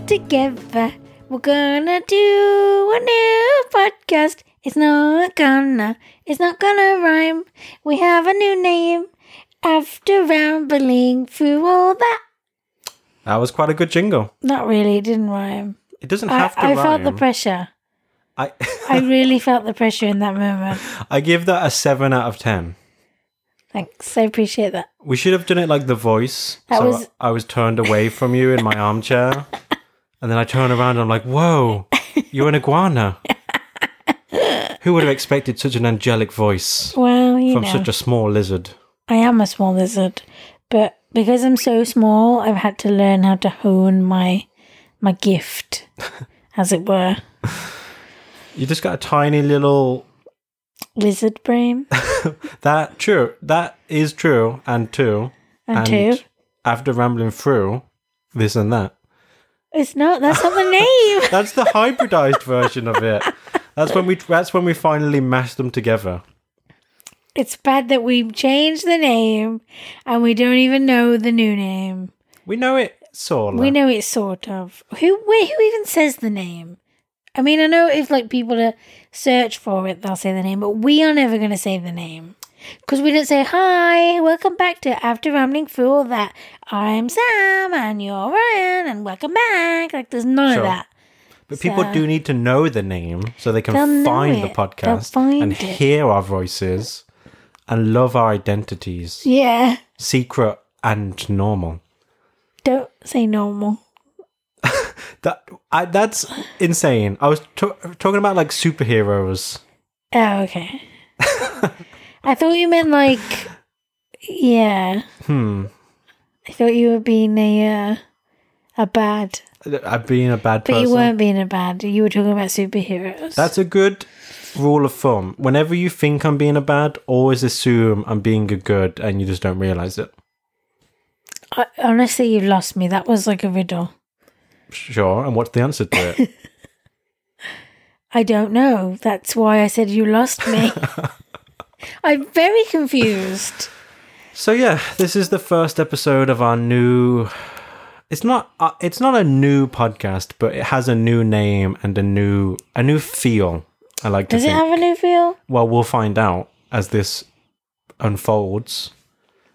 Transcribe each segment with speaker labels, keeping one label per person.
Speaker 1: together. We're gonna do a new podcast. It's not gonna, it's not gonna rhyme. We have a new name after rambling through all that.
Speaker 2: That was quite a good jingle.
Speaker 1: Not really, it didn't rhyme.
Speaker 2: It doesn't
Speaker 1: I,
Speaker 2: have to
Speaker 1: I
Speaker 2: rhyme.
Speaker 1: felt the pressure.
Speaker 2: I,
Speaker 1: I really felt the pressure in that moment.
Speaker 2: I give that a 7 out of 10.
Speaker 1: Thanks, I appreciate that.
Speaker 2: We should have done it like The Voice.
Speaker 1: That
Speaker 2: so
Speaker 1: was-
Speaker 2: I was turned away from you in my armchair. and then I turn around and I'm like, whoa, you're an iguana. Who would have expected such an angelic voice
Speaker 1: Well, you
Speaker 2: from
Speaker 1: know,
Speaker 2: such a small lizard?
Speaker 1: I am a small lizard, but because I'm so small, I've had to learn how to hone my my gift, as it were.
Speaker 2: You just got a tiny little.
Speaker 1: Lizard brain.
Speaker 2: That true. That is true. And two.
Speaker 1: And
Speaker 2: and
Speaker 1: two.
Speaker 2: after rambling through this and that,
Speaker 1: It's not. That's not the name.
Speaker 2: That's the hybridized version of it. That's when we that's when we finally mash them together.
Speaker 1: It's bad that we changed the name, and we don't even know the new name.
Speaker 2: We know it sort of.
Speaker 1: We know it sort of. Who wait, who even says the name? I mean, I know if like people are search for it, they'll say the name, but we are never going to say the name because we don't say hi, welcome back to After Rambling Through All That. I'm Sam, and you're Ryan, and welcome back. Like, there's none
Speaker 2: Sure.
Speaker 1: of that.
Speaker 2: but people
Speaker 1: so-
Speaker 2: do need to know the name so they
Speaker 1: They'll
Speaker 2: can
Speaker 1: know
Speaker 2: find the
Speaker 1: it. They'll
Speaker 2: podcast
Speaker 1: find
Speaker 2: and
Speaker 1: it.
Speaker 2: hear our voices and love our identities,
Speaker 1: Yeah,
Speaker 2: secret and normal.
Speaker 1: don't say normal.
Speaker 2: That I, that's insane. I was to- talking about like superheroes.
Speaker 1: Oh, okay. I thought you meant like, yeah.
Speaker 2: Hmm.
Speaker 1: I thought you were being a uh, a bad,
Speaker 2: I've been uh, a bad
Speaker 1: but
Speaker 2: person.
Speaker 1: you weren't being a bad. You were talking about superheroes.
Speaker 2: That's a good rule of thumb. Whenever you think I'm being a bad, always assume I'm being a good and you just don't realize it.
Speaker 1: I, honestly, you've lost me. That was like a riddle.
Speaker 2: Sure. And what's the answer to it?
Speaker 1: I don't know. That's why I said you lost me. I'm very confused.
Speaker 2: so yeah, this is the first episode of our new It's not uh, it's not a new podcast, but it has a new name and a new a new feel. I like to
Speaker 1: Does it
Speaker 2: think.
Speaker 1: have a new feel?
Speaker 2: well, we'll find out as this unfolds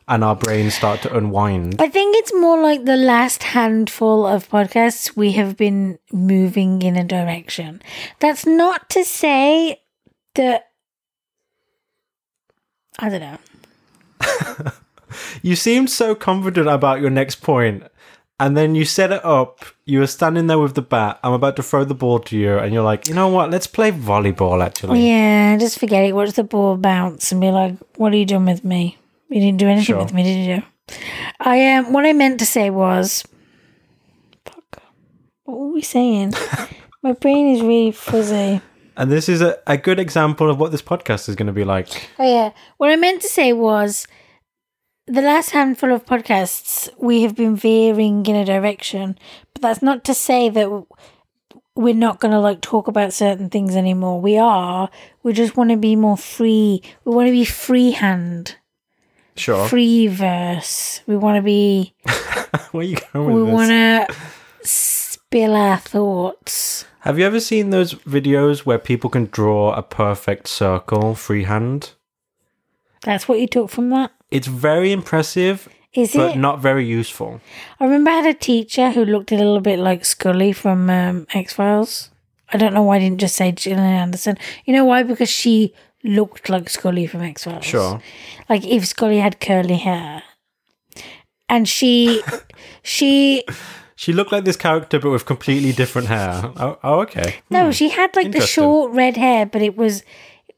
Speaker 2: and our brains start to unwind.
Speaker 1: I think it's more like the last handful of podcasts we have been moving in a direction. That's not to say that I don't know.
Speaker 2: You seemed so confident about your next point, and then you set it up. You were standing there with the bat. I'm about to throw the ball to you, and you're like, you know what? Let's play volleyball, actually.
Speaker 1: Yeah, just forget it. Watch the ball bounce and be like, "What are you doing with me? You didn't do anything
Speaker 2: Sure.
Speaker 1: with me, did you?" I um, what I meant to say was, fuck. What were we saying? My brain is really fuzzy.
Speaker 2: And this is a, a good example of what this podcast is going to be like.
Speaker 1: Oh yeah. What I meant to say was the last handful of podcasts we have been veering in a direction, but that's not to say that w- we're not going to like talk about certain things anymore. We are. We just want to be more free. We want to be freehand,
Speaker 2: Sure.
Speaker 1: free verse. We want to be
Speaker 2: Where are you going
Speaker 1: we
Speaker 2: with this?
Speaker 1: want to spill our thoughts.
Speaker 2: Have you ever seen those videos where people can draw a perfect circle freehand?
Speaker 1: That's what you took from that.
Speaker 2: It's very impressive,
Speaker 1: Is it?
Speaker 2: but not very useful.
Speaker 1: I remember I had a teacher who looked a little bit like Scully from um, X Files. I don't know why I didn't just say Gillian Anderson. You know why? Because she looked like Scully from X Files.
Speaker 2: Sure.
Speaker 1: Like if Scully had curly hair. And she, she,
Speaker 2: She looked like this character, but with completely different hair. Oh, oh okay.
Speaker 1: no, she had like the
Speaker 2: Interesting.
Speaker 1: short red hair, but it was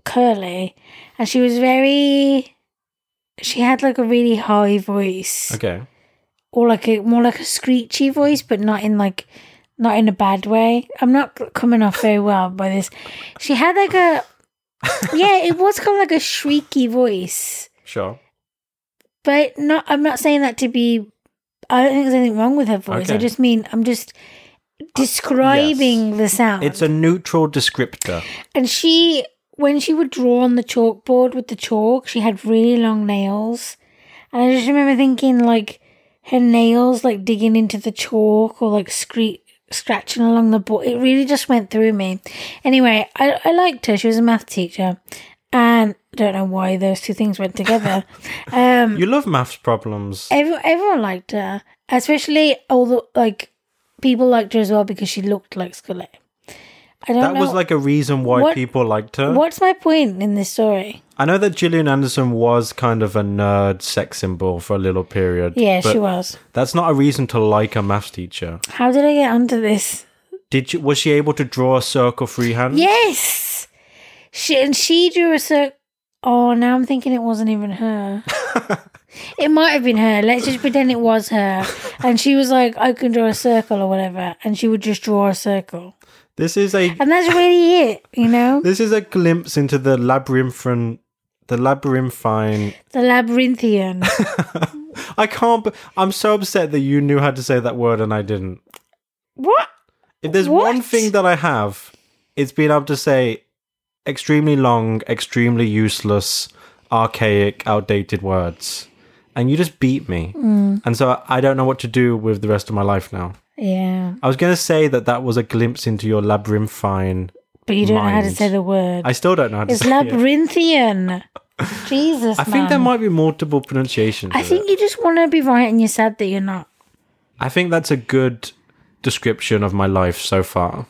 Speaker 1: curly. And she was very, she had like a really high voice.
Speaker 2: Okay.
Speaker 1: or like a more like a screechy voice, but not in like not in a bad way. I'm not c- coming off very well by this. She had like a yeah, it was kind of like a shrieky voice,
Speaker 2: Sure.
Speaker 1: but not. I'm not saying that to be. I don't think there's anything wrong with her voice. I
Speaker 2: Okay.
Speaker 1: just mean I'm just describing the sound.
Speaker 2: It's a neutral descriptor.
Speaker 1: and she when she would draw on the chalkboard with the chalk, she had really long nails. And I just remember thinking, like, her nails, like, digging into the chalk or, like, scree- scratching along the board. It really just went through me. Anyway, I, I liked her. She was a math teacher. And I don't know why those two things went together. um,
Speaker 2: You love maths problems.
Speaker 1: Every, everyone liked her, especially all the like people liked her as well because she looked like Scully. I don't
Speaker 2: That
Speaker 1: know.
Speaker 2: was like a reason why
Speaker 1: What-
Speaker 2: people liked her.
Speaker 1: What's my point in this story?
Speaker 2: I know that Gillian Anderson was kind of a nerd sex symbol for a little period.
Speaker 1: Yeah,
Speaker 2: but
Speaker 1: she was.
Speaker 2: That's not a reason to like a maths teacher.
Speaker 1: How did I get onto this?
Speaker 2: Did you, was she able to draw a circle freehand?
Speaker 1: Yes, she and she drew a circle. Oh, now I'm thinking it wasn't even her. it might have been her. Let's just pretend it was her. And she was like, "I can draw a circle or whatever," and she would just draw a circle,
Speaker 2: This is a
Speaker 1: and that's really it. You know,
Speaker 2: this is a glimpse into the labyrinthine the labyrinthine.
Speaker 1: the labyrinthian.
Speaker 2: I can't. be- I'm so upset that you knew how to say that word and I didn't.
Speaker 1: what?
Speaker 2: If there's one
Speaker 1: What?
Speaker 2: thing that I have, it's being able to say extremely long, extremely useless, archaic, outdated words. And you just beat me. And so I don't know what to do with the rest of my life now.
Speaker 1: Yeah.
Speaker 2: I was going to say that that was a glimpse into your labyrinthine.
Speaker 1: But you don't know how to
Speaker 2: mind.
Speaker 1: say the word.
Speaker 2: I still don't know how to
Speaker 1: it's
Speaker 2: say it.
Speaker 1: labyrinthian. Jesus,
Speaker 2: I think there
Speaker 1: man.
Speaker 2: might be multiple pronunciations.
Speaker 1: I
Speaker 2: of
Speaker 1: think
Speaker 2: it.
Speaker 1: you just want to be right, and you're sad that you're not.
Speaker 2: I think that's a good description of my life so far.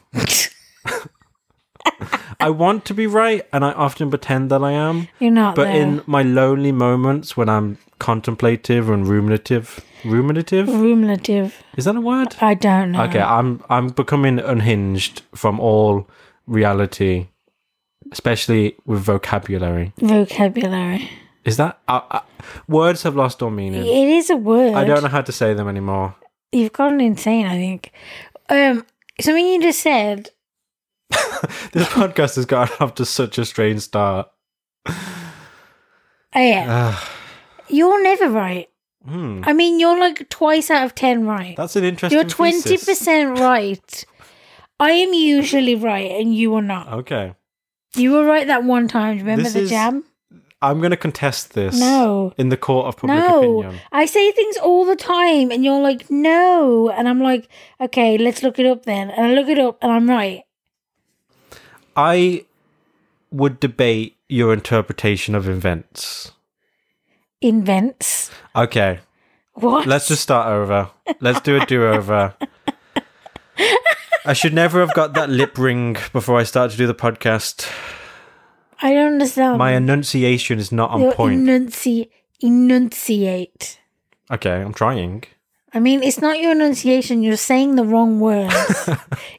Speaker 2: I want to be right, and I often pretend that I am.
Speaker 1: You're not.
Speaker 2: But
Speaker 1: there.
Speaker 2: in my lonely moments when I'm contemplative and ruminative, ruminative
Speaker 1: ruminative,
Speaker 2: is that a word?
Speaker 1: I don't know.
Speaker 2: Okay, I'm I'm becoming unhinged from all reality, especially with vocabulary.
Speaker 1: Vocabulary.
Speaker 2: Is that uh, uh, words have lost all meaning?
Speaker 1: It is a word.
Speaker 2: I don't know how to say them anymore.
Speaker 1: You've gone insane. I think. Um, something you just said.
Speaker 2: This podcast has gotten off to such a strange start.
Speaker 1: Oh yeah,
Speaker 2: Ah,
Speaker 1: you're never right.
Speaker 2: hmm.
Speaker 1: I mean, you're like twice out of ten right.
Speaker 2: That's an interesting.
Speaker 1: You're twenty
Speaker 2: thesis.
Speaker 1: percent right. I am usually right, and you are not.
Speaker 2: Okay,
Speaker 1: You were right that one time. Do you Remember
Speaker 2: Uh-huh. This
Speaker 1: the
Speaker 2: is-
Speaker 1: jam?
Speaker 2: I'm going to contest this.
Speaker 1: No.
Speaker 2: in the court of public
Speaker 1: no,
Speaker 2: opinion.
Speaker 1: I say things all the time, and you're like, no, and I'm like, okay, let's look it up then, and I look it up, and I'm right.
Speaker 2: I would debate your interpretation of events.
Speaker 1: Invents
Speaker 2: Okay,
Speaker 1: what?
Speaker 2: let's just start over. Let's do a do over. I should never have got that lip ring before I start to do the podcast.
Speaker 1: I don't understand.
Speaker 2: My enunciation is not on
Speaker 1: Your
Speaker 2: point.
Speaker 1: enunci- enunciate.
Speaker 2: okay, I'm trying.
Speaker 1: I mean, it's not your enunciation. You're saying the wrong words.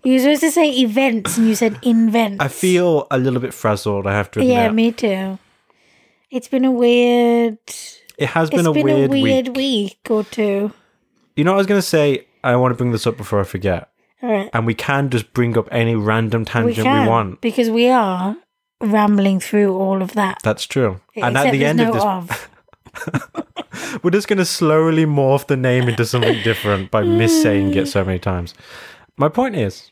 Speaker 1: you were supposed to say events, and you said invent.
Speaker 2: I feel a little bit frazzled, I have to admit.
Speaker 1: yeah, me too. It's been a weird. It's
Speaker 2: it has been, a, weird week.
Speaker 1: weird week or two.
Speaker 2: You know what I was going to say? I want to bring this up before I forget.
Speaker 1: All right.
Speaker 2: And we can just bring up any random
Speaker 1: we
Speaker 2: tangent we,
Speaker 1: can
Speaker 2: want.
Speaker 1: because we are rambling through all of that.
Speaker 2: That's true. and at
Speaker 1: Except
Speaker 2: the
Speaker 1: there's
Speaker 2: end
Speaker 1: no
Speaker 2: of this,
Speaker 1: of.
Speaker 2: we're just going to slowly morph the name into something different
Speaker 1: Mm.
Speaker 2: by missaying it so many times. My point is,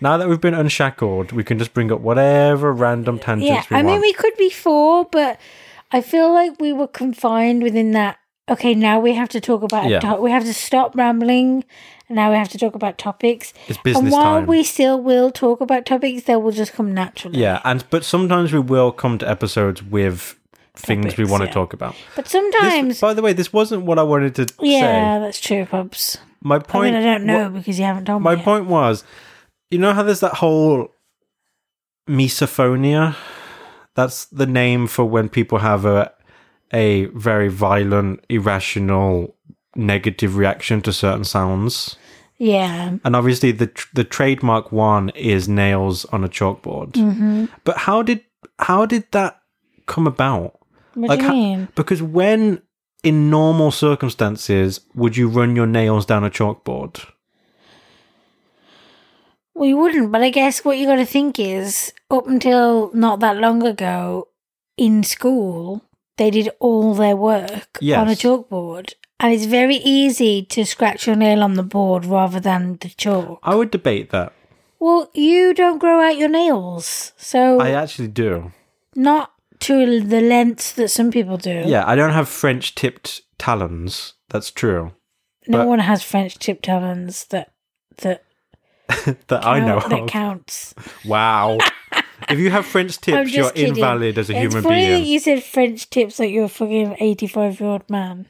Speaker 2: now that we've been unshackled, we can just bring up whatever random tangents
Speaker 1: yeah,
Speaker 2: we
Speaker 1: I mean
Speaker 2: want.
Speaker 1: we could be four, but I feel like we were confined within that. Okay, now we have to talk about a
Speaker 2: Yeah.
Speaker 1: to- we have to stop rambling, and now we have to talk about topics.
Speaker 2: it's business
Speaker 1: and while
Speaker 2: time.
Speaker 1: we still will talk about topics, they will just come naturally.
Speaker 2: yeah, and but sometimes we will come to episodes with things we
Speaker 1: Topics,
Speaker 2: want to
Speaker 1: yeah.
Speaker 2: talk about.
Speaker 1: But
Speaker 2: This-
Speaker 1: sometimes,
Speaker 2: by the way, this wasn't what I wanted to
Speaker 1: yeah,
Speaker 2: say.
Speaker 1: that's true, Pubs.
Speaker 2: My point.
Speaker 1: I mean, I don't
Speaker 2: wa-
Speaker 1: know because you haven't told
Speaker 2: My
Speaker 1: me. yet.
Speaker 2: point was, you know how there's that whole misophonia. That's the name for when people have a a very violent, irrational, negative reaction to certain sounds.
Speaker 1: yeah,
Speaker 2: And obviously, the tr- the trademark one is nails on a chalkboard.
Speaker 1: Mm. mm-hmm.
Speaker 2: But how did how did that come about?
Speaker 1: what
Speaker 2: Like,
Speaker 1: do you
Speaker 2: ha-
Speaker 1: mean?
Speaker 2: Because when in normal circumstances would you run your nails down a chalkboard?
Speaker 1: Well, you wouldn't, but I guess what you got to think is up until not that long ago in school, they did all their work
Speaker 2: Yes.
Speaker 1: on a chalkboard. And it's very easy to scratch your nail on the board rather than the chalk.
Speaker 2: I would debate that.
Speaker 1: Well, you don't grow out your nails. So,
Speaker 2: I uh, actually do.
Speaker 1: not to the lengths that some people do.
Speaker 2: Yeah, I don't have French tipped talons. That's true.
Speaker 1: no
Speaker 2: but-
Speaker 1: one has French tip talons that that
Speaker 2: that I know
Speaker 1: Count- that
Speaker 2: of.
Speaker 1: counts.
Speaker 2: Wow. if you have French
Speaker 1: I'm
Speaker 2: tips,
Speaker 1: just
Speaker 2: you're
Speaker 1: kidding.
Speaker 2: invalid as a
Speaker 1: it's
Speaker 2: human
Speaker 1: funny
Speaker 2: being.
Speaker 1: that you said French tips like you're a fucking 85 year old man.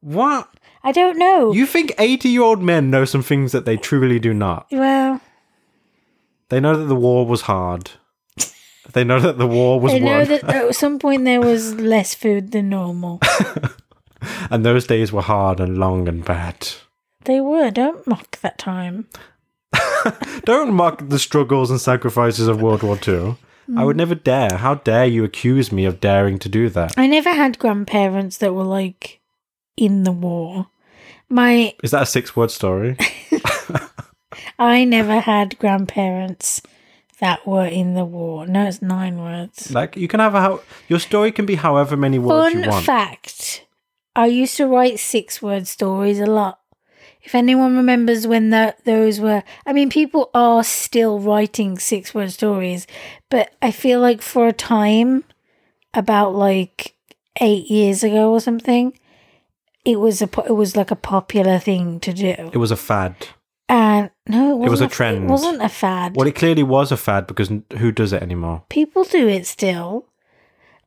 Speaker 2: What?
Speaker 1: I don't know.
Speaker 2: You think 80 year old men know some things that they truly do not?
Speaker 1: well,
Speaker 2: They know that the war was hard. They know that the war was
Speaker 1: I know
Speaker 2: won,
Speaker 1: that at some point there was less food than normal.
Speaker 2: and those days were hard and long and bad.
Speaker 1: they were. Don't mock that time.
Speaker 2: Don't mock the struggles and sacrifices of World War II. I
Speaker 1: Mm.
Speaker 2: would never dare. How dare you accuse me of daring to do that?
Speaker 1: I never had grandparents that were like in the war. My
Speaker 2: Is that a six word story?
Speaker 1: I never had grandparents that were in the war. No, it's nine words.
Speaker 2: like, you can have a. How- Your story can be however many words
Speaker 1: Fun
Speaker 2: you want.
Speaker 1: fact I used to write six word stories a lot. If anyone remembers when tho- those were, I mean, people are still writing six word stories, but I feel like for a time, about like eight years ago or something, it was a po- it was like a popular thing to do.
Speaker 2: it was a fad.
Speaker 1: And no, it, wasn't
Speaker 2: was a
Speaker 1: f-
Speaker 2: trend.
Speaker 1: It wasn't a fad.
Speaker 2: Well, it clearly was a fad because n- who does it anymore?
Speaker 1: people do it still,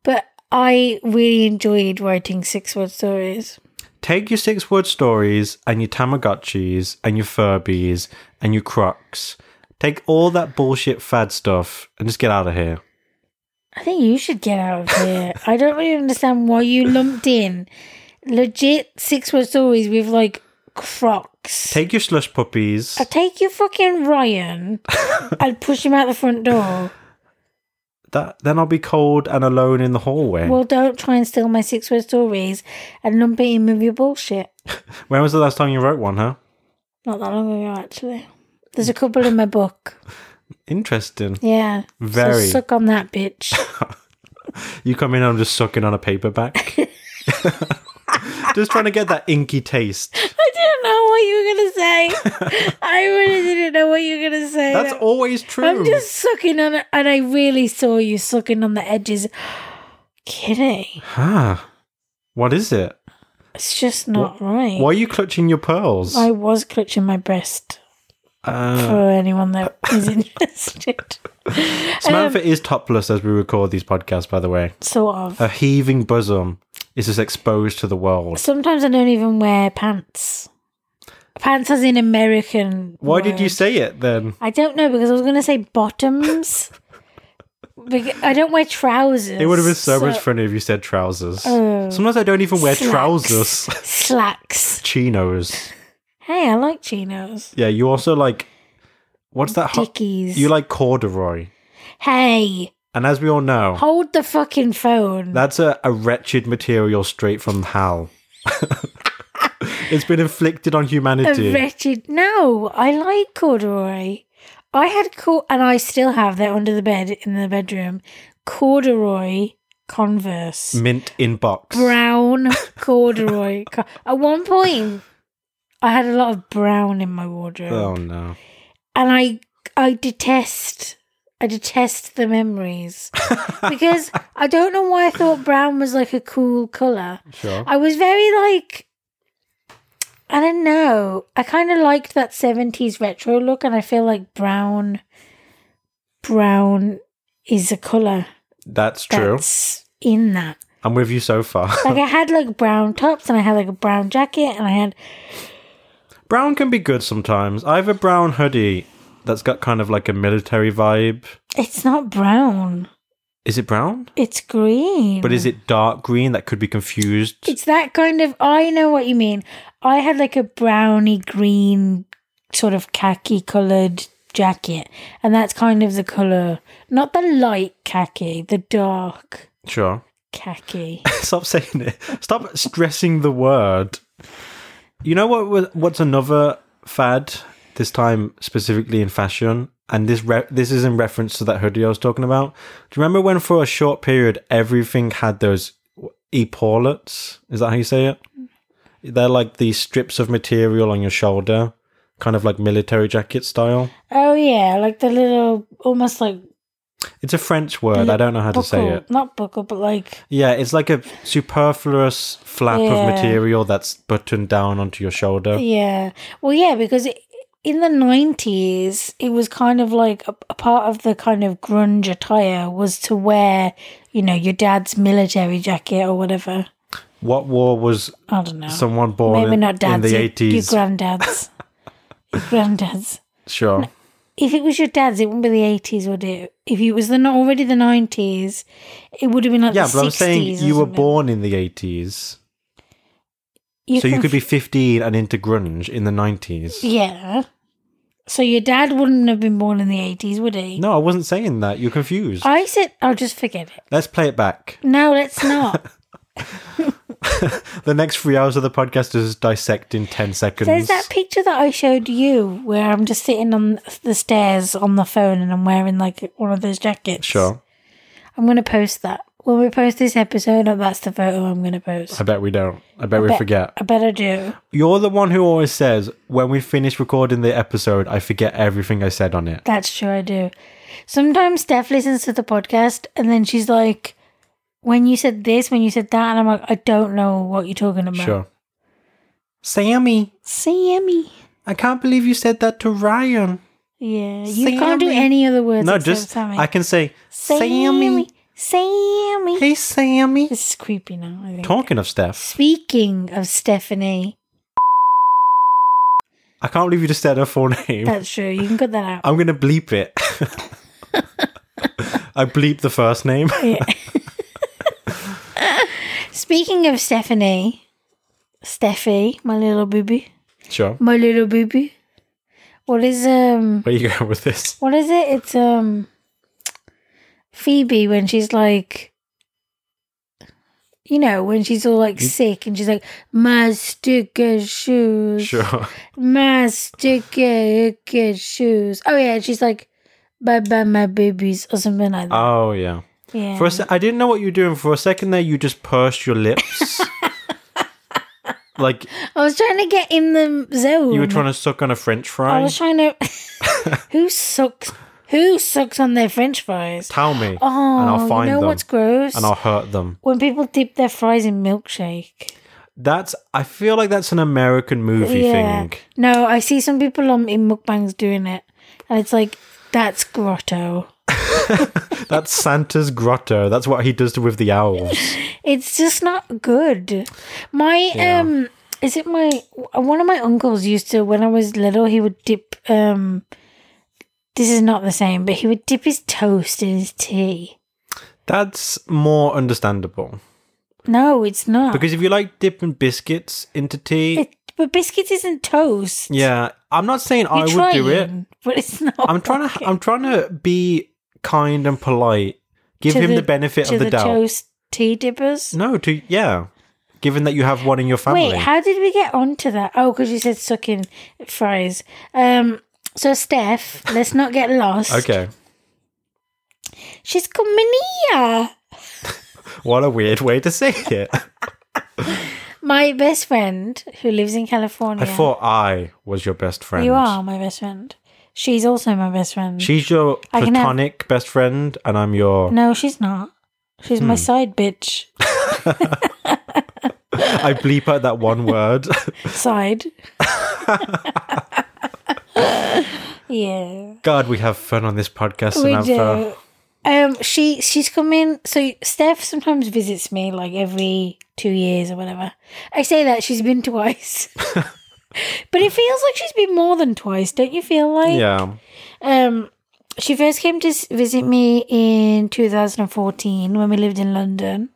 Speaker 1: but I really enjoyed writing six word stories.
Speaker 2: Take your six word stories and your Tamagotchis and your Furbies and your Crocs. Take all that bullshit fad stuff and just get out of here.
Speaker 1: I think you should get out of here. I don't really understand why you lumped in legit six word stories with like crocs.
Speaker 2: Take your slush puppies.
Speaker 1: I take your fucking Ryan and push him out the front door.
Speaker 2: That then I'll be cold and alone in the hallway.
Speaker 1: Well, don't try and steal my six word stories and lump it in with your bullshit.
Speaker 2: when was the last time you wrote one, huh?
Speaker 1: Not that long ago, actually. There's a couple in my book.
Speaker 2: Interesting.
Speaker 1: Yeah.
Speaker 2: Very.
Speaker 1: So suck on that, bitch.
Speaker 2: You come in and I'm just sucking on a paperback. just trying to get that inky taste.
Speaker 1: I didn't know what you were gonna say. I really didn't know what you were gonna say.
Speaker 2: That's always true.
Speaker 1: I'm just sucking on it, and I really saw you sucking on the edges. Kitty,
Speaker 2: Huh. What is it?
Speaker 1: it's just not right.
Speaker 2: Why are you clutching your pearls?
Speaker 1: I was clutching my breast
Speaker 2: Uh,
Speaker 1: for anyone that is interested. Um,
Speaker 2: Samantha is topless as we record these podcasts, by the way.
Speaker 1: sort of.
Speaker 2: Her heaving bosom is just exposed to the world.
Speaker 1: Sometimes I don't even wear pants. Pants as in American.
Speaker 2: Why did you
Speaker 1: word.
Speaker 2: say it then?
Speaker 1: I don't know because I was going to say bottoms. Bec- I don't wear trousers.
Speaker 2: It would have been so, much funnier if you said trousers. Sometimes I don't even wear
Speaker 1: Oh. slacks.
Speaker 2: trousers.
Speaker 1: Slacks.
Speaker 2: Chinos.
Speaker 1: Hey, I like chinos.
Speaker 2: Yeah, you also like what's that hot
Speaker 1: Dickies.
Speaker 2: you like corduroy.
Speaker 1: hey,
Speaker 2: And as we all know,
Speaker 1: hold the fucking phone.
Speaker 2: That's a, a wretched material straight from hell. it's been inflicted on
Speaker 1: a
Speaker 2: humanity.
Speaker 1: wretched. No, I like corduroy. I had cord, and I still have that under the bed in the bedroom. Corduroy Converse,
Speaker 2: Mint in box.
Speaker 1: brown corduroy. co- At one point, I had a lot of brown in my wardrobe.
Speaker 2: Oh no.
Speaker 1: and I I detest I detest the memories because I don't know why I thought brown was like a cool color.
Speaker 2: Sure.
Speaker 1: I was very like I don't know. I kind of liked that 70s retro look and I feel like brown brown is a color
Speaker 2: That's true.
Speaker 1: that's in that.
Speaker 2: I'm with you so far.
Speaker 1: Like I had like brown tops and I had like a brown jacket and I had
Speaker 2: brown can be good sometimes. I have a brown hoodie that's got kind of like a military vibe.
Speaker 1: it's not brown.
Speaker 2: Is it brown?
Speaker 1: It's green.
Speaker 2: But is it dark green that could be confused?
Speaker 1: It's that kind of. I know what you mean. I had like a browny green, sort of khaki coloured jacket, and that's kind of the colour. Not the light khaki, the dark
Speaker 2: sure.
Speaker 1: khaki.
Speaker 2: Stop saying it. Stop stressing the word. You know what? was- What's another fad? This time specifically in fashion, and this re- this is in reference to that hoodie I was talking about. Do you remember when for a short period everything had those epaulets? Is that how you say it? They're like these strips of material on your shoulder, kind of like military jacket style.
Speaker 1: oh yeah, like the little, almost like
Speaker 2: It's a French word. I don't know how to
Speaker 1: buckle,
Speaker 2: say it.
Speaker 1: not buckle, but like
Speaker 2: Yeah, it's like a superfluous flap
Speaker 1: Yeah.
Speaker 2: of material that's buttoned down onto your shoulder.
Speaker 1: yeah. Well, yeah, because it, in the 90s it was kind of like a, a part of the kind of grunge attire was to wear you know your dad's military jacket or whatever
Speaker 2: What war was
Speaker 1: i don't know
Speaker 2: someone born
Speaker 1: maybe
Speaker 2: in,
Speaker 1: not
Speaker 2: in
Speaker 1: dad's
Speaker 2: the
Speaker 1: your, your
Speaker 2: 80s?
Speaker 1: granddad's your granddad's
Speaker 2: sure.
Speaker 1: if it was your dad's it wouldn't be the 80s would it if it was the not already the 90s it would have been like
Speaker 2: yeah,
Speaker 1: the
Speaker 2: but I'm
Speaker 1: 60s
Speaker 2: saying
Speaker 1: or
Speaker 2: you were
Speaker 1: something.
Speaker 2: born in the 80s. so you
Speaker 1: can
Speaker 2: could be 15 and into grunge in the 90s.
Speaker 1: Yeah. So your dad wouldn't have been born in the 80s, would he?
Speaker 2: No, I wasn't saying that. You're confused.
Speaker 1: I said, I'll just forget it.
Speaker 2: Let's play it back.
Speaker 1: No, let's not.
Speaker 2: The next three hours of the podcast is dissect in 10 seconds.
Speaker 1: There's that picture that I showed you where I'm just sitting on the stairs on the phone and I'm wearing like one of those jackets.
Speaker 2: Sure.
Speaker 1: I'm going to post that. When we post this episode, oh, that's the photo I'm going to post.
Speaker 2: I bet we don't. I bet we
Speaker 1: Bet-
Speaker 2: forget.
Speaker 1: I better do.
Speaker 2: You're the one who always says, when we finish recording the episode, I forget everything I said on it.
Speaker 1: That's true, I do. Sometimes Steph listens to the podcast and then she's like, when you said this, when you said that, and I'm like, I don't know what you're talking about.
Speaker 2: Sure. Sammy,
Speaker 1: Sammy.
Speaker 2: I can't believe you said that to Ryan.
Speaker 1: Yeah, you can't do
Speaker 2: Sammy.
Speaker 1: any other words.
Speaker 2: No,
Speaker 1: except
Speaker 2: just
Speaker 1: Sammy.
Speaker 2: I can say
Speaker 1: Sammy.
Speaker 2: Sammy.
Speaker 1: Sammy.
Speaker 2: Hey, Sammy.
Speaker 1: This is creepy now. I think.
Speaker 2: Talking of Steph,
Speaker 1: Speaking of Stephanie,
Speaker 2: I can't believe you just said her full name.
Speaker 1: that's true. You can cut that out.
Speaker 2: I'm gonna bleep it. I bleep the first name.
Speaker 1: Yeah.
Speaker 2: Um,
Speaker 1: Speaking of Stephanie, Steffi, my little booby,
Speaker 2: Sure.
Speaker 1: my little booby. What is um?
Speaker 2: Where you going with this?
Speaker 1: What is it? It's um. Phoebe when she's like. You know, when she's all
Speaker 2: Mm-hmm.
Speaker 1: like sick and she's like, my sticker shoes.
Speaker 2: Sure.
Speaker 1: My sticky icky shoes. Oh yeah, she's like, bye bye my babies or something like that.
Speaker 2: Oh yeah.
Speaker 1: yeah.
Speaker 2: For a se- I didn't know what you were doing. For a second there, you just pursed your lips. like
Speaker 1: I was trying to get in the zone.
Speaker 2: you were trying to suck on a French
Speaker 1: I
Speaker 2: fry.
Speaker 1: was trying to. who sucks? Who sucks on their French fries?
Speaker 2: Tell me,
Speaker 1: Oh,
Speaker 2: and I'll find
Speaker 1: you know
Speaker 2: them,
Speaker 1: what's gross?
Speaker 2: and I'll hurt them.
Speaker 1: when people dip their fries in milkshake.
Speaker 2: That's. I feel like that's an American movie
Speaker 1: Yeah.
Speaker 2: thing.
Speaker 1: No, I see some people on in mukbangs doing it, and it's like that's grotto.
Speaker 2: That's Santa's grotto. That's what he does to with the owls.
Speaker 1: It's just not good. My
Speaker 2: Yeah.
Speaker 1: um is it my one of my uncles used to when I was little he would dip um this is not the same, but he would dip his toast in his tea.
Speaker 2: That's more understandable.
Speaker 1: No, it's not.
Speaker 2: Because if you like dipping biscuits into tea,
Speaker 1: it, but biscuits isn't toast.
Speaker 2: yeah, I'm not saying
Speaker 1: You're
Speaker 2: I would do it.
Speaker 1: trying, But it's not
Speaker 2: I'm trying to I'm trying to be kind and polite. Give
Speaker 1: To
Speaker 2: him the,
Speaker 1: the-
Speaker 2: benefit
Speaker 1: to
Speaker 2: of the, doubt.
Speaker 1: toast tea dippers.
Speaker 2: No, to yeah. Given that you have one in your family.
Speaker 1: Wait, how did we get onto that? Oh, because you said sucking fries. Um, so Steph, let's not get lost.
Speaker 2: okay.
Speaker 1: she's coming here.
Speaker 2: What a weird way to say it.
Speaker 1: My best friend who lives in California.
Speaker 2: I thought I was your best friend.
Speaker 1: you are my best friend. She's also my best friend.
Speaker 2: She's your
Speaker 1: I can have-
Speaker 2: platonic best friend and I'm your
Speaker 1: no, she's not. She's my
Speaker 2: Hmm.
Speaker 1: side bitch.
Speaker 2: I bleep out that one word.
Speaker 1: Side. yeah.
Speaker 2: God, we have fun on this podcast,
Speaker 1: We
Speaker 2: Samantha.
Speaker 1: do. Um, she she's coming. So Steph sometimes visits me like every two years or whatever. I say that she's been twice, but it feels like she's been more than twice. Don't you feel like?
Speaker 2: Yeah.
Speaker 1: Um, she first came to s- visit me in 2014 when we lived in London,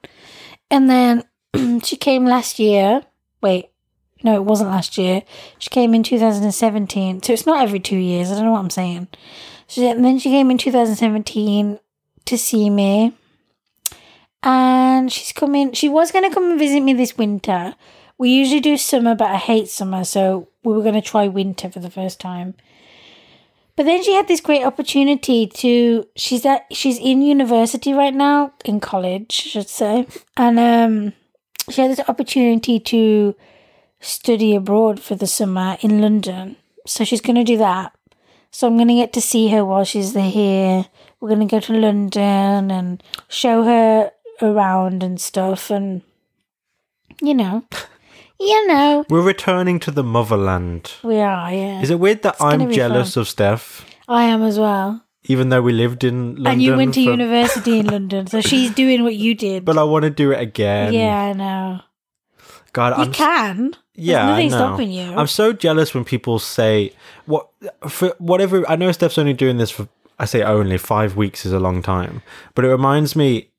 Speaker 1: and then she came last year. Wait, no, it wasn't last year. She came in 2017, so it's not every two years. I don't know what I'm saying. So and then she came in 2017 to see me, and she's coming. She was going to come and visit me this winter. We usually do summer, but I hate summer, so we were going to try winter for the first time. But then she had this great opportunity to she's at she's in university right now in college, I should say, and um, she had this opportunity to study abroad for the summer in London. So she's going to do that. So I'm going to get to see her while she's there here. We're going to go to London and show her around and stuff, and you know, you know.
Speaker 2: We're returning to the motherland.
Speaker 1: We are, yeah.
Speaker 2: Is it weird that
Speaker 1: gonna
Speaker 2: I'm
Speaker 1: be
Speaker 2: jealous of Steph,
Speaker 1: I am as well.
Speaker 2: even though we lived in London?
Speaker 1: and you went to
Speaker 2: for-
Speaker 1: university in London, so she's doing what you did.
Speaker 2: But I want to do it again.
Speaker 1: yeah, I know.
Speaker 2: God,
Speaker 1: You
Speaker 2: I'm
Speaker 1: can. There's
Speaker 2: yeah,
Speaker 1: nothing
Speaker 2: I know.
Speaker 1: stopping you.
Speaker 2: I'm so jealous when people say what for whatever. I know Steph's only doing this for. I say only five weeks is a long time, but it reminds me.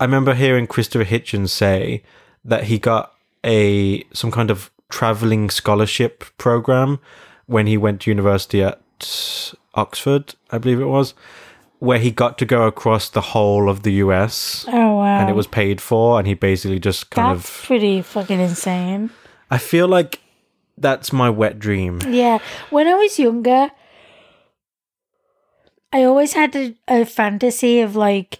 Speaker 2: I remember hearing Christopher Hitchens say that he got a some kind of traveling scholarship program when he went to university at Oxford, I believe it was, where he got to go across the whole of the US
Speaker 1: oh wow.
Speaker 2: and it was paid for, and he basically just kind
Speaker 1: That's
Speaker 2: of.
Speaker 1: pretty fucking insane.
Speaker 2: I feel like that's my wet dream.
Speaker 1: Yeah. When I was younger, I always had a, a fantasy of like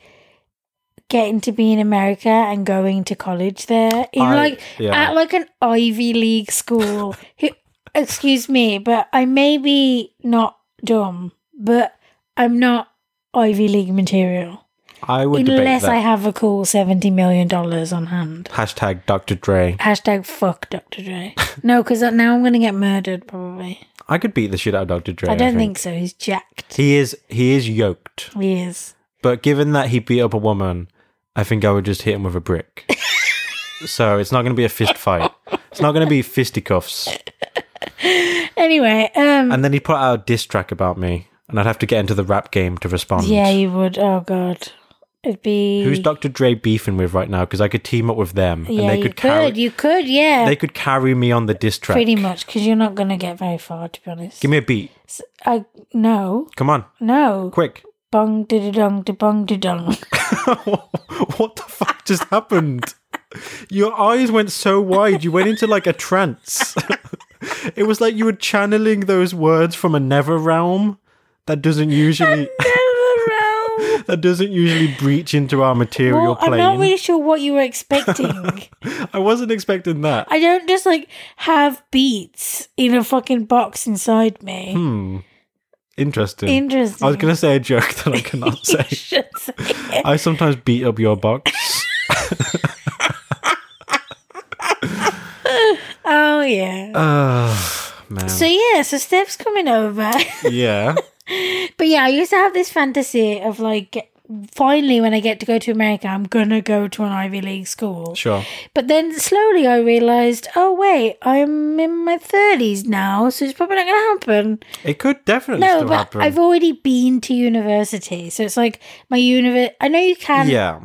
Speaker 1: getting to be in America and going to college there. In
Speaker 2: I-
Speaker 1: like
Speaker 2: yeah.
Speaker 1: at like an Ivy League school. Who- Excuse me, but I may be not dumb, but I'm not Ivy League material.
Speaker 2: I would
Speaker 1: Unless I
Speaker 2: debate
Speaker 1: have a cool seventy million dollars on hand.
Speaker 2: that. Hashtag Dr. Dre.
Speaker 1: Hashtag fuck Dr. Dre. no, because now I'm gonna get murdered probably.
Speaker 2: I could beat the shit out of Dr. Dre.
Speaker 1: I don't think so. He's jacked.
Speaker 2: he is. He is yoked.
Speaker 1: He is.
Speaker 2: But given that he beat up a woman, I think I would just hit him with a brick. so it's not going to be a fist fight. It's not going to be fisticuffs.
Speaker 1: Anyway, um,
Speaker 2: And then he put out a diss track about me, and I'd have to get into the rap game to respond.
Speaker 1: yeah, you would. Oh god, it'd be.
Speaker 2: Who's Dr. Dre beefing with right now? Because I could team up with them,
Speaker 1: Yeah,
Speaker 2: and they
Speaker 1: you
Speaker 2: could
Speaker 1: could.
Speaker 2: carry.
Speaker 1: You could. Yeah,
Speaker 2: they could carry me on the diss track.
Speaker 1: pretty much. Because you're not gonna get very far, to be honest.
Speaker 2: Give me a beat.
Speaker 1: I no,
Speaker 2: Come on,
Speaker 1: no.
Speaker 2: quick.
Speaker 1: Bong diddy dong, de bong de dong.
Speaker 2: what the fuck just happened? Your eyes went so wide, you went into like a trance. it was like you were channeling those words from a never realm that doesn't usually
Speaker 1: Well,
Speaker 2: that doesn't usually breach into our material
Speaker 1: I'm
Speaker 2: plane.
Speaker 1: not really sure what you were expecting.
Speaker 2: I wasn't expecting that.
Speaker 1: I don't just like have beats in a fucking box inside me.
Speaker 2: Hmm. Interesting.
Speaker 1: Interesting.
Speaker 2: I was gonna say a joke that I cannot
Speaker 1: You
Speaker 2: say.
Speaker 1: should say it.
Speaker 2: I sometimes beat up your box.
Speaker 1: Oh yeah.
Speaker 2: Ah, man.
Speaker 1: So yeah, so Steph's coming over.
Speaker 2: yeah.
Speaker 1: but yeah, I used to have this fantasy of like finally when I get to go to America, I'm gonna go to an Ivy League school.
Speaker 2: Sure.
Speaker 1: But then slowly I realized, oh wait, I'm in my thirties now, so it's probably not gonna happen.
Speaker 2: It could definitely
Speaker 1: No,
Speaker 2: still
Speaker 1: but
Speaker 2: happen.
Speaker 1: I've already been to university, so it's like my univer. I know you can.
Speaker 2: yeah.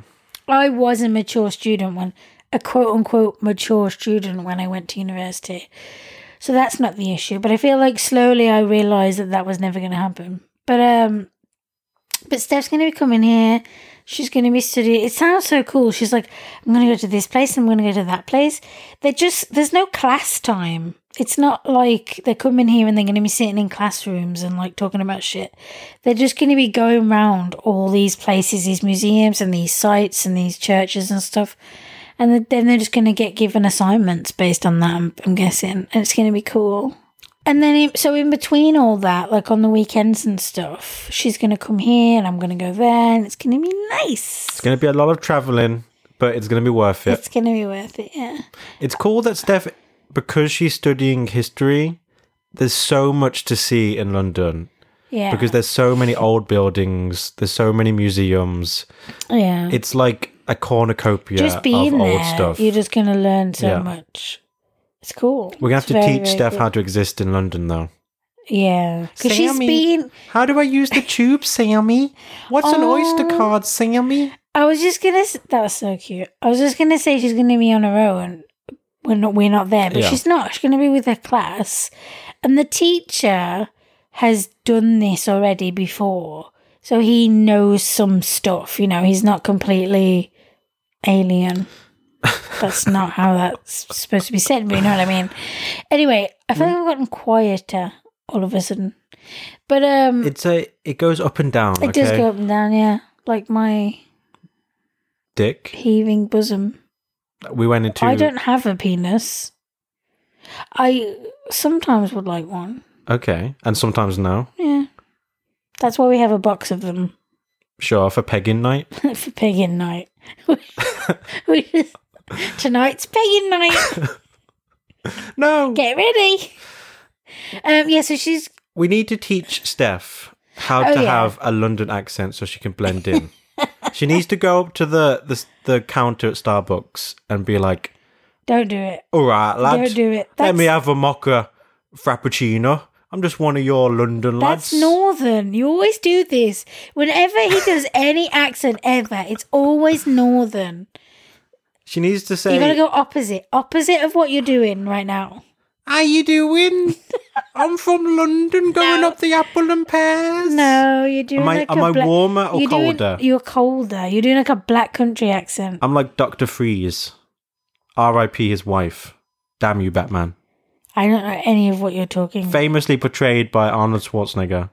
Speaker 1: I was a mature student when a quote unquote mature student when I went to university. So that's not the issue, but I feel like slowly I realized that that was never going to happen. But um but Steph's going to be coming here. She's going to be studying. It sounds so cool. She's like, I'm going to go to this place. I'm going to go to that place. They're just, there's no class time. It's not like they're coming here and they're going to be sitting in classrooms and like talking about shit. They're just going to be going round all these places, these museums and these sites and these churches and stuff. And then they're just going to get given assignments based on that, I'm, I'm guessing. And it's going to be cool. And then, in, so in between all that, like on the weekends and stuff, she's going to come here and I'm going to go there and it's going to be nice.
Speaker 2: It's going to be a lot of traveling, but it's going to be worth it.
Speaker 1: It's going to be worth it, yeah.
Speaker 2: It's cool that Steph, because she's studying history, there's so much to see in London
Speaker 1: Yeah.
Speaker 2: because there's so many old buildings, there's so many museums.
Speaker 1: yeah.
Speaker 2: It's like a cornucopia
Speaker 1: just
Speaker 2: of
Speaker 1: being
Speaker 2: old
Speaker 1: there,
Speaker 2: stuff.
Speaker 1: you're just going to learn so
Speaker 2: Yeah.
Speaker 1: much. It's cool.
Speaker 2: We're going
Speaker 1: It's
Speaker 2: to have
Speaker 1: very,
Speaker 2: to teach
Speaker 1: very
Speaker 2: Steph
Speaker 1: cool.
Speaker 2: how to exist in London, though.
Speaker 1: Yeah. Because she's
Speaker 2: Sammy.
Speaker 1: been.
Speaker 2: How do I use the tube, Sammy? What's
Speaker 1: an Oyster Oh.
Speaker 2: card, Sammy?
Speaker 1: I was just going to. That was so cute. I was just going to say she's going to be on her own. We're not, we're not there, but
Speaker 2: Yeah.
Speaker 1: she's not. She's going to be with her class. And the teacher has done this already before. So he knows some stuff. You know, he's not completely alien. That's not how that's supposed to be said, but you know what I mean. Anyway, I feel like I've gotten quieter all of a sudden. But um
Speaker 2: It's a. It goes up and down.
Speaker 1: it
Speaker 2: okay?
Speaker 1: does go up and down, yeah. Like my
Speaker 2: Dick.
Speaker 1: heaving bosom.
Speaker 2: We went into.
Speaker 1: I don't have a penis. I sometimes would like one.
Speaker 2: Okay, and sometimes no.
Speaker 1: Yeah. That's why we have a box of them
Speaker 2: Sure, for pegging night.
Speaker 1: for pagan night. we just, tonight's pagan night.
Speaker 2: No,
Speaker 1: Get ready. Um, yeah, so she's
Speaker 2: we need to teach Steph how
Speaker 1: Oh,
Speaker 2: to
Speaker 1: yeah.
Speaker 2: have a London accent so she can blend in. she needs to go up to the, the the counter at Starbucks and be like,
Speaker 1: don't do it.
Speaker 2: "All right, lad,
Speaker 1: Don't do it.
Speaker 2: let
Speaker 1: That's
Speaker 2: me have a mocha frappuccino. I'm just one of your London lads."
Speaker 1: that's northern. You always do this. Whenever he does any accent ever, it's always northern.
Speaker 2: she needs to say,
Speaker 1: You gotta go opposite, opposite of what you're doing right now.
Speaker 2: "How you doing? I'm from London, going up the apple and pears."
Speaker 1: No, Oh, you're doing
Speaker 2: Am I-
Speaker 1: like
Speaker 2: am
Speaker 1: a
Speaker 2: I
Speaker 1: black-
Speaker 2: warmer or
Speaker 1: you're doing-
Speaker 2: colder?
Speaker 1: you're colder. You're doing like a black country accent.
Speaker 2: I'm like Doctor Freeze. R.I.P. His wife. Damn you, Batman.
Speaker 1: I don't know any of what you're talking.
Speaker 2: famously portrayed by Arnold Schwarzenegger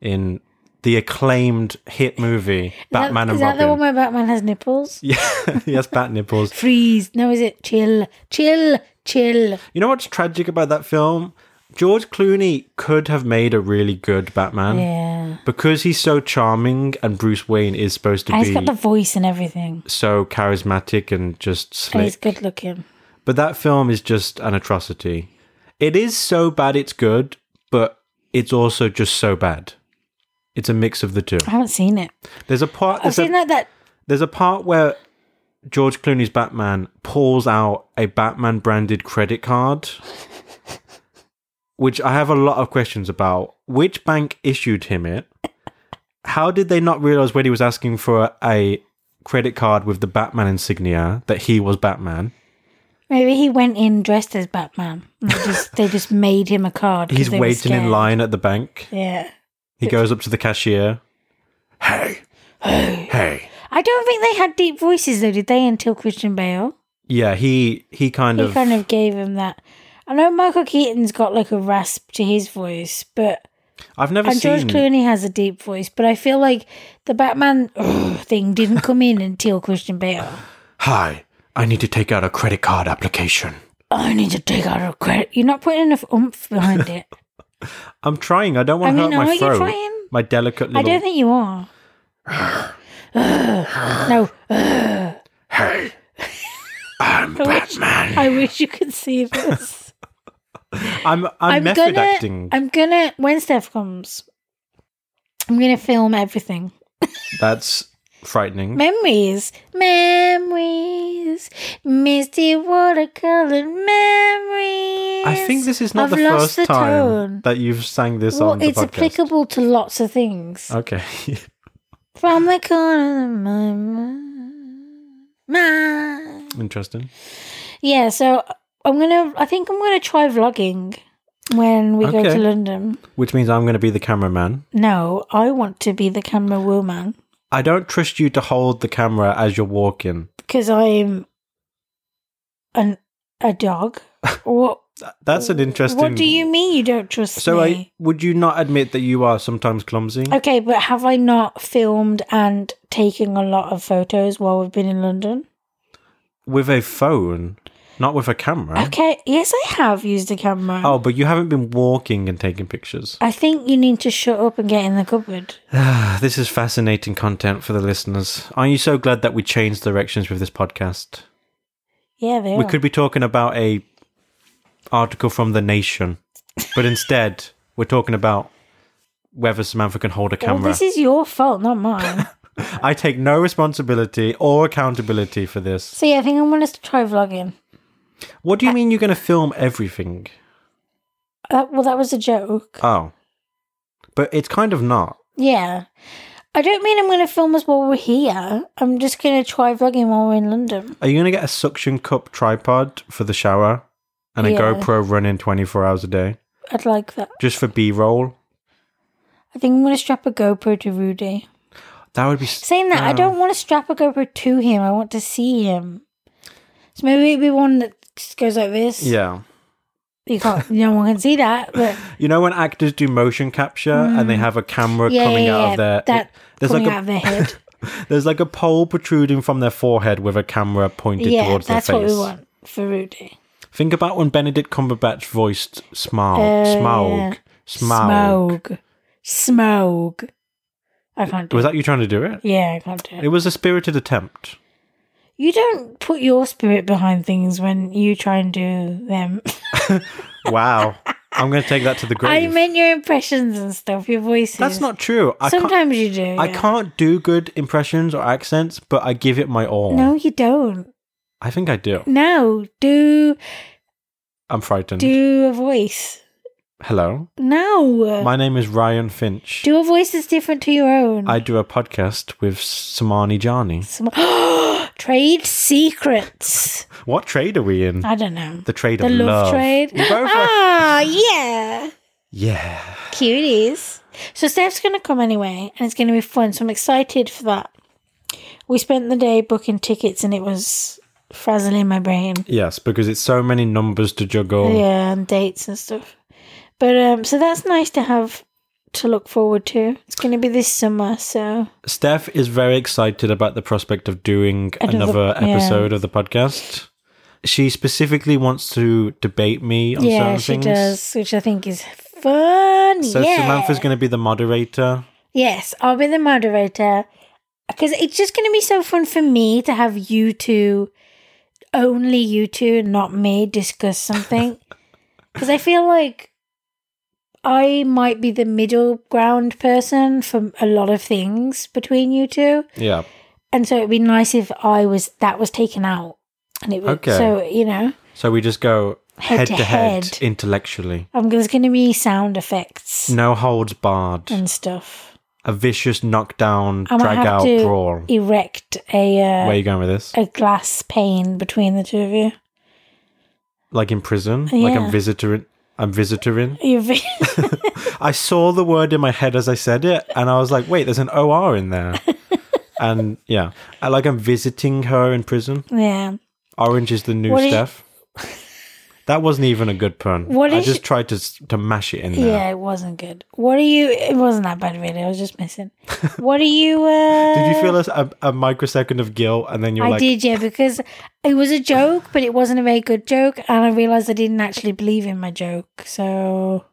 Speaker 2: in the acclaimed hit movie Batman
Speaker 1: is
Speaker 2: and
Speaker 1: that
Speaker 2: Robin.
Speaker 1: the one where Batman has nipples?
Speaker 2: yeah, he has bat nipples.
Speaker 1: Freeze. No, is it chill, chill, chill?
Speaker 2: You know what's tragic about that film? George Clooney could have made a really good Batman
Speaker 1: Yeah,
Speaker 2: because he's so charming and Bruce Wayne is supposed to
Speaker 1: and
Speaker 2: be
Speaker 1: he's got the voice and everything,
Speaker 2: so charismatic and just
Speaker 1: and he's
Speaker 2: slick.
Speaker 1: good looking.
Speaker 2: But that film is just an atrocity. It is so bad it's good, but it's also just so bad. It's a mix of the two.
Speaker 1: I haven't seen it.
Speaker 2: There's a part.
Speaker 1: I've
Speaker 2: There's a,
Speaker 1: seen that that
Speaker 2: There's a part where George Clooney's Batman pulls out a Batman branded credit card, which I have a lot of questions about. Which bank issued him it? How did they not realize when he was asking for a credit card with the Batman insignia that he was Batman?
Speaker 1: maybe he went in dressed as Batman. And they just they just made him a card. 'cause
Speaker 2: He's
Speaker 1: they were
Speaker 2: waiting in
Speaker 1: scared.
Speaker 2: line at the bank.
Speaker 1: Yeah.
Speaker 2: He goes up to the cashier. Hey. Hey. Hey.
Speaker 1: I don't think they had deep voices though, did they? Until Christian Bale,
Speaker 2: Yeah, he he kind
Speaker 1: he
Speaker 2: of
Speaker 1: kind of gave him that. I know Michael Keaton's got like a rasp to his voice, but
Speaker 2: I've never
Speaker 1: and
Speaker 2: seen
Speaker 1: George Clooney has a deep voice, but I feel like the Batman thing didn't come in until Christian Bale.
Speaker 2: Hi, I need to take out a credit card application.
Speaker 1: I need to take out a credit. You're not putting enough oomph behind it.
Speaker 2: I'm trying. I don't want to
Speaker 1: mean,
Speaker 2: hurt
Speaker 1: are
Speaker 2: my
Speaker 1: you
Speaker 2: throat.
Speaker 1: trying?
Speaker 2: My delicate
Speaker 1: I
Speaker 2: little.
Speaker 1: don't think you are. Ugh. no,
Speaker 2: Hey, I'm Batman.
Speaker 1: I wish you could see this.
Speaker 2: I'm I'm,
Speaker 1: I'm
Speaker 2: method
Speaker 1: gonna,
Speaker 2: acting.
Speaker 1: I'm gonna when Steph comes, I'm gonna film everything.
Speaker 2: That's frightening.
Speaker 1: Memories, memories, misty watercolor memories.
Speaker 2: I think this is not
Speaker 1: I've
Speaker 2: the
Speaker 1: lost
Speaker 2: first
Speaker 1: the
Speaker 2: time
Speaker 1: tone.
Speaker 2: that you've sang this
Speaker 1: Well,
Speaker 2: on the
Speaker 1: it's
Speaker 2: podcast. Uh,
Speaker 1: applicable to lots of things.
Speaker 2: Okay.
Speaker 1: From the corner of my mind. mind.
Speaker 2: Interesting.
Speaker 1: Yeah, so I'm gonna. I think I'm gonna try vlogging when we go
Speaker 2: Okay.
Speaker 1: to London.
Speaker 2: Which means I'm going to be the cameraman.
Speaker 1: No, I want to be the camera woman
Speaker 2: I don't trust you to hold the camera as you're walking.
Speaker 1: because I'm an a dog. What?
Speaker 2: Th- That's an interesting.
Speaker 1: What do you mean you don't trust
Speaker 2: So, I,
Speaker 1: me?
Speaker 2: would you not admit that you are sometimes clumsy?
Speaker 1: okay, but have I not filmed and taken a lot of photos while we've been in London?
Speaker 2: With a phone, not with a camera.
Speaker 1: Okay, yes, I have used a camera.
Speaker 2: Oh, but you haven't been walking and taking pictures.
Speaker 1: I think you need to shut up and get in the cupboard.
Speaker 2: this is fascinating content for the listeners. Aren't you so glad that we changed directions with this podcast?
Speaker 1: Yeah, they
Speaker 2: We
Speaker 1: are.
Speaker 2: could be talking about a article from The Nation, but instead we're talking about whether Samantha can hold a
Speaker 1: Well,
Speaker 2: camera.
Speaker 1: this is your fault, not mine.
Speaker 2: I take no responsibility or accountability for this.
Speaker 1: so yeah, I think I'm gonna try vlogging.
Speaker 2: What do you mean you're going to film everything?
Speaker 1: Uh, well, that was a joke.
Speaker 2: Oh, but it's kind of not.
Speaker 1: Yeah. I don't mean I'm going to film us while we're here. I'm just going to try vlogging while we're in London.
Speaker 2: Are you going to get a suction cup tripod for the shower and a
Speaker 1: Yeah.
Speaker 2: GoPro running 24 hours a day?
Speaker 1: I'd like that.
Speaker 2: just for B roll.
Speaker 1: I think I'm going to strap a GoPro to Rudy.
Speaker 2: That would be. Mm.
Speaker 1: Saying that,
Speaker 2: Oh.
Speaker 1: I don't want to strap a GoPro to him. I want to see him. So maybe it'd be one that just goes like this.
Speaker 2: Yeah.
Speaker 1: You can't, no one can see that. But
Speaker 2: You know when actors do motion capture and they have a camera
Speaker 1: Mm. yeah,
Speaker 2: coming
Speaker 1: yeah,
Speaker 2: out
Speaker 1: yeah,
Speaker 2: of their
Speaker 1: that
Speaker 2: there's
Speaker 1: coming
Speaker 2: like
Speaker 1: out of
Speaker 2: a
Speaker 1: their head.
Speaker 2: there's like a pole protruding from their forehead with a camera pointed
Speaker 1: yeah,
Speaker 2: towards
Speaker 1: that's
Speaker 2: their
Speaker 1: what
Speaker 2: face.
Speaker 1: we want for Rudy.
Speaker 2: Think about when Benedict Cumberbatch voiced Smaug.
Speaker 1: Uh,
Speaker 2: Smaug.
Speaker 1: yeah.
Speaker 2: Smaug.
Speaker 1: Smoke. Smoke. I can't do
Speaker 2: Was
Speaker 1: it.
Speaker 2: that you trying to do it?
Speaker 1: Yeah, I can't do it.
Speaker 2: It was a spirited attempt.
Speaker 1: You don't put your spirit behind things when you try and do them.
Speaker 2: Wow. I'm going to take that to the
Speaker 1: I
Speaker 2: grave.
Speaker 1: meant your impressions and stuff, your voices.
Speaker 2: That's not true. I can't,
Speaker 1: Sometimes you do.
Speaker 2: I
Speaker 1: yeah.
Speaker 2: can't do good impressions or accents, but I give it my all.
Speaker 1: No, you don't.
Speaker 2: I think I do.
Speaker 1: No, do
Speaker 2: I'm frightened.
Speaker 1: do a voice.
Speaker 2: Hello.
Speaker 1: No,
Speaker 2: My name is Ryan Finch.
Speaker 1: Uh, do a voice that's different to your own.
Speaker 2: I do a podcast with Samani Jani.
Speaker 1: Some- trade secrets.
Speaker 2: What trade are we in?
Speaker 1: I don't know.
Speaker 2: The trade
Speaker 1: The
Speaker 2: of
Speaker 1: love,
Speaker 2: love.
Speaker 1: trade.
Speaker 2: We both are-
Speaker 1: Ah, yeah.
Speaker 2: Yeah.
Speaker 1: Cuties. So Steph's going to come anyway, and it's going to be fun. So I'm excited for that. We spent the day booking tickets, and it was frazzling my brain.
Speaker 2: Yes, because it's so many numbers to juggle.
Speaker 1: Yeah, and dates and stuff. But um, so that's nice to have to look forward to. It's going to be this summer, so
Speaker 2: Steph is very excited about the prospect of doing another,
Speaker 1: Another- yeah.
Speaker 2: episode of the podcast. She specifically wants to debate me on
Speaker 1: yeah,
Speaker 2: certain
Speaker 1: she
Speaker 2: things.
Speaker 1: does, which I think is fun.
Speaker 2: So
Speaker 1: yeah.
Speaker 2: Samantha's going to be the moderator.
Speaker 1: Yes, I'll be the moderator because it's just going to be so fun for me to have you two, only you two, and not me, discuss something. Because I feel like I might be the middle ground person for a lot of things between you two,
Speaker 2: Yeah.
Speaker 1: and so it'd be nice if I was that was taken out, and it would
Speaker 2: Okay.
Speaker 1: so you know
Speaker 2: So we just go head,
Speaker 1: Head
Speaker 2: to
Speaker 1: to
Speaker 2: head,
Speaker 1: head.
Speaker 2: intellectually.
Speaker 1: um, there's going to be sound effects
Speaker 2: No holds barred.
Speaker 1: and stuff.
Speaker 2: A vicious knockdown,
Speaker 1: I might
Speaker 2: drag
Speaker 1: have
Speaker 2: out
Speaker 1: to-
Speaker 2: brawl.
Speaker 1: Erect a uh,
Speaker 2: Where are you going with this?
Speaker 1: a glass pane between the two of you.
Speaker 2: Like in prison? Like I'm
Speaker 1: Yeah.
Speaker 2: visitor I'm visitoring.
Speaker 1: You've been-
Speaker 2: I saw the word in my head as I said it, and I was like, wait, there's an OR in there. and yeah, I like I'm visiting her in prison.
Speaker 1: yeah.
Speaker 2: Orange is the new
Speaker 1: What is-
Speaker 2: Steph. that wasn't even a good pun.
Speaker 1: What
Speaker 2: I
Speaker 1: is-
Speaker 2: just tried to s- to mash it in
Speaker 1: yeah,
Speaker 2: there.
Speaker 1: It wasn't good. What are you? It wasn't that bad really. I was just missing. What are you? Uh,
Speaker 2: Did you feel a, a, a microsecond of guilt, and then you're
Speaker 1: I
Speaker 2: like,
Speaker 1: did, yeah, because it was a joke, but it wasn't a very good joke, and I realized I didn't actually believe in my joke, so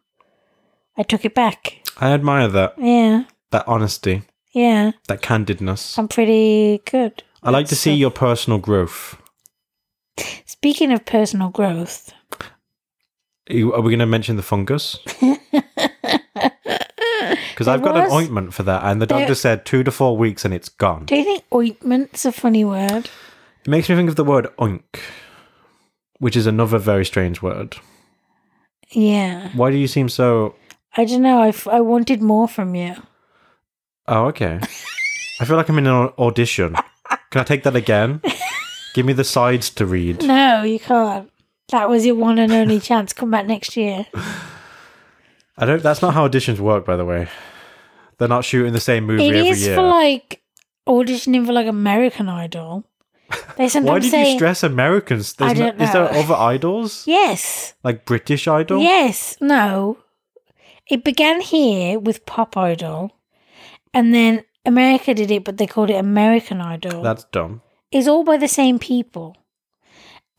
Speaker 1: I took it back.
Speaker 2: I admire that
Speaker 1: Yeah,
Speaker 2: that honesty,
Speaker 1: yeah,
Speaker 2: that candidness.
Speaker 1: I'm pretty good.
Speaker 2: I like to see your personal growth.
Speaker 1: Speaking of personal growth,
Speaker 2: Are you- are we going to mention the fungus? Because I've
Speaker 1: There
Speaker 2: got an
Speaker 1: was-
Speaker 2: ointment for that, and the
Speaker 1: There-
Speaker 2: doctor said two to four weeks, and it's gone.
Speaker 1: do you think ointment's a funny word?
Speaker 2: It makes me think of the word oink, which is another very strange word.
Speaker 1: Yeah,
Speaker 2: Why do you seem so.
Speaker 1: I don't know. I, f- I wanted more from you.
Speaker 2: Oh, okay. I feel like I'm in an au- audition. Can I take that again? Give me the sides to read.
Speaker 1: No, you can't. That was your one and only chance. Come back next year.
Speaker 2: I don't. That's not how auditions work, by the way. They're not shooting the same movie
Speaker 1: It
Speaker 2: every
Speaker 1: is
Speaker 2: year.
Speaker 1: for like auditioning for like American Idol. They sometimes
Speaker 2: Why did
Speaker 1: say
Speaker 2: you stress Americans? There's
Speaker 1: I don't
Speaker 2: no- Is there
Speaker 1: know.
Speaker 2: other idols?
Speaker 1: yes,
Speaker 2: Like British Idol?
Speaker 1: yes, no. It began here with Pop Idol, and then America did it, but they called it American Idol.
Speaker 2: That's dumb.
Speaker 1: it's all by the same people,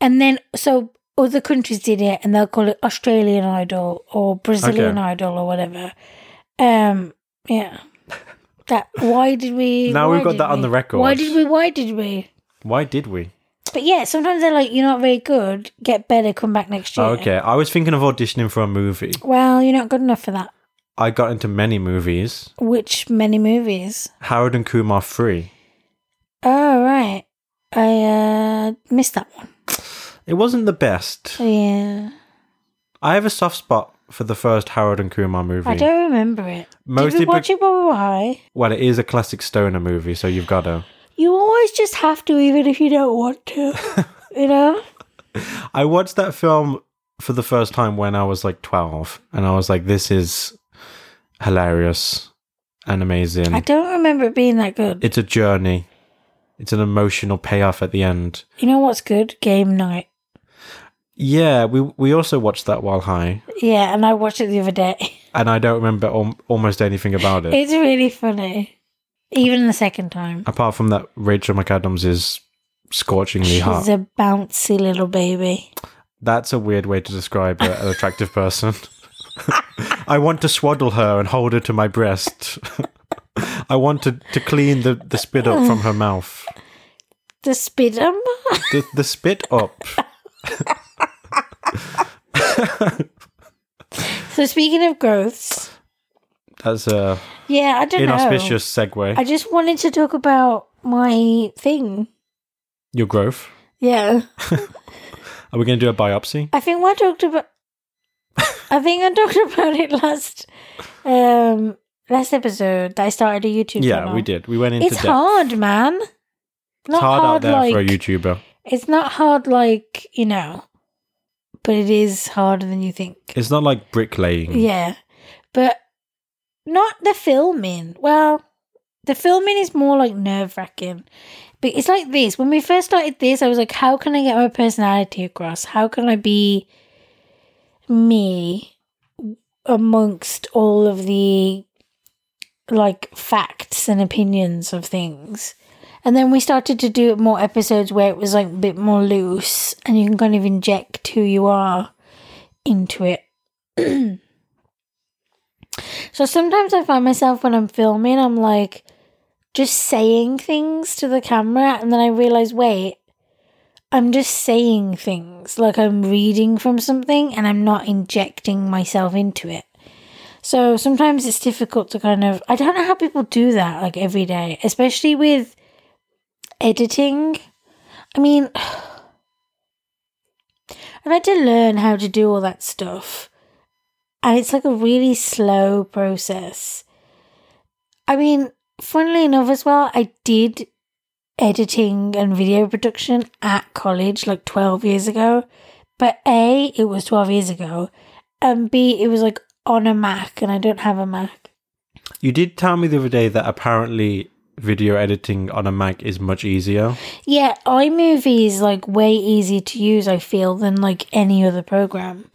Speaker 1: and then so other countries did it, and they'll call it Australian Idol or Brazilian
Speaker 2: Okay.
Speaker 1: Idol or whatever. Um, yeah. That why did we?
Speaker 2: Now
Speaker 1: why
Speaker 2: we've got
Speaker 1: did
Speaker 2: that on
Speaker 1: we?
Speaker 2: the record.
Speaker 1: Why did we? Why did we?
Speaker 2: Why did we?
Speaker 1: But yeah, sometimes they're like, you're not very good, get better, come back next year.
Speaker 2: Oh, okay. I was thinking of auditioning for a movie.
Speaker 1: Well, you're not good enough for that.
Speaker 2: I got into many movies.
Speaker 1: Which many movies?
Speaker 2: Harold and Kumar 3.
Speaker 1: Oh, right. I uh, missed that one.
Speaker 2: It wasn't the
Speaker 1: Mm.
Speaker 2: best.
Speaker 1: Yeah.
Speaker 2: I have a soft spot for the first Harold and Kumar movie.
Speaker 1: I don't remember it. Did
Speaker 2: Mostly
Speaker 1: we watch
Speaker 2: bec-
Speaker 1: it while we were high?
Speaker 2: well, it is a classic stoner movie, so you've got to.
Speaker 1: You always just have to, even if you don't want to. you know?
Speaker 2: I watched that film for the first time when I was like 12, and I was like, this is hilarious and amazing.
Speaker 1: I don't remember it being that good.
Speaker 2: it's a journey, it's an emotional payoff at the end.
Speaker 1: you know what's good? Game night.
Speaker 2: Yeah, we, we also watched that while high,
Speaker 1: Yeah, and I watched it the other day.
Speaker 2: and I don't remember al- almost anything about it.
Speaker 1: it's really funny. Even the second time.
Speaker 2: apart from that, Rachel McAdams is scorchingly
Speaker 1: She's
Speaker 2: hot.
Speaker 1: a bouncy little baby.
Speaker 2: That's a weird way to describe a, an attractive person. I want to swaddle her and hold her to my breast. I want to, to clean the, the spit up from her mouth.
Speaker 1: The spidum?
Speaker 2: The, the spit up.
Speaker 1: so speaking of growths,
Speaker 2: That's a
Speaker 1: yeah, I don't know.
Speaker 2: inauspicious segue.
Speaker 1: I just wanted to talk about my thing.
Speaker 2: Your growth.
Speaker 1: Yeah.
Speaker 2: Are we going to do a biopsy?
Speaker 1: I think I talked about. I think I talked about it last, um, last episode that I started a YouTube.
Speaker 2: Yeah,
Speaker 1: channel.
Speaker 2: we did. We went into
Speaker 1: It's
Speaker 2: depth.
Speaker 1: hard, man. Not
Speaker 2: it's hard, out there
Speaker 1: like
Speaker 2: for a YouTuber.
Speaker 1: it's not hard like you know, but it is harder than you think.
Speaker 2: It's not like bricklaying.
Speaker 1: Yeah, but not the filming. Well, the filming is more like nerve wracking. But it's like this. When we first started this, I was like, how can I get my personality across? How can I be me amongst all of the like facts and opinions of things? And then we started to do more episodes where it was like a bit more loose and you can kind of inject who you are into it. So sometimes I find myself when I'm filming, I'm like just saying things to the camera, and then I realize, wait, I'm just saying things like I'm reading from something and I'm not injecting myself into it. So sometimes it's difficult to kind of, I don't know how people do that like every day, especially with editing. I mean, I've had to learn how to do all that stuff and it's like a really slow process. I mean, funnily enough, as well, I did editing and video production at college like 12 years ago, but A, it was 12 years ago, and B, it was like on a Mac, and I don't have a Mac.
Speaker 2: You did tell me the other day that apparently video editing on a Mac is much easier.
Speaker 1: Yeah, iMovie is like way easy to use, I feel, than like any other program.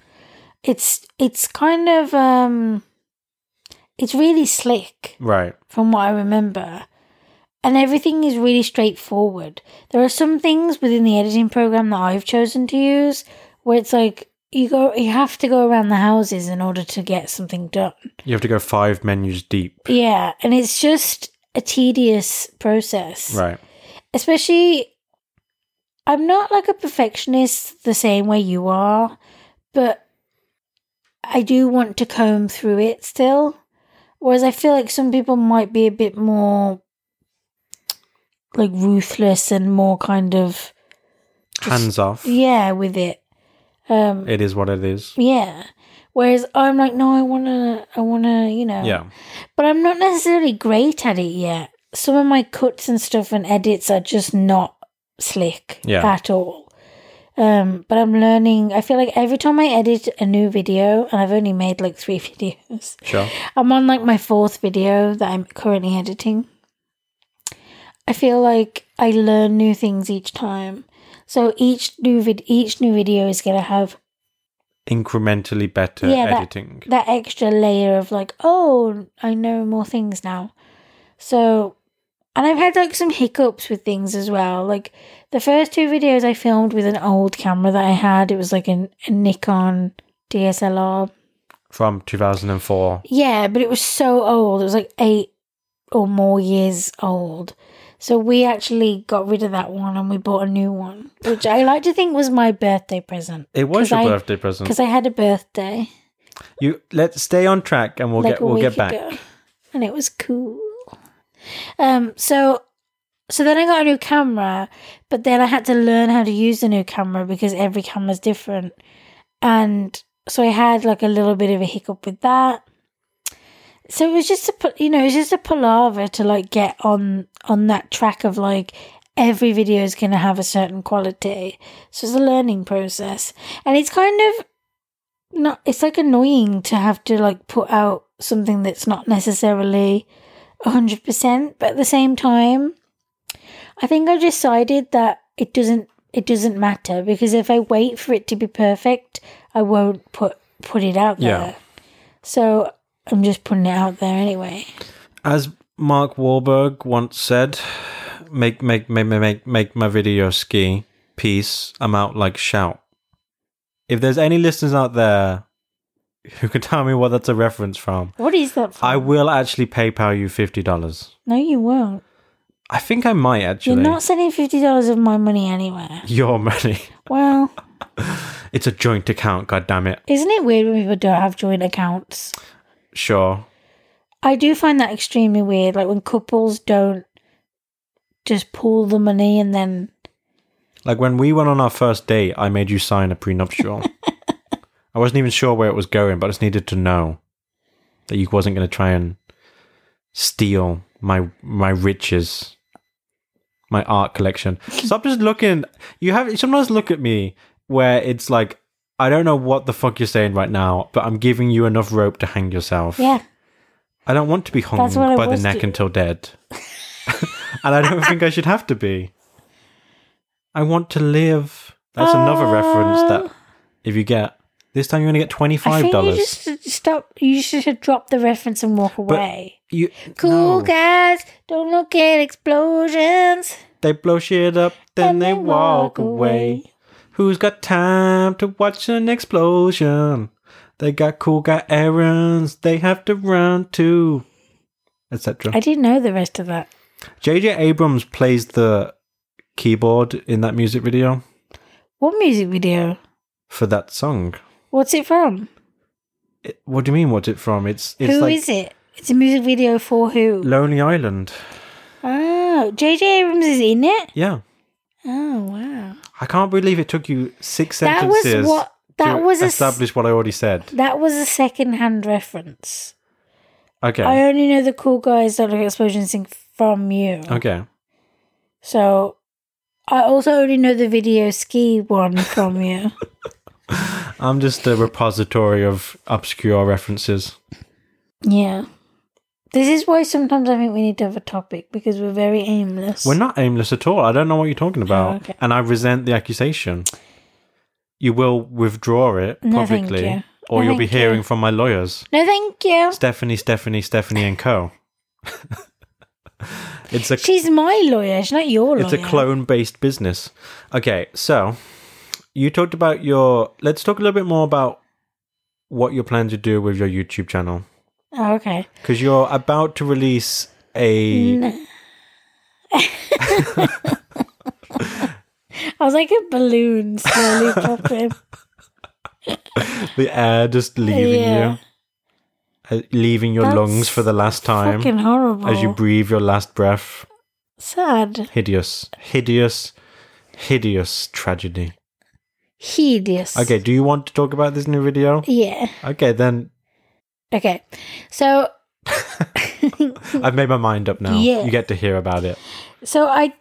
Speaker 1: It's it's kind of um it's really slick.
Speaker 2: Right.
Speaker 1: from what I remember. And everything is really straightforward. There are some things within the editing program that I've chosen to use where it's like you go you have to go around the houses in order to get something done.
Speaker 2: You have to go five menus deep.
Speaker 1: Yeah, and it's just a tedious process.
Speaker 2: Right.
Speaker 1: Especially I'm not like a perfectionist the same way you are, but I do want to comb through it still. Whereas I feel like some people might be a bit more like ruthless and more kind of
Speaker 2: Hands off.
Speaker 1: yeah with it. Um
Speaker 2: It is what it is.
Speaker 1: yeah. Whereas I'm like, no, I wanna I wanna, you know
Speaker 2: Yeah.
Speaker 1: but I'm not necessarily great at it yet. Some of my cuts and stuff and edits are just not slick
Speaker 2: Yeah.
Speaker 1: at all. Um, but I'm learning. I feel like every time I edit a new video, and I've only made like three videos,
Speaker 2: Sure.
Speaker 1: I'm on like my fourth video that I'm currently editing. I feel like I learn new things each time. So each new vid- each new video is gonna have
Speaker 2: Incrementally better
Speaker 1: Yeah, that-
Speaker 2: editing.
Speaker 1: that extra layer of like, oh, I know more things now. So, and I've had like some hiccups with things as well. Like the first two videos I filmed with an old camera that I had, it was like an, a Nikon DSLR.
Speaker 2: From 2004.
Speaker 1: Yeah, but it was so old. It was like eight or more years old. So we actually got rid of that one and we bought a new one, which I like to think was my birthday present
Speaker 2: It was
Speaker 1: 'Cause
Speaker 2: your
Speaker 1: I-
Speaker 2: birthday present.
Speaker 1: because I had a birthday
Speaker 2: You let's stay on track and we'll
Speaker 1: like
Speaker 2: get
Speaker 1: a
Speaker 2: we'll
Speaker 1: week
Speaker 2: get back.
Speaker 1: ago, and it was cool. Um, so so then I got a new camera, but then I had to learn how to use the new camera because every camera's different, and so I had like a little bit of a hiccup with that. So it was just a pa- you know it was just a palaver to like get on on that track of like every video is going to have a certain quality. So it's a learning process, and it's kind of no, it's like annoying to have to like put out something that's not necessarily 100% but at the same time i think i decided that it doesn't it doesn't matter because if i wait for it to be perfect i won't put put it out
Speaker 2: Yeah.
Speaker 1: there so i'm just putting it out there anyway
Speaker 2: As Mark Wahlberg once said, make make make make- make make my video ski peace. I'm out like shout. If there's any listeners out there who can tell me what that's a reference from,
Speaker 1: what is that for
Speaker 2: I will actually PayPal you fifty dollars.
Speaker 1: no you won't
Speaker 2: I think I might actually.
Speaker 1: You're not sending fifty dollars of my money anywhere.
Speaker 2: Your money.
Speaker 1: Well,
Speaker 2: It's a joint account, god damn it.
Speaker 1: isn't it weird when people don't have joint accounts?
Speaker 2: Sure.
Speaker 1: I do find that extremely weird. Like when couples don't just pool the money and then
Speaker 2: Like when we went on our first date, I made you sign a prenuptial. I wasn't even sure where it was going, but I just needed to know that you wasn't going to try and steal my my riches, my art collection. Stop just looking. You have you sometimes look at me where it's like I don't know what the fuck you're saying right now, but I'm giving you enough rope to hang yourself.
Speaker 1: yeah.
Speaker 2: I don't want to be hung
Speaker 1: That's what I
Speaker 2: by the
Speaker 1: was
Speaker 2: neck
Speaker 1: do-
Speaker 2: until dead. and I don't think I should have to be. I want to live. That's another
Speaker 1: Uh,
Speaker 2: reference that if you get this time you're gonna get twenty
Speaker 1: I
Speaker 2: five
Speaker 1: think you
Speaker 2: dollars.
Speaker 1: just should stop. You should have dropped the reference and walk away.
Speaker 2: You
Speaker 1: cool
Speaker 2: no.
Speaker 1: guys, don't look at explosions.
Speaker 2: They blow shit up, then they, walk away. Who's got time to watch an explosion? They got cool guy errands they have to run to. Etc.
Speaker 1: I didn't know the rest of that.
Speaker 2: JJ Abrams plays the keyboard in that music video.
Speaker 1: What music video?
Speaker 2: for that song.
Speaker 1: What's it from?
Speaker 2: It- what do you mean? What's it from? It's
Speaker 1: Who
Speaker 2: it's
Speaker 1: is
Speaker 2: like
Speaker 1: it? It's a music video for who?
Speaker 2: Lonely Island.
Speaker 1: Oh, JJ Abrams is in it?
Speaker 2: Yeah,
Speaker 1: Oh, wow.
Speaker 2: I can't believe it took you six
Speaker 1: That was
Speaker 2: sentences.
Speaker 1: what that
Speaker 2: to
Speaker 1: was a s-
Speaker 2: establish what I already said.
Speaker 1: that was a second-hand reference.
Speaker 2: Okay,
Speaker 1: I only know the cool guys that look at explosions thing from you.
Speaker 2: okay.
Speaker 1: So I also only know the video ski one from you.
Speaker 2: I'm just a repository of obscure references.
Speaker 1: Yeah. This is why sometimes I think we need to have a topic because we're very aimless.
Speaker 2: We're not aimless at all. I don't know what you're talking about,
Speaker 1: Oh, okay.
Speaker 2: and I resent the accusation. You will withdraw it
Speaker 1: No, thank
Speaker 2: publicly,
Speaker 1: you.
Speaker 2: or
Speaker 1: No,
Speaker 2: you'll be
Speaker 1: thank you.
Speaker 2: hearing from my lawyers.
Speaker 1: no, thank you.
Speaker 2: Stephanie, Stephanie, Stephanie and Co. it's a
Speaker 1: She's my lawyer. She's not your lawyer.
Speaker 2: it's a clone based business. Okay, so you talked about your let's talk a little bit more about what you're planning to do with your YouTube channel
Speaker 1: Oh, okay.
Speaker 2: cuz you're about to release a
Speaker 1: N- I was like a balloon slowly popping.
Speaker 2: the air just leaving
Speaker 1: Yeah.
Speaker 2: you uh, leaving your
Speaker 1: That's
Speaker 2: lungs for the last time
Speaker 1: Fucking horrible.
Speaker 2: as you breathe your last breath.
Speaker 1: Sad.
Speaker 2: Hideous, hideous, hideous tragedy.
Speaker 1: Hideous.
Speaker 2: Okay, do you want to talk about this new video?
Speaker 1: Yeah.
Speaker 2: Okay, then
Speaker 1: Okay. So
Speaker 2: I've made my mind up now.
Speaker 1: Yeah.
Speaker 2: You get to hear about it.
Speaker 1: So I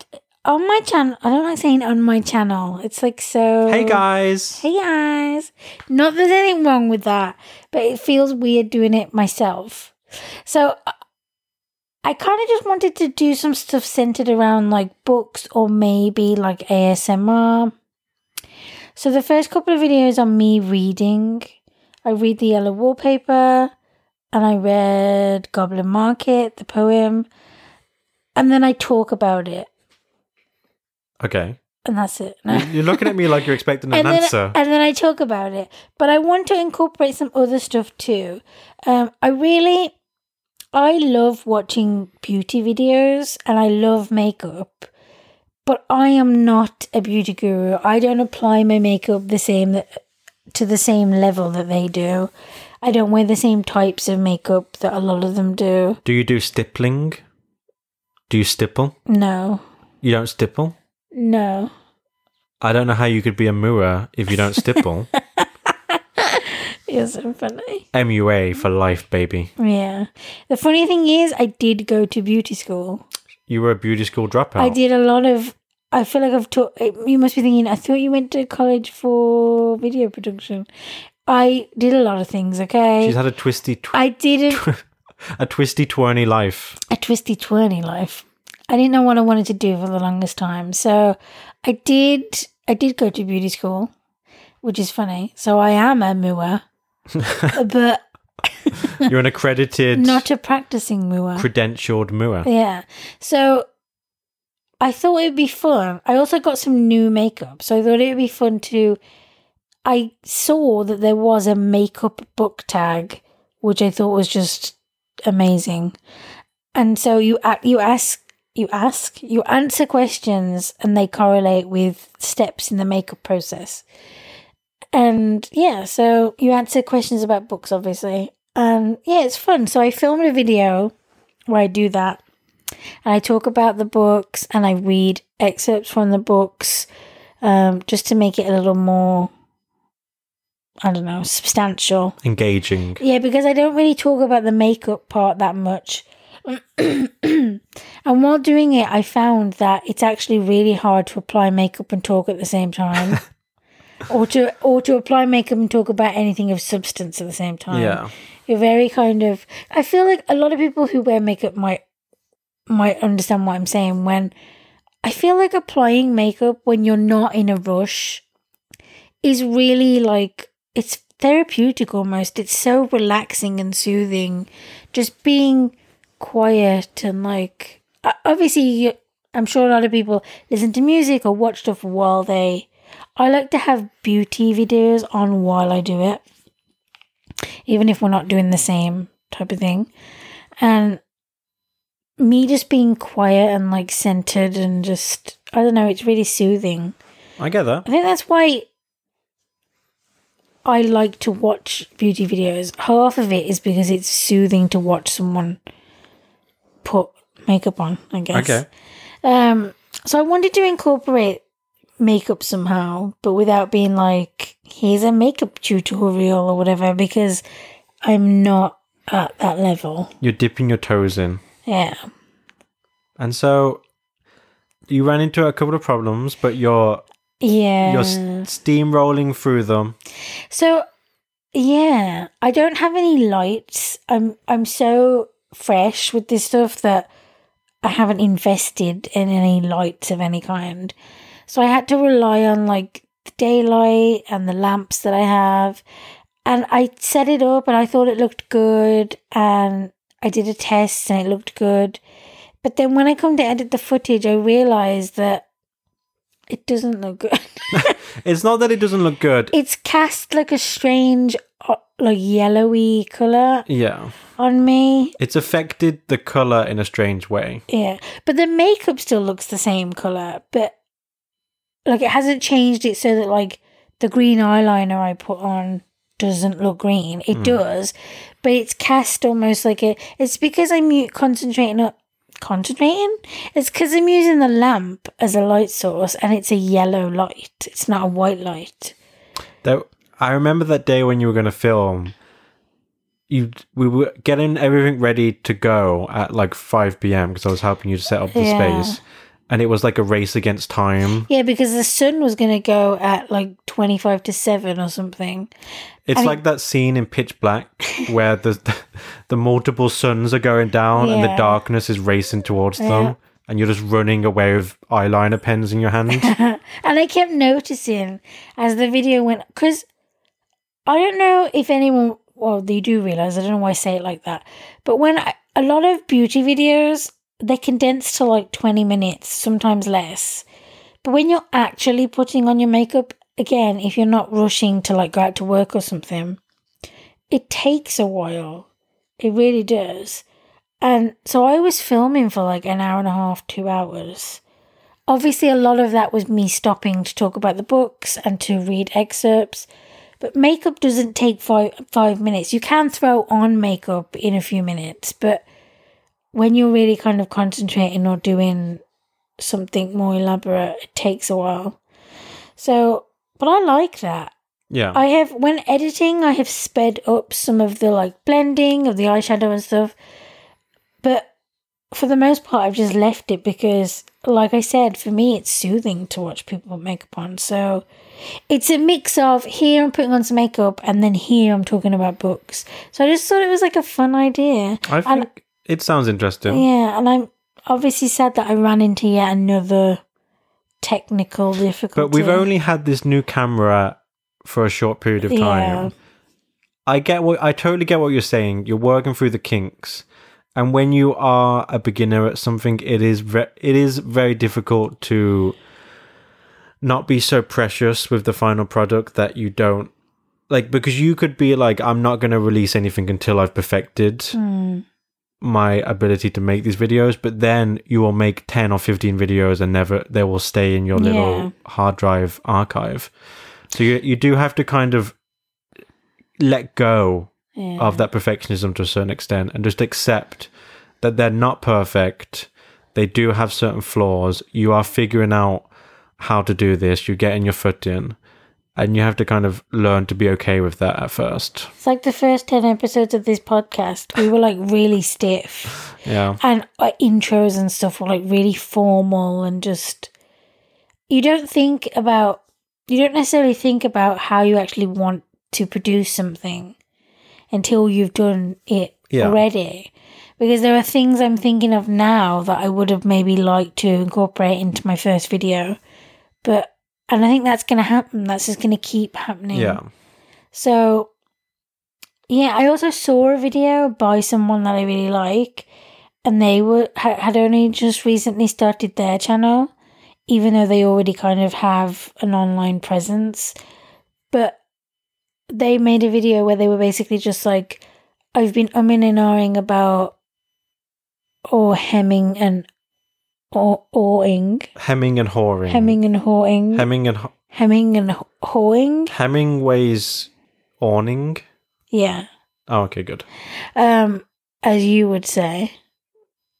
Speaker 1: on my channel. I don't like saying on my channel. It's like so.
Speaker 2: Hey guys.
Speaker 1: Uh, Hey guys. Not that there's anything wrong with that, but it feels weird doing it myself. So I- I kind of just wanted to do some stuff centered around like books or maybe like ASMR. So the first couple of videos are me reading. I read the yellow wallpaper and I read Goblin Market, the poem, and then I talk about it.
Speaker 2: Okay.
Speaker 1: And that's it. No.
Speaker 2: You- You're looking at me like you're expecting an
Speaker 1: and
Speaker 2: answer.
Speaker 1: Then, and then I talk about it. But I want to incorporate some other stuff too. Um, I really, I love watching beauty videos and I love makeup. But I am not a beauty guru. I don't apply my makeup the same that, to the same level that they do. I don't wear the same types of makeup that a lot of them do.
Speaker 2: do you do stippling? Do you stipple?
Speaker 1: No,
Speaker 2: You don't stipple?
Speaker 1: no.
Speaker 2: I don't know how you could be a Mura if you don't stipple.
Speaker 1: You're so funny.
Speaker 2: MUA for life, baby.
Speaker 1: Yeah. The funny thing is, I did go to beauty school.
Speaker 2: You were a beauty school dropout.
Speaker 1: I did a lot of. I feel like I've taught. eh, You must be thinking. I thought you went to college for video production. I did a lot of things.
Speaker 2: She's
Speaker 1: Okay,
Speaker 2: had a twisty, tw-
Speaker 1: I did a,
Speaker 2: a twisty, twirly life.
Speaker 1: a twisty twirly life. I didn't know what I wanted to do for the longest time. So I did. I did go to beauty school, which is funny. So I am a mua, but
Speaker 2: You're an accredited,
Speaker 1: not a practicing mua.
Speaker 2: credentialed Mura.
Speaker 1: Yeah. So I thought it would be fun. I also got some new makeup. So I thought it would be fun to. I saw that there was a makeup book tag, which I thought was just amazing. And so you a- you ask you ask, you answer questions, and they correlate with steps in the makeup process. And yeah, so you answer questions about books, obviously. And yeah, it's fun. So I filmed a video where I do that. And I talk about the books and I read excerpts from the books um, just to make it a little more, I don't know, substantial.
Speaker 2: Engaging.
Speaker 1: Yeah, because I don't really talk about the makeup part that much. and while doing it, I found that it's actually really hard to apply makeup and talk at the same time. or to or to apply makeup and talk about anything of substance at the same time.
Speaker 2: Yeah.
Speaker 1: You're very kind of I feel like a lot of people who wear makeup might might understand what I'm saying when I feel like applying makeup when you're not in a rush is really like it's therapeutic almost. It's so relaxing and soothing. Just being quiet and like o- obviously you, I'm sure a lot of people listen to music or watch stuff while they I like to have beauty videos on while I do it. Even if we're not doing the same type of thing. And me just being quiet and like centered and just I don't know, it's really soothing.
Speaker 2: I get that.
Speaker 1: I think that's why I like to watch beauty videos. Half of it is because it's soothing to watch someone put makeup on, I guess.
Speaker 2: Okay.
Speaker 1: Um, so I wanted to incorporate makeup somehow, but without being like, here's a makeup tutorial or whatever, because I'm not at that level.
Speaker 2: You're dipping your toes in.
Speaker 1: Yeah.
Speaker 2: And so you ran into a couple of problems, but you're
Speaker 1: Yeah.
Speaker 2: you're s-
Speaker 1: Uh.
Speaker 2: steamrolling through them.
Speaker 1: So yeah, I don't have any lights. I'm I'm so fresh with this stuff that I haven't invested in any lights of any kind. So I had to rely on like the daylight and the lamps that I have. And I set it up and I thought it looked good and I did a test and it looked good. But then when I come to edit the footage, I realized that it doesn't look good.
Speaker 2: It's not that it doesn't look good.
Speaker 1: it's cast like a strange uh, like yellowy color
Speaker 2: yeah.
Speaker 1: on me
Speaker 2: It's affected the color in a strange way.
Speaker 1: yeah but the makeup still looks the same color but like it hasn't changed it so that like the green eyeliner i put on doesn't look green it does but it's cast almost like it it's because i'm u- concentrating on concentrating it's because i'm using the lamp as a light source and it's a yellow light it's not a white light
Speaker 2: That I remember that day when you were going to film. You we were getting everything ready to go at like 5 p.m. because I was helping you to set up the
Speaker 1: Yeah.
Speaker 2: space, and it was like a race against time.
Speaker 1: Yeah, because the sun was going to go at like 25 to 7 or something.
Speaker 2: It's
Speaker 1: mean-
Speaker 2: like that scene in Pitch Black where the the multiple suns are going down and the
Speaker 1: Yeah.
Speaker 2: darkness is racing towards them, and you're just running away with eyeliner pens in your hand.
Speaker 1: And I kept noticing as the video went, because I don't know if anyone, well, they do realize, I don't know why I say it like that, but when I, a lot of beauty videos, they condense to like 20 minutes, sometimes less. But when you're actually putting on your makeup, again, if you're not rushing to like go out to work or something, it takes a while. It really does. And so I was filming for like an hour and a half, two hours. Obviously, a lot of that was me stopping to talk about the books and to read excerpts. But makeup doesn't take five, five minutes. You can throw on makeup in a few minutes, but when you're really kind of concentrating or doing something more elaborate, it takes a while. So, but I like that.
Speaker 2: yeah,
Speaker 1: I have when editing, I have sped up some of the like blending of the eyeshadow and stuff, but for the most part, I've just left it because, like I said, for me, it's soothing to watch people put makeup on. So it's a mix of here I'm putting on some makeup and then here I'm talking about books. So I just thought it was like a fun idea.
Speaker 2: I think
Speaker 1: and-
Speaker 2: it sounds interesting.
Speaker 1: Yeah, and I'm obviously sad that I ran into yet another technical difficulty.
Speaker 2: But we've only had this new camera for a short period of time.
Speaker 1: Yeah.
Speaker 2: I get what I totally get what you're saying. You're working through the kinks. And when you are a beginner at something, it is ve- it is very difficult to not be so precious with the final product that you don't
Speaker 1: Hmm.
Speaker 2: like because you could be like I'm not going to release anything until I've perfected my ability to make these videos, but then you will make 10 or 15 videos and never they will stay in your little
Speaker 1: Yeah.
Speaker 2: hard drive archive. So you you do have to kind of let go
Speaker 1: Yeah.
Speaker 2: of that perfectionism to a certain extent and just accept that they're not perfect. They do have certain flaws. You are figuring out how to do this. You're getting your foot in. And you have to kind of learn to be okay with that at first.
Speaker 1: It's like the first 10 episodes of this podcast, we were like really stiff.
Speaker 2: Yeah.
Speaker 1: And uh, intros and stuff were like really formal and just. You don't think about. You don't necessarily think about how you actually want to produce something until you've done it
Speaker 2: Yeah.
Speaker 1: already. Because there are things I'm thinking of now that I would have maybe liked to incorporate into my first video. But. And I think that's going to happen. That's just going to keep happening.
Speaker 2: Yeah.
Speaker 1: So, yeah, I also saw a video by someone that I really like, and they were ha- had only just recently started their channel, even though they already kind of have an online presence. But they made a video where they were basically just like, "I've been umming and ahhing about, or hemming and or awing,
Speaker 2: Hemming and whoring.
Speaker 1: hemming and hawing,
Speaker 2: Hemming and ho-
Speaker 1: hemming and h- hawing."
Speaker 2: Hemingway's awning.
Speaker 1: Yeah.
Speaker 2: Oh, okay, good.
Speaker 1: Um, as you would say,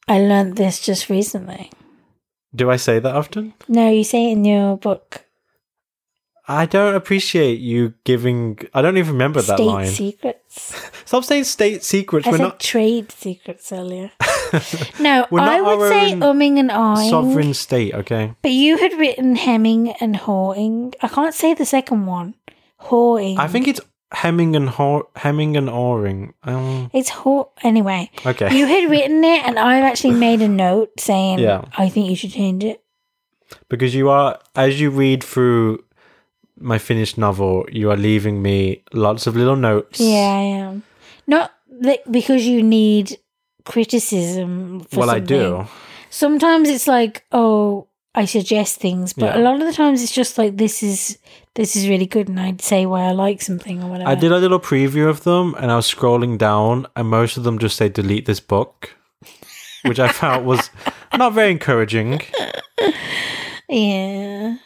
Speaker 1: I learnt this just recently.
Speaker 2: Do I say that often?
Speaker 1: No, you say it in your book.
Speaker 2: I don't appreciate you giving. I don't even remember that
Speaker 1: state
Speaker 2: line.
Speaker 1: secrets.
Speaker 2: Stop saying state secrets.
Speaker 1: I
Speaker 2: We're
Speaker 1: said
Speaker 2: not
Speaker 1: trade secrets earlier. no,
Speaker 2: We're not
Speaker 1: I would
Speaker 2: our
Speaker 1: say
Speaker 2: own
Speaker 1: umming and ahhing,
Speaker 2: sovereign state, okay?
Speaker 1: but you had written hemming and hawing. I can't say the second one. Hawing.
Speaker 2: I think it's hemming and ho- hemming and awing. Um,
Speaker 1: it's haw. Anyway,
Speaker 2: okay.
Speaker 1: you had written it, and I've actually made a note saying,
Speaker 2: Yeah.
Speaker 1: I think you should change it.
Speaker 2: because you are, as you read through my finished novel, you are leaving me lots of little notes.
Speaker 1: Yeah, I am. Not that because you need criticism. For
Speaker 2: Well, I
Speaker 1: something.
Speaker 2: do.
Speaker 1: Sometimes it's like, oh, I suggest things, but a
Speaker 2: Yeah.
Speaker 1: lot of the times it's just like this is this is really good, and I'd say why I like something or whatever.
Speaker 2: I did a little preview of them and I was scrolling down and most of them just say delete this book, which I felt was not very encouraging.
Speaker 1: Yeah,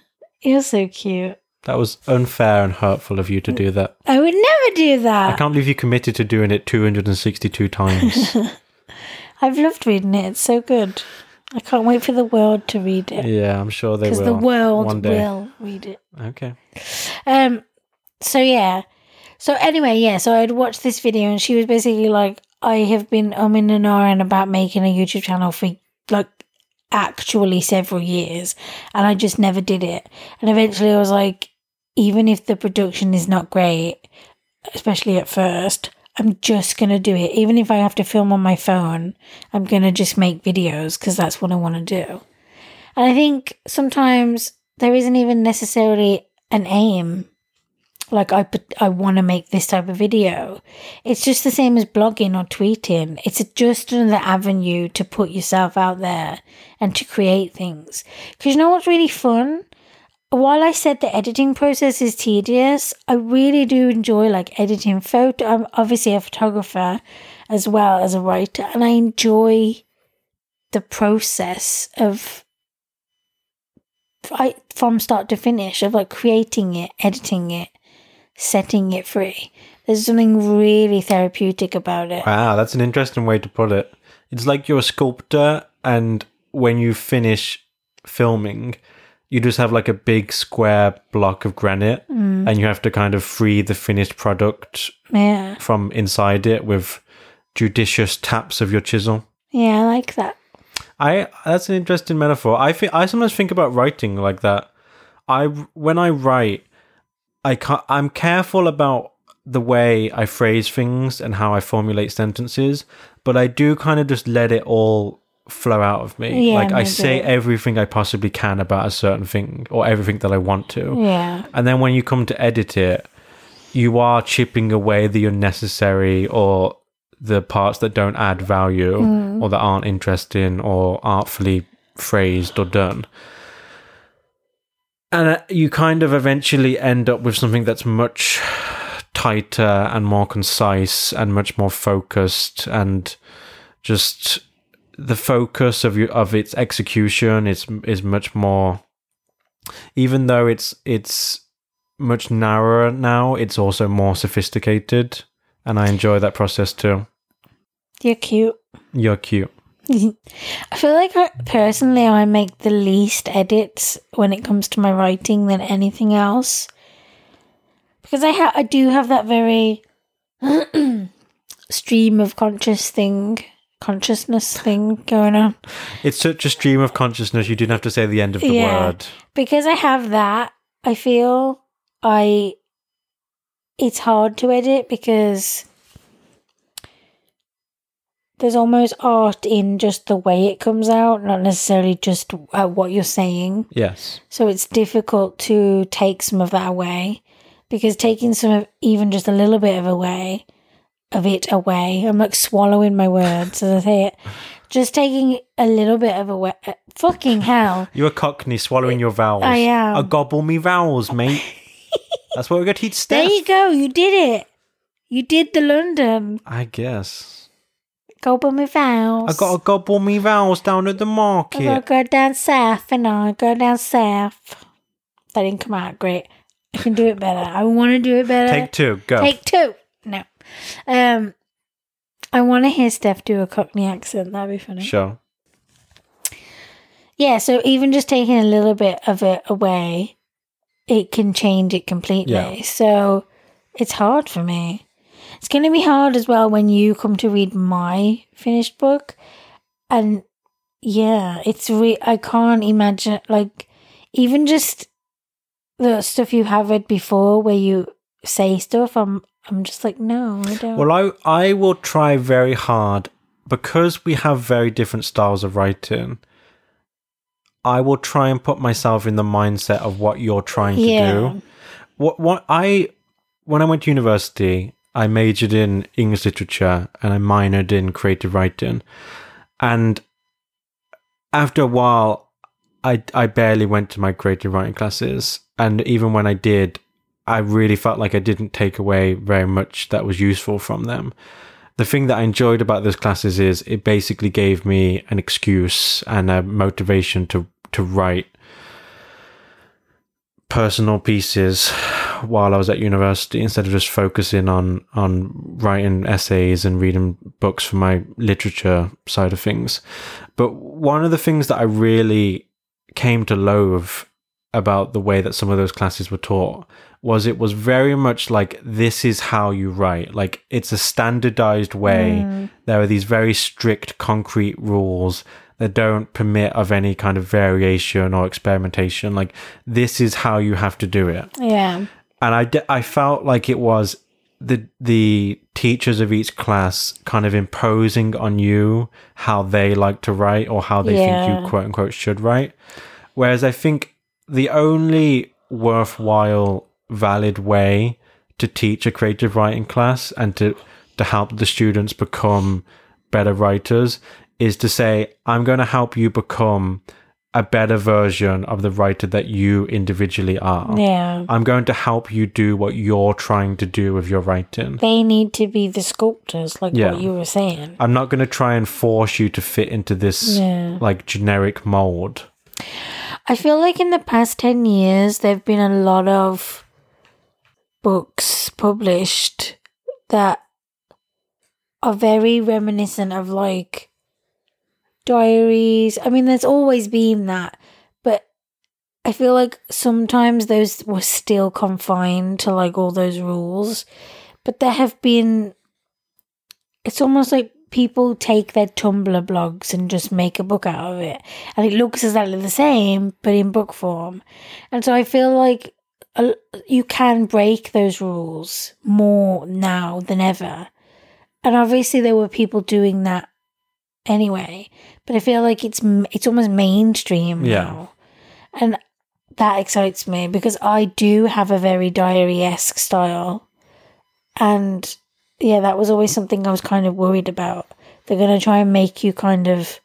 Speaker 1: you're so cute.
Speaker 2: That was unfair and hurtful of you to do that.
Speaker 1: I would never do
Speaker 2: I
Speaker 1: that.
Speaker 2: can't believe you committed to doing it 262 times.
Speaker 1: I've loved reading it. It's so good. I can't wait for the world to read it
Speaker 2: yeah, I'm sure they will.
Speaker 1: because the
Speaker 2: one
Speaker 1: world
Speaker 2: day.
Speaker 1: will read it.
Speaker 2: Okay.
Speaker 1: Um. So yeah. So anyway, yeah. So I'd watched this video, and she was basically like, "I have been umming and ahhing about making a YouTube channel for like actually several years, and I just never did it. And eventually, I was like, even if the production is not great, especially at first." I'm just going to do it. Even if I have to film on my phone, I'm going to just make videos because that's what I want to do. And I think sometimes there isn't even necessarily an aim. Like I, put- I want to make this type of video. It's just the same as blogging or tweeting. It's just another avenue to put yourself out there and to create things. Because you know what's really fun? While I said the editing process is tedious, I really do enjoy like editing photo. I'm obviously a photographer as well as a writer, and I enjoy the process of I, from start to finish of like creating it, editing it, setting it free. There's something really therapeutic about it.
Speaker 2: Wow, that's an interesting way to put it. It's like you're a sculptor, and when you finish filming, you just have like a big square block of granite, and you have to kind of free the finished product
Speaker 1: Yeah,
Speaker 2: from inside it with judicious taps of your chisel.
Speaker 1: yeah, I like that.
Speaker 2: I that's an interesting metaphor. I think I sometimes think about writing like that. I when I write, I can't, I'm careful about the way I phrase things and how I formulate sentences, but I do kind of just let it all flow out of me.
Speaker 1: Yeah,
Speaker 2: like I
Speaker 1: me
Speaker 2: say
Speaker 1: too.
Speaker 2: everything I possibly can about a certain thing or everything that I want to.
Speaker 1: Yeah,
Speaker 2: And then when you come to edit it, you are chipping away the unnecessary or the parts that don't add value or that aren't interesting or artfully phrased or done. And uh, you kind of eventually end up with something that's much tighter and more concise and much more focused and just the focus of your, of its execution is is much more even though it's it's much narrower now it's also more sophisticated and i enjoy that process too
Speaker 1: You're cute.
Speaker 2: you're cute
Speaker 1: I feel like I, personally I make the least edits when it comes to my writing than anything else. Because I ha- I do have that very stream of conscious thing, consciousness thing going on.
Speaker 2: it's such a stream of consciousness you didn't have to say the end of the
Speaker 1: Yeah.
Speaker 2: word
Speaker 1: Because I have that, I feel I it's hard to edit because there's almost art in just the way it comes out, not necessarily just uh, what you're saying.
Speaker 2: yes
Speaker 1: So it's difficult to take some of that away because taking some of even just a little bit of away of it away, I'm like swallowing my words as I say it. Just taking a little bit of away. uh, Fucking hell.
Speaker 2: you're a cockney swallowing your vowels
Speaker 1: I am.
Speaker 2: a gobble me vowels mate that's what we're gonna teach
Speaker 1: There
Speaker 2: steph
Speaker 1: you go. You did it. You did the London.
Speaker 2: i guess
Speaker 1: Gobble me vowels.
Speaker 2: i gotta gobble me vowels down at the
Speaker 1: I gotta
Speaker 2: market
Speaker 1: go down south and I go down south. That didn't come out great. I can do it better. I want to do it better.
Speaker 2: take two go
Speaker 1: Take two. No. Um, I want to hear Steph do a Cockney accent. That'd be funny.
Speaker 2: sure
Speaker 1: Yeah. So even just taking a little bit of it away, it can change it completely.
Speaker 2: Yeah.
Speaker 1: So it's hard for me. It's going to be hard as well when you come to read my finished book, and yeah, it's re- I can't imagine like even just the stuff you have read before where you say stuff. I'm I'm just like no, I don't.
Speaker 2: Well, I I will try very hard because we have very different styles of writing. I will try and put myself in the mindset of what you're trying to
Speaker 1: Yeah.
Speaker 2: do. What what I when I went to university, I majored in English literature and I minored in creative writing. And after a while, I I barely went to my creative writing classes, and even when I did, I really felt like I didn't take away very much that was useful from them. The thing that I enjoyed about those classes is it basically gave me an excuse and a motivation to to write personal pieces while I was at university instead of just focusing on on writing essays and reading books for my literature side of things. But one of the things that I really came to loathe about the way that some of those classes were taught was it was very much like this is how you write. Like it's a standardized
Speaker 1: Mm.
Speaker 2: way. There are these very strict concrete rules that don't permit of any kind of variation or experimentation. Like this is how you have to do it
Speaker 1: yeah.
Speaker 2: and I, d- I felt like it was the the teachers of each class kind of imposing on you how they like to write or how they think
Speaker 1: Yeah.
Speaker 2: you quote unquote should write. Whereas I think the only worthwhile valid way to teach a creative writing class and to to help the students become better writers is to say I'm going to help you become a better version of the writer that you individually are.
Speaker 1: Yeah.
Speaker 2: I'm going to help you do what you're trying to do with your writing.
Speaker 1: They need to be the sculptors, like
Speaker 2: Yeah.
Speaker 1: what you were saying.
Speaker 2: I'm not going to try and force you to fit into this
Speaker 1: Yeah.
Speaker 2: like generic mold.
Speaker 1: I feel like in the past 10 years, there have been a lot of books published that are very reminiscent of like diaries. I mean, there's always been that, but I feel like sometimes those were still confined to like all those rules. But there have been, it's almost like people take their Tumblr blogs and just make a book out of it. And it looks exactly the same, but in book form. And so I feel like a- you can break those rules more now than ever. And obviously, there were people doing that anyway, but I feel like it's m- it's almost mainstream
Speaker 2: Yeah.
Speaker 1: now, and that excites me because I do have a very diary esque style, and yeah, that was always something I was kind of worried about. They're gonna try and make you kind of,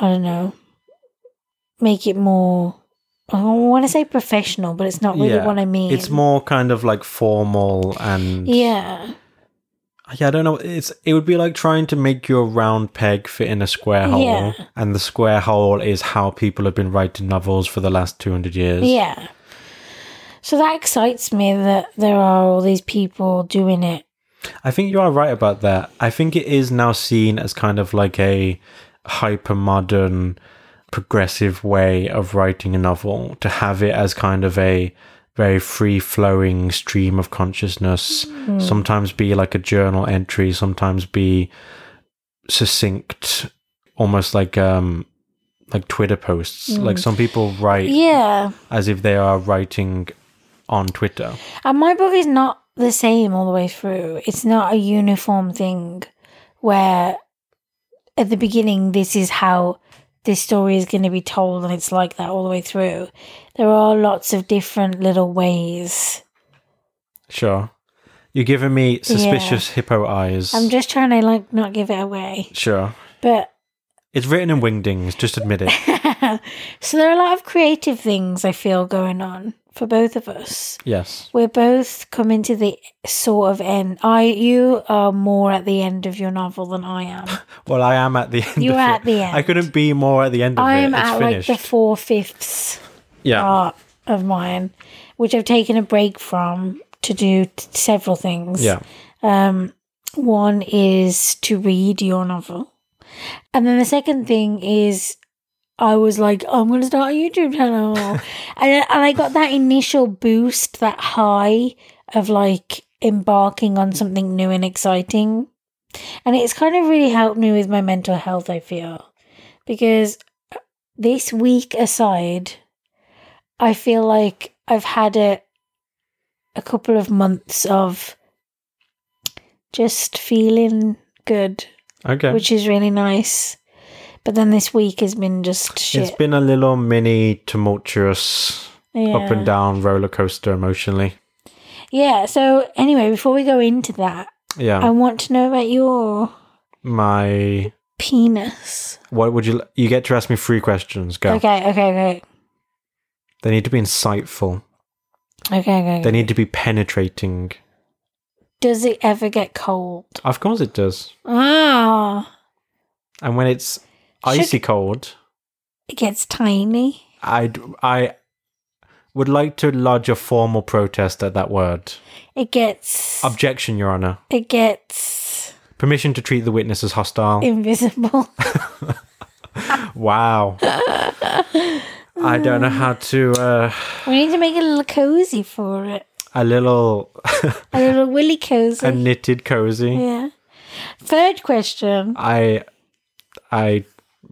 Speaker 1: I don't know, make it more. I want to say professional, but it's not really
Speaker 2: Yeah.
Speaker 1: what I mean.
Speaker 2: It's more kind of like formal and
Speaker 1: Yeah.
Speaker 2: Yeah, I don't know. It's it would be like trying to make your round peg fit in a square hole,
Speaker 1: Yeah.
Speaker 2: and the square hole is how people have been writing novels for the last two hundred years.
Speaker 1: Yeah. So that excites me that there are all these people doing it.
Speaker 2: I think you are right about that. I think it is now seen as kind of like a hyper modern, progressive way of writing a novel to have it as kind of a very free flowing stream of consciousness, sometimes be like a journal entry, sometimes be succinct, almost like, um, like Twitter posts. Like some people write
Speaker 1: Yeah.
Speaker 2: as if they are writing on Twitter.
Speaker 1: And my book is not the same all the way through. It's not a uniform thing where at the beginning this is how this story is going to be told and it's like that all the way through. There are lots of different little ways.
Speaker 2: Sure. You're giving me suspicious hippo eyes.
Speaker 1: I'm just trying to like not give it away.
Speaker 2: sure.
Speaker 1: But
Speaker 2: It's written in wingdings, just admit it.
Speaker 1: so there are a lot of creative things I feel going on for both of us.
Speaker 2: yes.
Speaker 1: We're both coming to the sort of end. I, you are more at the end of your novel than I am.
Speaker 2: Well, I am at the end
Speaker 1: You're
Speaker 2: of
Speaker 1: at
Speaker 2: it.
Speaker 1: the end.
Speaker 2: I couldn't be more at the end of
Speaker 1: I'm
Speaker 2: it. It's
Speaker 1: at
Speaker 2: finished.
Speaker 1: like the four fifths
Speaker 2: yeah.
Speaker 1: part of mine, which I've taken a break from to do t- several things.
Speaker 2: yeah.
Speaker 1: Um, one is to read your novel, and then the second thing is. I was like, I'm going to start a YouTube channel. and, and I got that initial boost, that high of like embarking on something new and exciting. And it's kind of really helped me with my mental health, I feel. Because uh, this week aside, I feel like I've had a a couple of months of just feeling good,
Speaker 2: Okay.
Speaker 1: which is really nice. But then this week has been just
Speaker 2: it's
Speaker 1: shit.
Speaker 2: been a little mini tumultuous
Speaker 1: yeah.
Speaker 2: up and down roller coaster emotionally.
Speaker 1: Yeah. So anyway, before we go into that,
Speaker 2: Yeah.
Speaker 1: I want to know about your
Speaker 2: My
Speaker 1: penis.
Speaker 2: what would you you get to ask me three questions, go.
Speaker 1: Okay. Okay. Okay.
Speaker 2: They need to be insightful.
Speaker 1: Okay. Okay.
Speaker 2: They need to be penetrating.
Speaker 1: Does it ever get cold?
Speaker 2: Of course it does.
Speaker 1: Ah,
Speaker 2: And when it's icy cold,
Speaker 1: it gets tiny.
Speaker 2: I I would like to lodge a formal protest at that word.
Speaker 1: It gets.
Speaker 2: Objection, Your Honour.
Speaker 1: it gets
Speaker 2: Permission to treat the witness as hostile.
Speaker 1: invisible.
Speaker 2: Wow. I don't know how to uh,
Speaker 1: we need to make a little cozy for it.
Speaker 2: a little
Speaker 1: A little willy cozy.
Speaker 2: a knitted cozy.
Speaker 1: yeah. Third question.
Speaker 2: I I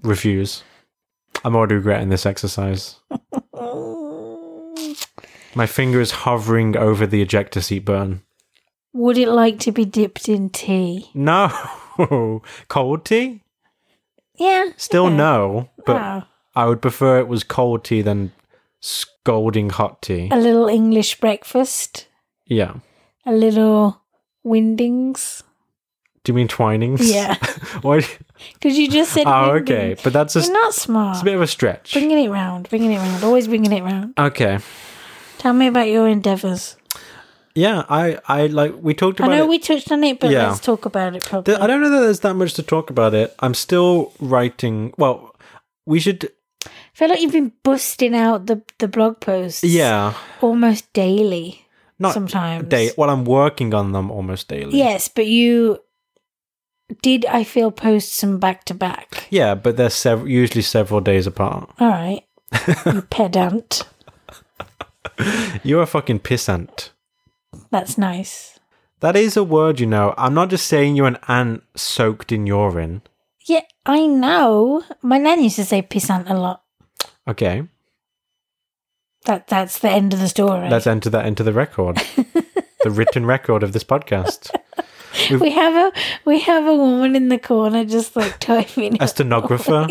Speaker 2: refuse. I'm already regretting this exercise.
Speaker 1: Would
Speaker 2: My finger is hovering over the ejector seat burn.
Speaker 1: it like to be dipped in tea?
Speaker 2: No. Cold tea?
Speaker 1: Yeah.
Speaker 2: Still
Speaker 1: yeah.
Speaker 2: no, but
Speaker 1: Oh,
Speaker 2: I would prefer it was cold tea than scalding hot tea.
Speaker 1: a little English breakfast.
Speaker 2: Yeah.
Speaker 1: A little windings.
Speaker 2: Do you mean twinings?
Speaker 1: Yeah.
Speaker 2: Why?
Speaker 1: Because you just said.
Speaker 2: Oh,
Speaker 1: windings.
Speaker 2: okay. But that's a,
Speaker 1: You're not smart.
Speaker 2: it's a bit of a stretch.
Speaker 1: Bringing it round, bringing it round, always bringing it round.
Speaker 2: Okay.
Speaker 1: Tell me about your endeavours.
Speaker 2: Yeah, I, I like we talked
Speaker 1: I
Speaker 2: about.
Speaker 1: know
Speaker 2: it.
Speaker 1: we touched on it, but
Speaker 2: Yeah. uh,
Speaker 1: let's talk about it properly.
Speaker 2: Th- I don't know that there's that much to talk about it. I'm still writing. Well, we should.
Speaker 1: I feel like you've been busting out the, the blog posts
Speaker 2: Yeah,
Speaker 1: almost daily
Speaker 2: not
Speaker 1: sometimes.
Speaker 2: day. Well, I'm working on them almost daily.
Speaker 1: Yes, but you did, I feel, post some back to back.
Speaker 2: Yeah, but they're sev- usually several days apart.
Speaker 1: All right. you pedant.
Speaker 2: You're a fucking pissant.
Speaker 1: That's nice.
Speaker 2: That is a word, you know. I'm not just saying you're an ant soaked in urine.
Speaker 1: Yeah, I know. My nan used to say pissant a lot.
Speaker 2: Okay,
Speaker 1: That That's the end of the story.
Speaker 2: let's enter that into the record, the written record of this podcast.
Speaker 1: we have a we have a woman in the corner just like typing.
Speaker 2: A stenographer.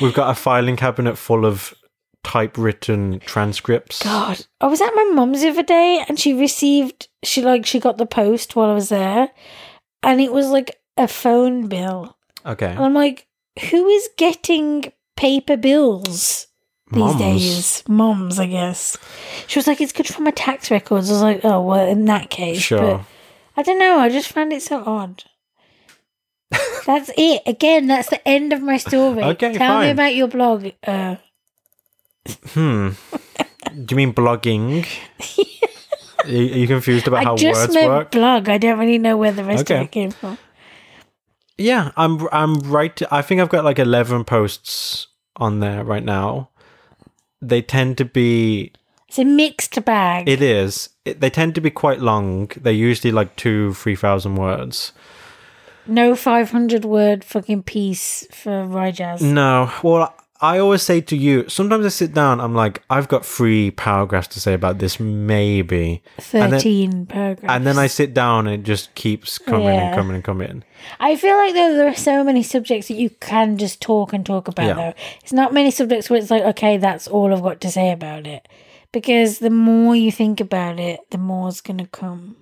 Speaker 2: We've got a filing cabinet full of typewritten transcripts.
Speaker 1: God, I was at my mum's the other day, and she received she like she got the post while I was there, and it was like a phone bill,
Speaker 2: Okay.
Speaker 1: and I'm like, who is getting paper bills these
Speaker 2: Mums.
Speaker 1: days? Moms, I guess. She was like, it's good for my tax records. I was like, oh well, in that case,
Speaker 2: Sure.
Speaker 1: but I don't know. I just found it so odd. that's it. Again, that's the end of my story.
Speaker 2: Okay,
Speaker 1: Tell me
Speaker 2: fine.
Speaker 1: about your blog. Uh,
Speaker 2: Hmm. Do you mean blogging? Are you, are you confused about
Speaker 1: I
Speaker 2: how
Speaker 1: just
Speaker 2: words
Speaker 1: meant
Speaker 2: work?
Speaker 1: blog. I don't really know where the rest of
Speaker 2: Okay.
Speaker 1: it came from.
Speaker 2: Yeah, I'm. I'm right. I think I've got like eleven posts on there right now. They tend to be.
Speaker 1: It's a mixed bag.
Speaker 2: It is. It, they tend to be quite long. They're usually like two, three thousand words.
Speaker 1: no 500 word fucking piece for Ryjaz.
Speaker 2: No. Well, I always say to you. Sometimes I sit down. I'm like, I've got three paragraphs to say about this, maybe,
Speaker 1: 13 paragraphs.
Speaker 2: and then I sit down and it just keeps coming
Speaker 1: Yeah.
Speaker 2: and coming and coming.
Speaker 1: I feel like though there are so many subjects that you can just talk and talk about
Speaker 2: Yeah.
Speaker 1: though. It's not many subjects where it's like, okay, that's all I've got to say about it. Because the more you think about it, the more's gonna come.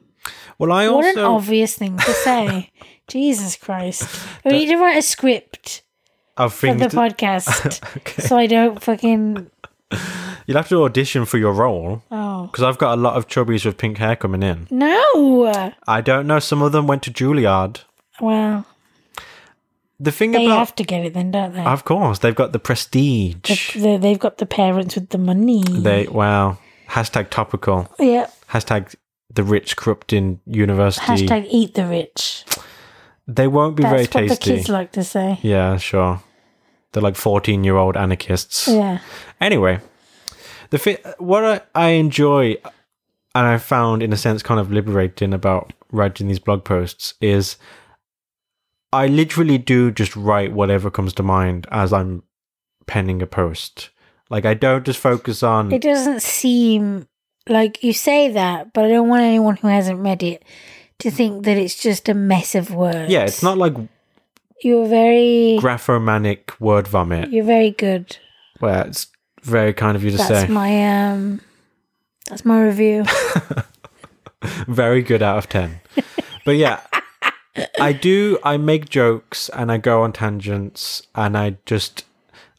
Speaker 2: Well, I
Speaker 1: what an
Speaker 2: also
Speaker 1: obvious thing to say. Jesus Christ. We need to write a script
Speaker 2: of
Speaker 1: for the
Speaker 2: things. to-
Speaker 1: podcast.
Speaker 2: okay.
Speaker 1: so I don't fucking
Speaker 2: You'll have to audition for your role
Speaker 1: oh
Speaker 2: because I've got a lot of chubbies with pink hair coming in.
Speaker 1: no.
Speaker 2: I don't know. Some of them went to Juilliard.
Speaker 1: Well,
Speaker 2: The thing
Speaker 1: they
Speaker 2: about,
Speaker 1: have to get it then, don't they?
Speaker 2: of course, they've got the prestige.
Speaker 1: they they've got the parents with the money. Oh,
Speaker 2: they wow. Hashtag topical.
Speaker 1: yeah.
Speaker 2: Hashtag the rich corrupting university.
Speaker 1: Hashtag eat the rich.
Speaker 2: they won't be
Speaker 1: That's
Speaker 2: very
Speaker 1: what the
Speaker 2: tasty.
Speaker 1: kids like to say.
Speaker 2: yeah, sure. They're like fourteen-year-old anarchists.
Speaker 1: Yeah.
Speaker 2: Anyway, the fi- what I, I enjoy and I found in a sense kind of liberating about writing these blog posts is I literally do just write whatever comes to mind as I'm penning a post. Like I don't just focus on
Speaker 1: It doesn't seem like you say that, but I don't want anyone who hasn't read it to think that it's just a mess of words.
Speaker 2: yeah, it's not like
Speaker 1: You're very
Speaker 2: graphomanic word vomit
Speaker 1: you're very good.
Speaker 2: where it's very kind of you to
Speaker 1: That's
Speaker 2: say
Speaker 1: my um that's my review.
Speaker 2: very good out of 10 but yeah i do i make jokes and i go on tangents and i just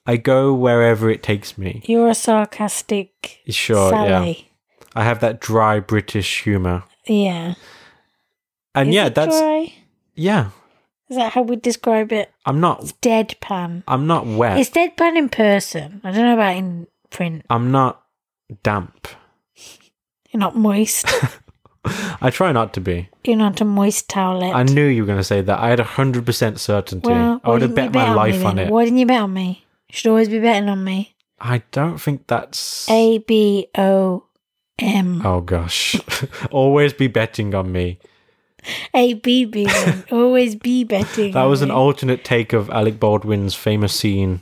Speaker 2: i go wherever it takes me
Speaker 1: You're a sarcastic
Speaker 2: sure yeah
Speaker 1: Sally.
Speaker 2: i have that dry british humor
Speaker 1: Yeah.
Speaker 2: and
Speaker 1: Is
Speaker 2: yeah
Speaker 1: it
Speaker 2: that's
Speaker 1: dry?
Speaker 2: yeah
Speaker 1: Is that how we describe it?
Speaker 2: i'm not
Speaker 1: It's deadpan.
Speaker 2: i'm not wet
Speaker 1: It's deadpan in person. I don't know about in print.
Speaker 2: i'm not damp
Speaker 1: You're not moist.
Speaker 2: i try not to be
Speaker 1: You're not a moist towelette.
Speaker 2: i knew you were going to say that i had 100% certainty i
Speaker 1: why
Speaker 2: would have
Speaker 1: didn't you
Speaker 2: bet my
Speaker 1: on
Speaker 2: life
Speaker 1: me
Speaker 2: on
Speaker 1: then?
Speaker 2: it
Speaker 1: Why didn't you bet on me? You should always be betting on me.
Speaker 2: i don't think that's
Speaker 1: A B O M.
Speaker 2: oh gosh always be betting on me
Speaker 1: A B B. one. Always be betting.
Speaker 2: That
Speaker 1: on
Speaker 2: was an
Speaker 1: me.
Speaker 2: alternate take of Alec Baldwin's famous scene.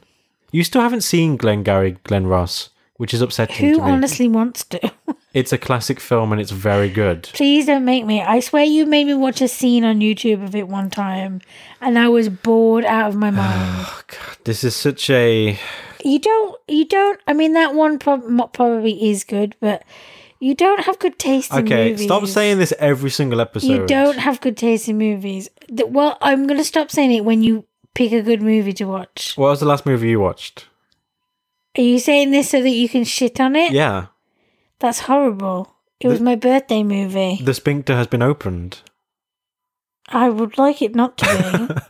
Speaker 2: You still haven't seen Glengarry Glen Ross, which is upsetting
Speaker 1: Who
Speaker 2: to me.
Speaker 1: honestly wants to?
Speaker 2: it's a classic film and it's very good.
Speaker 1: Please don't make me. I swear you made me watch a scene on YouTube of it one time, and I was bored out of my mind.
Speaker 2: Oh, God, this is such a
Speaker 1: you don't. You don't. I mean, that one prob- mo- probably is good, but you don't have good taste. in
Speaker 2: okay.
Speaker 1: movies.
Speaker 2: Stop saying this every single episode.
Speaker 1: You don't have good taste in movies. Th- Well, I'm going to stop saying it when you pick a good movie to watch.
Speaker 2: What was the last movie you watched?
Speaker 1: Are you saying this so that you can shit on it?
Speaker 2: Yeah,
Speaker 1: That's horrible. It was my birthday movie.
Speaker 2: the sphincter has been opened.
Speaker 1: I would like it not to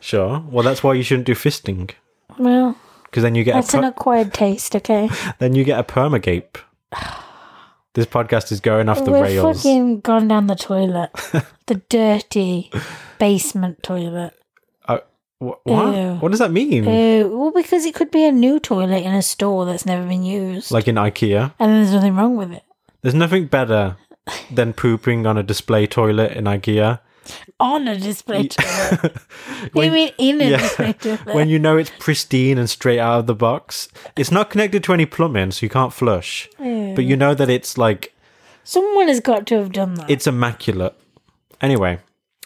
Speaker 2: Sure. Well, that's why you shouldn't do fisting
Speaker 1: be. well,
Speaker 2: because then you get
Speaker 1: that's
Speaker 2: a
Speaker 1: an
Speaker 2: per-
Speaker 1: acquired taste, okay?
Speaker 2: then you get a permagape. this podcast is going off the
Speaker 1: We're
Speaker 2: rails.
Speaker 1: fucking gone down the toilet. the dirty basement toilet.
Speaker 2: Wh- what?
Speaker 1: Ew.
Speaker 2: What does that mean?
Speaker 1: Oh, well, because it could be a new toilet in a store that's never been used.
Speaker 2: Like in IKEA.
Speaker 1: and there's nothing wrong with it.
Speaker 2: There's nothing better than pooping on a display toilet in IKEA.
Speaker 1: On a display toilet. you
Speaker 2: when,
Speaker 1: mean in a
Speaker 2: yeah,
Speaker 1: display toilet?
Speaker 2: when you know it's pristine and straight out of the box, it's not connected to any plumbing, so you can't flush. But you know that it's like
Speaker 1: Someone has got to have done that.
Speaker 2: it's immaculate. Anyway,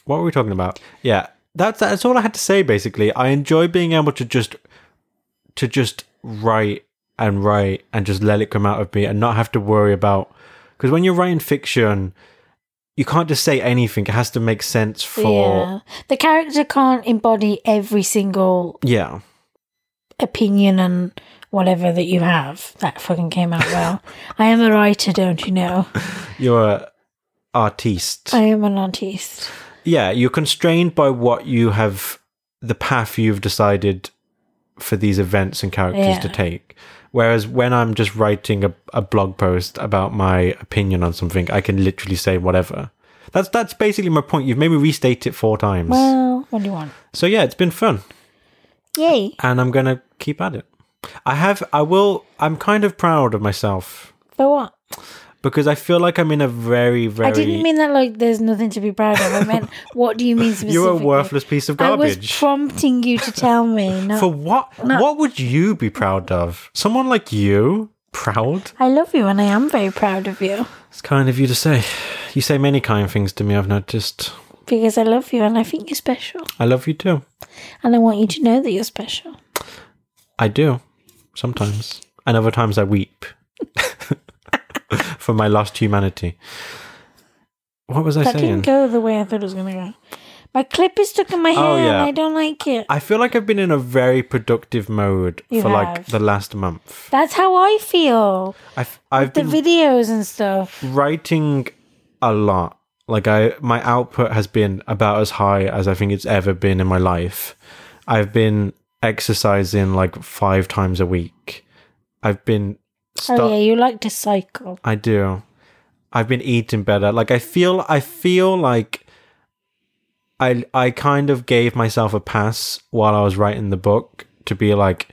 Speaker 2: what were we talking about? Yeah, that's that's all I had to say. Basically, I enjoy being able to just to just write and write and just let it come out of me and not have to worry about because when you're writing fiction, you can't just say anything. It has to make sense for
Speaker 1: yeah. The character can't embody every single
Speaker 2: yeah.
Speaker 1: opinion and whatever that you have. That fucking came out well. I am a writer, don't you know?
Speaker 2: You're a, artiste.
Speaker 1: I am an artiste.
Speaker 2: yeah, you're constrained by what you have, the path you've decided for these events and characters
Speaker 1: Yeah.
Speaker 2: to take. Whereas when I'm just writing a, a blog post about my opinion on something, I can literally say whatever. That's that's basically my point. You've made me restate it four times.
Speaker 1: Well, what do you want?
Speaker 2: so yeah, it's been fun
Speaker 1: Yay!
Speaker 2: and I'm gonna keep at it. I have, I will, I'm kind of proud of myself
Speaker 1: For what?
Speaker 2: because I feel like I'm in a very, very.
Speaker 1: I didn't mean that like there's nothing to be proud of. I meant what do you mean specifically?
Speaker 2: you're a worthless piece of
Speaker 1: I
Speaker 2: garbage.
Speaker 1: was prompting you to tell me. Not,
Speaker 2: For what? What would you be proud of? Someone like you? Proud?
Speaker 1: I love you and I am very proud of you
Speaker 2: It's kind of you to say. You say many kind things to me, I've noticed.
Speaker 1: because I love you and I think you're special
Speaker 2: I love you too.
Speaker 1: and I want you to know that you're special.
Speaker 2: I do. Sometimes. And other times I weep for my lost humanity. What was I
Speaker 1: That
Speaker 2: saying?
Speaker 1: didn't go the way I thought it was going to go. My clip is stuck in my hair
Speaker 2: Oh,
Speaker 1: and
Speaker 2: yeah.
Speaker 1: I don't like it.
Speaker 2: I feel like I've been in a very productive mode
Speaker 1: You
Speaker 2: for like
Speaker 1: have.
Speaker 2: the last month.
Speaker 1: That's how I feel.
Speaker 2: I've, I've
Speaker 1: The
Speaker 2: been
Speaker 1: videos and stuff. Oh,
Speaker 2: writing a lot. Like I my output has been about as high as I think it's ever been in my life. I've been exercising like 5 times a week. I've been stu-
Speaker 1: Oh yeah, you like to cycle.
Speaker 2: I do. I've been eating better. Like I feel I feel like I I kind of gave myself a pass while I was writing the book to be like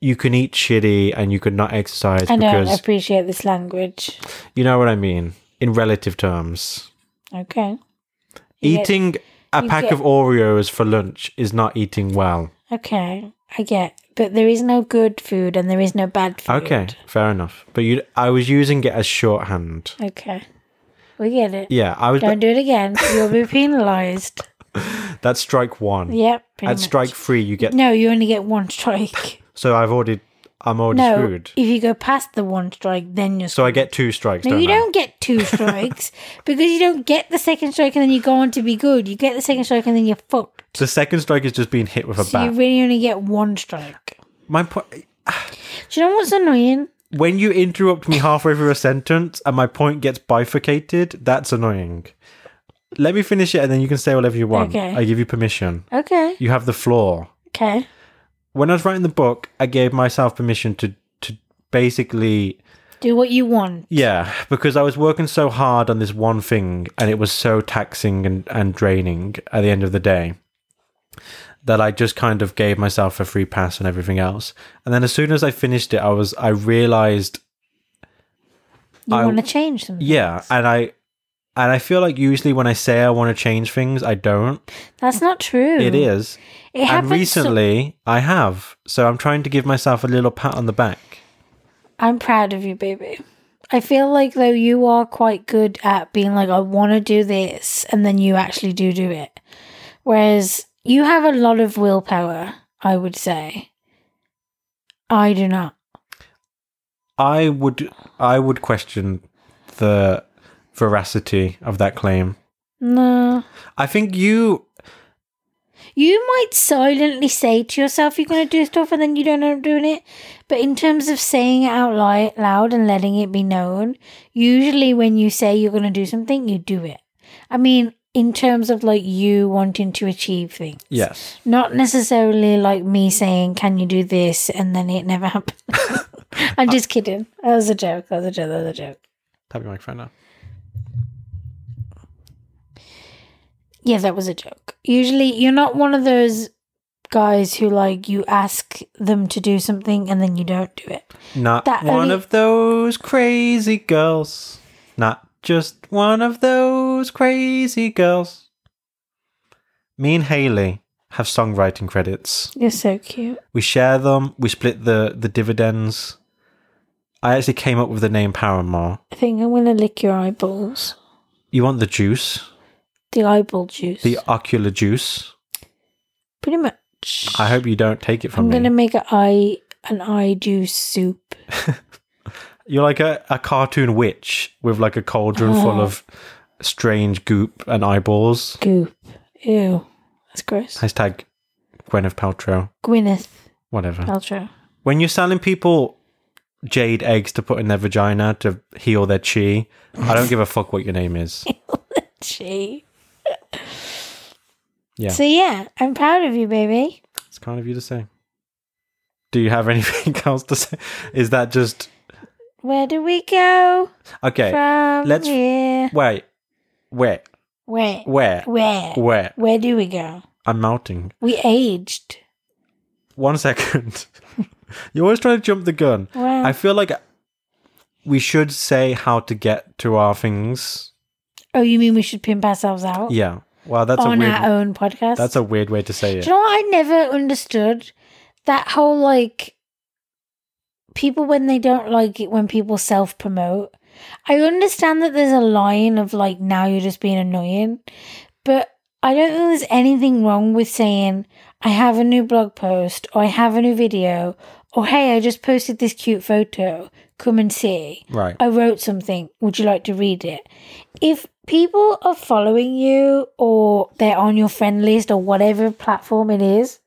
Speaker 2: you can eat shitty and you could not exercise
Speaker 1: I don't
Speaker 2: because
Speaker 1: appreciate this language.
Speaker 2: you know what I mean in relative terms.
Speaker 1: Okay. You get-
Speaker 2: Eating a
Speaker 1: you
Speaker 2: pack
Speaker 1: get-
Speaker 2: of Oreos for lunch is not eating well.
Speaker 1: Okay, I get, but there is no good food and there is no bad food.
Speaker 2: Okay, fair enough. But you, I was using it as shorthand.
Speaker 1: Okay. We get it.
Speaker 2: Yeah, I was.
Speaker 1: Don't do it again. You'll be penalised.
Speaker 2: That's strike one.
Speaker 1: Yep. pretty
Speaker 2: At
Speaker 1: much.
Speaker 2: strike three, you get.
Speaker 1: No, you only get one strike.
Speaker 2: So I've already, I'm already
Speaker 1: no,
Speaker 2: screwed.
Speaker 1: if you go past the one strike, then you're.
Speaker 2: So I get two strikes.
Speaker 1: no,
Speaker 2: don't
Speaker 1: you
Speaker 2: I?
Speaker 1: don't get two strikes because you don't get the second strike and then you go on to be good. You get the second strike and then you're fucked.
Speaker 2: The second strike is just being hit with a
Speaker 1: So
Speaker 2: bat.
Speaker 1: you really only get one strike.
Speaker 2: My point.
Speaker 1: Do you know what's annoying?
Speaker 2: When you interrupt me halfway through a sentence and my point gets bifurcated, that's annoying. Let me finish it, and then you can say whatever you want.
Speaker 1: Okay.
Speaker 2: I give you permission.
Speaker 1: Okay.
Speaker 2: You have the floor.
Speaker 1: Okay.
Speaker 2: when I was writing the book, I gave myself permission to to basically
Speaker 1: Do what you want.
Speaker 2: yeah, because I was working so hard on this one thing and it was so taxing and, and draining at the end of the day that I just kind of gave myself a free pass on everything else. And then as soon as I finished it, I was I realized
Speaker 1: You
Speaker 2: I-
Speaker 1: want to change something.
Speaker 2: yeah, and I and I feel like usually when I say I want to change things, I don't.
Speaker 1: That's not true.
Speaker 2: It is.
Speaker 1: It happens.
Speaker 2: and recently I have. So I'm trying to give myself a little pat on the back.
Speaker 1: I'm proud of you, baby. I feel like though you are quite good at being like, I want to do this, and then you actually do do it. Whereas you have a lot of willpower, I would say. I do not.
Speaker 2: I would I would question the veracity of that claim.
Speaker 1: No.
Speaker 2: I think you
Speaker 1: You might silently say to yourself you're going to do stuff and then you don't end up doing it. But in terms of saying it out li- loud and letting it be known, usually when you say you're going to do something, you do it. I mean, in terms of like you wanting to achieve things.
Speaker 2: yes.
Speaker 1: Not necessarily like me saying, "Can you do this?" and then it never happened. I'm just kidding. That was a joke. That was a joke. That was a joke.
Speaker 2: Tap your microphone now.
Speaker 1: Yeah, that was a joke. Usually, you're not one of those guys who like you ask them to do something and then you don't do it.
Speaker 2: Not
Speaker 1: That
Speaker 2: one
Speaker 1: only-
Speaker 2: of those crazy girls. Not just one of those crazy girls. Me and Haley have songwriting credits.
Speaker 1: You're so cute.
Speaker 2: We share them, we split the, the dividends. I actually came up with the name Paramore.
Speaker 1: I think I'm gonna lick your eyeballs.
Speaker 2: You want the juice?
Speaker 1: The eyeball juice.
Speaker 2: The ocular juice?
Speaker 1: Pretty much.
Speaker 2: I hope you don't take it from
Speaker 1: I'm
Speaker 2: me.
Speaker 1: gonna make an eye an eye juice soup.
Speaker 2: You're like a, a cartoon witch with like a cauldron full of strange goop and eyeballs.
Speaker 1: Goop. Ew. That's gross.
Speaker 2: Hashtag Gwyneth Paltrow.
Speaker 1: Gwyneth
Speaker 2: Whatever.
Speaker 1: Paltrow.
Speaker 2: When you're selling people jade eggs to put in their vagina to heal their chi. I don't give a fuck what your name is.
Speaker 1: Gee.
Speaker 2: Yeah.
Speaker 1: So yeah, I'm proud of you, baby.
Speaker 2: It's kind of you to say. Do you have anything else to say? Is that just
Speaker 1: Where do we go
Speaker 2: okay?
Speaker 1: from
Speaker 2: let's-
Speaker 1: here?
Speaker 2: Wait, where,
Speaker 1: Wait,
Speaker 2: where,
Speaker 1: where?
Speaker 2: where?
Speaker 1: Where do we go?
Speaker 2: I'm melting.
Speaker 1: We aged.
Speaker 2: One second. You're always trying to jump the gun.
Speaker 1: Wow.
Speaker 2: I feel like we should say how to get to our things.
Speaker 1: oh, you mean we should pimp ourselves out
Speaker 2: Yeah. Wow, that's a
Speaker 1: on
Speaker 2: weird.
Speaker 1: our own podcast?
Speaker 2: That's a weird way to say
Speaker 1: Do
Speaker 2: it.
Speaker 1: you know what I never understood? That whole like people when they don't like it when people self promote. I understand that there's a line of like now you're just being annoying, but I don't think there's anything wrong with saying I have a new blog post or I have a new video or hey I just posted this cute photo. Come and see.
Speaker 2: Right.
Speaker 1: I wrote something. Would you like to read it? If people are following you or they're on your friend list or whatever platform it is,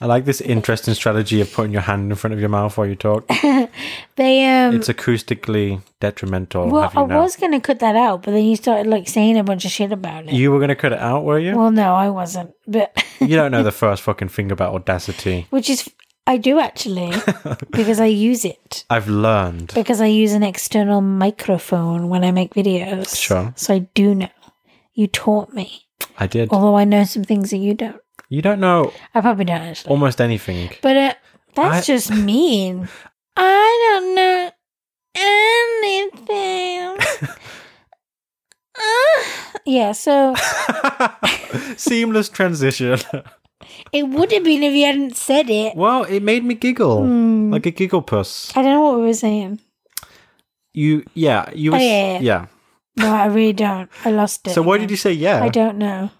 Speaker 2: I like this interesting strategy of putting your hand in front of your mouth while you talk.
Speaker 1: Um, they um
Speaker 2: It's acoustically detrimental.
Speaker 1: well
Speaker 2: have you
Speaker 1: I
Speaker 2: know.
Speaker 1: was gonna cut that out, but then you started like saying a bunch of shit about it.
Speaker 2: You were going to cut it out, were you?
Speaker 1: well no, I wasn't. But
Speaker 2: you don't know the first fucking thing about Audacity.
Speaker 1: which is I do actually because I use it.
Speaker 2: I've learned.
Speaker 1: Because I use an external microphone when I make videos.
Speaker 2: Sure.
Speaker 1: So I do know. You taught me.
Speaker 2: I did.
Speaker 1: Although I know some things that you don't.
Speaker 2: You don't know
Speaker 1: I probably don't actually.
Speaker 2: almost anything.
Speaker 1: But uh, that's
Speaker 2: I-
Speaker 1: just mean. I don't know anything. Ah. yeah, so
Speaker 2: Seamless transition.
Speaker 1: it would have been if you hadn't said it.
Speaker 2: well, it made me giggle.
Speaker 1: Hmm.
Speaker 2: Like a giggle puss.
Speaker 1: I don't know what we were saying.
Speaker 2: You, yeah, you
Speaker 1: Oh,
Speaker 2: was,
Speaker 1: yeah, yeah.
Speaker 2: yeah.
Speaker 1: No, I really don't. I lost it.
Speaker 2: So why did you
Speaker 1: again.
Speaker 2: say yeah?
Speaker 1: I don't know.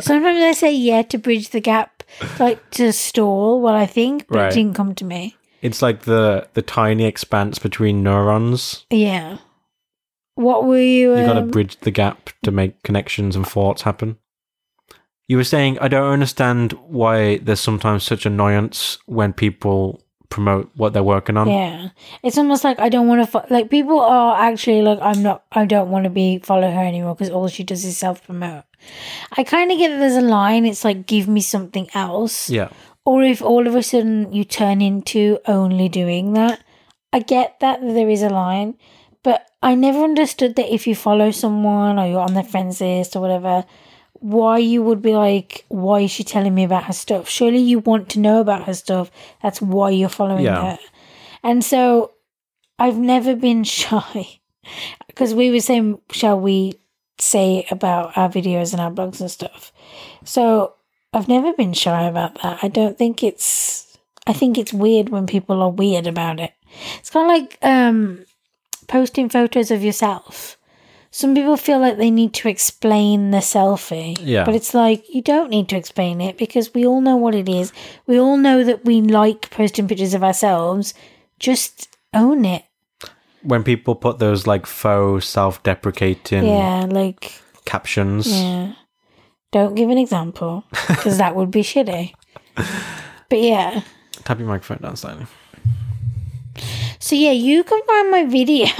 Speaker 1: Sometimes I say yeah to bridge the gap, like to stall what I think, but
Speaker 2: Right.
Speaker 1: it didn't come to me.
Speaker 2: It's like the the tiny expanse between neurons.
Speaker 1: Yeah. What were you?
Speaker 2: you got to
Speaker 1: um,
Speaker 2: bridge the gap to make connections and thoughts happen. You were saying I don't understand why there's sometimes such annoyance when people promote what they're working on.
Speaker 1: Yeah, it's almost like I don't want to fo- like people are actually like I'm not I don't want to be follow her anymore because all she does is self promote. I kind of get that there's a line. It's like give me something else,
Speaker 2: Yeah.
Speaker 1: or if all of a sudden you turn into only doing that, I get that there is a line, but I never understood that if you follow someone or you're on their friends list or whatever. Why you would be like, why is she telling me about her stuff? Surely you want to know about her stuff. That's why you're following
Speaker 2: Yeah.
Speaker 1: her. And so I've never been shy because we were saying, shall we say about our videos and our blogs and stuff? So I've never been shy about that. I don't think it's, I think it's weird when people are weird about it. It's kind of like um, posting photos of yourself. Some people feel like they need to explain the selfie.
Speaker 2: Yeah.
Speaker 1: But it's like, you don't need to explain it because we all know what it is. We all know that we like posting pictures of ourselves. Just own it.
Speaker 2: When people put those like faux self-deprecating
Speaker 1: Yeah. Like,
Speaker 2: captions.
Speaker 1: yeah. Don't give an example because that would be shitty. But yeah.
Speaker 2: Tap your microphone down slightly.
Speaker 1: So yeah, you can find my video.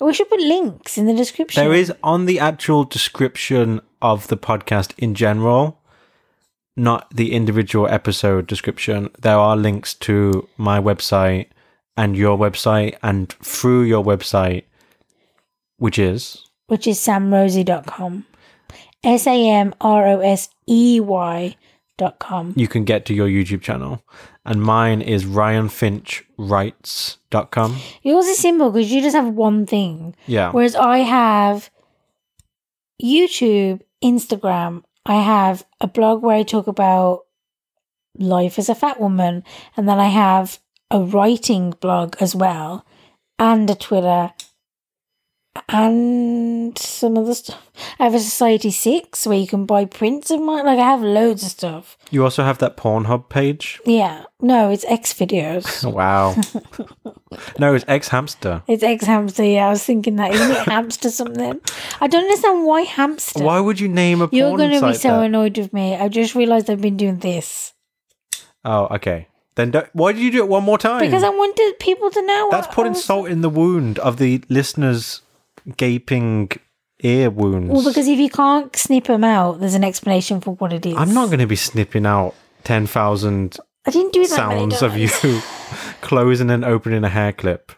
Speaker 1: we should put links in the description.
Speaker 2: There is on the actual description of the podcast in general, not the individual episode description. There are links to my website and your website, and through your website, which is
Speaker 1: which is samrosie.com. S A M R O S E Y dot com.
Speaker 2: you can get to your YouTube channel. And mine is ryanfinchwrites.com.
Speaker 1: Yours is simple because you just have one thing.
Speaker 2: Yeah.
Speaker 1: Whereas I have YouTube, Instagram, I have a blog where I talk about life as a fat woman, and then I have a writing blog as well, and a Twitter, and some other stuff. I have a Society 6 where you can buy prints of mine. Like, I have loads of stuff.
Speaker 2: You also have that Pornhub page. Oh,
Speaker 1: Yeah. No, it's X videos.
Speaker 2: Wow. no, it's ex hamster.
Speaker 1: It's X hamster, yeah. I was thinking that. Isn't it hamster something? I don't understand why hamster.
Speaker 2: Why would you name a porn
Speaker 1: You're going to be
Speaker 2: site
Speaker 1: so
Speaker 2: that?
Speaker 1: annoyed with me. I just realized I've been doing this.
Speaker 2: Oh, okay. Then don't, why did you do it one more time?
Speaker 1: because I wanted people to know.
Speaker 2: Hmm. That's
Speaker 1: I- I
Speaker 2: putting
Speaker 1: was-
Speaker 2: salt in the wound of the listener's gaping ear wounds.
Speaker 1: Well, because if you can't snip them out, there's an explanation for what it is.
Speaker 2: I'm not going to be snipping out 10,000
Speaker 1: I didn't do that. many
Speaker 2: sounds of you
Speaker 1: times.
Speaker 2: closing and opening a hair clip.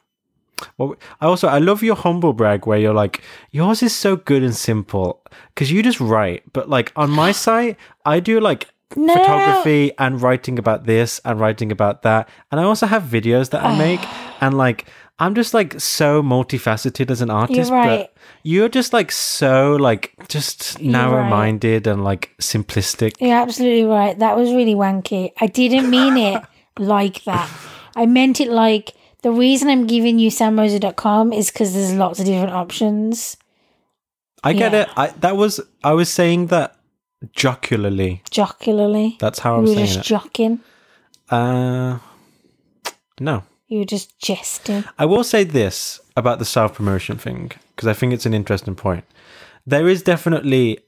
Speaker 2: Well, I also I love your humble brag where you're like yours is so good and simple because you just write, but like on my site I do like
Speaker 1: No.
Speaker 2: photography and writing about this and writing about that, and I also have videos that I make, and like I'm just like so multifaceted as an artist,
Speaker 1: right.
Speaker 2: but you're just like so like just narrow-minded and like simplistic.
Speaker 1: You're absolutely right. That was really wanky. I didn't mean it like that. I meant it like the reason I'm giving you samrosa.com is because there's lots of different options.
Speaker 2: I get
Speaker 1: Yeah.
Speaker 2: it. I that was I was saying that jocularly.
Speaker 1: Jocularly.
Speaker 2: That's how
Speaker 1: you
Speaker 2: I'm
Speaker 1: were
Speaker 2: saying
Speaker 1: just
Speaker 2: it.
Speaker 1: jocking.
Speaker 2: uh, no,
Speaker 1: You were just jesting.
Speaker 2: I will say this about the self promotion thing because I think it's an interesting point. There is definitely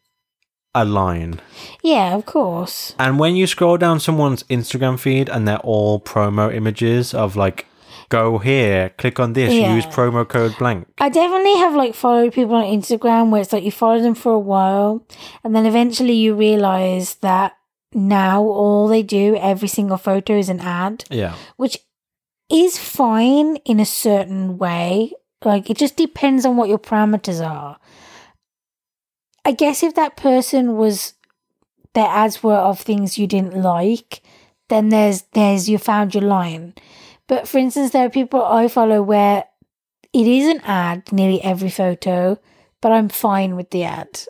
Speaker 2: a line,
Speaker 1: Yeah, of course.
Speaker 2: and when you scroll down someone's Instagram feed and they're all promo images of like, go here, click on this,
Speaker 1: Yeah.
Speaker 2: use promo code blank.
Speaker 1: I definitely have like followed people on Instagram where it's like you follow them for a while and then eventually you realize that now all they do, every single photo is an ad.
Speaker 2: Yeah,
Speaker 1: which is fine in a certain way. Like it just depends on what your parameters are. I guess if that person was their ads were of things you didn't like, then there's there's you found your line. But for instance, there are people I follow where it is an ad nearly every photo, but I'm fine with the ad.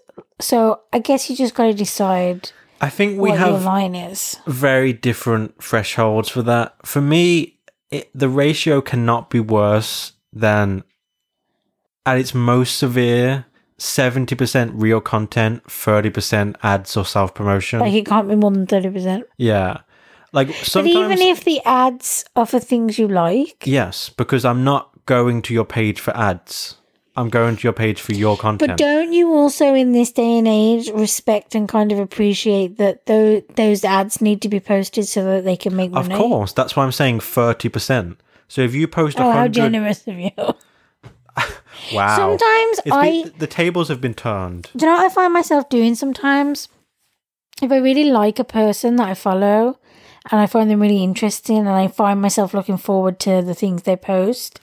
Speaker 1: So I guess you just got to decide
Speaker 2: I think we
Speaker 1: what your
Speaker 2: have
Speaker 1: line is.
Speaker 2: very different thresholds for that. For me, it, the ratio cannot be worse than at its most severe 70% real content, 30% ads or self promotion.
Speaker 1: Like it can't be more than thirty percent.
Speaker 2: yeah. Like sometimes
Speaker 1: But even if the ads are for things you like,
Speaker 2: yes, because I'm not going to your page for ads. I'm going to your page for your
Speaker 1: but
Speaker 2: content.
Speaker 1: don't you also in this day and age respect and kind of appreciate that those those ads need to be posted so that they can make
Speaker 2: of
Speaker 1: money?
Speaker 2: course, that's why I'm saying 30%. So if you post a
Speaker 1: Oh, how
Speaker 2: 100
Speaker 1: generous of you!
Speaker 2: wow.
Speaker 1: Sometimes
Speaker 2: It's
Speaker 1: I
Speaker 2: been- the tables have been turned.
Speaker 1: Do you know what I find myself doing sometimes? If I really like a person that I follow and I find them really interesting and I find myself looking forward to the things they post,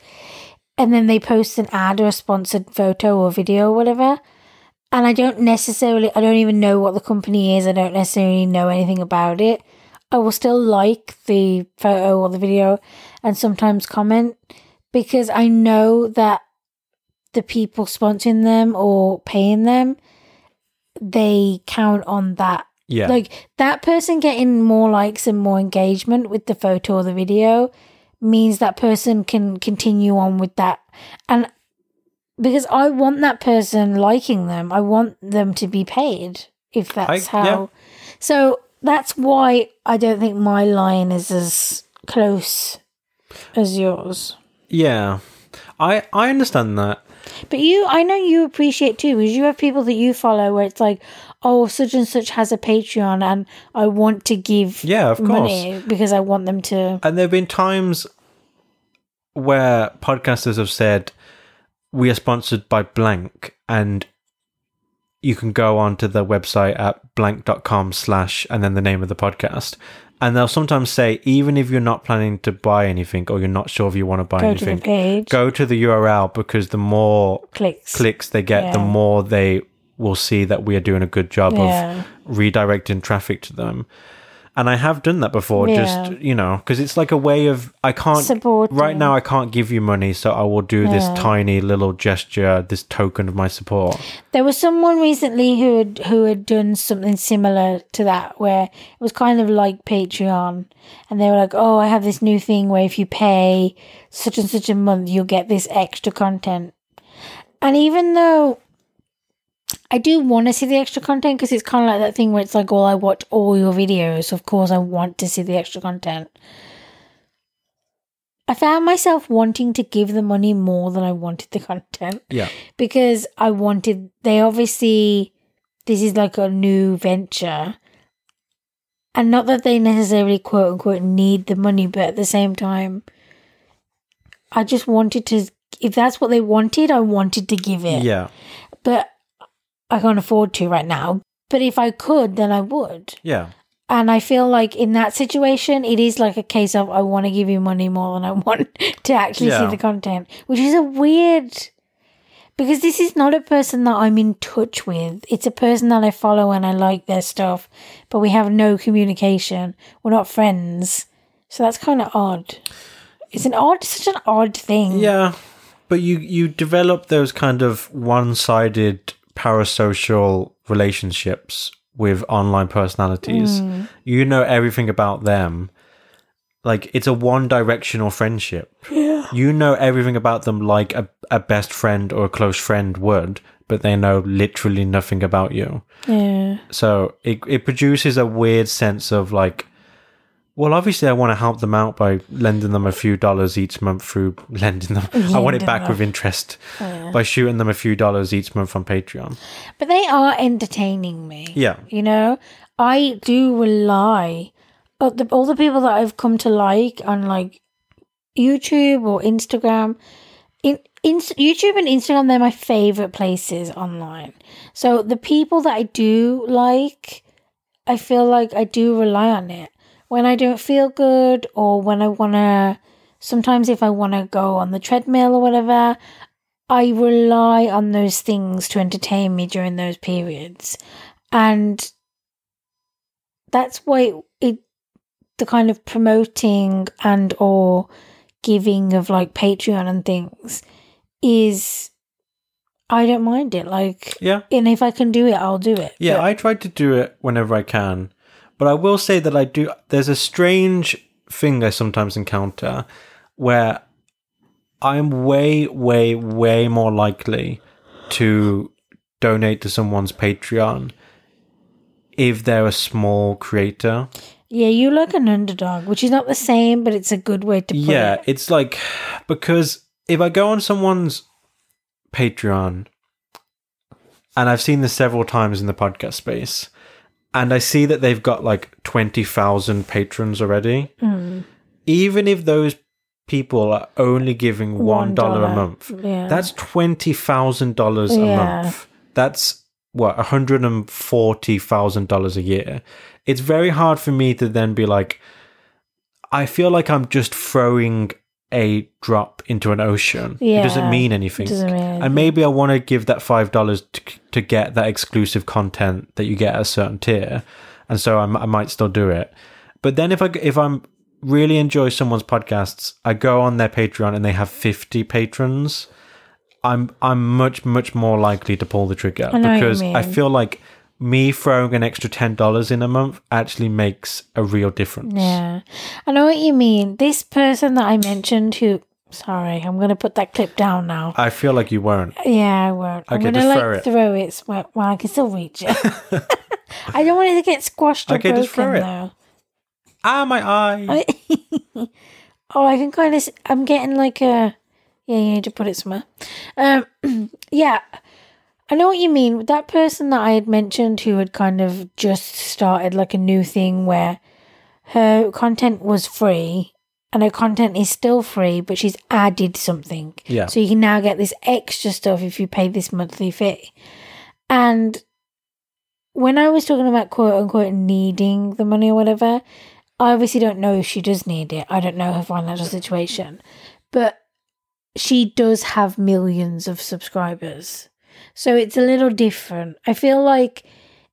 Speaker 1: and then they post an ad or a sponsored photo or video or whatever, and I don't necessarily, I don't even know what the company is, I don't necessarily know anything about it, I will still like the photo or the video and sometimes comment because I know that the people sponsoring them or paying them, they count on that.
Speaker 2: Yeah.
Speaker 1: Like that person getting more likes and more engagement with the photo or the video means that person can continue on with that. And because I want that person liking them, I want them to be paid if that's
Speaker 2: yeah.
Speaker 1: how. So that's why I don't think my line is as close as yours.
Speaker 2: Yeah, I I understand that.
Speaker 1: But you, I know you appreciate too, because you have people that you follow where it's like, oh, such and such has a Patreon, and I want to give
Speaker 2: Yeah, of course.
Speaker 1: money because I want them to.
Speaker 2: And there have been times where podcasters have said we are sponsored by blank, and you can go onto the website at blank.com slash and then the name of the podcast. And they'll sometimes say, even if you're not planning to buy anything or you're not sure if you want to buy
Speaker 1: Go to the
Speaker 2: anything,
Speaker 1: page,
Speaker 2: go to the URL because the more
Speaker 1: clicks.
Speaker 2: clicks they get, the
Speaker 1: Yeah.
Speaker 2: more they will see that we are doing a good job
Speaker 1: Yeah.
Speaker 2: of redirecting traffic to them. And I have done that before,
Speaker 1: Yeah.
Speaker 2: just you know, because it's like a way of I can't
Speaker 1: Supporting.
Speaker 2: right now. I can't give you money, so I will do this tiny little gesture, this token of my support.
Speaker 1: There was someone recently who had who had done something similar to that, where it was kind of like Patreon, and they were like, "Oh, I have this new thing where if you pay such and such a month, you'll get this extra content." And even though I do want to see the extra content because it's kind of like that thing where it's like, "Well, I watch all your videos, so of course I want to see the extra content." I found myself wanting to give the money more than I wanted the content
Speaker 2: Yeah,
Speaker 1: because I wanted they obviously this is like a new venture And not that they necessarily quote unquote need the money, but at the same time, I just wanted to, if that's what they wanted, I wanted to give it.
Speaker 2: Yeah.
Speaker 1: But I can't afford to right now. But if I could, then I would.
Speaker 2: Yeah.
Speaker 1: And I feel like in that situation, it is like a case of I want to give you money more than I want to actually
Speaker 2: Yeah.
Speaker 1: see the content, which is a weird. Because this is not a person that I'm in touch with. It's a person that I follow and I like their stuff, but we have no communication. We're not friends. So that's kind of odd. It's an odd, such an odd thing.
Speaker 2: Yeah. But you you develop those kind of one-sided parasocial relationships with online personalities. You know everything about them. Like it's a one-directional friendship.
Speaker 1: Yeah.
Speaker 2: You know everything about them like a, a best friend or a close friend would, but they know literally nothing about you.
Speaker 1: Yeah.
Speaker 2: So it it produces a weird sense of like, well, obviously I want to help them out by lending them a few dollars each month through lending them. I want it
Speaker 1: Lending
Speaker 2: back
Speaker 1: them.
Speaker 2: with interest by shooting them a few dollars each month on Patreon.
Speaker 1: But they are entertaining me.
Speaker 2: Yeah,
Speaker 1: You know, I do rely. uh, the, all the people that I've come to like on like YouTube or Instagram, in, in YouTube and Instagram, they're my favorite places online. So the people that I do like, I feel like I do rely on it when I don't feel good or when I wanna. Sometimes if I wanna go on the treadmill or whatever, I rely on those things to entertain me during those periods and that's why it, it the kind of promoting and or giving of like patreon and things is i don't mind it like
Speaker 2: yeah,
Speaker 1: and if i can do it i'll do it
Speaker 2: yeah.
Speaker 1: But-
Speaker 2: I try to do it whenever I can, but I will say that I do. There's a strange thing I sometimes encounter where I'm way, way, way more likely to donate to someone's Patreon if they're a small creator.
Speaker 1: yeah you like an underdog which is not the same but it's a good way to put
Speaker 2: yeah,
Speaker 1: it
Speaker 2: it's like because if I go on someone's Patreon, and I've seen this several times in the podcast space, and I see that they've got like twenty thousand patrons already.
Speaker 1: Mm.
Speaker 2: Even if those people are only giving one dollar Mm.
Speaker 1: dollar.
Speaker 2: a month,
Speaker 1: yeah
Speaker 2: that's twenty thousand dollars a
Speaker 1: Yeah.
Speaker 2: month. That's what hundred and forty thousand dollars a year. It's very hard for me to then be like, I feel like I'm just throwing a drop into an ocean. It doesn't
Speaker 1: Yeah.
Speaker 2: mean anything.
Speaker 1: Doesn't mean
Speaker 2: And maybe I want to give that five dollars to, to get that exclusive content that you get at a certain tier, and so I'm, I might still do it. But then if I if I'm really enjoy someone's podcasts, I go on their Patreon and they have fifty patrons. I'm I'm much much more likely to pull the trigger
Speaker 1: know what you
Speaker 2: because I
Speaker 1: mean.
Speaker 2: feel like me throwing an extra ten dollars in a month actually makes a real difference.
Speaker 1: Yeah. I know what you mean. This person that I mentioned who sorry, I'm gonna put that clip down now.
Speaker 2: I feel like you won't.
Speaker 1: Yeah, I won't. I'm
Speaker 2: Okay,
Speaker 1: gonna
Speaker 2: just
Speaker 1: like
Speaker 2: throw it.
Speaker 1: throw it so- well, I can still reach it. I don't want it to get squashed or
Speaker 2: Okay,
Speaker 1: broken
Speaker 2: just throw it.
Speaker 1: though.
Speaker 2: Ah, my eye.
Speaker 1: I- oh, I can kind of. I'm getting like a. Yeah, you need to put it somewhere. Um, yeah, I know what you mean. That person that I had mentioned who had kind of just started like a new thing where her content was free and her content is still free, but she's added something.
Speaker 2: Yeah.
Speaker 1: So you can now get this extra stuff if you pay this monthly fee. And when I was talking about quote unquote needing the money or whatever, I obviously don't know if she does need it. I don't know her financial situation. But she does have millions of subscribers. So it's a little different. I feel like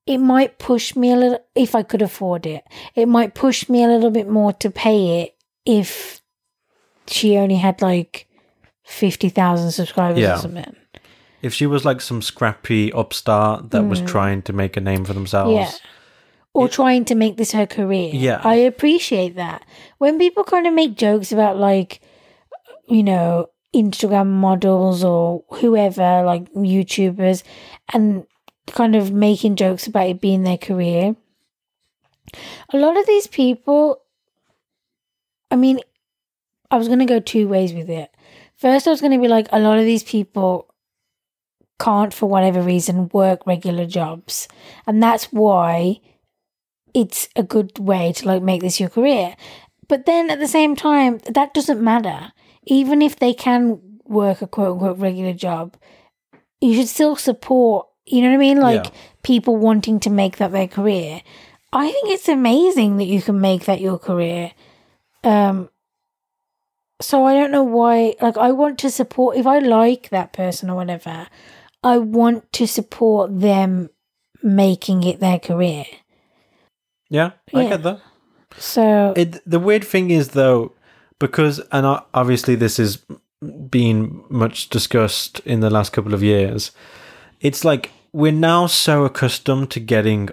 Speaker 1: it might push me a little, if I could afford it, it might push me a little bit more to pay it if she only had like 50,000 subscribers
Speaker 2: Yeah.
Speaker 1: or something.
Speaker 2: If she was like some scrappy upstart that was trying to make a name for themselves,
Speaker 1: Hmm. Yeah. Or trying to make this her career.
Speaker 2: Yeah.
Speaker 1: I appreciate that. When people kind of make jokes about, like, you know, Instagram models or whoever, like YouTubers, and kind of making jokes about it being their career, a lot of these people, I mean, I was going to go two ways with it. First, I was going to be like, a lot of these people can't, for whatever reason, work regular jobs. And that's why it's a good way to like make this your career. But then at the same time, that doesn't matter. Even if they can work a quote unquote regular job, you should still support, you know what I mean? Like
Speaker 2: Yeah.
Speaker 1: people wanting to make that their career. I think it's amazing that you can make that your career. Um, so I don't know why, like, I want to support, if I like that person or whatever, I want to support them making it their career.
Speaker 2: Yeah, I
Speaker 1: Yeah.
Speaker 2: get that.
Speaker 1: So,
Speaker 2: It, the weird thing is though, because and o- obviously this has been much discussed in the last couple of years. It's like we're now so accustomed to getting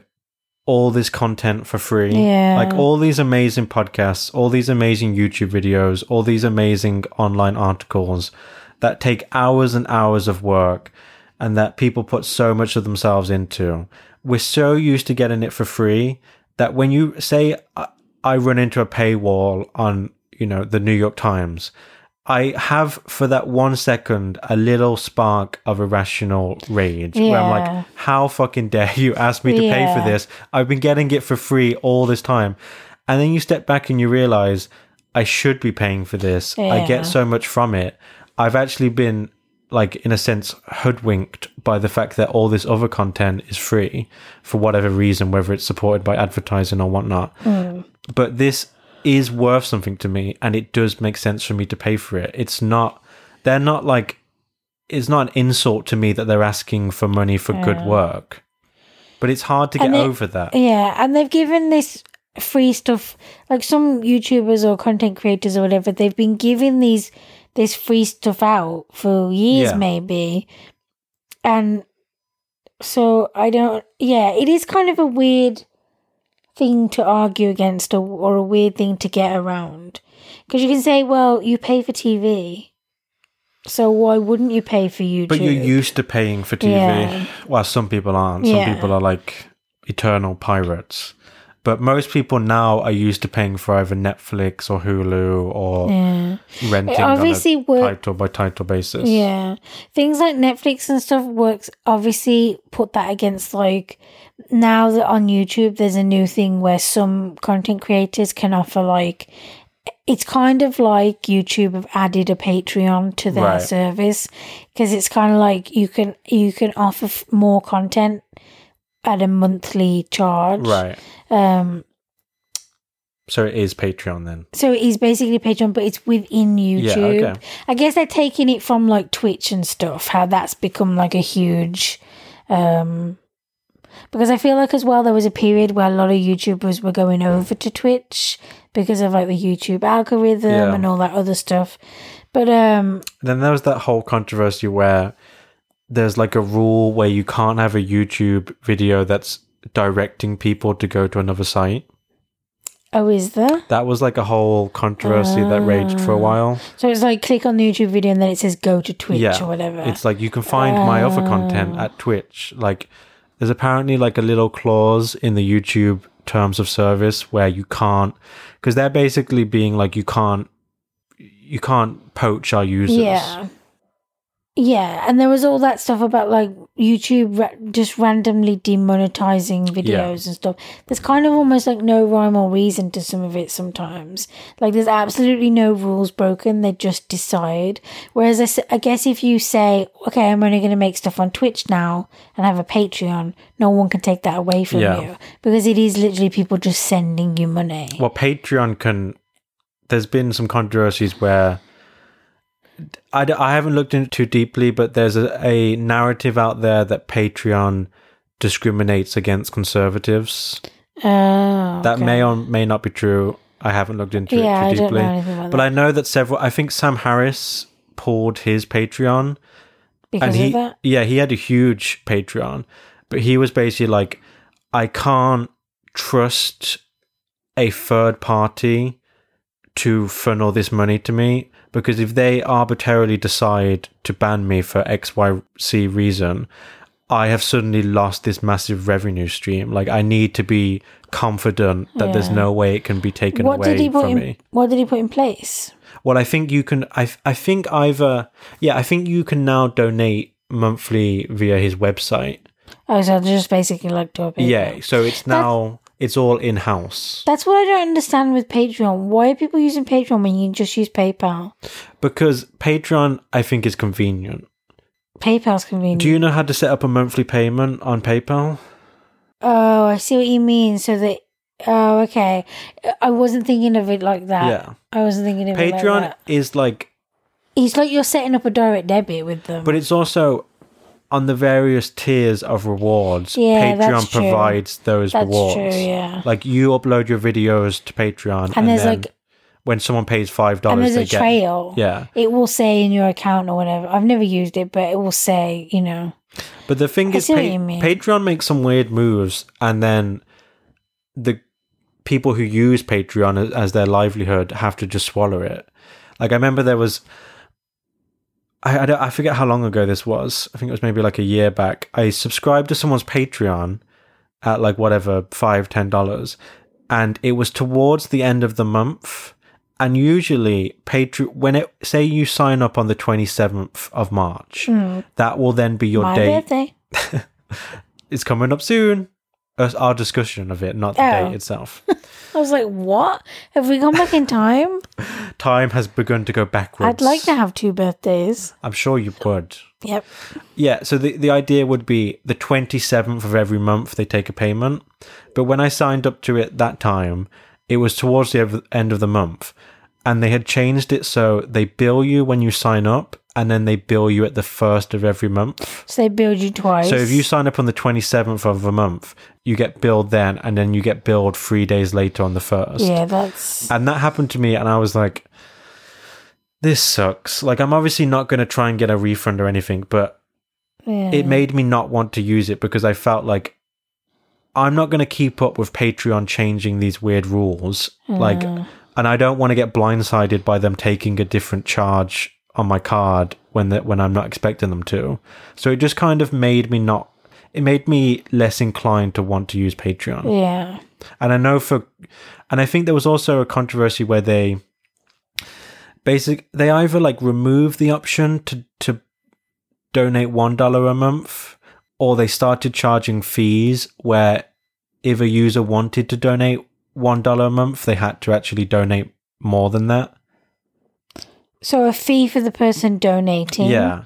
Speaker 2: all this content for free.
Speaker 1: Yeah.
Speaker 2: Like all these amazing podcasts, all these amazing YouTube videos, all these amazing online articles that take hours and hours of work and that people put so much of themselves into. We're so used to getting it for free that when you say I- I run into a paywall on, you know, the New York Times, I have for that one second a little spark of irrational rage where
Speaker 1: Yeah.
Speaker 2: I'm like, how fucking dare you ask me to pay
Speaker 1: Yeah.
Speaker 2: for this? I've been getting it for free all this time. And then you step back and you realize I should be paying for this. I
Speaker 1: Yeah.
Speaker 2: get so much from it. I've actually been like in a sense hoodwinked by the fact that all this other content is free for whatever reason, whether it's supported by advertising or whatnot.
Speaker 1: Mm.
Speaker 2: But this is worth something to me and it does make sense for me to pay for it. It's not they're not like it's not an insult to me that they're asking for money for good work. But it's hard to get
Speaker 1: And it-
Speaker 2: over that.
Speaker 1: Yeah, and they've given this free stuff like some YouTubers or content creators or whatever, they've been giving these this free stuff out for years
Speaker 2: Yeah.
Speaker 1: maybe. And so I don't yeah, it is kind of a weird thing to argue against or, or a weird thing to get around. Cuz you can say, well, you pay for TV. So why wouldn't you pay for YouTube?
Speaker 2: But you're used to paying for TV.
Speaker 1: Yeah.
Speaker 2: Well, some people aren't. Some
Speaker 1: Yeah.
Speaker 2: people are like eternal pirates. But most people now are used to paying for either Netflix or Hulu or
Speaker 1: yeah.
Speaker 2: renting
Speaker 1: It obviously
Speaker 2: on a
Speaker 1: work-
Speaker 2: title by title basis.
Speaker 1: Yeah. Things like Netflix and stuff works obviously put that against like now that on YouTube there's a new thing where some content creators can offer like it's kind of like YouTube have added a Patreon to their
Speaker 2: Right.
Speaker 1: service because it's kind of like you can you can offer f- more content at a monthly charge.
Speaker 2: Right.
Speaker 1: Um
Speaker 2: So it is Patreon then.
Speaker 1: so it is basically Patreon, but it's within YouTube.
Speaker 2: okay.
Speaker 1: I guess they're taking it from like Twitch and stuff. How that's become like a huge, um, because I feel like as well there was a period where a lot of YouTubers were going over to Twitch because of like the YouTube algorithm
Speaker 2: Yeah.
Speaker 1: and all that other stuff. But um,
Speaker 2: Then there was that whole controversy where there's like a rule where you can't have a YouTube video that's directing people to go to another site.
Speaker 1: oh, is there?
Speaker 2: That was like a whole controversy that raged
Speaker 1: Ah.
Speaker 2: for a while.
Speaker 1: So it's like click on the YouTube video and then it says go to Twitch
Speaker 2: Yeah,
Speaker 1: or whatever. Ah.
Speaker 2: It's like you can find my other content at Twitch. Like there's apparently like a little clause in the YouTube terms of service where you can't because they're basically being like you can't you can't poach our users.
Speaker 1: Yeah. Yeah, and there was all that stuff about like YouTube ra- just randomly demonetizing videos and stuff. There's kind of almost like no rhyme or reason to some of it sometimes. Like there's absolutely no rules broken, they just decide. Whereas I, s- I guess if you say, okay, I'm only going to make stuff on Twitch now and have a Patreon, no one can take that away from
Speaker 2: Yeah.
Speaker 1: you because it is literally people just sending you money.
Speaker 2: Well, Patreon can. There's been some controversies where. I, d- I haven't looked into too deeply, but there's a, a narrative out there that Patreon discriminates against conservatives.
Speaker 1: Oh,
Speaker 2: That
Speaker 1: okay.
Speaker 2: may or may not be true. I haven't looked into
Speaker 1: Yeah,
Speaker 2: it
Speaker 1: I
Speaker 2: too
Speaker 1: don't know
Speaker 2: deeply.
Speaker 1: anything about
Speaker 2: but
Speaker 1: that.
Speaker 2: I know that several I think Sam Harris pulled his Patreon
Speaker 1: because
Speaker 2: and he
Speaker 1: of that.
Speaker 2: yeah, he had a huge Patreon, but he was basically like I can't trust a third party to funnel this money to me because if they arbitrarily decide to ban me for XYC reason, I have suddenly lost this massive revenue stream. Like I need to be confident that there's
Speaker 1: Yeah.
Speaker 2: no way it can be taken
Speaker 1: What
Speaker 2: away
Speaker 1: did he put
Speaker 2: from
Speaker 1: in?
Speaker 2: me.
Speaker 1: What did he put in place?
Speaker 2: Well, I think you can. I I think either yeah, I think you can now donate monthly via his website.
Speaker 1: Oh, so just basically like to a paper.
Speaker 2: Yeah, so it's now it's all in house
Speaker 1: That's what I don't understand with Patreon. Why are people using Patreon when you can just use PayPal?
Speaker 2: because Patreon I think is convenient.
Speaker 1: PayPal's convenient.
Speaker 2: Do you know how to set up a monthly payment on PayPal?
Speaker 1: oh, I see what you mean. So that. Oh, okay. I wasn't thinking of it like that.
Speaker 2: yeah.
Speaker 1: Uh, I wasn't thinking of it like
Speaker 2: Patreon
Speaker 1: that.
Speaker 2: is like
Speaker 1: It's like you're setting up a direct debit with them.
Speaker 2: But it's also on the various tiers of rewards.
Speaker 1: Yeah,
Speaker 2: Patreon
Speaker 1: that's true.
Speaker 2: provides those
Speaker 1: That's
Speaker 2: rewards.
Speaker 1: true, yeah.
Speaker 2: Like you upload your videos to Patreon, and,
Speaker 1: there's,
Speaker 2: then
Speaker 1: like-
Speaker 2: when someone pays five
Speaker 1: and
Speaker 2: dollars,
Speaker 1: there's
Speaker 2: they
Speaker 1: a
Speaker 2: get
Speaker 1: trail.
Speaker 2: yeah.
Speaker 1: It will say in your account or whatever. I've never used it, but it will say, you know.
Speaker 2: But the thing
Speaker 1: I
Speaker 2: is,
Speaker 1: see what
Speaker 2: Pa-
Speaker 1: you mean.
Speaker 2: Patreon makes some weird moves, and then the people who use Patreon as, as their livelihood have to just swallow it. Like I remember there was, I I, don't, I forget how long ago this was. I think it was maybe like a year back. I subscribed to someone's Patreon at like whatever five ten dollars, and it was towards the end of the month. And usually, Patreon when it say you sign up on the twenty seventh of March, that will then be your
Speaker 1: Hmm. My
Speaker 2: date
Speaker 1: birthday.
Speaker 2: it's coming up soon. Us- Our discussion of it, not the
Speaker 1: Oh.
Speaker 2: date itself.
Speaker 1: I was like, what? Have we gone back in time?
Speaker 2: Time has begun to go backwards.
Speaker 1: I'd like to have two birthdays.
Speaker 2: I'm sure you would.
Speaker 1: Yep.
Speaker 2: Yeah, so the, the idea would be the 27th of every month they take a payment. But when I signed up to it that time, it was towards the ev- end of the month. And they had changed it so they bill you when you sign up and then they bill you at the first of every month.
Speaker 1: So they build you twice.
Speaker 2: So if you sign up on the 27th of a month, you get billed then and then you get billed three days later on the first.
Speaker 1: Yeah, that's.
Speaker 2: And that happened to me, and I was like, this sucks. Like, I'm obviously not going to try and get a refund or anything, but
Speaker 1: Yeah.
Speaker 2: it made me not want to use it because I felt like I'm not going to keep up with Patreon changing these weird rules. Like, and I don't want to get blindsided by them taking a different charge on my card when that when I'm not expecting them to. So it just kind of made me not. It made me less inclined to want to use Patreon.
Speaker 1: Yeah.
Speaker 2: And I know for, and I think there was also a controversy where they, basic, they either like remove the option to to donate one dollar a month, or they started charging fees where if a user wanted to donate one dollar a month, they had to actually donate more than that.
Speaker 1: So a fee for the person donating.
Speaker 2: Yeah.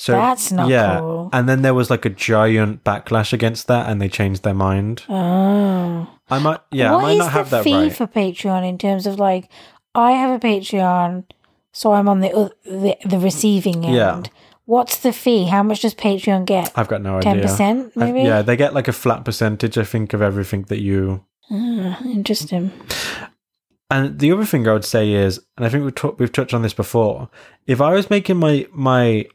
Speaker 2: So
Speaker 1: That's not cool.
Speaker 2: And then there was like a giant backlash against that, and they changed their mind.
Speaker 1: Oh.
Speaker 2: I might, yeah, I
Speaker 1: What
Speaker 2: might
Speaker 1: is
Speaker 2: not have
Speaker 1: the
Speaker 2: that
Speaker 1: fee
Speaker 2: right.
Speaker 1: for Patreon in terms of like, I have a Patreon, so I'm on the oth- the, the receiving end.
Speaker 2: Yeah.
Speaker 1: What's the fee? How much does Patreon get?
Speaker 2: I've got no
Speaker 1: Ten
Speaker 2: idea.
Speaker 1: percent,
Speaker 2: I-
Speaker 1: maybe.
Speaker 2: Yeah, they get like a flat percentage, I think, of everything that you.
Speaker 1: Ah, interesting.
Speaker 2: And the other thing I would say is, and I think we've, t- we've touched on this before, if I was making my my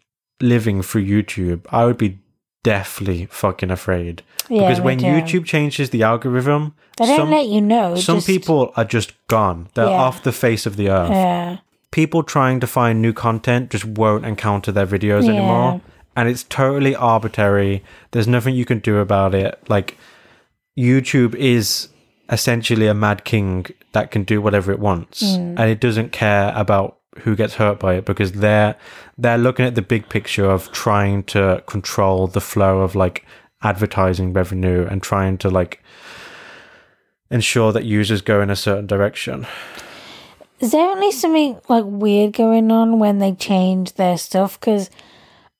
Speaker 2: living through YouTube, I would be deathly fucking afraid
Speaker 1: Yeah,
Speaker 2: because
Speaker 1: me
Speaker 2: when
Speaker 1: too.
Speaker 2: YouTube changes the algorithm,
Speaker 1: they don't
Speaker 2: some
Speaker 1: let you know.
Speaker 2: some
Speaker 1: just-
Speaker 2: people are just gone. They're
Speaker 1: Yeah.
Speaker 2: off the face of the earth.
Speaker 1: Yeah.
Speaker 2: People trying to find new content just won't encounter their videos
Speaker 1: Yeah.
Speaker 2: anymore. And it's totally arbitrary. There's nothing you can do about it. Like, YouTube is essentially a mad king that can do whatever it wants. And it doesn't care about who gets hurt by it because they're they're looking at the big picture of trying to control the flow of like advertising revenue and trying to like ensure that users go in a certain direction.
Speaker 1: Is there only something like weird going on when they change their stuff? Because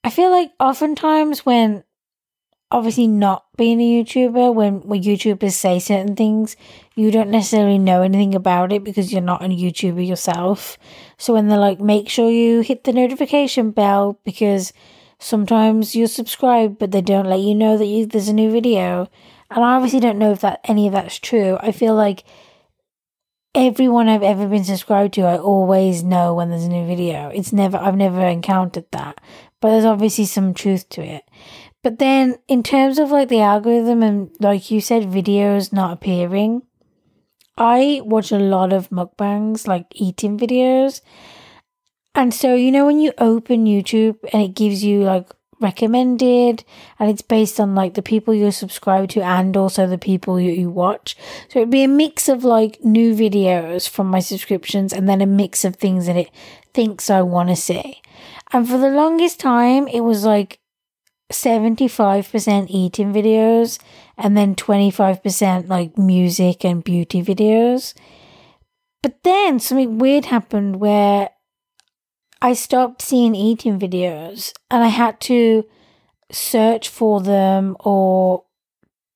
Speaker 1: I feel like oftentimes when, obviously not being a YouTuber, when, when YouTubers say certain things, you don't necessarily know anything about it because you're not a YouTuber yourself. So when they're like, make sure you hit the notification bell because sometimes you're subscribed, but they don't let you know that you, there's a new video. And I obviously don't know if that any of that's true. I feel like everyone I've ever been subscribed to, I always know when there's a new video. It's never, I've never encountered that, but there's obviously some truth to it. But then, in terms of like the algorithm and like you said, videos not appearing, I watch a lot of mukbangs, like eating videos. And so, you know, when you open YouTube and it gives you like recommended and it's based on like the people you're subscribed to and also the people you, you watch. So it'd be a mix of like new videos from my subscriptions and then a mix of things that it thinks I want to see. And for the longest time, it was like 75% eating videos and then 25% like music and beauty videos. But then something weird happened where I stopped seeing eating videos and I had to search for them or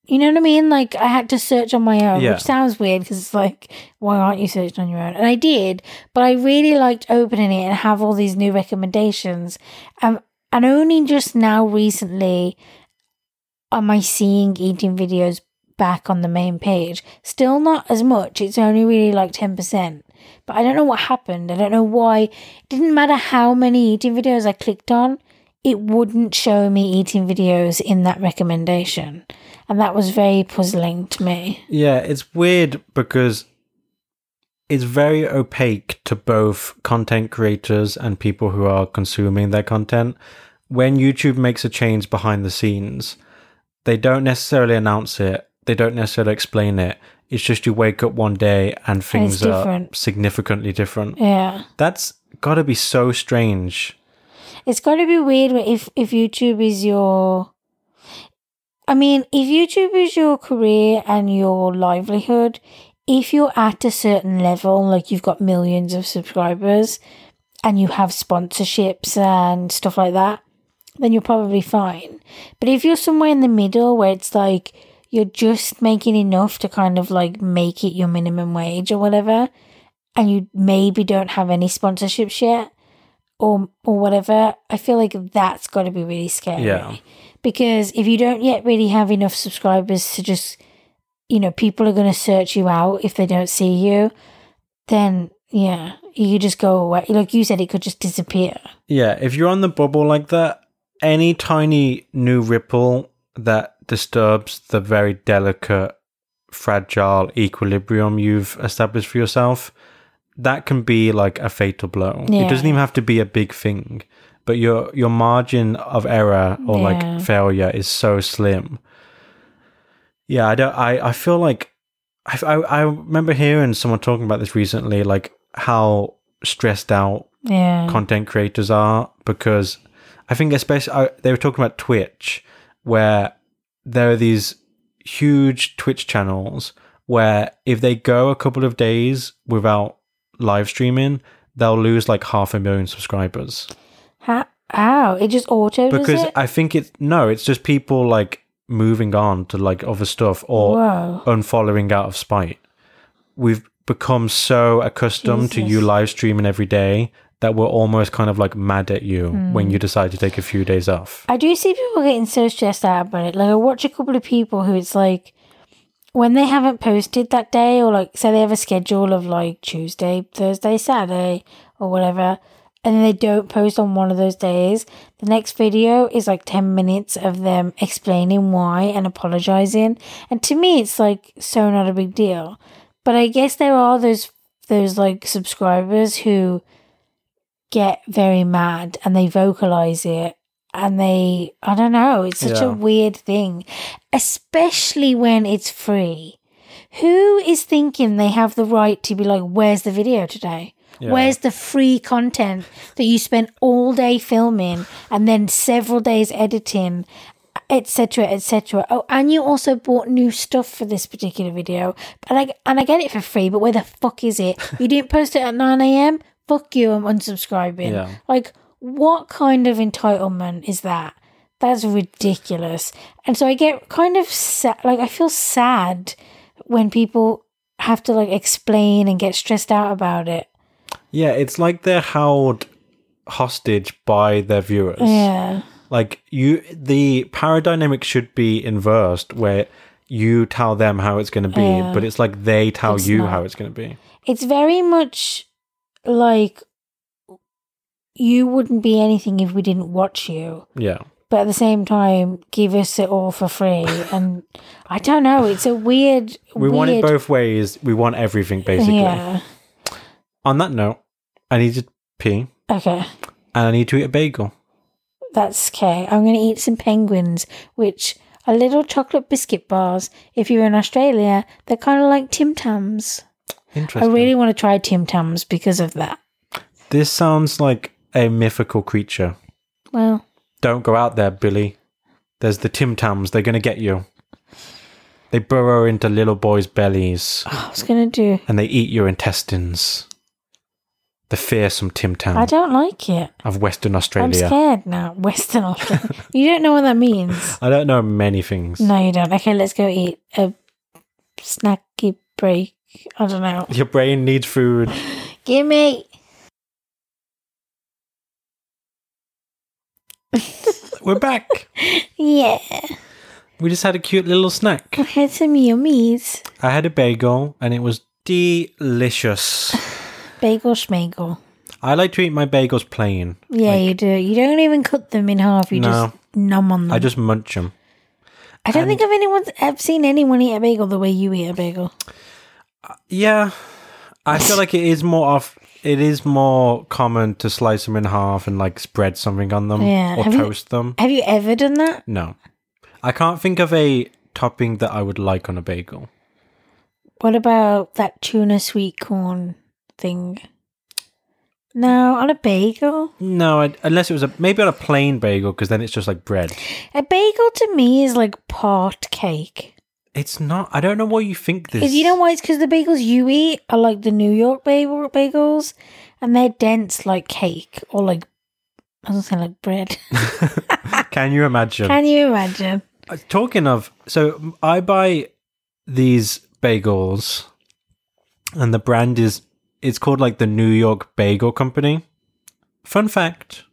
Speaker 1: you know what I mean? Like I had to search on my own,
Speaker 2: Yeah.
Speaker 1: which sounds weird because it's like, why aren't you searching on your own? And I did, but I really liked opening it and have all these new recommendations. Um, and only just now recently am I seeing eating videos back on the main page. Still not as much. It's only really like ten percent. But I don't know what happened. I don't know why. It didn't matter how many eating videos I clicked on, it wouldn't show me eating videos in that recommendation. And that was very puzzling to me.
Speaker 2: Yeah, it's weird because it's very opaque to both content creators and people who are consuming their content. When YouTube makes a change behind the scenes, they don't necessarily announce it, they don't necessarily explain it. It's just you wake up one day and things are
Speaker 1: different.
Speaker 2: significantly different.
Speaker 1: Yeah.
Speaker 2: That's got to be so strange.
Speaker 1: It's got to be weird when- if if YouTube is your. I mean, if YouTube is your career and your livelihood, if you're at a certain level, like you've got millions of subscribers, and you have sponsorships and stuff like that, then you're probably fine. But if you're somewhere in the middle where it's like you're just making enough to kind of like make it your minimum wage or whatever, and you maybe don't have any sponsorships yet, or or whatever, I feel like that's got to be really scary.
Speaker 2: Yeah.
Speaker 1: Because if you don't yet really have enough subscribers to just, you know, people are going to search you out if they don't see you, then yeah, you could just go away. Like you said, it could just disappear.
Speaker 2: Yeah, if you're on the bubble like that, any tiny new ripple that disturbs the very delicate, fragile equilibrium you've established for yourself, that can be like a fatal blow. It
Speaker 1: Yeah.
Speaker 2: doesn't even have to be a big thing, but your your margin of error or
Speaker 1: Yeah.
Speaker 2: like failure is so slim. Yeah, I don't. I I feel like I, I I remember hearing someone talking about this recently, like how stressed out
Speaker 1: Yeah.
Speaker 2: content creators are because I think especially I, they were talking about Twitch where there are these huge Twitch channels where if they go a couple of days without live streaming they'll lose like half a million subscribers
Speaker 1: How? How? It just auto does
Speaker 2: because
Speaker 1: it?
Speaker 2: I think it no it's just people like moving on to like other stuff or
Speaker 1: Whoa.
Speaker 2: unfollowing out of spite. We've become so accustomed to you
Speaker 1: Jesus.
Speaker 2: live streaming every day that we're almost kind of like mad at you when
Speaker 1: Hmm.
Speaker 2: you decide to take a few days off.
Speaker 1: I do see people getting so stressed out about it. Like I watch a couple of people who it's like when they haven't posted that day or like say they have a schedule of like Tuesday, Thursday, Saturday or whatever and then they don't post on one of those days, the next video is like 10 minutes of them explaining why and apologizing. And to me it's like so not a big deal. But I guess there are those those like subscribers who get very mad and they vocalize it and they I don't know, it's such
Speaker 2: Yeah.
Speaker 1: a weird thing, especially when it's free. Who is thinking they have the right to be like where's the video today?
Speaker 2: Yeah.
Speaker 1: Where's the free content that you spent all day filming and then several days editing etc etc oh and you also bought new stuff for this particular video and I, and I get it for free but where the fuck is it you didn't post it at 9am fuck you i'm unsubscribing
Speaker 2: Yeah.
Speaker 1: like what kind of entitlement is that that's ridiculous and so i get kind of sad like i feel sad when people have to like explain and get stressed out about it
Speaker 2: Yeah, it's like they're held hostage by their viewers.
Speaker 1: yeah
Speaker 2: Like you the power dynamic should be inversed where you tell them how it's going to be,
Speaker 1: Yeah.
Speaker 2: but it's like they tell
Speaker 1: It's
Speaker 2: you
Speaker 1: not.
Speaker 2: how it's going to be.
Speaker 1: it's very much like you wouldn't be anything if we didn't watch you
Speaker 2: Yeah.
Speaker 1: but at the same time give us it all for free and i don't know it's a weird
Speaker 2: We want it
Speaker 1: weird-
Speaker 2: both ways. We want everything basically.
Speaker 1: yeah
Speaker 2: On that note, I need to pee
Speaker 1: okay
Speaker 2: and I need to eat a bagel.
Speaker 1: that's okay i'm going to eat some penguins which are little chocolate biscuit bars if you're in australia they're kind of like tim tams i
Speaker 2: Interesting.
Speaker 1: really want to try tim tams because of that
Speaker 2: this sounds like a mythical creature.
Speaker 1: well
Speaker 2: Don't go out there, Billy. There's the Tim Tams. They're going to get you. They burrow into little boys' bellies
Speaker 1: I was gonna do.
Speaker 2: and they eat your intestines. The fearsome Tim
Speaker 1: I
Speaker 2: Tam
Speaker 1: don't like it.
Speaker 2: of Western
Speaker 1: I'm
Speaker 2: Australia.
Speaker 1: scared now. Western Australia. you don't know what that means.
Speaker 2: I don't know many things.
Speaker 1: No, you don't. Okay, let's go eat a snacky break. I don't know.
Speaker 2: Your brain needs food.
Speaker 1: Gimme.
Speaker 2: We're back.
Speaker 1: Yeah.
Speaker 2: we just had a cute little snack.
Speaker 1: I had some yummies.
Speaker 2: I had a bagel and it was delicious.
Speaker 1: Bagel schmagel.
Speaker 2: I like to eat my bagels plain.
Speaker 1: Yeah,
Speaker 2: Like-
Speaker 1: you do. You don't even cut them in half. You
Speaker 2: No.
Speaker 1: just numb on them.
Speaker 2: I just munch them.
Speaker 1: I don't think I've anyone's I've seen anyone eat a bagel the way you eat a bagel.
Speaker 2: Yeah, I feel like it is more off. It is more common to slice them in half and like spread something on them
Speaker 1: Yeah,
Speaker 2: or
Speaker 1: have you-
Speaker 2: toast them.
Speaker 1: Have you ever done that?
Speaker 2: No, I can't think of a topping that I would like on a bagel.
Speaker 1: What about that tuna sweet corn thing? No, on a bagel.
Speaker 2: No, I, unless it was a maybe on a plain bagel because then it's just like bread.
Speaker 1: A bagel to me is like part cake.
Speaker 2: It's not. I don't know what you think this.
Speaker 1: Because you know why? It's because the bagels you eat are like the New York bagel bagels, and they're dense like cake or like I was gonna say like bread.
Speaker 2: Can you imagine?
Speaker 1: Can you imagine?
Speaker 2: Uh, Talking of, so I buy these bagels, and the brand is it's called like the New York Bagel Company. Fun fact: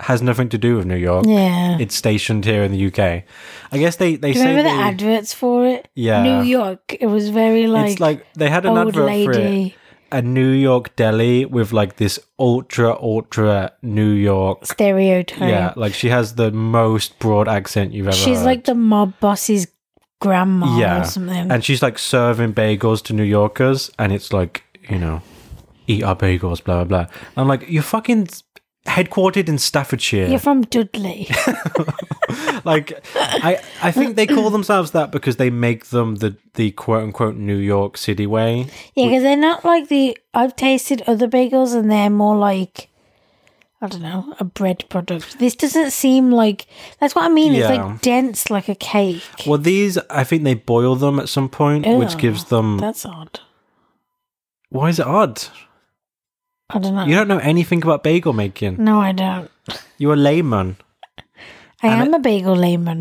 Speaker 2: has nothing to do with New York.
Speaker 1: Yeah.
Speaker 2: It's stationed here in the UK. I guess they they
Speaker 1: Do you
Speaker 2: say
Speaker 1: remember the
Speaker 2: they-
Speaker 1: adverts for it?
Speaker 2: Yeah.
Speaker 1: New York. It was very like,
Speaker 2: it's like they had an
Speaker 1: old
Speaker 2: advert for it,
Speaker 1: lady
Speaker 2: a New York deli with like this ultra ultra New York.
Speaker 1: stereotype.
Speaker 2: Yeah, like she has the most broad accent you've ever.
Speaker 1: She's
Speaker 2: heard.
Speaker 1: like the mob boss's grandma
Speaker 2: Yeah.
Speaker 1: or something.
Speaker 2: and she's like serving bagels to New Yorkers, and it's like you know, eat our bagels, blah blah blah. And I'm like, you're fucking headquartered in Staffordshire.
Speaker 1: You're from Dudley.
Speaker 2: like, I I think they call themselves that because they make them the the quote unquote New York City way.
Speaker 1: yeah, because they're not like the. I've tasted other bagels and they're more like. I don't know, a bread product. This doesn't seem like. That's what I mean. It's
Speaker 2: Yeah.
Speaker 1: like dense like a cake.
Speaker 2: Well, these I think they boil them at some point, which
Speaker 1: Ew.
Speaker 2: gives them.
Speaker 1: That's odd.
Speaker 2: why is it odd?
Speaker 1: I don't know.
Speaker 2: You don't know anything about bagel making.
Speaker 1: no, I don't.
Speaker 2: You're a layman.
Speaker 1: I am a bagel layman.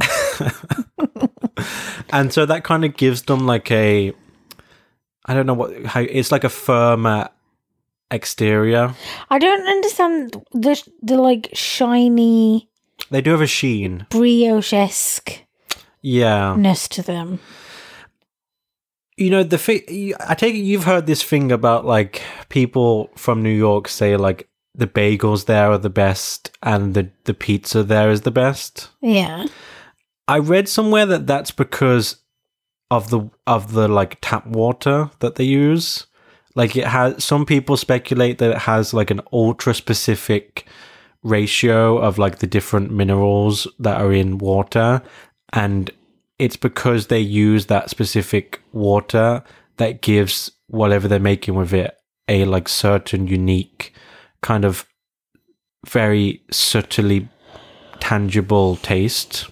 Speaker 2: and so that kind of gives them like a i don't know what how it's like a firmer exterior
Speaker 1: I don't understand the the like shiny
Speaker 2: they do have a sheen
Speaker 1: brioche esque
Speaker 2: yeah
Speaker 1: ness to them.
Speaker 2: you know the thing i take it you've heard this thing about like people from new york say like the bagels there are the best and the the pizza there is the best
Speaker 1: Yeah.
Speaker 2: i read somewhere that that's because of the of the like tap water that they use like it has some people speculate that it has like an ultra specific ratio of like the different minerals that are in water and it's because they use that specific water that gives whatever they're making with it a like certain unique kind of very subtly tangible taste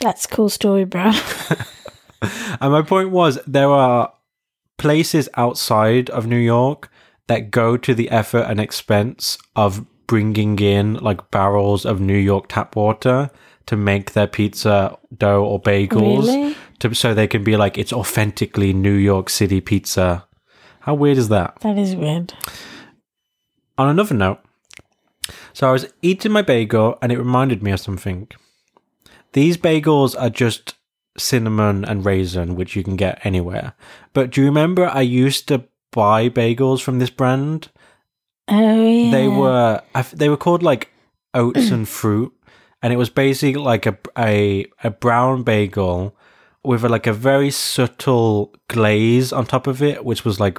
Speaker 1: That's a cool story, bro.
Speaker 2: And my point was there are places outside of New York that go to the effort and expense of bringing in like barrels of New York tap water to make their pizza dough or bagels
Speaker 1: Really?
Speaker 2: to, so they can be like it's authentically New York City pizza. How weird is that?
Speaker 1: That is weird.
Speaker 2: On another note, so I was eating my bagel and it reminded me of something. These bagels are just cinnamon and raisin, which you can get anywhere. But do you remember I used to buy bagels from this brand?
Speaker 1: Oh yeah.
Speaker 2: They were um, I f- they were called like oats and fruit, and it was basically like a a, a brown bagel with like a very subtle glaze on top of it, which was like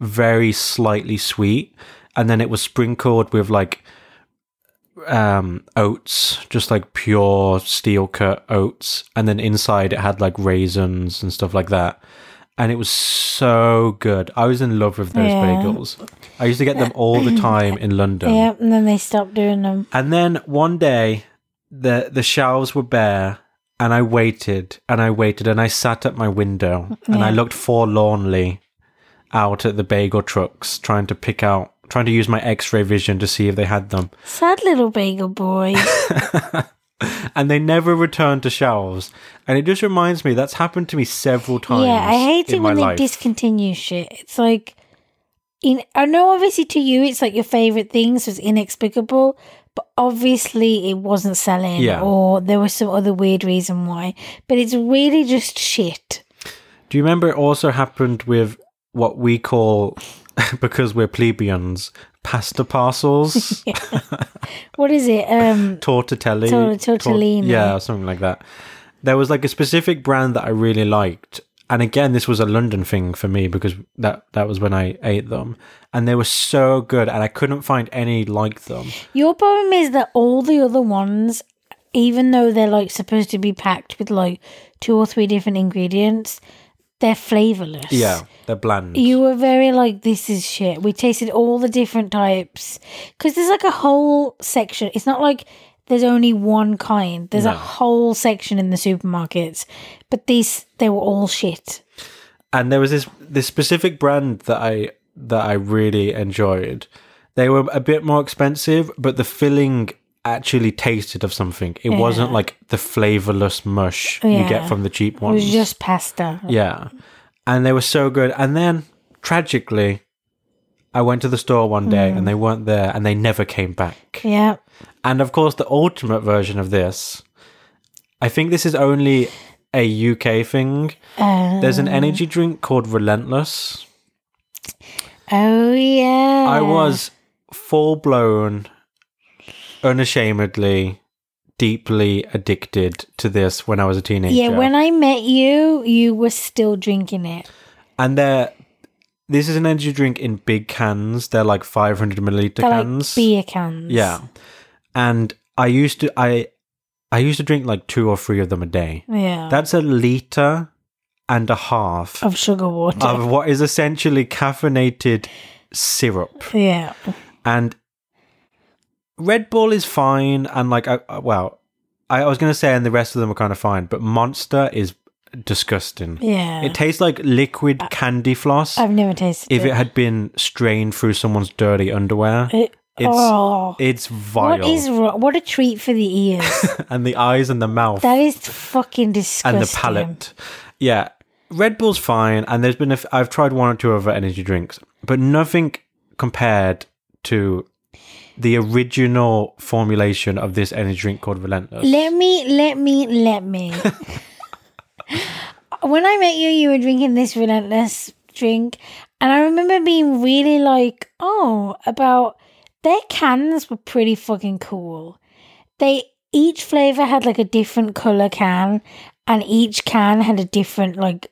Speaker 2: very slightly sweet, and then it was sprinkled with like um oats just like pure steel cut oats and then inside it had like raisins and stuff like that and it was so good i was in love with those
Speaker 1: Yeah.
Speaker 2: bagels i used to get them all the time in london
Speaker 1: Yeah, and then they stopped doing them.
Speaker 2: and then one day the the shelves were bare and I waited and I waited and I sat at my window and I
Speaker 1: Yeah.
Speaker 2: looked forlornly out at the bagel trucks trying to pick out trying to use my x-ray vision to see if they had them
Speaker 1: Sad little bagel boy.
Speaker 2: and they never returned to shelves and it just reminds me that's happened to me several times
Speaker 1: yeah, I hate
Speaker 2: in
Speaker 1: it
Speaker 2: my
Speaker 1: when they
Speaker 2: life.
Speaker 1: discontinue shit. It's like, in I know obviously to you it's like your favorite thing, so it's inexplicable. But obviously it wasn't selling,
Speaker 2: Yeah.
Speaker 1: or there was some other weird reason why. But it's really just shit.
Speaker 2: Do you remember it also happened with what we call, because we're plebeians, pasta parcels,
Speaker 1: What is it? Um,
Speaker 2: tortellini,
Speaker 1: Tor- tortellini.
Speaker 2: yeah, something like that. There was like a specific brand that I really liked, and again, this was a London thing for me because that that was when I ate them, and they were so good, and I couldn't find any like them.
Speaker 1: Your problem is that all the other ones, even though they're like supposed to be packed with like two or three different ingredients, they're flavorless.
Speaker 2: Yeah, they're bland.
Speaker 1: You were very like, this is shit. We tasted all the different types. Because there's like a whole section. It's not like there's only one kind, there's a
Speaker 2: No.
Speaker 1: whole section in the supermarkets. But these, they were all shit.
Speaker 2: and there was this this specific brand that I that I really enjoyed. They were a bit more expensive, but the filling actually tasted of something. It wasn't like the flavorless mush you
Speaker 1: Yeah.
Speaker 2: get from the cheap
Speaker 1: It
Speaker 2: ones.
Speaker 1: was just pasta.
Speaker 2: yeah, and they were so good. And then tragically, I went to the store one day
Speaker 1: Mm.
Speaker 2: and they weren't there, and they never came back.
Speaker 1: Yeah.
Speaker 2: And of course, the ultimate version of this, I think this is only a UK thing.
Speaker 1: Uh,
Speaker 2: There's an energy drink called Relentless.
Speaker 1: oh, yeah.
Speaker 2: I was full blown, unashamedly, deeply addicted to this when I was a teenager.
Speaker 1: Yeah, when I met you, you were still drinking it.
Speaker 2: and they're this is an energy drink in big cans. They're like 500 milliliter
Speaker 1: They're like
Speaker 2: cans.
Speaker 1: beer cans.
Speaker 2: yeah, and I used to I I used to drink like two or three of them a day.
Speaker 1: Yeah.
Speaker 2: That's a liter and a half
Speaker 1: of sugar water.
Speaker 2: of what is essentially caffeinated syrup.
Speaker 1: yeah.
Speaker 2: and Red Bull is fine, and like, I, I- well, I, I was gonna say, and the rest of them are kind of fine, but Monster is disgusting.
Speaker 1: Yeah. Uh,
Speaker 2: It tastes like liquid candy floss
Speaker 1: I've never tasted
Speaker 2: if it had been strained through someone's dirty underwear.
Speaker 1: It-
Speaker 2: it's
Speaker 1: oh.
Speaker 2: it's vile,
Speaker 1: What is wrong? What a treat for the ears.
Speaker 2: and the eyes and the mouth
Speaker 1: that is fucking disgusting.
Speaker 2: and the palate. Yeah, Red Bull's fine, and there's been a f- I've tried one or two other energy drinks, but nothing compared to the original formulation of this energy drink called Relentless.
Speaker 1: Let me, let me, let me. when I met you, you were drinking this relentless drink, and I remember being really like, oh, about their cans were pretty fucking cool. They each flavor had like a different color can, and each can had a different like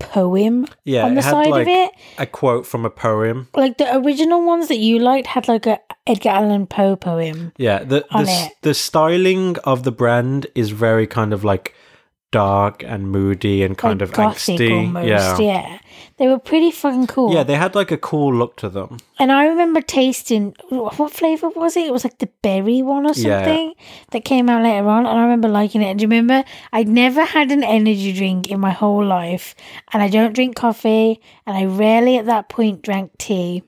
Speaker 1: poem
Speaker 2: yeah,
Speaker 1: on the
Speaker 2: it had
Speaker 1: side
Speaker 2: like
Speaker 1: of it.
Speaker 2: a quote from a poem.
Speaker 1: like the original ones that you liked had like a Edgar Allan Poe poem.
Speaker 2: Yeah, the the,
Speaker 1: On
Speaker 2: s-
Speaker 1: it.
Speaker 2: the styling of the brand is very kind of like dark and moody and kind
Speaker 1: like
Speaker 2: of angsty.
Speaker 1: yeah.
Speaker 2: yeah.
Speaker 1: They were pretty fucking cool.
Speaker 2: Yeah, they had like a cool look to them.
Speaker 1: and I remember tasting what flavor was it? It was like the berry one or
Speaker 2: Yeah.
Speaker 1: something that came out later on, and I remember liking it. And do you remember I'd never had an energy drink in my whole life, and I don't drink coffee, and I rarely at that point drank tea.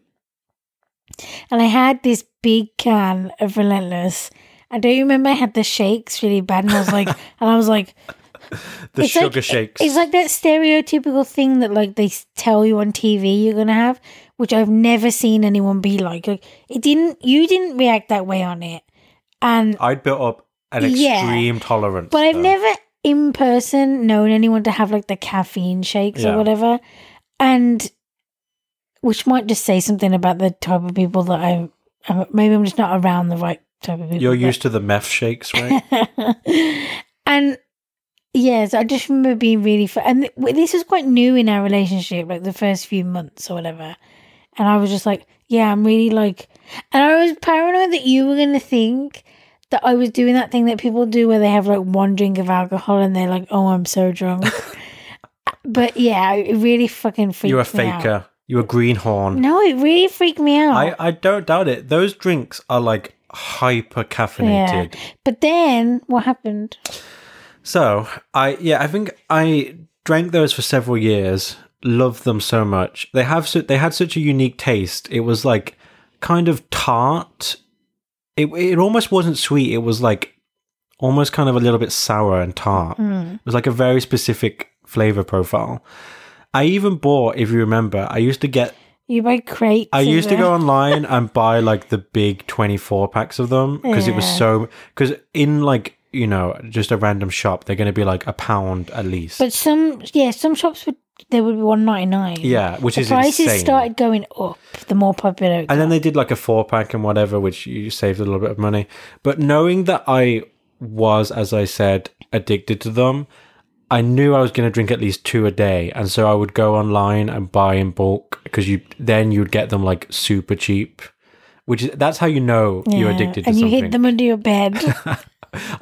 Speaker 1: And I had this big can of Relentless. I don't remember I had the shakes really bad, and I was like, and I was like,
Speaker 2: The
Speaker 1: It's
Speaker 2: sugar
Speaker 1: like-
Speaker 2: shakes.
Speaker 1: it's like that stereotypical thing that like they s- tell you on TV you're gonna have, which I've never seen anyone be like. Like it didn't. You didn't react that way on it, and
Speaker 2: I'd built up an
Speaker 1: Yeah.
Speaker 2: extreme tolerance.
Speaker 1: but I've
Speaker 2: though.
Speaker 1: never in person known anyone to have like the caffeine shakes
Speaker 2: Yeah.
Speaker 1: or whatever, and which might just say something about the type of people that I. am Maybe I'm just not around the right type of people.
Speaker 2: You're
Speaker 1: but-
Speaker 2: used to the meth shakes, right?
Speaker 1: and yeah, so I just remember being really fun. And th- w- this was quite new in our relationship, like the first few months or whatever. And I was just like, yeah, I'm really like, and I was paranoid that you were going to think that I was doing that thing that people do where they have like one drink of alcohol and they're like, oh, I'm so drunk. but yeah, it really fucking freaked me
Speaker 2: You're a
Speaker 1: out.
Speaker 2: faker. You're a greenhorn.
Speaker 1: No, it really freaked me out.
Speaker 2: I, I don't doubt it. Those drinks are like hyper
Speaker 1: Yeah.
Speaker 2: caffeinated.
Speaker 1: But then what happened?
Speaker 2: So I yeah, I think I drank those for several years. Loved them so much. They have su- they had such a unique taste. It was like kind of tart. It it almost wasn't sweet. It was like almost kind of a little bit sour and tart. It was like a very specific flavor profile. I even bought, if you remember, I used to get
Speaker 1: You buy crates.
Speaker 2: I
Speaker 1: of
Speaker 2: used to
Speaker 1: them.
Speaker 2: go online and buy like the big 24 packs of them because it was
Speaker 1: Yeah.
Speaker 2: so. Because in like, you know, just a random shop, they're going to be like a pound at least.
Speaker 1: But some, yeah, some shops would they would be one ninety nine.
Speaker 2: yeah, which
Speaker 1: the
Speaker 2: is
Speaker 1: prices
Speaker 2: insane.
Speaker 1: started going up the more popular.
Speaker 2: and then they did like a four pack and whatever, which you saved a little bit of money. But knowing that I was, as I said, addicted to them, I knew I was going to drink at least two a day, and so I would go online and buy in bulk because you then you'd get them like super cheap, which is that's how you know you're
Speaker 1: Yeah,
Speaker 2: addicted to
Speaker 1: and you
Speaker 2: something.
Speaker 1: hid them under your bed.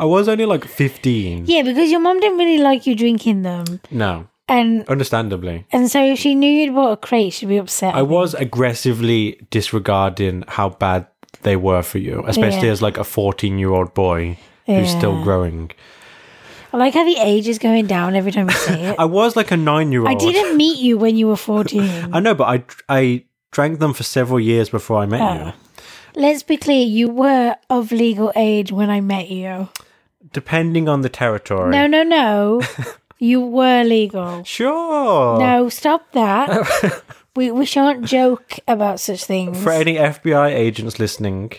Speaker 2: I was only like 15.
Speaker 1: yeah, because your mum didn't really like you drinking them,
Speaker 2: No,
Speaker 1: and
Speaker 2: understandably.
Speaker 1: and so if she knew you'd bought a crate, she'd be upset.
Speaker 2: I was aggressively disregarding how bad they were for you, especially
Speaker 1: Yeah.
Speaker 2: as like a 14 year old boy who's still
Speaker 1: Yeah.
Speaker 2: growing.
Speaker 1: I like how the age is going down every time you say it.
Speaker 2: I was like a nine year
Speaker 1: I
Speaker 2: old.
Speaker 1: didn't meet you when you were fourteen.
Speaker 2: I know, but I, I drank them for several years before I met
Speaker 1: Oh.
Speaker 2: you.
Speaker 1: Let's be clear, you were of legal age when I met you.
Speaker 2: Depending on the territory.
Speaker 1: No, no, no. you were legal.
Speaker 2: Sure.
Speaker 1: No, stop that. we we shan't joke about such things
Speaker 2: For any FBI agents listening,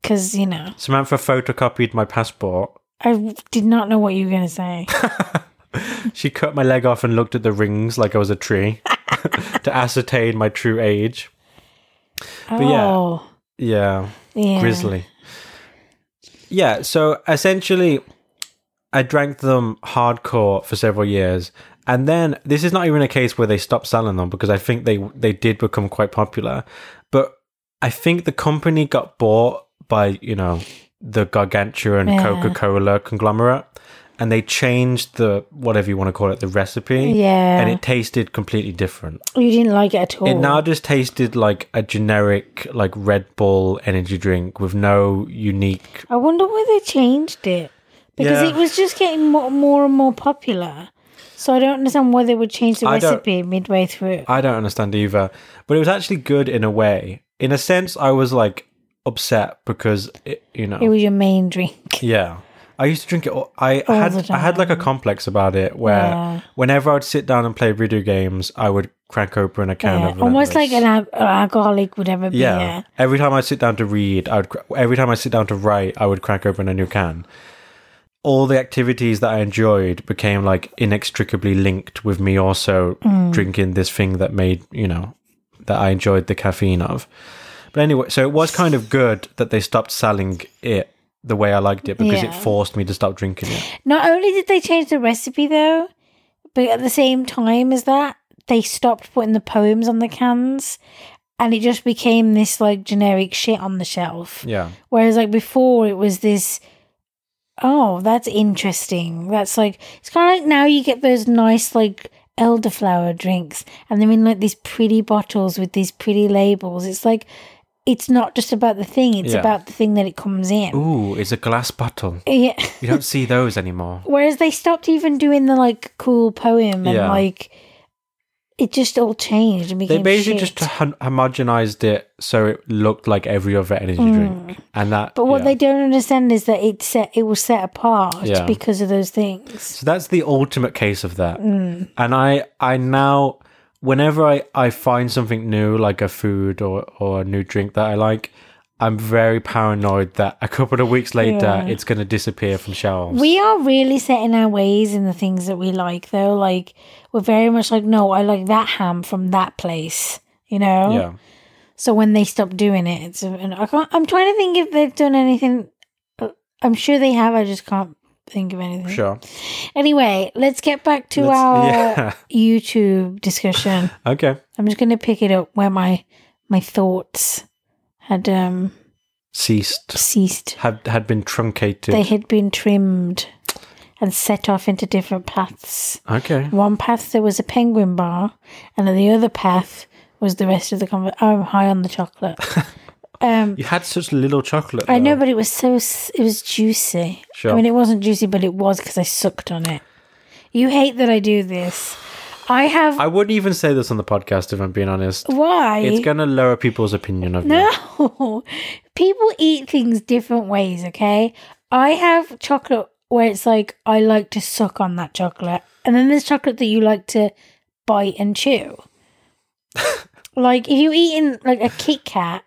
Speaker 1: because you know
Speaker 2: Samantha photocopied my passport.
Speaker 1: I did not know what you were going to say.
Speaker 2: She cut my leg off and looked at the rings like I was a tree to ascertain my true age. yeah.
Speaker 1: oh,
Speaker 2: Yeah,
Speaker 1: yeah.
Speaker 2: grizzly. Yeah, so essentially, I drank them hardcore for several years, and then this is not even a case where they stopped selling them because I think they they did become quite popular, but I think the company got bought by you know the gargantuan
Speaker 1: Yeah.
Speaker 2: Coca Cola conglomerate, and they changed the whatever you want to call it the recipe,
Speaker 1: Yeah.
Speaker 2: and it tasted completely different.
Speaker 1: You didn't like it at all.
Speaker 2: It now just tasted like a generic, like Red Bull energy drink with no unique.
Speaker 1: I wonder why they changed it because
Speaker 2: Yeah.
Speaker 1: it was just getting more, more and more popular. So I don't understand why they would change the
Speaker 2: I don't-
Speaker 1: recipe midway through.
Speaker 2: I don't understand either, but it was actually good in a way. In a sense, I was like upset because it, you know,
Speaker 1: It was your main drink.
Speaker 2: yeah. I used to drink it. All, I
Speaker 1: All
Speaker 2: had
Speaker 1: the
Speaker 2: I had like a complex about it where
Speaker 1: Yeah.
Speaker 2: whenever I'd sit down and play video games, I would crack open a can
Speaker 1: Yeah,
Speaker 2: of
Speaker 1: almost
Speaker 2: Relentless.
Speaker 1: like an, al- an alcoholic would ever be.
Speaker 2: Yeah.
Speaker 1: Yeah.
Speaker 2: Every time I sit down to read, I would. cra- Every time I sit down to write, I would crack open a new can. All the activities that I enjoyed became like inextricably linked with me also drinking this thing that made you know that I enjoyed the caffeine of. But anyway, so it was kind of good that they stopped selling it the way I liked it because it
Speaker 1: Yeah.
Speaker 2: forced me to stop drinking it.
Speaker 1: Not only did they change the recipe though, but at the same time as that, they stopped putting the poems on the cans, and it just became this like generic shit on the shelf.
Speaker 2: Yeah.
Speaker 1: Whereas like before it was this oh, that's interesting. That's like it's kinda like now you get those nice like elderflower drinks and they're in like these pretty bottles with these pretty labels. It's like it's not just about the thing, it's
Speaker 2: Yeah.
Speaker 1: about the thing that it comes in.
Speaker 2: Ooh, it's a glass bottle.
Speaker 1: Yeah.
Speaker 2: You don't see those anymore.
Speaker 1: Whereas they stopped even doing the like cool poem and
Speaker 2: Yeah.
Speaker 1: like it just all changed and became
Speaker 2: They basically
Speaker 1: shit.
Speaker 2: just hom- homogenized it so it looked like every other energy drink, and that.
Speaker 1: Mm. but what
Speaker 2: yeah.
Speaker 1: they don't understand is that it set it was set apart
Speaker 2: Yeah.
Speaker 1: because of those things.
Speaker 2: So that's the ultimate case of that.
Speaker 1: Mm.
Speaker 2: And I I now whenever I I find something new like a food or or a new drink that I like, I'm very paranoid that a couple of weeks later
Speaker 1: Yeah.
Speaker 2: it's going to disappear from shelves.
Speaker 1: We are really set in our ways in the things that we like, though. Like, we're very much like, no, I like that ham from that place, you know?
Speaker 2: yeah.
Speaker 1: So when they stop doing it, it's. And I can't, I'm trying to think if they've done anything. uh, I'm sure they have. I just can't think of anything.
Speaker 2: Sure.
Speaker 1: Anyway, let's get back to
Speaker 2: Let's-
Speaker 1: our
Speaker 2: yeah.
Speaker 1: YouTube discussion.
Speaker 2: Okay.
Speaker 1: I'm just going to pick it up where my my thoughts had um
Speaker 2: Ceased.
Speaker 1: ceased.
Speaker 2: Had had been truncated.
Speaker 1: They had been trimmed and set off into different paths.
Speaker 2: okay.
Speaker 1: One path there was a penguin bar, and on the other path was the rest of the conversation. I'm high on the chocolate. Um,
Speaker 2: You had such little chocolate.
Speaker 1: I know,
Speaker 2: though.
Speaker 1: but it was so s- it was juicy.
Speaker 2: Sure.
Speaker 1: I mean, it wasn't juicy, but it was because I sucked on it. You hate that I do this. I have
Speaker 2: I wouldn't even say this on the podcast if I'm being honest.
Speaker 1: why?
Speaker 2: It's going to lower people's opinion of you.
Speaker 1: no, people eat things different ways. Okay, I have chocolate where it's like I like to suck on that chocolate, and then there's chocolate that you like to bite and chew. like if you're eating like a Kit Kat,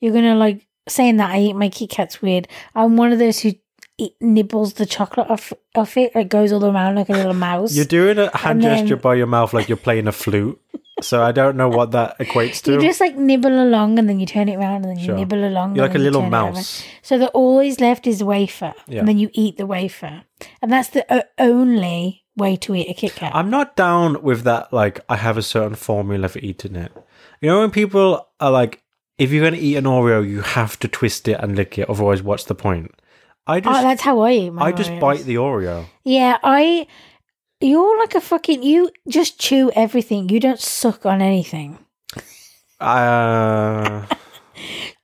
Speaker 1: you're gonna like saying that I eat my Kit Kats weird. I'm one of those who eat, nibbles the chocolate off off it. It goes all around like a little mouse.
Speaker 2: You're doing a hand
Speaker 1: And then-
Speaker 2: gesture by your mouth like you're playing a flute. so I don't know what that equates to.
Speaker 1: you just like nibble along and then you turn it around and then
Speaker 2: Sure.
Speaker 1: you nibble along.
Speaker 2: You're
Speaker 1: and
Speaker 2: like a
Speaker 1: then you
Speaker 2: little
Speaker 1: turn it around.
Speaker 2: mouse.
Speaker 1: So the all is left is wafer,
Speaker 2: Yeah.
Speaker 1: and then you eat the wafer, and that's the o- only way to eat a Kit Kat.
Speaker 2: I'm not down with that. Like, I have a certain formula for eating it. You know, when people are like, if you're going to eat an Oreo, you have to twist it and lick it. Otherwise, what's the point? I
Speaker 1: oh,
Speaker 2: just,
Speaker 1: that's how I eat. My
Speaker 2: I just
Speaker 1: Oreos.
Speaker 2: bite the Oreo.
Speaker 1: Yeah, I. You're like a fucking. You just chew everything. You don't suck on anything.
Speaker 2: Uh,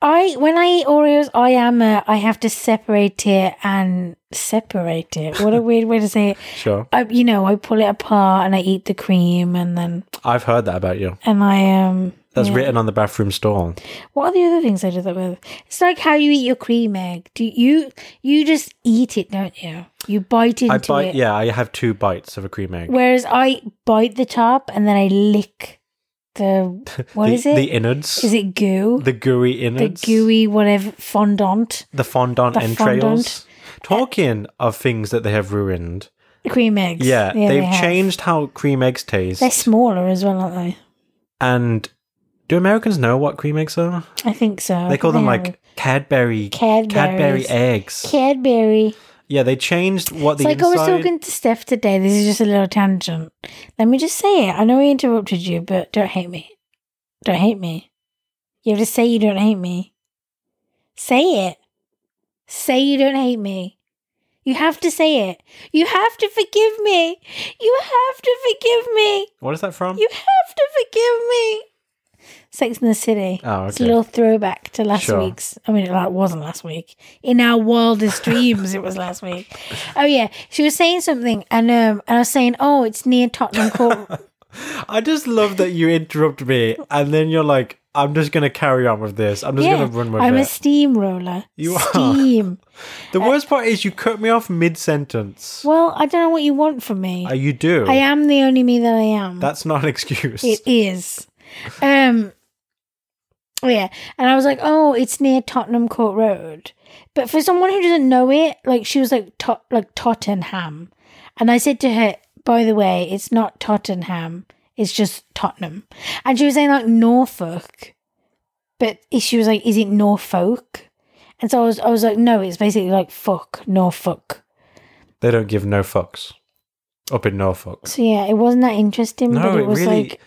Speaker 1: I when I eat Oreos, I am. A, I have to separate it and separate it. What a weird way to say it.
Speaker 2: sure.
Speaker 1: I, you know, I pull it apart and I eat the cream, and then
Speaker 2: I've heard that about you.
Speaker 1: and I um.
Speaker 2: That's
Speaker 1: yeah.
Speaker 2: written on the bathroom stall.
Speaker 1: What are the other things I do that with? It's like how you eat your cream egg. Do you you just eat it, don't you? You bite into
Speaker 2: I bite,
Speaker 1: it.
Speaker 2: yeah, I have two bites of a cream egg.
Speaker 1: Whereas I bite the top and then I lick the what
Speaker 2: the,
Speaker 1: is it?
Speaker 2: The innards.
Speaker 1: is it goo?
Speaker 2: the gooey
Speaker 1: The
Speaker 2: innards.
Speaker 1: gooey whatever fondant
Speaker 2: The fondant
Speaker 1: the
Speaker 2: entrails.
Speaker 1: fondant.
Speaker 2: Talking of things that they have ruined.
Speaker 1: cream eggs.
Speaker 2: Yeah,
Speaker 1: they
Speaker 2: they've
Speaker 1: have.
Speaker 2: changed how cream eggs taste.
Speaker 1: They're smaller as well, aren't they?
Speaker 2: And do Americans know what cream eggs are?
Speaker 1: I think so. I
Speaker 2: They
Speaker 1: think
Speaker 2: call them
Speaker 1: have
Speaker 2: like Cadbury
Speaker 1: Cadbury's.
Speaker 2: Cadbury eggs.
Speaker 1: Cadbury.
Speaker 2: yeah, they changed what the
Speaker 1: It's like oh,
Speaker 2: inside.
Speaker 1: I was talking to Steph today. This is just a little tangent. Let me just say it. I know I interrupted you, but don't hate me. Don't hate me. You have to say you don't hate me. Say it. Say you don't hate me. You have to say it. You have to forgive me. You have to forgive me.
Speaker 2: what is that from?
Speaker 1: You have to forgive me. Sex in the City.
Speaker 2: Oh,
Speaker 1: It's a
Speaker 2: okay.
Speaker 1: little throwback to last
Speaker 2: Sure.
Speaker 1: week's. I mean, it like, wasn't last week. In our wildest dreams, it was last week. Oh yeah, she was saying something, and um, and I was saying, oh, it's near Tottenham Court.
Speaker 2: I just love that you interrupt me and then you're like, I'm just going to carry on with this. I'm just
Speaker 1: yeah,
Speaker 2: going to run with
Speaker 1: I'm
Speaker 2: it.
Speaker 1: a steamroller.
Speaker 2: You are.
Speaker 1: Steam.
Speaker 2: the worst part is you cut me off mid sentence.
Speaker 1: Well, I don't know what you want from me.
Speaker 2: Uh, you do.
Speaker 1: I am the only me that I am.
Speaker 2: That's not an excuse.
Speaker 1: It is. Um oh yeah. And I was like, oh, it's near Tottenham Court Road. But for someone who doesn't know it, like she was like tot like Tottenham. And I said to her, by the way, it's not Tottenham, it's just Tottenham. And she was saying like Norfolk. But she was like, is it Norfolk? And so I was I was like, no, it's basically like fuck, Norfolk.
Speaker 2: they don't give no fucks up in Norfolk.
Speaker 1: So yeah, it wasn't that interesting,
Speaker 2: No,
Speaker 1: but it
Speaker 2: it
Speaker 1: was
Speaker 2: really.
Speaker 1: like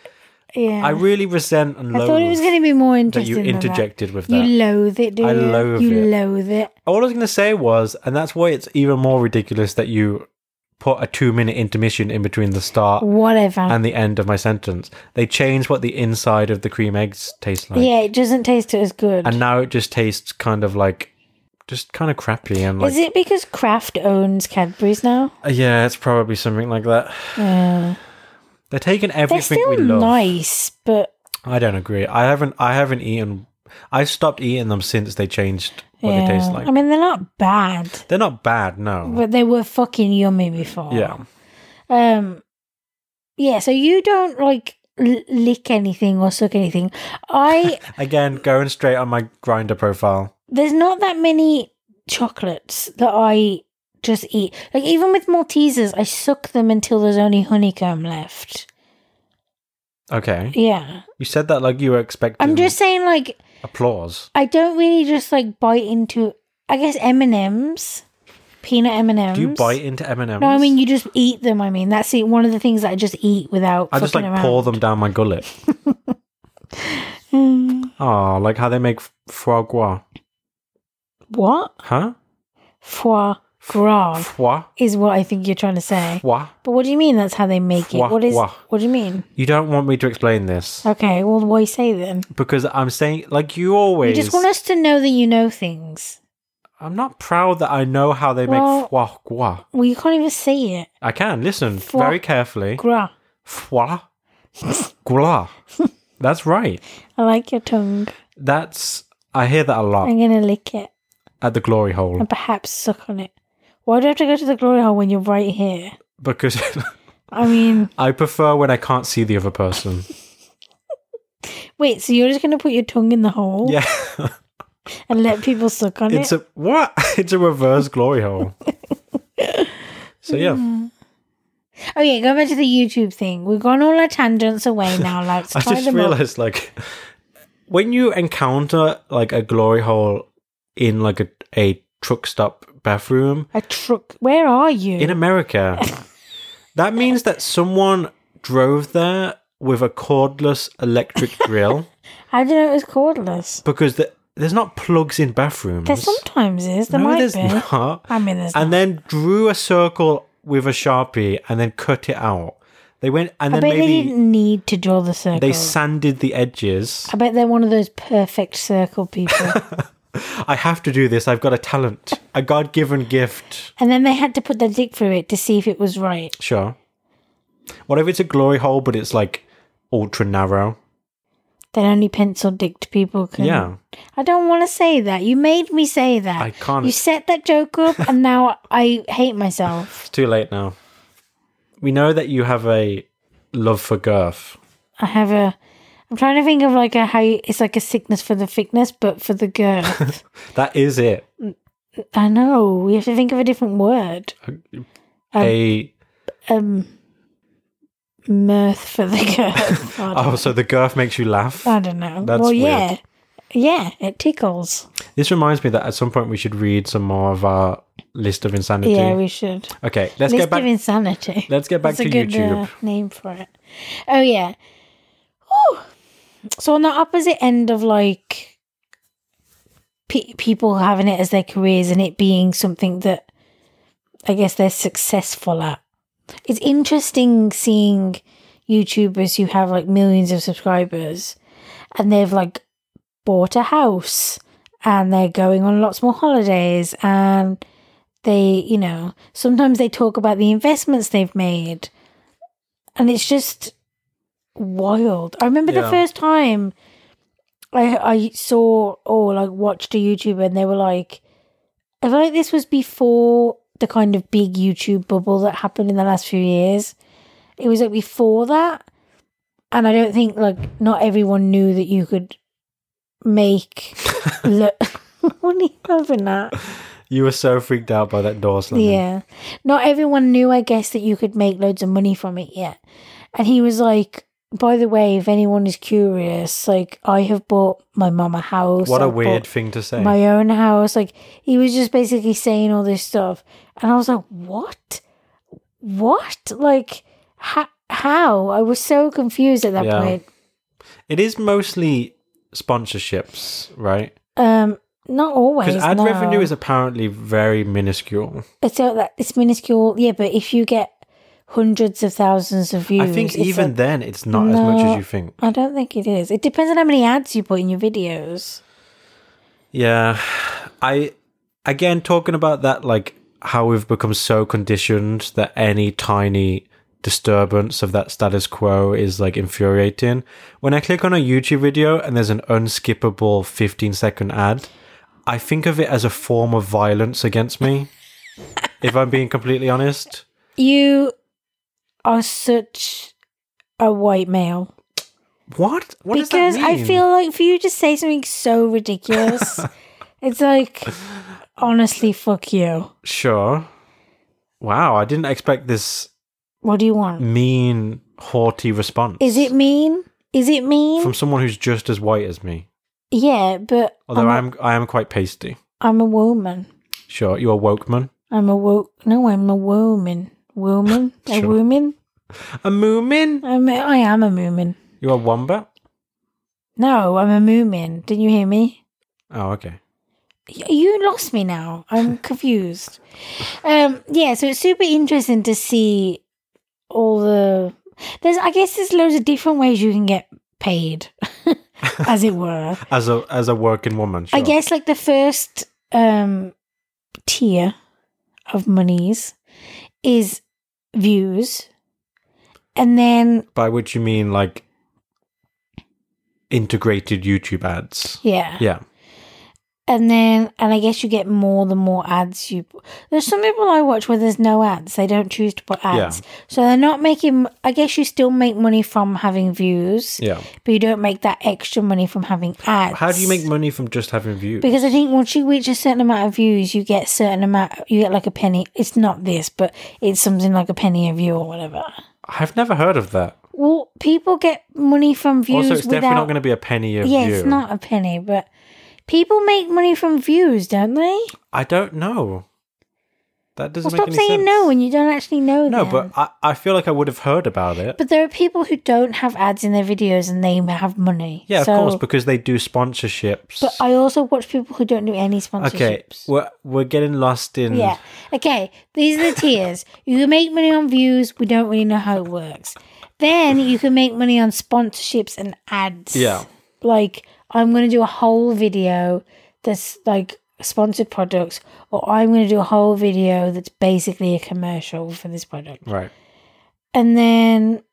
Speaker 1: yeah.
Speaker 2: I really resent and
Speaker 1: I
Speaker 2: loathe
Speaker 1: thought it was going to be more
Speaker 2: that
Speaker 1: interesting.
Speaker 2: you
Speaker 1: than that.
Speaker 2: interjected with
Speaker 1: You
Speaker 2: that.
Speaker 1: loathe it, do
Speaker 2: I
Speaker 1: you?
Speaker 2: loathe
Speaker 1: you
Speaker 2: it.
Speaker 1: loathe it.
Speaker 2: All I was going to say was, and that's why it's even more ridiculous that you put a two minute intermission in between the start
Speaker 1: Whatever.
Speaker 2: and the end of my sentence. They changed what the inside of the cream eggs taste like.
Speaker 1: yeah, it doesn't taste as good.
Speaker 2: And now it just tastes kind of like, just kind of crappy. And like,
Speaker 1: Is it because Kraft owns Cadbury's now?
Speaker 2: yeah, it's probably something like that.
Speaker 1: Yeah.
Speaker 2: They're taking
Speaker 1: They're
Speaker 2: everything
Speaker 1: still
Speaker 2: we love.
Speaker 1: nice, but
Speaker 2: I don't agree. I haven't, I haven't eaten, I stopped eating them since they changed what
Speaker 1: yeah.
Speaker 2: they taste like.
Speaker 1: I mean, they're not bad,
Speaker 2: They're not bad, no.
Speaker 1: but they were fucking yummy before.
Speaker 2: yeah.
Speaker 1: Um. Yeah. So you don't like l- lick anything or suck anything. I
Speaker 2: Again, going straight on my grinder profile.
Speaker 1: there's not that many chocolates that I just eat. Like even with Maltesers, I suck them until there's only honeycomb left.
Speaker 2: Okay.
Speaker 1: Yeah.
Speaker 2: You said that like you were expecting
Speaker 1: I'm just saying like
Speaker 2: applause.
Speaker 1: I don't really just like bite into I guess M&Ms, peanut M&Ms.
Speaker 2: Do you bite into M&Ms?
Speaker 1: No, I mean you just eat them. I mean, that's it. one of the things that I just eat without
Speaker 2: I just like
Speaker 1: fucking around.
Speaker 2: pour them down my gullet.
Speaker 1: Hmm.
Speaker 2: oh, like how they make f- foie gras.
Speaker 1: What?
Speaker 2: Huh?
Speaker 1: Foie Grog
Speaker 2: Fwa.
Speaker 1: is what I think you're trying to say.
Speaker 2: Fwa.
Speaker 1: But what do you mean that's how they make it?
Speaker 2: Wah,
Speaker 1: What is
Speaker 2: wah.
Speaker 1: what do you mean?
Speaker 2: You don't want me to explain this
Speaker 1: Okay, well why say then?
Speaker 2: because I'm saying, like you always.
Speaker 1: You just want us to know that you know things.
Speaker 2: I'm not proud that I know how they
Speaker 1: Well-
Speaker 2: make fwa gwa.
Speaker 1: Well you can't even say it.
Speaker 2: I can listen
Speaker 1: Fwa-
Speaker 2: very carefully.
Speaker 1: Gra.
Speaker 2: Fwa gwa. That's right.
Speaker 1: I like your tongue.
Speaker 2: That's I hear that a lot
Speaker 1: I'm gonna lick it
Speaker 2: at the glory hole
Speaker 1: and perhaps suck on it. Why do I have to go to the glory hole when you're right here?
Speaker 2: because
Speaker 1: I mean
Speaker 2: I prefer when I can't see the other person.
Speaker 1: wait, so you're just gonna put your tongue in the hole
Speaker 2: Yeah,
Speaker 1: and let people suck on
Speaker 2: it's
Speaker 1: it?
Speaker 2: a what? It's a reverse glory hole. So yeah,
Speaker 1: oh yeah, go back to the YouTube thing. We've gone all our tangents away now, like
Speaker 2: I
Speaker 1: tie
Speaker 2: just
Speaker 1: them up.
Speaker 2: realized like when you encounter like a glory hole in like a, a truck stop bathroom
Speaker 1: A truck. Where are you?
Speaker 2: in America, that means that someone drove there with a cordless electric drill
Speaker 1: How do you know it was cordless?
Speaker 2: because the, there's not plugs in bathrooms.
Speaker 1: There sometimes is. There
Speaker 2: no,
Speaker 1: might
Speaker 2: there's
Speaker 1: be.
Speaker 2: not.
Speaker 1: I mean, there's.
Speaker 2: and then drew a circle with a sharpie and then cut it out. They went and
Speaker 1: I
Speaker 2: then
Speaker 1: bet they
Speaker 2: maybe
Speaker 1: didn't need to draw the circle.
Speaker 2: they sanded the edges.
Speaker 1: I bet they're one of those perfect circle people.
Speaker 2: I have to do this. I've got a talent, a God given gift.
Speaker 1: and then they had to put their dick through it to see if it was right.
Speaker 2: Sure. What if it's a glory hole, but it's like ultra narrow?
Speaker 1: Then only pencil dicked people can.
Speaker 2: Yeah.
Speaker 1: I don't want to say that. You made me say that.
Speaker 2: I can't-
Speaker 1: You set that joke up, and now I hate myself.
Speaker 2: It's too late now. We know that you have a love for girth.
Speaker 1: I have a. I'm trying to think of like a how you, it's like a sickness for the thickness, but for the girth.
Speaker 2: That is it.
Speaker 1: I know we have to think of a different word.
Speaker 2: a
Speaker 1: um mirth for the girth. I don't,
Speaker 2: oh, so the girth makes you laugh.
Speaker 1: I don't know.
Speaker 2: that's
Speaker 1: well,
Speaker 2: weird.
Speaker 1: yeah, yeah, it tickles.
Speaker 2: This reminds me that at some point we should read some more of our list of insanity.
Speaker 1: Yeah, we should.
Speaker 2: Okay, let's
Speaker 1: Let's
Speaker 2: get back.
Speaker 1: give insanity.
Speaker 2: let's get back
Speaker 1: That's
Speaker 2: to
Speaker 1: a good
Speaker 2: YouTube.
Speaker 1: uh, name for it. Oh yeah. Whew. So on the opposite end of like pe- people having it as their careers and it being something that I guess they're successful at. It's interesting seeing YouTubers who have like millions of subscribers and they've like bought a house and they're going on lots more holidays and they, you know, sometimes they talk about the investments they've made and it's just wild. I remember the
Speaker 2: Yeah.
Speaker 1: first time I I saw or like watched a YouTuber and they were like, I feel like this was before the kind of big YouTube bubble that happened in the last few years. It was like before that, and I don't think like not everyone knew that you could make look. what are you having that?
Speaker 2: You were so freaked out by that door slamming.
Speaker 1: Yeah. Not everyone knew, I guess, that you could make loads of money from it yet. And he was like, by the way, if anyone is curious, like, I have bought my mum a house.
Speaker 2: What a
Speaker 1: I've bought
Speaker 2: weird thing to say.
Speaker 1: My own house. Like, he was just basically saying all this stuff. And I was like, what? What? Like, ha- how? I was so confused at that
Speaker 2: Yeah.
Speaker 1: point.
Speaker 2: it is mostly sponsorships, right?
Speaker 1: Um, not always.
Speaker 2: Because ad
Speaker 1: no.
Speaker 2: revenue is apparently very minuscule.
Speaker 1: it's so that it's minuscule. Yeah, but if you get hundreds of thousands of views,
Speaker 2: I think
Speaker 1: it's
Speaker 2: even
Speaker 1: like-
Speaker 2: then, it's not as much
Speaker 1: No.
Speaker 2: as you think.
Speaker 1: I don't think it is. It depends on how many ads you put in your videos.
Speaker 2: Yeah, I again talking about that, like how we've become so conditioned that any tiny disturbance of that status quo is like infuriating. When I click on a YouTube video and there's an unskippable 15 second ad, I think of it as a form of violence against me. if I'm being completely honest,
Speaker 1: You are such a white male
Speaker 2: what? What does
Speaker 1: because
Speaker 2: that
Speaker 1: I
Speaker 2: mean?
Speaker 1: feel like for you to say something so ridiculous, it's like honestly, fuck you.
Speaker 2: sure. Wow, I didn't expect this
Speaker 1: What do you
Speaker 2: Mm.
Speaker 1: want?
Speaker 2: mean, haughty response.
Speaker 1: Is it mean? Is it mean?
Speaker 2: from someone who's just as white as me.
Speaker 1: yeah, but
Speaker 2: Although
Speaker 1: I'm a,
Speaker 2: I'm I am quite pasty.
Speaker 1: I'm a woman.
Speaker 2: Sure, you're a woke man.
Speaker 1: I'm a woke. No, I'm a woman. Woman. A
Speaker 2: Sure.
Speaker 1: woman.
Speaker 2: A moomin?
Speaker 1: I'm. A, I am a moomin.
Speaker 2: You're a wombat?
Speaker 1: No, I'm a moomin. Didn't you hear me?
Speaker 2: Oh, okay.
Speaker 1: Y- You lost me now. I'm confused. Um, yeah, so it's super interesting to see all the. There's, I guess, there's loads of different ways you can get paid, as it were.
Speaker 2: as a as a working woman.
Speaker 1: I
Speaker 2: sure.
Speaker 1: guess like the first um tier of monies is views. And then
Speaker 2: By which you mean like integrated YouTube ads.
Speaker 1: yeah.
Speaker 2: Yeah.
Speaker 1: And then and I guess you get more the more ads you There's some people I watch where there's no ads. They don't choose to put
Speaker 2: Yeah.
Speaker 1: ads. So they're not making I guess you still make money from having views,
Speaker 2: Yeah.
Speaker 1: but you don't make that extra money from having ads.
Speaker 2: How do you make money from just having views?
Speaker 1: Because I think once you reach a certain amount of views, you get certain amount. You get like a penny. It's not this, but it's something like a penny a view or whatever.
Speaker 2: I've never heard of that.
Speaker 1: Well, people get money from views
Speaker 2: also, it's
Speaker 1: without.
Speaker 2: definitely not going to be a penny a
Speaker 1: yeah,
Speaker 2: view.
Speaker 1: it's not a penny, but people make money from views, don't they?
Speaker 2: I don't know. That doesn't
Speaker 1: Well,
Speaker 2: make
Speaker 1: stop
Speaker 2: any
Speaker 1: saying
Speaker 2: sense.
Speaker 1: no when you don't actually know.
Speaker 2: no,
Speaker 1: them.
Speaker 2: but I, I feel like I would have heard about it.
Speaker 1: But there are people who don't have ads in their videos and they have money.
Speaker 2: yeah, of
Speaker 1: So-
Speaker 2: course, because they do sponsorships.
Speaker 1: But I also watch people who don't do any sponsorships.
Speaker 2: okay, we're, we're getting lost in.
Speaker 1: Yeah. Okay. These are the tiers. You can make money on views. We don't really know how it works. Then you can make money on sponsorships and ads.
Speaker 2: Yeah.
Speaker 1: Like I'm going to do a whole video that's like sponsored products, or I'm going to do a whole video that's basically a commercial for this product.
Speaker 2: Right.
Speaker 1: And then,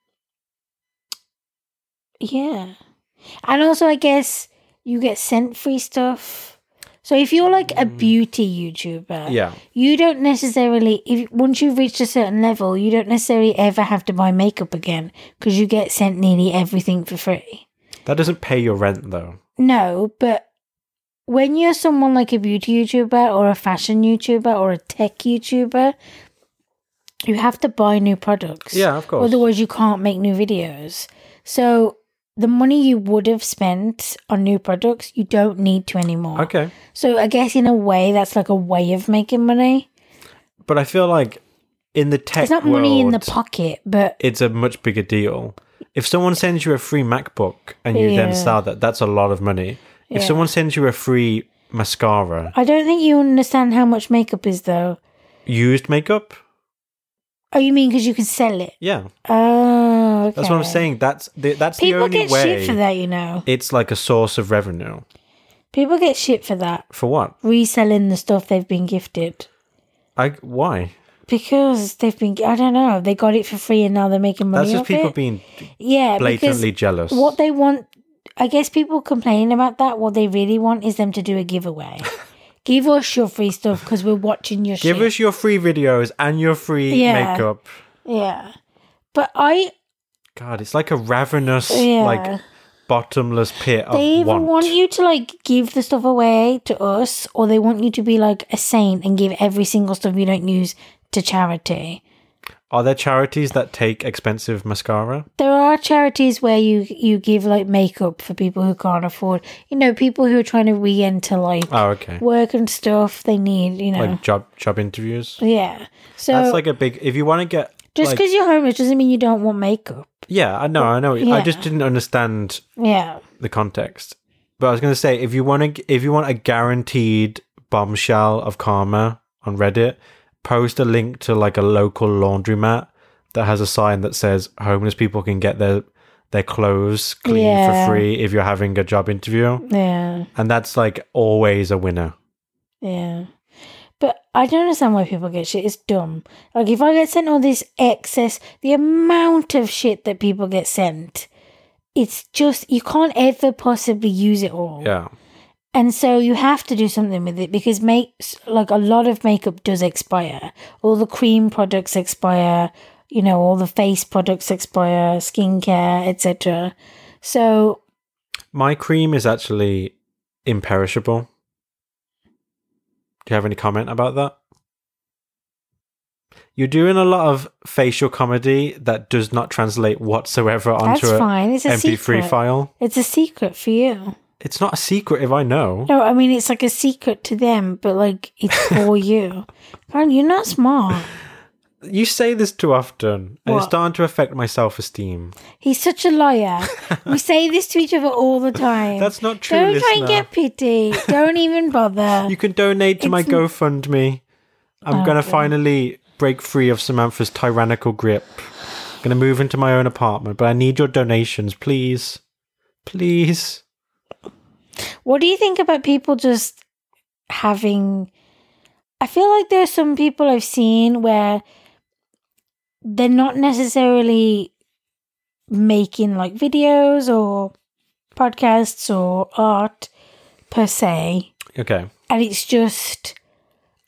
Speaker 1: yeah. And also, I guess you get sent free stuff. So if you're like a beauty YouTuber,
Speaker 2: Yeah.
Speaker 1: you don't necessarily if once you've reached a certain level you don't necessarily ever have to buy makeup again because you get sent nearly everything for free
Speaker 2: That doesn't pay your rent, though.
Speaker 1: no but when you're someone like a beauty youtuber or a fashion youtuber or a tech youtuber you have to buy new products
Speaker 2: Yeah, of course.
Speaker 1: otherwise you can't make new videos so the money you would have spent on new products you don't need to anymore
Speaker 2: okay.
Speaker 1: so i guess in a way that's like a way of making money
Speaker 2: But I feel like in the tech
Speaker 1: It's not money in the
Speaker 2: world,
Speaker 1: pocket, but
Speaker 2: it's a much bigger deal. If someone sends you a free MacBook and you
Speaker 1: Yeah.
Speaker 2: then sell that, that's a lot of money. If
Speaker 1: Yeah.
Speaker 2: someone sends you a free mascara,
Speaker 1: I don't think you understand how much makeup is, though.
Speaker 2: used makeup,
Speaker 1: Oh, you mean because you can sell it?
Speaker 2: yeah,
Speaker 1: Oh, okay.
Speaker 2: that's what I'm saying. That's the, that's
Speaker 1: People
Speaker 2: the only
Speaker 1: get
Speaker 2: way.
Speaker 1: shit for that, you know.
Speaker 2: It's like a source of revenue
Speaker 1: People get shit for that
Speaker 2: for what?
Speaker 1: reselling the stuff they've been gifted
Speaker 2: I why?
Speaker 1: because they've been. I don't know. They got it for free and now they're making money.
Speaker 2: That's just
Speaker 1: off
Speaker 2: people
Speaker 1: it.
Speaker 2: being
Speaker 1: yeah, because
Speaker 2: blatantly jealous.
Speaker 1: what they want. I guess people complain about that. What they really want is them to do a giveaway. Give us your free stuff because we're watching your shit.
Speaker 2: Give us your free videos and your free
Speaker 1: Yeah.
Speaker 2: makeup.
Speaker 1: yeah, but I
Speaker 2: God, it's like a ravenous,
Speaker 1: Yeah.
Speaker 2: like bottomless pit of
Speaker 1: They either
Speaker 2: want.
Speaker 1: want you to like give the stuff away to us, or they want you to be like a saint and give every single stuff you don't use to charity.
Speaker 2: Are there charities that take expensive mascara?
Speaker 1: There are charities where you you give like makeup for people who can't afford, you know, people who are trying to re-enter like
Speaker 2: Oh, okay.
Speaker 1: work and stuff. They need, you know,
Speaker 2: Like job job interviews.
Speaker 1: yeah. So
Speaker 2: That's like a big. If you want to get
Speaker 1: just
Speaker 2: like-
Speaker 1: because you're homeless doesn't mean you don't want makeup.
Speaker 2: yeah, I know, I know. I just
Speaker 1: Yeah.
Speaker 2: didn't understand
Speaker 1: Yeah,
Speaker 2: the context. But I was going to say, if you want to, if you want a guaranteed bombshell of karma on Reddit, post a link to like a local laundromat that has a sign that says homeless people can get their their clothes clean
Speaker 1: Yeah.
Speaker 2: for free if you're having a job interview,
Speaker 1: yeah,
Speaker 2: and that's like always a winner.
Speaker 1: yeah. But I don't understand why people get shit. It's dumb. Like if I get sent all this excess, the amount of shit that people get sent, it's just you can't ever possibly use it all.
Speaker 2: Yeah,
Speaker 1: And so you have to do something with it because make like a lot of makeup does expire. All the cream products expire, you know, all the face products expire, skincare, etc. So
Speaker 2: my cream is actually imperishable. Do you have any comment about that? You're doing a lot of facial comedy that does not translate whatsoever
Speaker 1: that's
Speaker 2: onto a
Speaker 1: fine. It's a
Speaker 2: MP3
Speaker 1: secret.
Speaker 2: file.
Speaker 1: It's a secret for you.
Speaker 2: It's not a secret if I know.
Speaker 1: No, I mean it's like a secret to them, but like it's for you. God, you're not smart.
Speaker 2: You say this too often, and
Speaker 1: What?
Speaker 2: it's starting to affect my self esteem.
Speaker 1: He's such a liar. we say this to each other all the time.
Speaker 2: That's not true,
Speaker 1: Don't try
Speaker 2: listener.
Speaker 1: and get pity. Don't even bother.
Speaker 2: you can donate to my
Speaker 1: It's-
Speaker 2: GoFundMe. I'm
Speaker 1: Oh,
Speaker 2: gonna
Speaker 1: God.
Speaker 2: finally break free of Samantha's tyrannical grip. I'm gonna move into my own apartment, but I need your donations, please. Please.
Speaker 1: What do you think about people just having? I feel like there's some people I've seen where they're not necessarily making like videos or podcasts or art per se,
Speaker 2: Okay.
Speaker 1: and it's just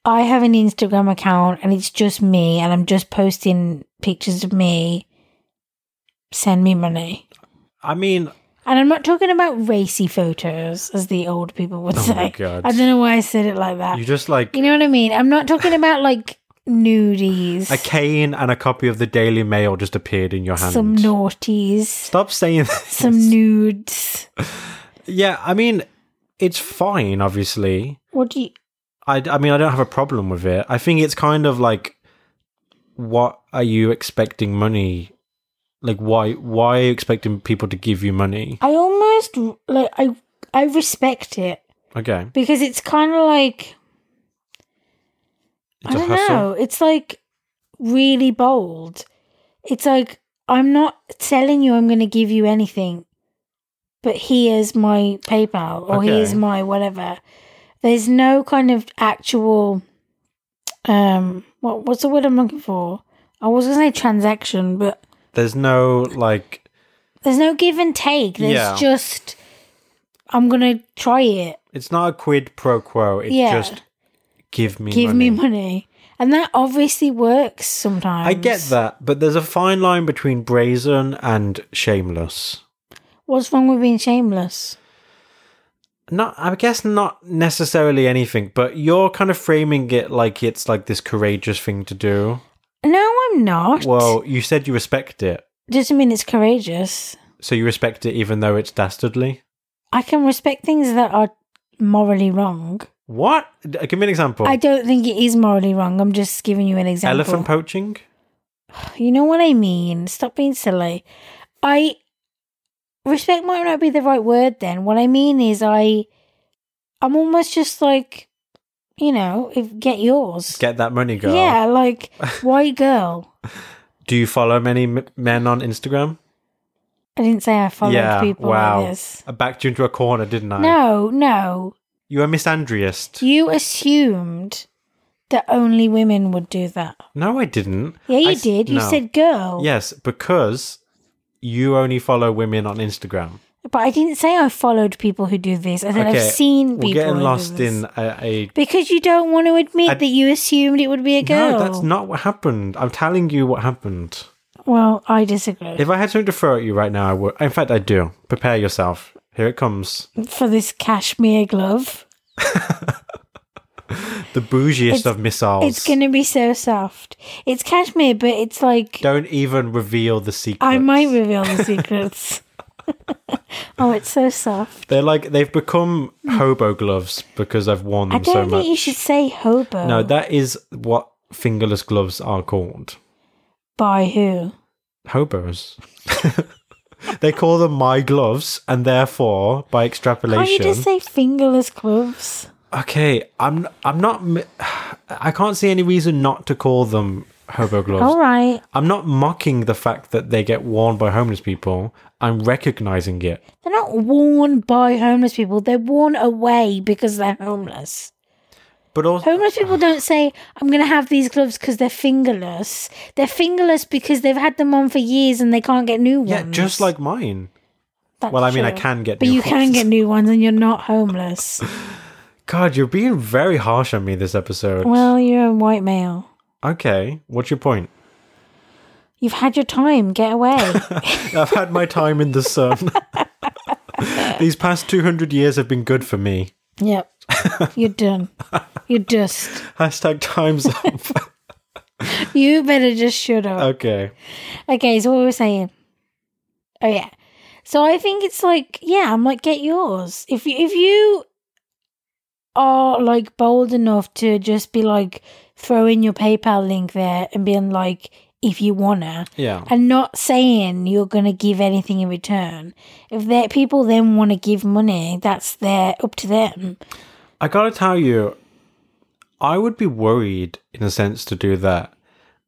Speaker 1: I have an Instagram account and it's just me, and I'm just posting pictures of me. Send me money.
Speaker 2: I mean,
Speaker 1: And I'm not talking about racy photos, as the old people would
Speaker 2: Oh
Speaker 1: say.
Speaker 2: my God.
Speaker 1: I don't know why I said it like that.
Speaker 2: you
Speaker 1: You,
Speaker 2: just like
Speaker 1: know what I mean? I'm not talking about like nudies,
Speaker 2: a cane and a copy of the Daily Mail just appeared in your hand.
Speaker 1: some naughties,
Speaker 2: Stop saying this.
Speaker 1: some nudes.
Speaker 2: Yeah, I mean, it's fine, obviously.
Speaker 1: What do you?
Speaker 2: I, I mean, I don't have a problem with it. I think it's kind of like, what are you expecting money? Like, why why are you expecting people to give you money?
Speaker 1: I almost like I I respect it
Speaker 2: Okay,
Speaker 1: because it's kind of like I
Speaker 2: it's a
Speaker 1: don't
Speaker 2: hustle.
Speaker 1: know. It's like really bold. It's like I'm not telling you I'm going to give you anything, but here's my PayPal or
Speaker 2: Okay.
Speaker 1: here's my whatever. There's no kind of actual um what what's the word I'm looking for? I was going to say transaction, but
Speaker 2: There's no like,
Speaker 1: there's no give and take. There's
Speaker 2: Yeah.
Speaker 1: just I'm going to try it.
Speaker 2: it's not a quid pro quo. It's
Speaker 1: Yeah.
Speaker 2: just give me
Speaker 1: give
Speaker 2: money.
Speaker 1: me money. And that obviously works sometimes.
Speaker 2: I get that, but there's a fine line between brazen and shameless.
Speaker 1: What's wrong with being shameless?
Speaker 2: Not, I guess, not necessarily anything, but you're kind of framing it like it's like this courageous thing to do.
Speaker 1: No, I'm not.
Speaker 2: Well, you said you respect it.
Speaker 1: doesn't mean it's courageous.
Speaker 2: So you respect it even though it's dastardly?
Speaker 1: I can respect things that are morally wrong.
Speaker 2: What? D- Give me an example.
Speaker 1: I don't think it is morally wrong. I'm just giving you an example.
Speaker 2: Elephant poaching?
Speaker 1: you know what I mean. Stop being silly. I respect might not be the right word. Then what I mean is, I I'm almost just like, you know, if, get yours.
Speaker 2: Get that money, girl.
Speaker 1: Yeah, like white girl.
Speaker 2: Do you follow many m- men on Instagram?
Speaker 1: I didn't say I followed
Speaker 2: yeah.
Speaker 1: people
Speaker 2: wow.
Speaker 1: like this.
Speaker 2: I backed you into a corner, didn't I?
Speaker 1: No, no.
Speaker 2: You're a misandrist.
Speaker 1: You assumed that only women would do that.
Speaker 2: No, I didn't.
Speaker 1: Yeah, you
Speaker 2: I s-
Speaker 1: did. You
Speaker 2: no.
Speaker 1: said girl.
Speaker 2: Yes, because you only follow women on Instagram.
Speaker 1: But I didn't say I followed people who do this. I said
Speaker 2: Okay,
Speaker 1: I've seen people.
Speaker 2: We're getting
Speaker 1: who do
Speaker 2: lost
Speaker 1: this.
Speaker 2: in a. a
Speaker 1: Because you don't want to admit
Speaker 2: I-
Speaker 1: that you assumed it would be a girl.
Speaker 2: no, that's not what happened. I'm telling you what happened.
Speaker 1: Well, I disagree.
Speaker 2: If I had something to throw at you right now, I would. In fact, I do. Prepare yourself. Here it comes.
Speaker 1: For this cashmere glove,
Speaker 2: The bougiest of missiles.
Speaker 1: it's going to be so soft. It's cashmere, but it's like
Speaker 2: Don't even reveal the secret.
Speaker 1: I might reveal the secrets. oh, it's so soft.
Speaker 2: They're like they've become hobo gloves because I've worn
Speaker 1: Hmm. I
Speaker 2: them
Speaker 1: don't
Speaker 2: so
Speaker 1: think
Speaker 2: much.
Speaker 1: you should say hobo.
Speaker 2: No, that is what fingerless gloves are called.
Speaker 1: by who?
Speaker 2: Hobos. they call them my gloves, and therefore, by
Speaker 1: Can't you
Speaker 2: extrapolation,
Speaker 1: just say fingerless gloves?
Speaker 2: okay, I'm I'm not. m- I can't see any reason not to call them hobo gloves.
Speaker 1: All right.
Speaker 2: I'm not mocking the fact that they get worn by homeless people. I'm recognizing it.
Speaker 1: They're not worn by homeless people. They're worn away because they're homeless.
Speaker 2: But also,
Speaker 1: Homeless people don't say, I'm going to have these gloves because they're fingerless. They're fingerless because they've had them on for years and they can't get new ones.
Speaker 2: yeah, just like mine.
Speaker 1: That's
Speaker 2: Well, I mean, I
Speaker 1: true.
Speaker 2: can get
Speaker 1: But
Speaker 2: new
Speaker 1: you can
Speaker 2: ones.
Speaker 1: get new ones and you're not homeless.
Speaker 2: God, you're being very harsh on me this episode.
Speaker 1: well, you're a white male.
Speaker 2: okay, what's your point?
Speaker 1: You've had your time. Get away.
Speaker 2: I've had my time in the sun. These past 200 years have been good for me.
Speaker 1: yep. You're done. You're dust.
Speaker 2: Hashtag time's up.
Speaker 1: You better just shut up.
Speaker 2: Okay.
Speaker 1: Okay, so what were we saying? Oh yeah. So I think it's like, yeah, I'm like, get yours. If you if you are like bold enough to just be like throw in your PayPal link there and being like, if you wanna,
Speaker 2: Yeah.
Speaker 1: and not saying you're gonna give anything in return. If that people then want to give money, that's their up to them.
Speaker 2: I gotta tell you, I would be worried in a sense to do that,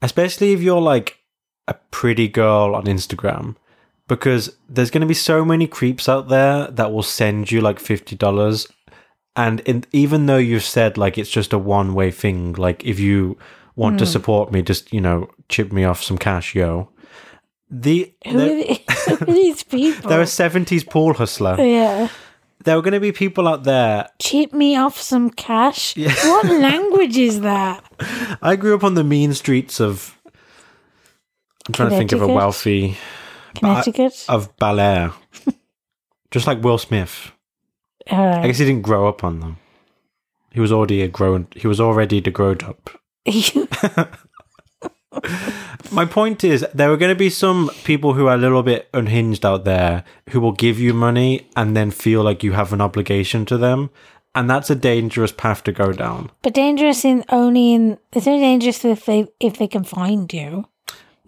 Speaker 2: especially if you're like a pretty girl on Instagram, because there's gonna be so many creeps out there that will send you like fifty dollars, and in, even though you've said like it's just a one way thing, like if you want to support me, just you know chip me off some cash, yo. The,
Speaker 1: Who,
Speaker 2: the-
Speaker 1: are, the- who are these people? Oh,
Speaker 2: they're a seventies pool hustler.
Speaker 1: yeah,
Speaker 2: There are gonna be people out there
Speaker 1: chip me off some cash. What language is that?
Speaker 2: I grew up on the mean streets of. I'm trying to think of a
Speaker 1: Connecticut?
Speaker 2: wealthy
Speaker 1: Connecticut.
Speaker 2: of Bel Air, just like Will Smith. I
Speaker 1: Alright.
Speaker 2: guess he didn't grow up on them. He was already a grown. He was already the grown up. My point is, there are going to be some people who are a little bit unhinged out there who will give you money and then feel like you have an obligation to them, and that's a dangerous path to go down.
Speaker 1: but dangerous in only in it's only dangerous if they if they can find you.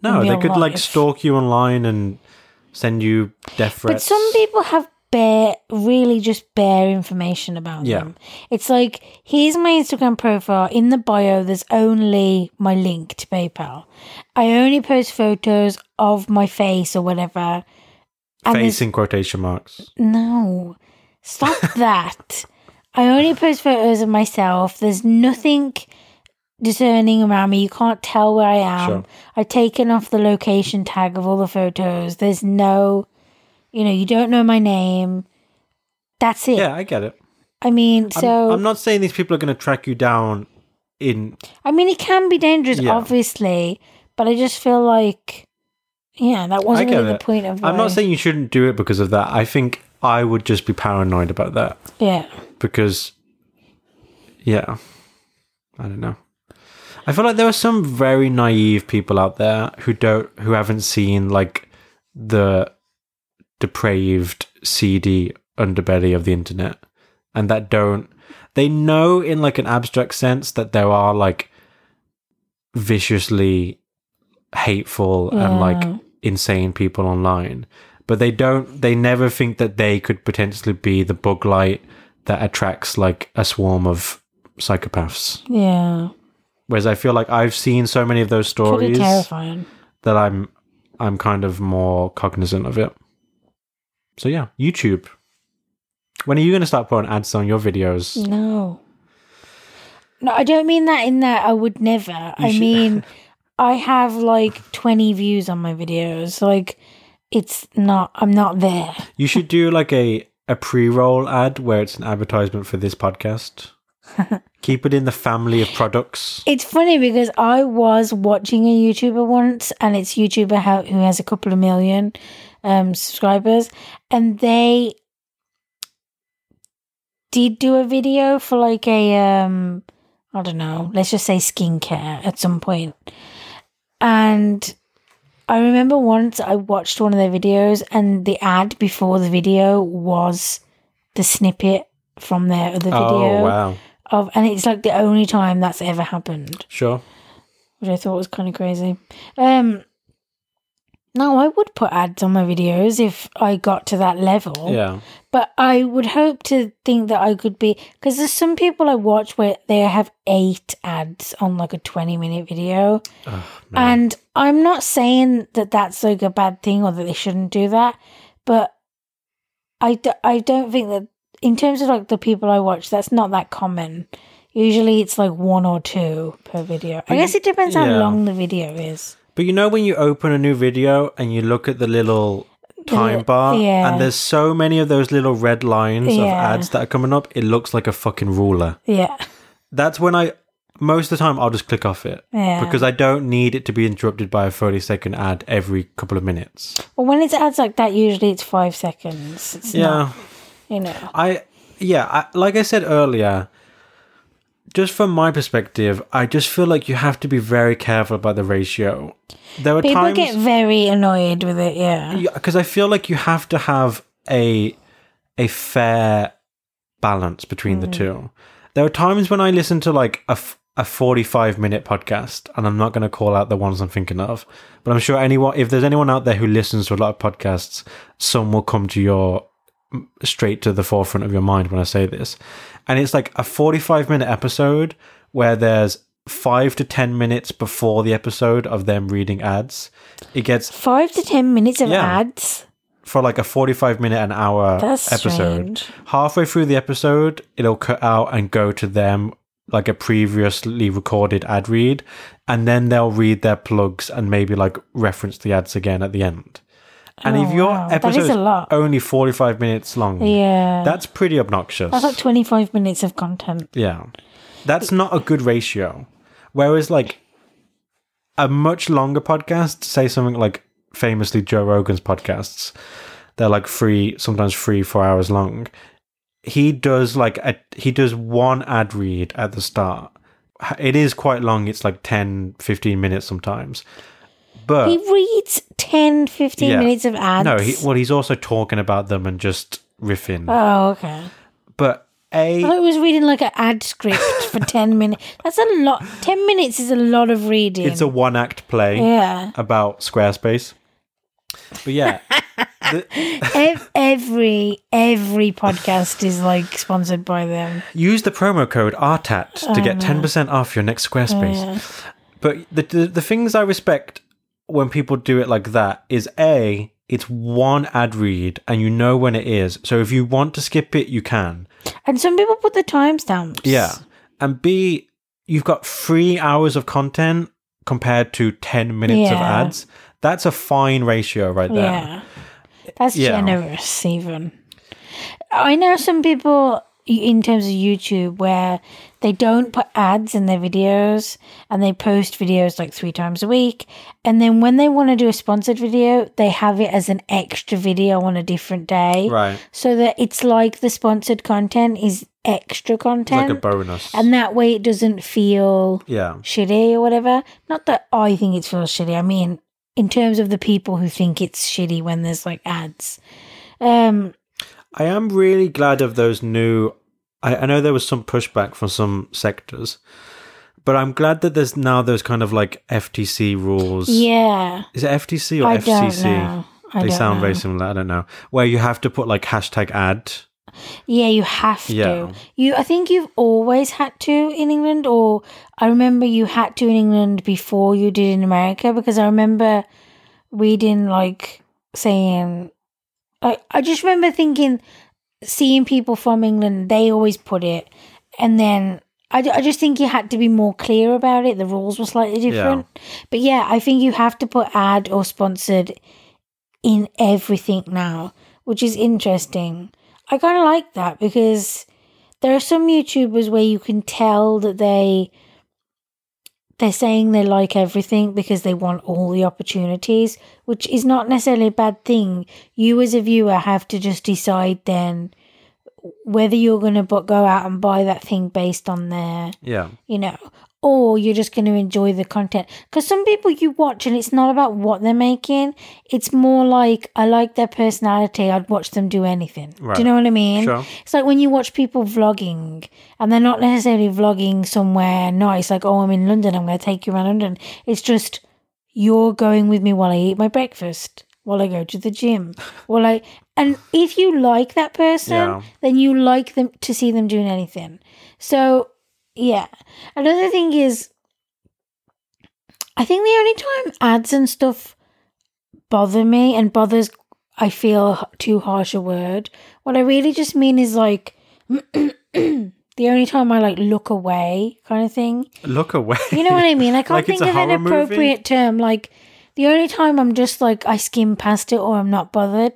Speaker 2: No,
Speaker 1: In
Speaker 2: they
Speaker 1: real
Speaker 2: could like
Speaker 1: life.
Speaker 2: stalk you online and send you death
Speaker 1: But
Speaker 2: threats.
Speaker 1: some people have bare, really just bare information about
Speaker 2: Yeah.
Speaker 1: them. It's like, here's my Instagram profile. In the bio, there's only my link to PayPal. I only post photos of my face or whatever. And
Speaker 2: face
Speaker 1: there's
Speaker 2: in quotation marks.
Speaker 1: no, stop that. I only post photos of myself. There's nothing discerning around me. You can't tell where I am.
Speaker 2: Sure.
Speaker 1: I've taken off the location tag of all the photos. There's no, you know, you don't know my name. That's it.
Speaker 2: Yeah, I get it.
Speaker 1: I mean,
Speaker 2: I'm-
Speaker 1: so
Speaker 2: I'm, not saying these people are going to track you down in
Speaker 1: I mean, it can be dangerous,
Speaker 2: Yeah.
Speaker 1: obviously, but I just feel like, yeah, that wasn't
Speaker 2: I get
Speaker 1: really the
Speaker 2: it.
Speaker 1: point of.
Speaker 2: I'm
Speaker 1: why-
Speaker 2: not saying you shouldn't do it because of that. I think I would just be paranoid about that
Speaker 1: yeah.
Speaker 2: because yeah. I don't know. I feel like there are some very naive people out there who don't who haven't seen like the depraved seedy underbelly of the internet and that don't they know in like an abstract sense that there are like viciously hateful and
Speaker 1: Yeah.
Speaker 2: like insane people online but they don't they never think that they could potentially be the bug light that attracts like a swarm of psychopaths
Speaker 1: Yeah,
Speaker 2: whereas i feel like i've seen so many of those
Speaker 1: pretty
Speaker 2: stories
Speaker 1: terrifying.
Speaker 2: that i'm i'm kind of more cognizant of it so yeah youtube when are you going to start putting ads on your videos
Speaker 1: No. No, I don't mean that in that I would never. I
Speaker 2: should-
Speaker 1: mean, I have like 20 views on my videos. Like, it's not, I'm not there.
Speaker 2: You should do like a a pre-roll ad where it's an advertisement for this podcast. Keep it in the family of products.
Speaker 1: It's funny because I was watching a YouTuber once, and it's YouTuber how, who has a couple of million um, subscribers, and they did do a video for like a um, I don't know, let's just say skincare at some point, and. I remember once I watched one of their videos, and the ad before the video was the snippet from their other video
Speaker 2: Oh wow.
Speaker 1: of, and it's like the only time that's ever happened
Speaker 2: Sure.
Speaker 1: which I thought was kind of crazy. Um, no, I would put ads on my videos if I got to that level.
Speaker 2: Yeah.
Speaker 1: But I would hope to think that I could be because there's some people I watch where they have eight ads on like a 20 minute video,
Speaker 2: Oh, man.
Speaker 1: and I'm not saying that that's like a bad thing or that they shouldn't do that, but I d- I don't think that in terms of like the people I watch, that's not that common. Usually it's like one or two per video. I guess it depends how
Speaker 2: yeah.
Speaker 1: long the video is.
Speaker 2: but you know when you open a new video and you look at the little time
Speaker 1: little-
Speaker 2: bar
Speaker 1: yeah.
Speaker 2: and there's so many of those little red lines of
Speaker 1: Yeah.
Speaker 2: ads that are coming up, it looks like a fucking ruler.
Speaker 1: Yeah.
Speaker 2: That's when I most of the time I'll just click off it.
Speaker 1: Yeah.
Speaker 2: Because I don't need it to be interrupted by a 30 second ad every couple of minutes.
Speaker 1: Well, when it's ads like that, usually it's five seconds. It's
Speaker 2: Yeah.
Speaker 1: not, you know.
Speaker 2: I yeah, I, like I said earlier, just from my perspective, I just feel like you have to be very careful about the ratio. There are
Speaker 1: People
Speaker 2: times
Speaker 1: get very annoyed with it. Yeah.
Speaker 2: because I feel like you have to have a a fair balance between the two. There are times when I listen to like a, f- a 45 minute podcast, and I'm not going to call out the ones I'm thinking of, but I'm sure anyone, if there's anyone out there who listens to a lot of podcasts, some will come to your straight to the forefront of your mind when I say this. And it's like a 45 minute episode where there's five to 10 minutes before the episode of them reading ads. It gets
Speaker 1: Five to ten minutes of
Speaker 2: Yeah.
Speaker 1: ads.
Speaker 2: for like a 45 minute, an hour
Speaker 1: That's
Speaker 2: episode.
Speaker 1: strange.
Speaker 2: Halfway through the episode, it'll cut out and go to them like a previously recorded ad read. And then they'll read their plugs and maybe like reference the ads again at the end. And if
Speaker 1: Oh,
Speaker 2: your
Speaker 1: wow. That is
Speaker 2: episode
Speaker 1: a lot.
Speaker 2: only 45 minutes long,
Speaker 1: Yeah.
Speaker 2: that's pretty obnoxious.
Speaker 1: That's like 25 minutes of content.
Speaker 2: Yeah. That's not a good ratio. Whereas, like, a much longer podcast, say something like famously Joe Rogan's podcasts, they're like three, sometimes three, four hours long. He does like a, he does one ad read at the start. It is quite long. It's like 10, 15 minutes sometimes. But
Speaker 1: He reads 10, 15
Speaker 2: Uh, Yeah.
Speaker 1: minutes of ads.
Speaker 2: no, he, well, he's also talking about them and just riffing.
Speaker 1: oh, okay.
Speaker 2: but a
Speaker 1: I thought he was reading like an ad script for 10 minutes. That's a lot. 10 minutes is a lot of reading.
Speaker 2: it's a one act play.
Speaker 1: yeah.
Speaker 2: about Squarespace. But yeah,
Speaker 1: Ev- every every podcast is like sponsored by them.
Speaker 2: use the promo code RTAT to
Speaker 1: Oh.
Speaker 2: get ten percent off your next Squarespace. But the, the the things I respect when people do it like that is a it's one ad read and you know when it is. So if you want to skip it, you can.
Speaker 1: And some people put the timestamps.
Speaker 2: Yeah, and b you've got three hours of content compared to ten minutes of
Speaker 1: Yeah.
Speaker 2: ads. That's a fine ratio right there.
Speaker 1: Yeah. That's
Speaker 2: Yeah.
Speaker 1: generous, even. I know some people y- in terms of YouTube where they don't put ads in their videos and they post videos like three times a week. And then when they want to do a sponsored video, they have it as an extra video on a different day.
Speaker 2: Right,
Speaker 1: So that it's like the sponsored content is extra
Speaker 2: it's like
Speaker 1: content.
Speaker 2: a bonus.
Speaker 1: and that way it doesn't feel
Speaker 2: yeah,
Speaker 1: shitty or whatever. Not that I think it feels shitty. I mean, in terms of the people who think it's shitty when there's like ads. Um,
Speaker 2: I am really glad of those new. I, I know there was some pushback from some sectors, but I'm glad that there's now those kind of like FTC rules.
Speaker 1: yeah,
Speaker 2: Is it FTC or
Speaker 1: I
Speaker 2: FCC?
Speaker 1: don't know. I
Speaker 2: They
Speaker 1: don't
Speaker 2: sound
Speaker 1: know.
Speaker 2: very similar. I don't know. Where you have to put like hashtag ad.
Speaker 1: Yeah, you have to.
Speaker 2: Yeah.
Speaker 1: You, I think you've always had to in England, or I remember you had to in England before you did in America because I remember reading like saying, I, I just remember thinking, seeing people from England, they always put it, and then. I, ju- I just think you had to be more clear about it. The rules were slightly different. But yeah, I think you have to put ad or sponsored in everything now, which is interesting. I kind of like that because there are some YouTubers where you can tell that they they're saying they like everything because they want all the opportunities, which is not necessarily a bad thing. You as a viewer have to just decide then whether you're going to go out and buy that thing based on their
Speaker 2: Yeah.
Speaker 1: you know, or you're just going to enjoy the content. Because some people you watch and it's not about what they're making, it's more like, I like their personality, I'd watch them do anything. Do
Speaker 2: Right.
Speaker 1: you know what I mean?
Speaker 2: Sure.
Speaker 1: It's like when you watch people vlogging and they're not necessarily vlogging somewhere nice, like, oh, I'm in London, I'm going to take you around London. It's just, you're going with me while I eat my breakfast, while I go to the gym, while I. And if you like that person,
Speaker 2: Yeah.
Speaker 1: then you like them to see them doing anything. So, yeah. Another thing is, I think the only time ads and stuff bother me and bothers, I feel h- too harsh a word. What I really just mean is like, the only time I like look away kind of thing.
Speaker 2: Look away.
Speaker 1: You know what I mean? I can't
Speaker 2: Like it's
Speaker 1: think of
Speaker 2: a
Speaker 1: an
Speaker 2: horror movie?
Speaker 1: appropriate term. Like the only time I'm just like I skim past it or I'm not bothered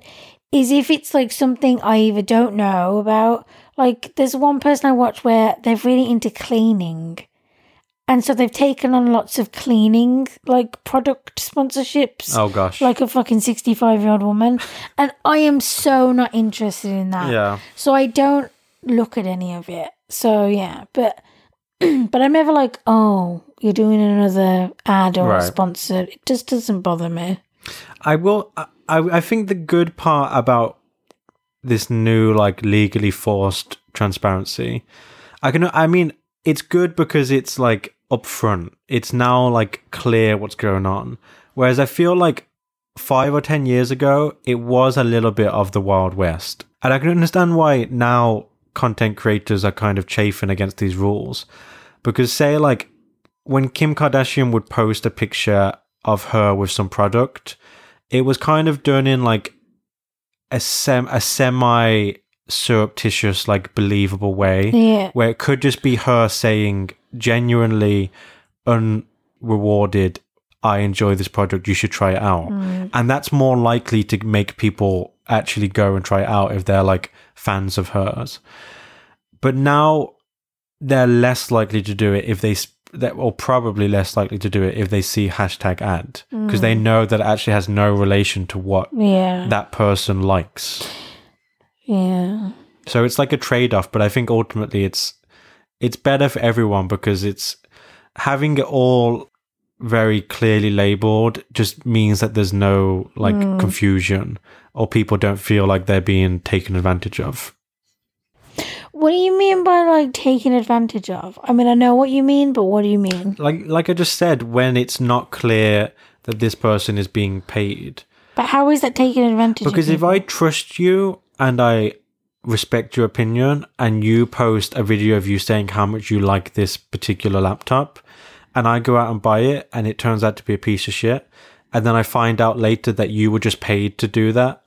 Speaker 1: is if it's like something I either don't know about. Like there's one person I watch where they're really into cleaning. And so they've taken on lots of cleaning like product sponsorships.
Speaker 2: oh gosh.
Speaker 1: Like a fucking 65 year old woman. And I am so not interested in that.
Speaker 2: yeah.
Speaker 1: So I don't look at any of it. So yeah, but but I'm never like, oh, you're doing another ad or
Speaker 2: Right.
Speaker 1: sponsored. It just doesn't bother me.
Speaker 2: I will. I, I I think the good part about this new, like, legally forced transparency, I can. I mean, it's good because it's like upfront. It's now like clear what's going on. Whereas I feel like five or ten years ago, it was a little bit of the Wild West. And I can understand why now content creators are kind of chafing against these rules. Because, say, like, when Kim Kardashian would post a picture of her with some product, it was kind of done in like a, sem- a semi surreptitious, like, believable way
Speaker 1: Yeah.
Speaker 2: where it could just be her saying genuinely unrewarded i enjoy this product you should try it out and that's more likely to make people actually go and try it out if they're like fans of hers but now they're less likely to do it if they s- that or probably less likely to do it if they see hashtag ad because they know that it actually has no relation to what
Speaker 1: Yeah.
Speaker 2: that person likes
Speaker 1: yeah.
Speaker 2: so it's like a trade off, but I think ultimately it's it's better for everyone because it's having it all very clearly labeled just means that there's no like confusion or people don't feel like they're being taken advantage of.
Speaker 1: What do you mean by like taking advantage of? I mean, I know what you mean, but what do you mean?
Speaker 2: Like like I just said when it's not clear that this person is being paid.
Speaker 1: But how is that taking advantage
Speaker 2: Because
Speaker 1: of?
Speaker 2: if I trust you and I respect your opinion and you post a video of you saying how much you like this particular laptop and I go out and buy it and it turns out to be a piece of shit and then I find out later that you were just paid to do that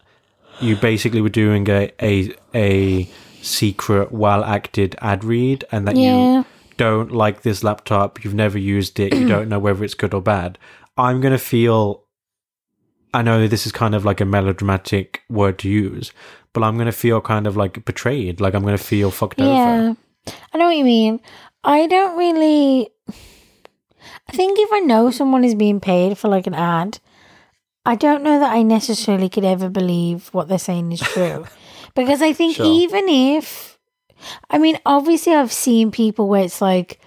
Speaker 2: you basically were doing a a, a secret well acted ad read and that
Speaker 1: Yeah.
Speaker 2: you don't like this laptop you've never used it you don't know whether it's good or bad I'm going to feel I know this is kind of like a melodramatic word to use, but I'm going to feel kind of like betrayed. Like I'm going to feel fucked over.
Speaker 1: Yeah. I know what you mean. I don't really. I think if I know someone is being paid for like an ad, I don't know that I necessarily could ever believe what they're saying is true. because I think
Speaker 2: Sure.
Speaker 1: even if. I mean, obviously, I've seen people where it's like,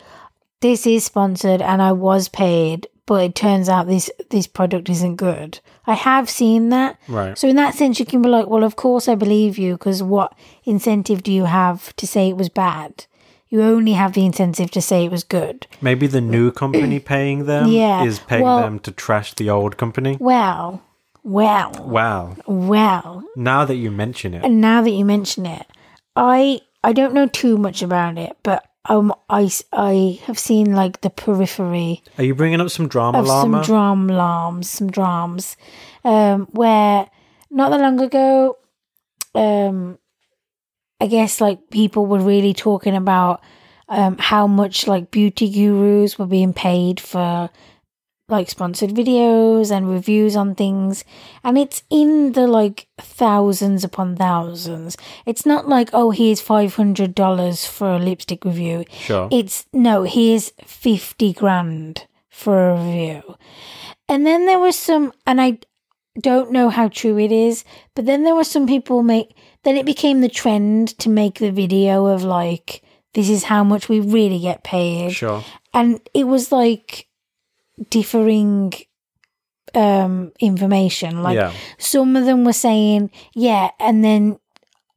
Speaker 1: this is sponsored and I was paid, but it turns out this this product isn't good. I have seen that.
Speaker 2: Right.
Speaker 1: So in that sense, you can be like, well, of course I believe you, because what incentive do you have to say it was bad? You only have the incentive to say it was good.
Speaker 2: Maybe the new company paying them
Speaker 1: Yeah,
Speaker 2: is paying
Speaker 1: well-
Speaker 2: them to trash the old company.
Speaker 1: Well, well,
Speaker 2: Wow.
Speaker 1: well.
Speaker 2: Now that you mention it,
Speaker 1: And now that you mention it, I I don't know too much about it, but um, I s- I have seen like the periphery
Speaker 2: are you bringing up some drama
Speaker 1: of
Speaker 2: llama?
Speaker 1: some drum alarms, some drums, um, where not that long ago, um, I guess like people were really talking about um, how much like beauty gurus were being paid for like sponsored videos and reviews on things and it's in the like thousands upon thousands it's not like oh here's $500 for a lipstick review
Speaker 2: sure.
Speaker 1: it's no, here's 50 grand for a review. And then there was some, and I don't know how true it is, but then there were some people make, then it became the trend to make the video of like, this is how much we really get paid.
Speaker 2: sure.
Speaker 1: And it was like differing um information like
Speaker 2: yeah.
Speaker 1: some of them were saying, yeah, and then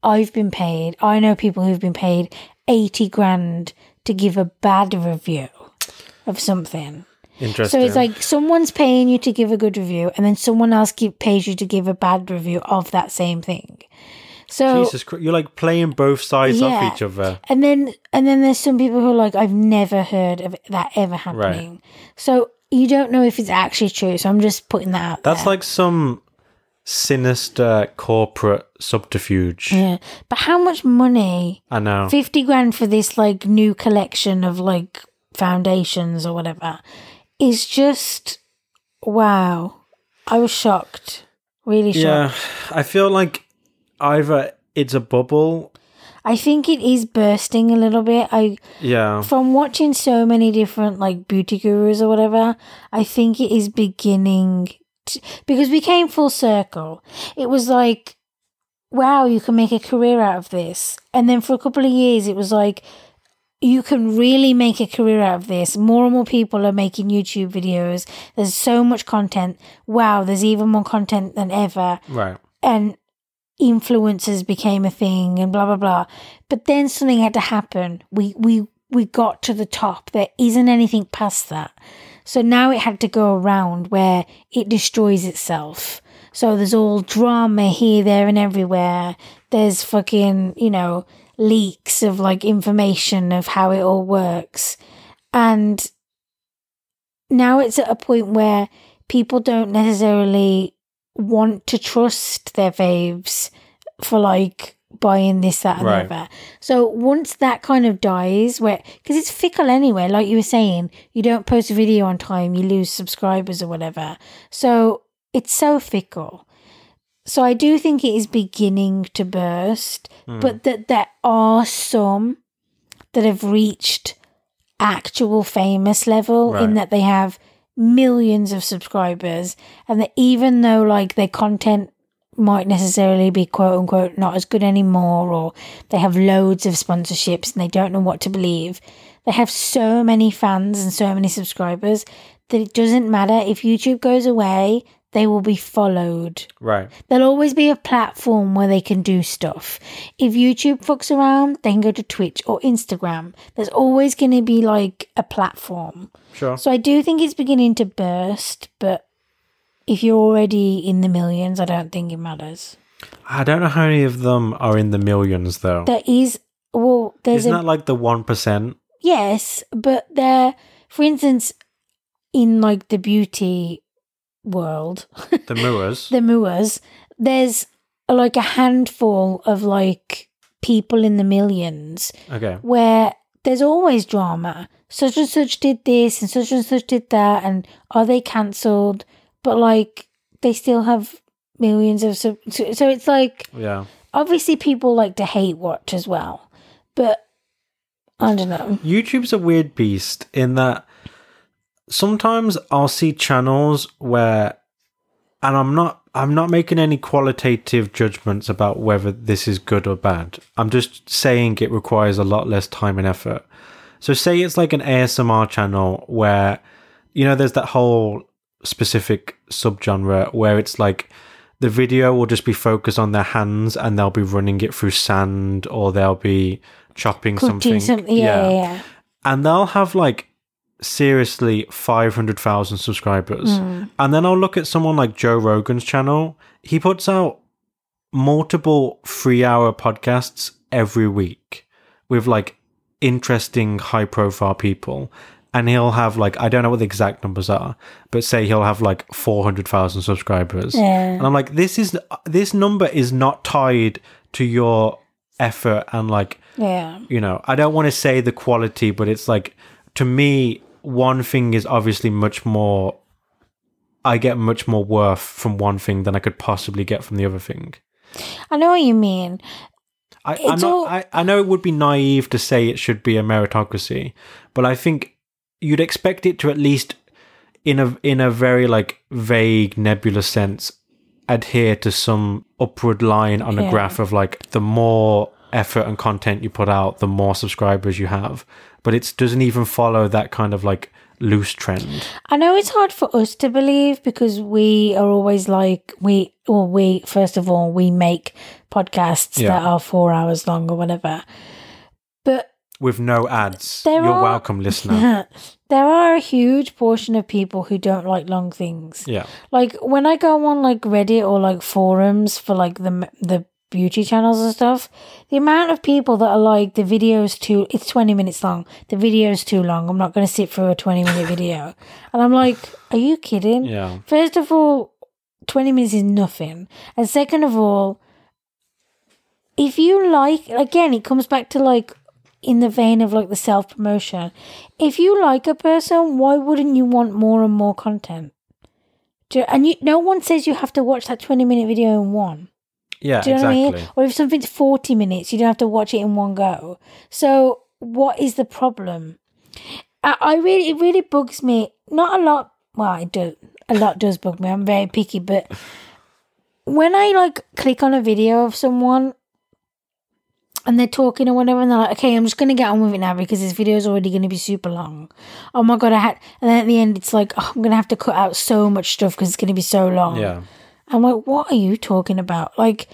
Speaker 1: I've been paid. I know people who've been paid 80 grand to give a bad review of something.
Speaker 2: Interesting.
Speaker 1: So it's like someone's paying you to give a good review, and then someone else give, pays you to give a bad review of that same thing. So
Speaker 2: Jesus Christ, you're like playing both sides
Speaker 1: Yeah.
Speaker 2: off each other.
Speaker 1: and then and then there's some people who are like I've never heard of that ever happening. So you don't know if it's actually true. So I'm just putting that out.
Speaker 2: That's
Speaker 1: there.
Speaker 2: like some sinister corporate subterfuge.
Speaker 1: yeah. But how much money
Speaker 2: I know.
Speaker 1: 50 grand for this like new collection of like foundations or whatever is just wow i was shocked really shocked
Speaker 2: Yeah, I feel like either it's a bubble.
Speaker 1: i think it is bursting a little bit i
Speaker 2: Yeah,
Speaker 1: from watching so many different like beauty gurus or whatever i think it is beginning to, because we came full circle it was like wow you can make a career out of this and then for a couple of years it was like you can really make a career out of this. More and more people are making YouTube videos. There's so much content. Wow, there's even more content than ever.
Speaker 2: right.
Speaker 1: And influencers became a thing and blah blah blah. But then something had to happen. We we we got to the top. There isn't anything past that. So now it had to go around where it destroys itself. So there's all drama here, there, and everywhere. There's fucking, you know, leaks of like information of how it all works. And now it's at a point where people don't necessarily want to trust their faves for like buying this, that, and
Speaker 2: Right.
Speaker 1: the other. So once that kind of dies, where because it's fickle anyway, like you were saying, you don't post a video on time, you lose subscribers or whatever. So it's so fickle. So I do think it is beginning to burst, but that there are some that have reached actual famous level in
Speaker 2: Right.
Speaker 1: that they have millions of subscribers and that even though like their content might necessarily be quote unquote not as good anymore or they have loads of sponsorships and they don't know what to believe they have so many fans and so many subscribers that it doesn't matter if youtube goes away they will be followed
Speaker 2: Right.
Speaker 1: There'll always be a platform where they can do stuff. If YouTube fucks around, they can go to Twitch or Instagram. There's always going to be like a platform.
Speaker 2: Sure.
Speaker 1: So I do think it's beginning to burst, but if you're already in the millions, I don't think it matters.
Speaker 2: I don't know how many of them are in the millions though.
Speaker 1: There is, well, there's
Speaker 2: Isn't
Speaker 1: a
Speaker 2: that like the one percent?
Speaker 1: Yes, but there, for instance, in like the beauty world,
Speaker 2: The Moors.
Speaker 1: the Moors, there's like a handful of like people in the millions
Speaker 2: okay.
Speaker 1: where there's always drama. Such and such did this and such and such did that, and are they cancelled? But like, they still have millions of sub. So, so it's like,
Speaker 2: Yeah.
Speaker 1: obviously, people like to hate watch as well, but I don't know.
Speaker 2: YouTube's a weird beast in that sometimes I'll see channels where and I'm not I'm not making any qualitative judgments about whether this is good or bad. I'm just saying it requires a lot less time and effort. So say it's like an ASMR channel where you know there's that whole specific subgenre where it's like the video will just be focused on their hands and they'll be running it through sand or they'll be chopping
Speaker 1: Cooking
Speaker 2: something.
Speaker 1: something, yeah, yeah, yeah.
Speaker 2: and they'll have like seriously 500,000 subscribers. And then I'll look at someone like Joe Rogan's channel. He puts out multiple three hour podcasts every week with like interesting high profile people. And he'll have like, I don't know what the exact numbers are, but say he'll have like 400,000 subscribers.
Speaker 1: Yeah.
Speaker 2: And I'm like, this is, this number is not tied to your effort and like
Speaker 1: yeah.
Speaker 2: you know, I don't want to say the quality, but it's like to me, one thing is obviously much more. I get much more worth from one thing than I could possibly get from the other thing.
Speaker 1: I know what you mean.
Speaker 2: I, I'm
Speaker 1: It's
Speaker 2: not,
Speaker 1: all-
Speaker 2: I, I know it would be naive to say it should be a meritocracy, but I think you'd expect it to at least, in a in a very like vague, nebulous sense, adhere to some upward line on
Speaker 1: Yeah.
Speaker 2: a graph of like the more effort and content you put out, the more subscribers you have. But it doesn't even follow that kind of like loose trend.
Speaker 1: I know it's hard for us to believe because we are always like we well we first of all we make podcasts
Speaker 2: Yeah.
Speaker 1: that are four hours long or whatever. But
Speaker 2: With no ads,
Speaker 1: There
Speaker 2: you're
Speaker 1: are-
Speaker 2: welcome, listener.
Speaker 1: there are a huge portion of people who don't like long things.
Speaker 2: yeah,
Speaker 1: Like when I go on like Reddit or like forums for like the the beauty channels and stuff, the amount of people that are like the video's too it's 20 minutes long. The video's too long. I'm not going to sit through a 20 minute video. And I'm like, are you kidding?
Speaker 2: yeah,
Speaker 1: First of all, 20 minutes is nothing. And second of all, if you like, again, it comes back to like in the vein of like the self promotion. If you like a person, why wouldn't you want more and more content? Do, and you, no one says you have to watch that 20 minute video in one.
Speaker 2: yeah,
Speaker 1: Do you know what I
Speaker 2: exactly.
Speaker 1: mean? Or if something's 40 minutes, you don't have to watch it in one go. So, what is the problem? I, I really, it really bugs me. Not a lot. Well, it do. A lot does bug me. I'm very picky, but when I like click on a video of someone and they're talking or whatever, and they're like, "Okay, I'm just gonna get on with it now because this video is already gonna be super long." Oh my god, I had. And then at the end, it's like, oh, "I'm gonna have to cut out so much stuff because it's gonna be so long."
Speaker 2: Yeah,
Speaker 1: I'm like, what are you talking about? Like,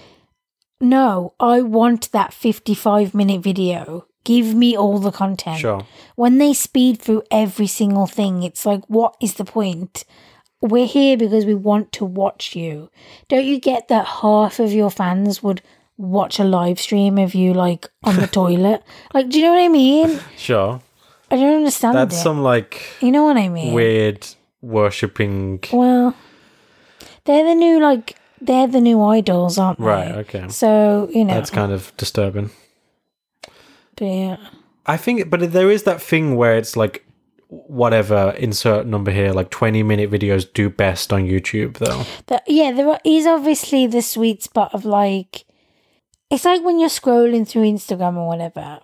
Speaker 1: no, I want that 55 minute video. Give me all the content.
Speaker 2: Sure.
Speaker 1: When they speed through every single thing, it's like, what is the point? We're here because we want to watch you. Don't you get that half of your fans would watch a live stream of you, like, on the toilet? Like, do you know what I mean?
Speaker 2: Sure.
Speaker 1: I don't understand
Speaker 2: That's
Speaker 1: it.
Speaker 2: some like
Speaker 1: you know what I mean?
Speaker 2: weird worshipping.
Speaker 1: Well, they're the new, like, they're the new idols, aren't they?
Speaker 2: Right, okay.
Speaker 1: So, you know,
Speaker 2: That's kind of disturbing.
Speaker 1: but yeah.
Speaker 2: I think, but there is that thing where it's like, whatever, insert number here, like 20 minute videos do best on YouTube, though.
Speaker 1: that yeah there are- is obviously the sweet spot of like it's like when you're scrolling through instagram or whatever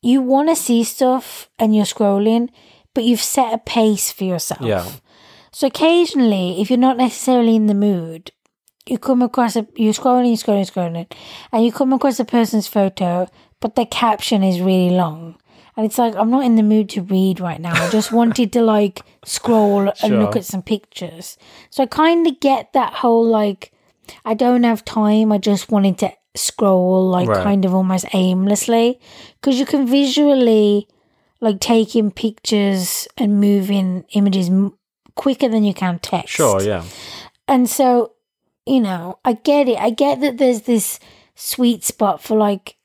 Speaker 1: you want to see stuff and you're scrolling but you've set a pace for yourself
Speaker 2: Yeah.
Speaker 1: so occasionally if you're not necessarily in the mood you come across a you're scrolling scrolling scrolling and you come across a person's photo but their caption is really long and it's like i'm not in the mood to read right now i just wanted to like scroll and look
Speaker 2: Sure.
Speaker 1: at some pictures so i kind of get that whole like i don't have time i just wanted to scroll like
Speaker 2: Right.
Speaker 1: kind of almost aimlessly because you can visually like taking pictures and moving images m- quicker than you can text
Speaker 2: Sure, yeah.
Speaker 1: and so you know i get it i get that there's this sweet spot for like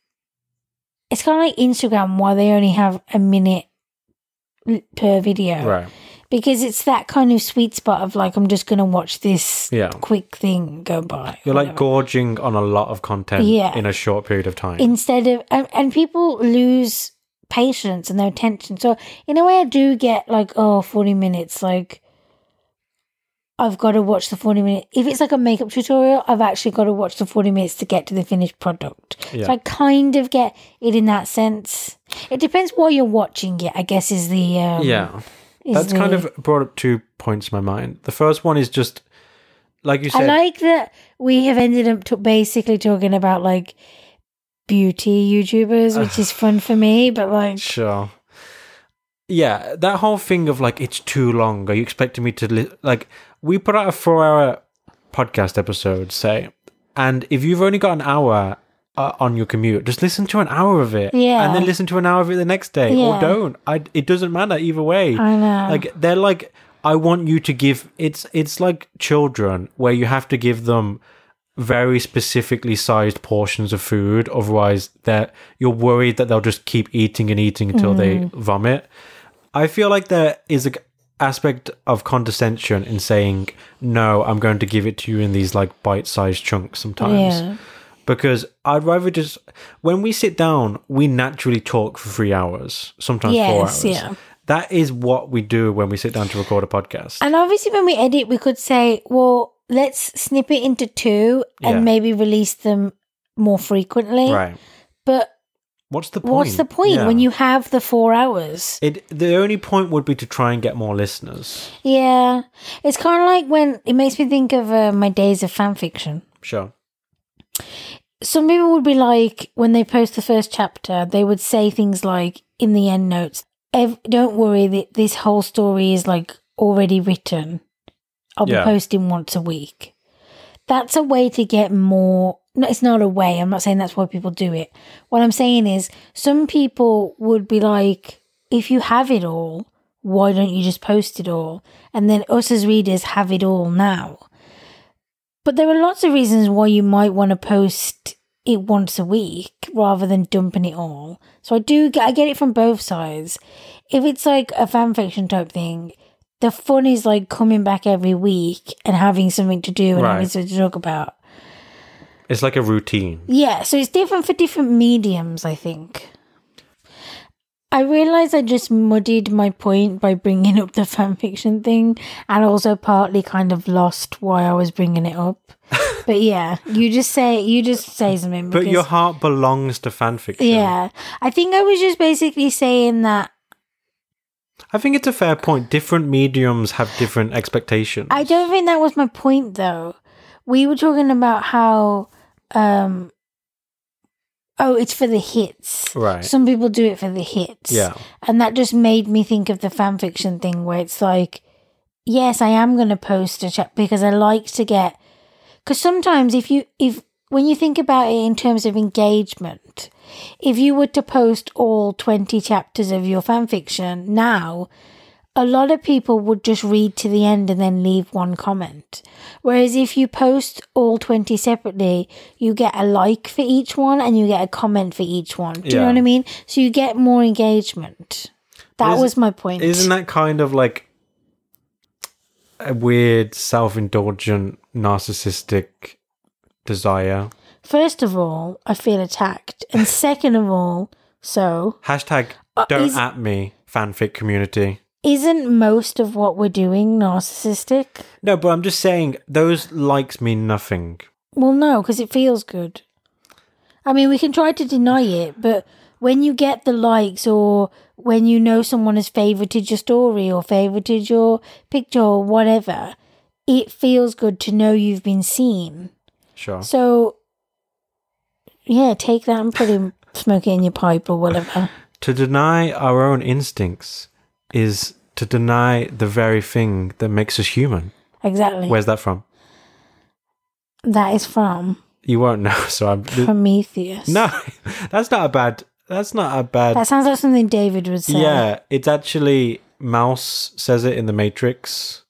Speaker 1: it's kind of like instagram why they only have a minute l- per video
Speaker 2: Right.
Speaker 1: because it's that kind of sweet spot of like i'm just gonna watch this
Speaker 2: Yeah.
Speaker 1: quick thing go by
Speaker 2: You're like
Speaker 1: whatever.
Speaker 2: gorging on a lot of content
Speaker 1: Yeah.
Speaker 2: in a short period of time.
Speaker 1: instead of and, and people lose patience and their attention so in a way i do get like oh 40 minutes like i've got to watch the 40 minute if it's like a makeup tutorial i've actually got to watch the 40 minutes to get to the finished product
Speaker 2: Yeah.
Speaker 1: so i kind of get it in that sense it depends why you're watching it i guess is the um,
Speaker 2: yeah.
Speaker 1: is
Speaker 2: That's kind
Speaker 1: the-
Speaker 2: of brought up two points in my mind. The first one is just, like you
Speaker 1: I
Speaker 2: said,
Speaker 1: like that we have ended up to basically talking about like beauty YouTubers, which is fun for me, but like,
Speaker 2: Sure. Yeah, that whole thing of like it's too long. Are you expecting me to li- like? We put out a four-hour podcast episode, say, and if you've only got an hour uh, on your commute, just listen to an hour of it,
Speaker 1: Yeah.
Speaker 2: and then listen to an hour of it the next day, or
Speaker 1: Yeah.
Speaker 2: don't. I, it doesn't matter either way.
Speaker 1: I know.
Speaker 2: Like they're like, I want you to give. It's it's like children where you have to give them very specifically sized portions of food. Otherwise, that you're worried that they'll just keep eating and eating until
Speaker 1: Mm.
Speaker 2: they vomit. I feel like there is a g- aspect of condescension in saying no. I'm going to give it to you in these like bite-sized chunks sometimes
Speaker 1: yeah,
Speaker 2: because I'd rather just when we sit down, we naturally talk for three hours, sometimes four
Speaker 1: Yes,
Speaker 2: hours.
Speaker 1: yeah.
Speaker 2: That is what we do when we sit down to record a podcast.
Speaker 1: and obviously when we edit, we could say, well, let's snip it into two and
Speaker 2: Yeah.
Speaker 1: maybe release them more frequently.
Speaker 2: right.
Speaker 1: But
Speaker 2: What's the point?
Speaker 1: what's the point
Speaker 2: Yeah.
Speaker 1: when you have the four hours?
Speaker 2: It, the only point would be to try and get more listeners.
Speaker 1: Yeah, it's kind of like when it makes me think of uh, my days of fan fiction.
Speaker 2: Sure.
Speaker 1: some people would be like when they post the first chapter they would say things like in the end notes ev- don't worry that this whole story is like already written i'll
Speaker 2: Yeah.
Speaker 1: be posting once a week that's a way to get more no, it's not a way i'm not saying that's why people do it what i'm saying is some people would be like if you have it all why don't you just post it all and then us as readers have it all now but there are lots of reasons why you might want to post it once a week rather than dumping it all. So I do get, I get it from both sides. If it's like a fan fiction type thing, the fun is like coming back every week and having something to do and
Speaker 2: Right.
Speaker 1: having something to talk about.
Speaker 2: It's like a routine.
Speaker 1: Yeah, so it's different for different mediums, I think. I realize I just muddied my point by bringing up the fanfiction thing and also partly kind of lost why I was bringing it up. but yeah, you just say you just say something
Speaker 2: But
Speaker 1: because
Speaker 2: your heart belongs to fanfiction.
Speaker 1: yeah. I think I was just basically saying that
Speaker 2: I think it's a fair point. Different mediums have different expectations.
Speaker 1: I don't think that was my point though. We were talking about how um oh, it's for the hits.
Speaker 2: Right.
Speaker 1: Some people do it for the hits.
Speaker 2: Yeah.
Speaker 1: And that just made me think of the fan fiction thing where it's like, yes, I am going to post a chat because I like to get. Because sometimes if you, if when you think about it in terms of engagement, if you were to post all 20 chapters of your fan fiction now, a lot of people would just read to the end and then leave one comment. Whereas if you post all 20 separately, you get a like for each one and you get a comment for each one. Do you know
Speaker 2: Yeah.
Speaker 1: what I mean? So you get more engagement. That
Speaker 2: isn't-
Speaker 1: was my point.
Speaker 2: Isn't that kind of like a weird, self indulgent, narcissistic desire?
Speaker 1: First of all, I feel attacked. And second of all, so
Speaker 2: Hashtag
Speaker 1: Uh,
Speaker 2: don't
Speaker 1: is-
Speaker 2: at me, fanfic community.
Speaker 1: isn't most of what we're doing narcissistic?
Speaker 2: No, but I'm just saying those likes mean nothing.
Speaker 1: Well, no, because it feels good. I mean, we can try to deny it, but when you get the likes or when you know someone has favorited your story or favorited your picture or whatever, it feels good to know you've been seen.
Speaker 2: Sure.
Speaker 1: So, yeah, take that and put it, smoke it in your pipe or whatever.
Speaker 2: To deny our own instincts is to deny the very thing that makes us human.
Speaker 1: Exactly.
Speaker 2: Where's that from?
Speaker 1: that is from
Speaker 2: You won't know, so I'm
Speaker 1: Prometheus.
Speaker 2: No, that's not a bad. That's not a bad.
Speaker 1: That sounds like something David would say.
Speaker 2: yeah, it's actually Mouse says it in The Matrix.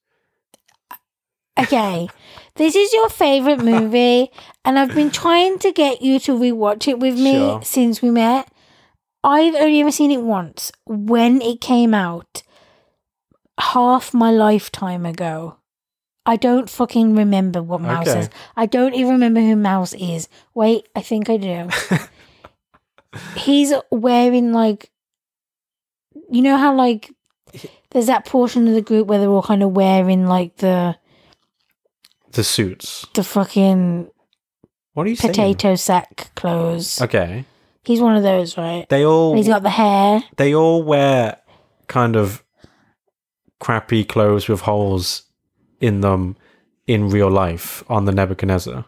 Speaker 1: Okay. This is your favorite movie, and I've been trying to get you to rewatch it with me
Speaker 2: Sure.
Speaker 1: since we met. I've only ever seen it once when it came out half my lifetime ago. I don't fucking remember what Mouse
Speaker 2: Okay.
Speaker 1: is. I don't even remember who Mouse is. Wait, I think I do. He's wearing like, you know how like there's that portion of the group where they're all kind of wearing like the
Speaker 2: The suits.
Speaker 1: the fucking
Speaker 2: What are you
Speaker 1: potato sack clothes.
Speaker 2: saying? Okay,
Speaker 1: He's one of those, right?
Speaker 2: they
Speaker 1: And
Speaker 2: all
Speaker 1: he's got the hair.
Speaker 2: they all wear kind of crappy clothes with holes in them in real life on the Nebuchadnezzar,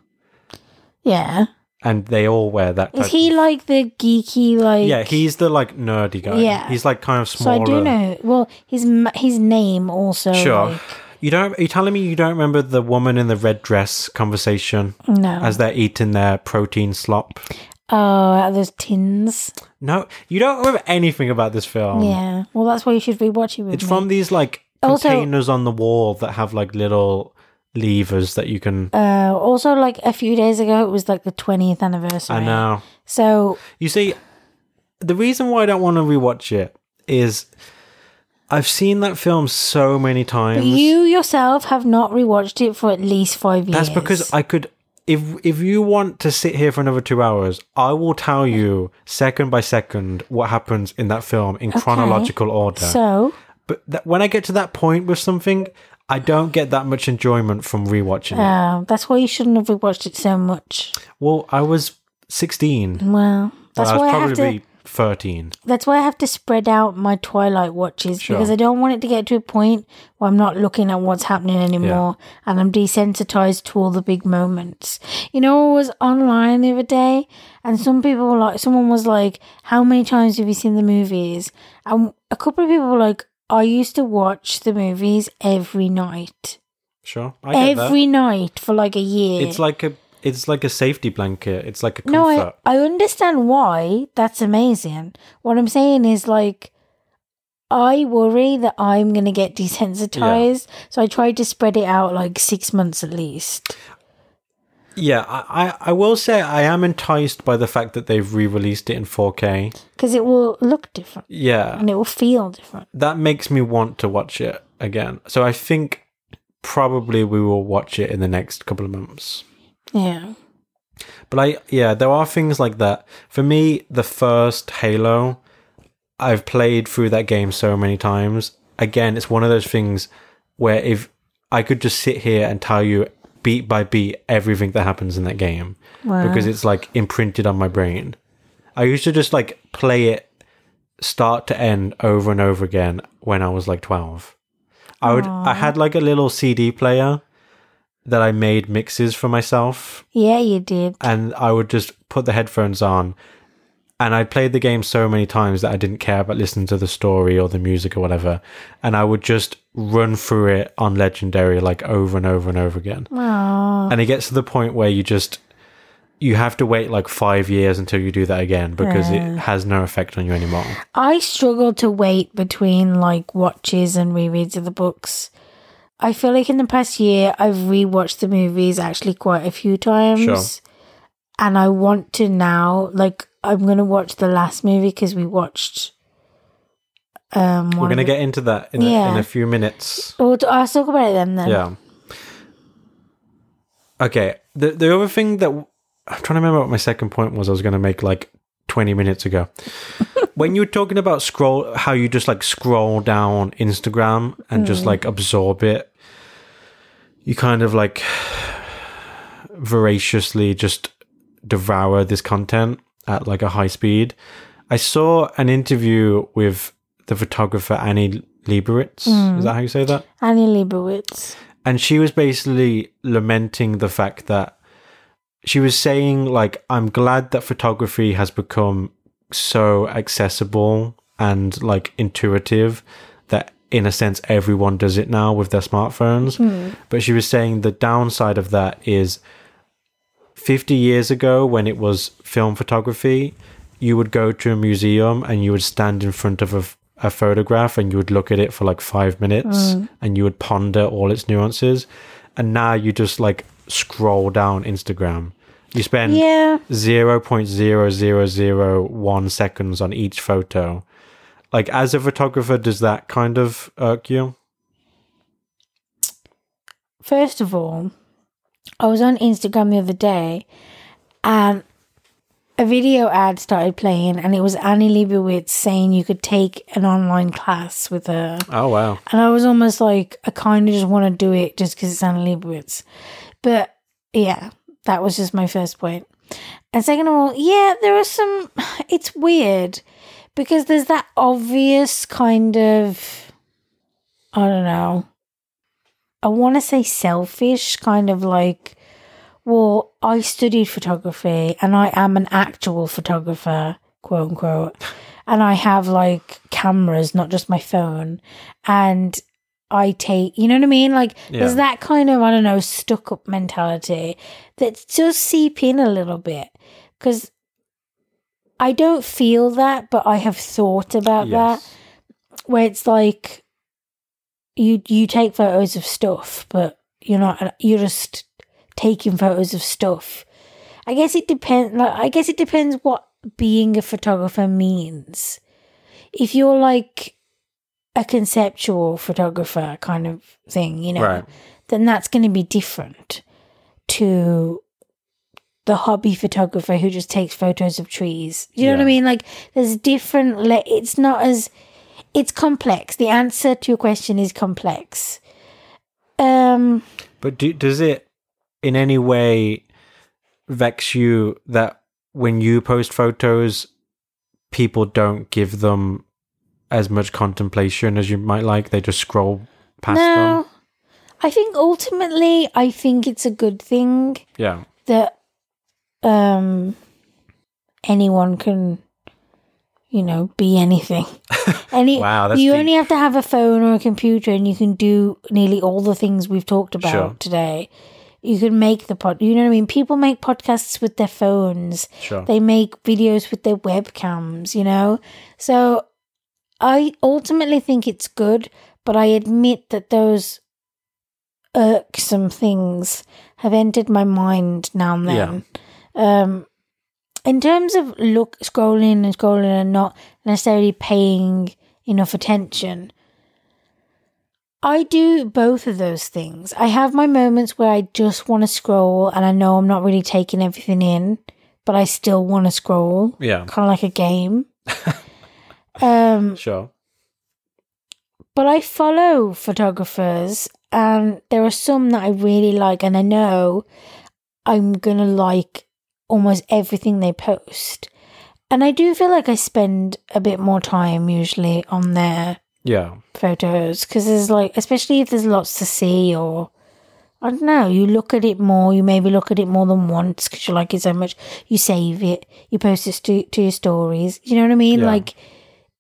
Speaker 1: Yeah.
Speaker 2: and they all wear that.
Speaker 1: Is
Speaker 2: type
Speaker 1: he
Speaker 2: of-
Speaker 1: like the geeky, like.
Speaker 2: yeah, he's the like nerdy guy.
Speaker 1: Yeah.
Speaker 2: he's like kind of
Speaker 1: So I
Speaker 2: smaller.
Speaker 1: do know. Well, his m- his name also.
Speaker 2: Sure.
Speaker 1: like-
Speaker 2: You don't. Are you telling me you don't remember the woman in the red dress conversation
Speaker 1: no.
Speaker 2: as they're eating their protein slop?
Speaker 1: oh, out of those tins.
Speaker 2: No, you don't remember anything about this film.
Speaker 1: yeah. Well, that's why you should rewatch it with
Speaker 2: It's
Speaker 1: me.
Speaker 2: from these like
Speaker 1: Also-
Speaker 2: containers on the wall that have like little levers that you can.
Speaker 1: uh, also, like a few days ago, it was like the twentieth anniversary.
Speaker 2: I know.
Speaker 1: So
Speaker 2: You see, the reason why I don't want to rewatch it is I've seen that film so many times.
Speaker 1: you yourself have not rewatched it for at least five years.
Speaker 2: That's because I could. If if you want to sit here for another two hours, I will tell you second by second what happens in that film in chronological order.
Speaker 1: so
Speaker 2: but that, when I get to that point with something, I don't get that much enjoyment from rewatching it.
Speaker 1: uh, that's why you shouldn't have rewatched it so much.
Speaker 2: Well, I was sixteen.
Speaker 1: Well, that's
Speaker 2: I was
Speaker 1: why I have to.
Speaker 2: probably thirteen.
Speaker 1: That's why I have to spread out my Twilight watches
Speaker 2: Sure.
Speaker 1: because I don't want it to get to a point where I'm not looking at what's happening anymore and I'm desensitized to all the big moments. You know, I was online the other day and some people were like, someone was like, How many times have you seen the movies? And a couple of people were like, I used to watch the movies every night.
Speaker 2: Sure, I get
Speaker 1: Every night for like a year.
Speaker 2: that. It's like a it's like a safety blanket. It's like a comfort.
Speaker 1: No, I, I understand why that's amazing. What I'm saying is like I worry that I'm gonna get desensitized, so I try to spread it out like six months at least.
Speaker 2: yeah, I, I I will say I am enticed by the fact that they've re-released it in 4K.
Speaker 1: Because it will look different
Speaker 2: Yeah,
Speaker 1: and it will feel different.
Speaker 2: that makes me want to watch it again. So I think probably we will watch it in the next couple of months.
Speaker 1: Yeah.
Speaker 2: But I yeah, there are things like that. For me, the first Halo, I've played through that game so many times. Again, it's one of those things where if I could just sit here and tell you beat by beat everything that happens in that game
Speaker 1: Wow.
Speaker 2: because it's like imprinted on my brain. I used to just like play it start to end over and over again when I was like 12. I would I had like a little CD player that I made mixes for myself
Speaker 1: yeah, you did.
Speaker 2: and I would just put the headphones on. And I played the game so many times that I didn't care about listening to the story or the music or whatever. And I would just run through it on Legendary like over and over and over again.
Speaker 1: Aww.
Speaker 2: And it gets to the point where you just you have to wait like five years until you do that again because it has no effect on you anymore.
Speaker 1: I struggle to wait between like watches and rereads of the books. I feel like in the past year I've rewatched the movies actually quite a few times.
Speaker 2: Sure.
Speaker 1: And I want to now like I'm going to watch the last movie cuz we watched um
Speaker 2: We're
Speaker 1: one
Speaker 2: going to
Speaker 1: of the-
Speaker 2: get into that in, a, in
Speaker 1: Yeah.
Speaker 2: a few minutes.
Speaker 1: Oh, t- I'll talk about it then then.
Speaker 2: Yeah. Okay. The the other thing that I'm trying to remember what my second point was. I was going to make like 20 minutes ago. when you were talking about scroll, how you just like scroll down Instagram and just like absorb it, you kind of like voraciously just devour this content at like a high speed. I saw an interview with the photographer Annie Leibovitz. Is that how you say that?
Speaker 1: Annie Leibovitz.
Speaker 2: and she was basically lamenting the fact that she was saying like i'm glad that photography has become so accessible and like intuitive that in a sense everyone does it now with their smartphones but she was saying the downside of that is 50 years ago when it was film photography you would go to a museum and you would stand in front of a, f- a photograph and you would look at it for like five minutes and you would ponder all its nuances and now you just like scroll down instagram you spend
Speaker 1: Yeah.
Speaker 2: 0.0001 seconds on each photo like as a photographer does that kind of irk you
Speaker 1: First of all, I was on Instagram the other day and a video ad started playing and it was Annie Leibovitz saying you could take an online class with her.
Speaker 2: oh wow
Speaker 1: And I was almost like, I kind of just want to do it just because it's Annie Leibovitz. But yeah, that was just my first point. And second of all, yeah, there are some, it's weird because there's that obvious kind of, I don't know, I want to say selfish kind of like, well, I studied photography and I am an actual photographer, quote unquote. And I have like cameras, not just my phone. And I take, you know what I mean? Like,
Speaker 2: Yeah.
Speaker 1: there's that kind of, I don't know, stuck up mentality that does seep in a little bit. Because I don't feel that, but I have thought about that
Speaker 2: yes
Speaker 1: where it's like you you take photos of stuff, but you're not you're just taking photos of stuff. I guess it depends. Like I guess it depends what being a photographer means. If you're like a conceptual photographer kind of thing, you know,
Speaker 2: right
Speaker 1: then that's going to be different to the hobby photographer who just takes photos of trees. You know what I
Speaker 2: Yeah.
Speaker 1: mean? Like, there's different. Le- it's not as. It's complex. The answer to your question is complex. Um.
Speaker 2: But do, does it in any way vex you that when you post photos, people don't give them as much contemplation as you might like? They just scroll past
Speaker 1: no,
Speaker 2: them?
Speaker 1: I think ultimately, I think it's a good thing
Speaker 2: Yeah.
Speaker 1: that um anyone can you know be anything any
Speaker 2: Wow, that's
Speaker 1: you
Speaker 2: deep.
Speaker 1: only have to have a phone or a computer and you can do nearly all the things we've talked about
Speaker 2: Sure.
Speaker 1: today you can make the pod you know what i mean people make podcasts with their phones
Speaker 2: Sure.
Speaker 1: they make videos with their webcams you know so i ultimately think it's good but i admit that those irksome things have entered my mind now and then um in terms of look scrolling and scrolling and not necessarily paying enough attention I do both of those things. I have my moments where I just want to scroll and I know I'm not really taking everything in, but I still want to scroll,
Speaker 2: yeah.
Speaker 1: kind of like a game. um,
Speaker 2: Sure.
Speaker 1: but I follow photographers, and there are some that I really like, and I know I'm gonna like almost everything they post. And I do feel like I spend a bit more time usually on their
Speaker 2: Yeah.
Speaker 1: photos because there's like, especially if there's lots to see, or I don't know, you look at it more, you maybe look at it more than once because you like it so much, you save it, you post it to, to your stories, you know what I mean?
Speaker 2: Yeah.
Speaker 1: Like,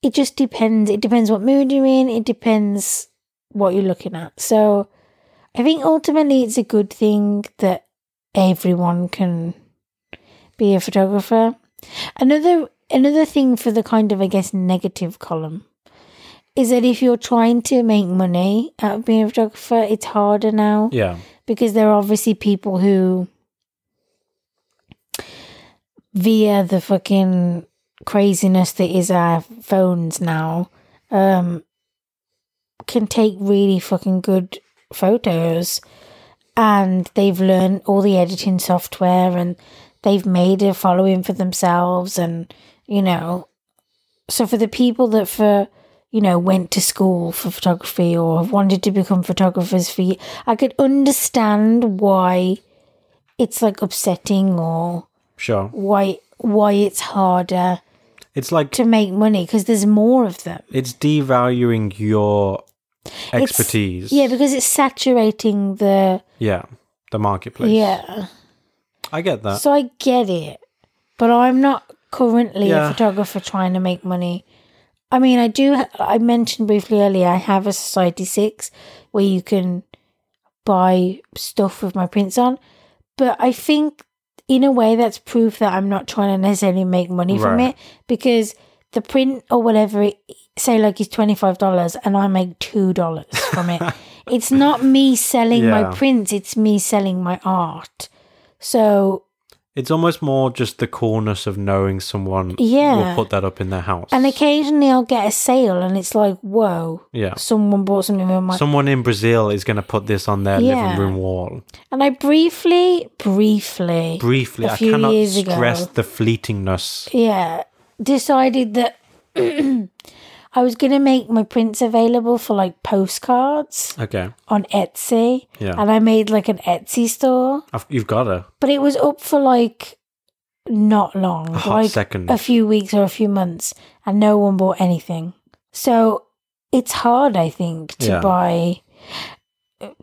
Speaker 1: it just depends. It depends what mood you're in. It depends what you're looking at. So I think ultimately it's a good thing that everyone can be a photographer. Another another thing for the kind of I guess negative column is that if you're trying to make money out of being a photographer, it's harder now
Speaker 2: Yeah.
Speaker 1: because there are obviously people who via the fucking craziness that is our phones now um can take really fucking good photos and they've learned all the editing software and they've made a following for themselves and you know so for the people that for you know went to school for photography or have wanted to become photographers for ye- i could understand why it's like upsetting or
Speaker 2: Sure.
Speaker 1: why why it's harder
Speaker 2: It's like
Speaker 1: to make money because there's more of them
Speaker 2: it's devaluing your
Speaker 1: It's-
Speaker 2: expertise.
Speaker 1: yeah because it's saturating the
Speaker 2: Yeah. The marketplace.
Speaker 1: yeah
Speaker 2: I get that.
Speaker 1: So I get it, but I'm not currently
Speaker 2: Yeah.
Speaker 1: a photographer trying to make money. I mean, I do. ha- I mentioned briefly earlier. I have a Society Six where you can buy stuff with my prints on, but I think in a way that's proof that I'm not trying to necessarily make money from
Speaker 2: Right.
Speaker 1: it because the print or whatever, it, say like is twenty five dollars and I make two dollars from it. it's not me selling
Speaker 2: Yeah.
Speaker 1: my prints; it's me selling my art. So
Speaker 2: It's almost more just the coolness of knowing someone
Speaker 1: Yeah.
Speaker 2: will put that up in their house.
Speaker 1: And occasionally I'll get a sale and it's like, whoa,
Speaker 2: yeah.
Speaker 1: someone bought something with my.
Speaker 2: Someone in Brazil is going to put this on their
Speaker 1: Yeah.
Speaker 2: living room wall.
Speaker 1: and I briefly, briefly,
Speaker 2: Briefly,
Speaker 1: A
Speaker 2: I
Speaker 1: few
Speaker 2: cannot
Speaker 1: years ago.
Speaker 2: stress the fleetingness.
Speaker 1: yeah, decided that I was going to make my prints available for like postcards
Speaker 2: Okay.
Speaker 1: on Etsy.
Speaker 2: Yeah.
Speaker 1: And I made like an Etsy store,
Speaker 2: I've, you've got to.
Speaker 1: but it was up for like not long,
Speaker 2: A hot
Speaker 1: like
Speaker 2: second.
Speaker 1: a few weeks or a few months, and no one bought anything. So it's hard, I think, to
Speaker 2: Yeah.
Speaker 1: buy,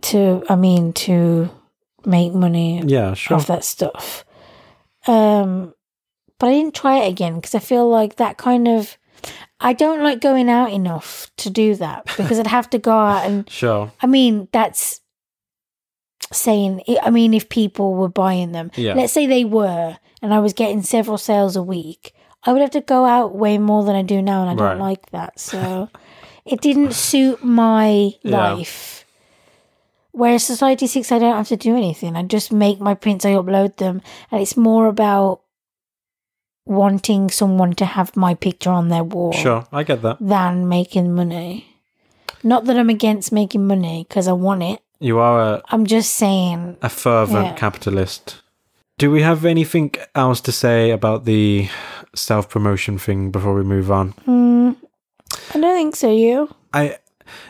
Speaker 1: to, I mean, to make money
Speaker 2: yeah, sure.
Speaker 1: off that stuff. Um, but I didn't try it again because I feel like that kind of, I don't like going out enough to do that because I'd have to go out and
Speaker 2: Sure.
Speaker 1: I mean, that's saying, I mean, if people were buying them,
Speaker 2: Yeah.
Speaker 1: let's say they were, and I was getting several sales a week, I would have to go out way more than I do now, and I
Speaker 2: Right.
Speaker 1: don't like that. So it didn't suit my
Speaker 2: Yeah.
Speaker 1: life. Whereas Society 6, I don't have to do anything. I just make my prints, I upload them, and it's more about wanting someone to have my picture on their wall
Speaker 2: Sure. I get that.
Speaker 1: than making money. Not that I'm against making money because I want it.
Speaker 2: You are a,
Speaker 1: I'm just saying,
Speaker 2: a fervent
Speaker 1: Yeah.
Speaker 2: capitalist. Do we have anything else to say about the self promotion thing before we move on?
Speaker 1: mm, I don't think so. You?
Speaker 2: I,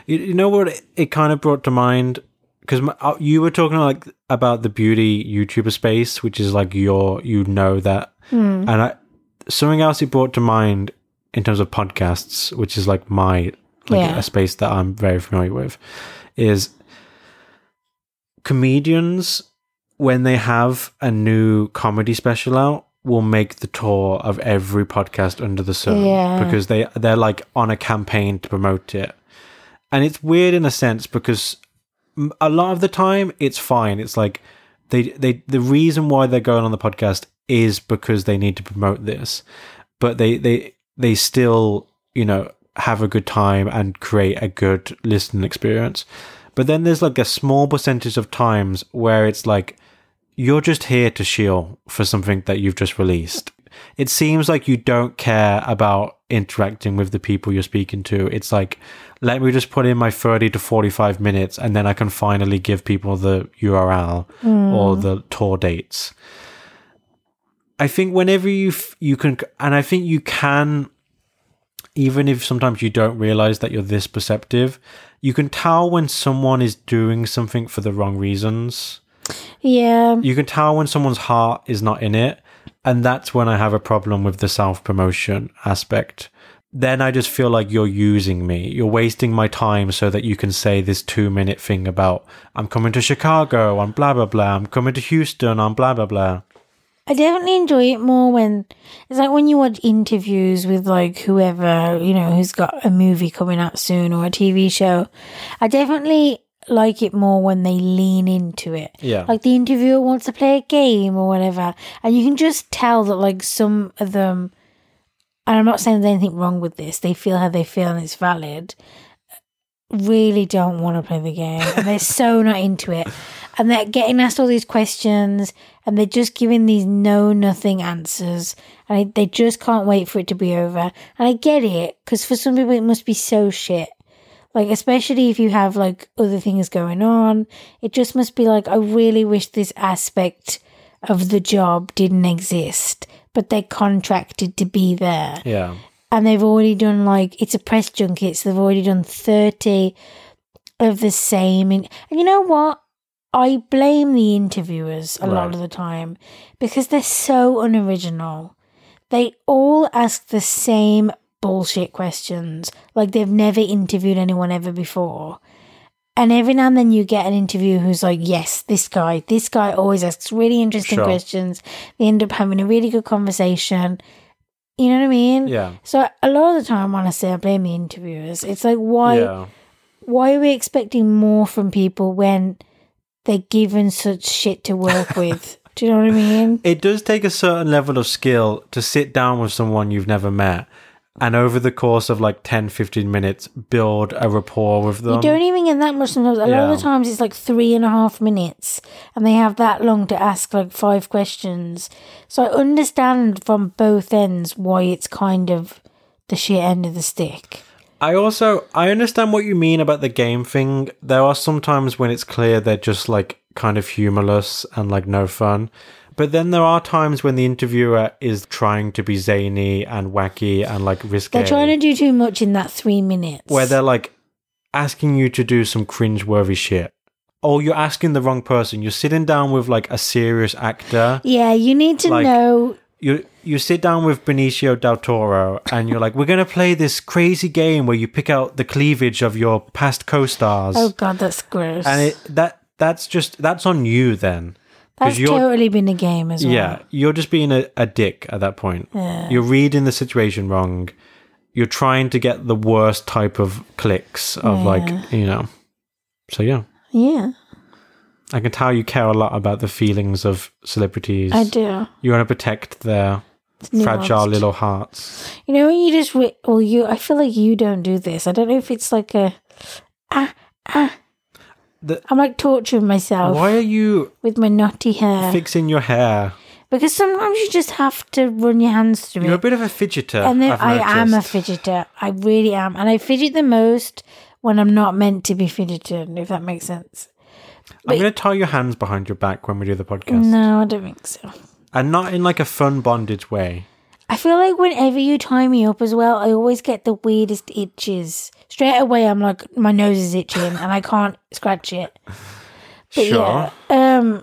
Speaker 2: you, you know what it, it kind of brought to mind because you were talking like about the beauty YouTuber space, which is like your you know that,
Speaker 1: Mm.
Speaker 2: and I something else it brought to mind in terms of podcasts, which is like my like
Speaker 1: Yeah.
Speaker 2: a space that I'm very familiar with, is comedians when they have a new comedy special out will make the tour of every podcast under the sun
Speaker 1: Yeah.
Speaker 2: because they they're like on a campaign to promote it and it's weird in a sense because m- a lot of the time it's fine it's like they they the reason why they're going on the podcast is because they need to promote this but they they they still you know have a good time and create a good listening experience but then there's like a small percentage of times where it's like you're just here to shill for something that you've just released it seems like you don't care about interacting with the people you're speaking to it's like let me just put in my 30 to 45 minutes and then i can finally give people the url or the tour dates I think whenever you f- you can, and I think you can, even if sometimes you don't realize that you're this perceptive, you can tell when someone is doing something for the wrong reasons.
Speaker 1: Yeah.
Speaker 2: You can tell when someone's heart is not in it, and that's when I have a problem with the self promotion aspect. Then I just feel like you're using me. You're wasting my time so that you can say this two minute thing about I'm coming to Chicago, I'm blah blah blah, I'm coming to Houston, I'm blah blah blah.
Speaker 1: I definitely enjoy it more when it's like when you watch interviews with like whoever, you know, who's got a movie coming out soon or a TV show. I definitely like it more when they lean into it.
Speaker 2: Yeah.
Speaker 1: Like the interviewer wants to play a game or whatever. And you can just tell that, like, some of them, and I'm not saying there's anything wrong with this, they feel how they feel and it's valid, really don't want to play the game. And they're so not into it. And they're getting asked all these questions and they're just giving these no nothing answers. And I- they just can't wait for it to be over. And I get it, because for some people it must be so shit like especially if you have like other things going on it just must be like i really wish this aspect of the job didn't exist but they're contracted to be there
Speaker 2: yeah.
Speaker 1: and they've already done like it's a press junket so they've already done 30 of the same in- and you know what i blame the interviewers a lot
Speaker 2: Right.
Speaker 1: of the time because they're so unoriginal they all ask the same bullshit questions like they've never interviewed anyone ever before and every now and then you get an interview who's like, yes, this guy, this guy always asks really interesting
Speaker 2: Sure.
Speaker 1: questions. They end up having a really good conversation. You know what I mean?
Speaker 2: Yeah.
Speaker 1: So a lot of the time, when I say I blame the interviewers, it's like why
Speaker 2: yeah.
Speaker 1: why are we expecting more from people when they're given such shit to work with? Do you know what I mean?
Speaker 2: It does take a certain level of skill to sit down with someone you've never met and over the course of like 10, 15 minutes build a rapport with them.
Speaker 1: You don't even get that much sometimes. A lot
Speaker 2: Um, Yeah.
Speaker 1: of the times, it's like three and a half minutes, and they have that long to ask like five questions. So I understand from both ends why it's kind of the shit end of the stick.
Speaker 2: I also I understand what you mean about the game thing. There are some times when it's clear they're just like kind of humorless and like no fun. But then there are times when the interviewer is trying to be zany and wacky and like risque.
Speaker 1: They're trying to do too much in that three minutes.
Speaker 2: where they're like asking you to do some cringeworthy shit. Or you're asking the wrong person. You're sitting down with like a serious actor.
Speaker 1: yeah, you need to
Speaker 2: like,
Speaker 1: know
Speaker 2: You you sit down with Benicio del Toro and you're like, We're gonna play this crazy game where you pick out the cleavage of your past co stars.
Speaker 1: Oh god, that's gross.
Speaker 2: and it that that's just that's on you then
Speaker 1: that's
Speaker 2: you're-
Speaker 1: totally been a game as well.
Speaker 2: yeah you're just being a, a dick at that point you're reading the situation wrong you're trying to get the worst type of clicks of like you know so yeah
Speaker 1: Yeah,
Speaker 2: i can tell you care a lot about the feelings of celebrities
Speaker 1: I do.
Speaker 2: you want to protect their
Speaker 1: It's nuanced.
Speaker 2: fragile little hearts
Speaker 1: You know when you just wi- well, you. I feel like you don't do this. I don't know if it's like a ah ah.
Speaker 2: The-
Speaker 1: I'm like torturing myself
Speaker 2: why are you
Speaker 1: with my knotty hair
Speaker 2: fixing your hair
Speaker 1: because sometimes you just have to run your hands through
Speaker 2: you're a
Speaker 1: it.
Speaker 2: bit of a fidgeter
Speaker 1: And then
Speaker 2: I've
Speaker 1: I am a
Speaker 2: noticed.
Speaker 1: fidgeter. I really am, and I fidget the most when I'm not meant to be fidgeting. If that makes sense.
Speaker 2: i'm going to tie your hands behind your back when we do the podcast
Speaker 1: No, I don't think so.
Speaker 2: and not in like a fun bondage way
Speaker 1: I feel like whenever you tie me up as well, I always get the weirdest itches. Straight away, I'm like, my nose is itching and I can't scratch it. But yeah,
Speaker 2: sure
Speaker 1: um,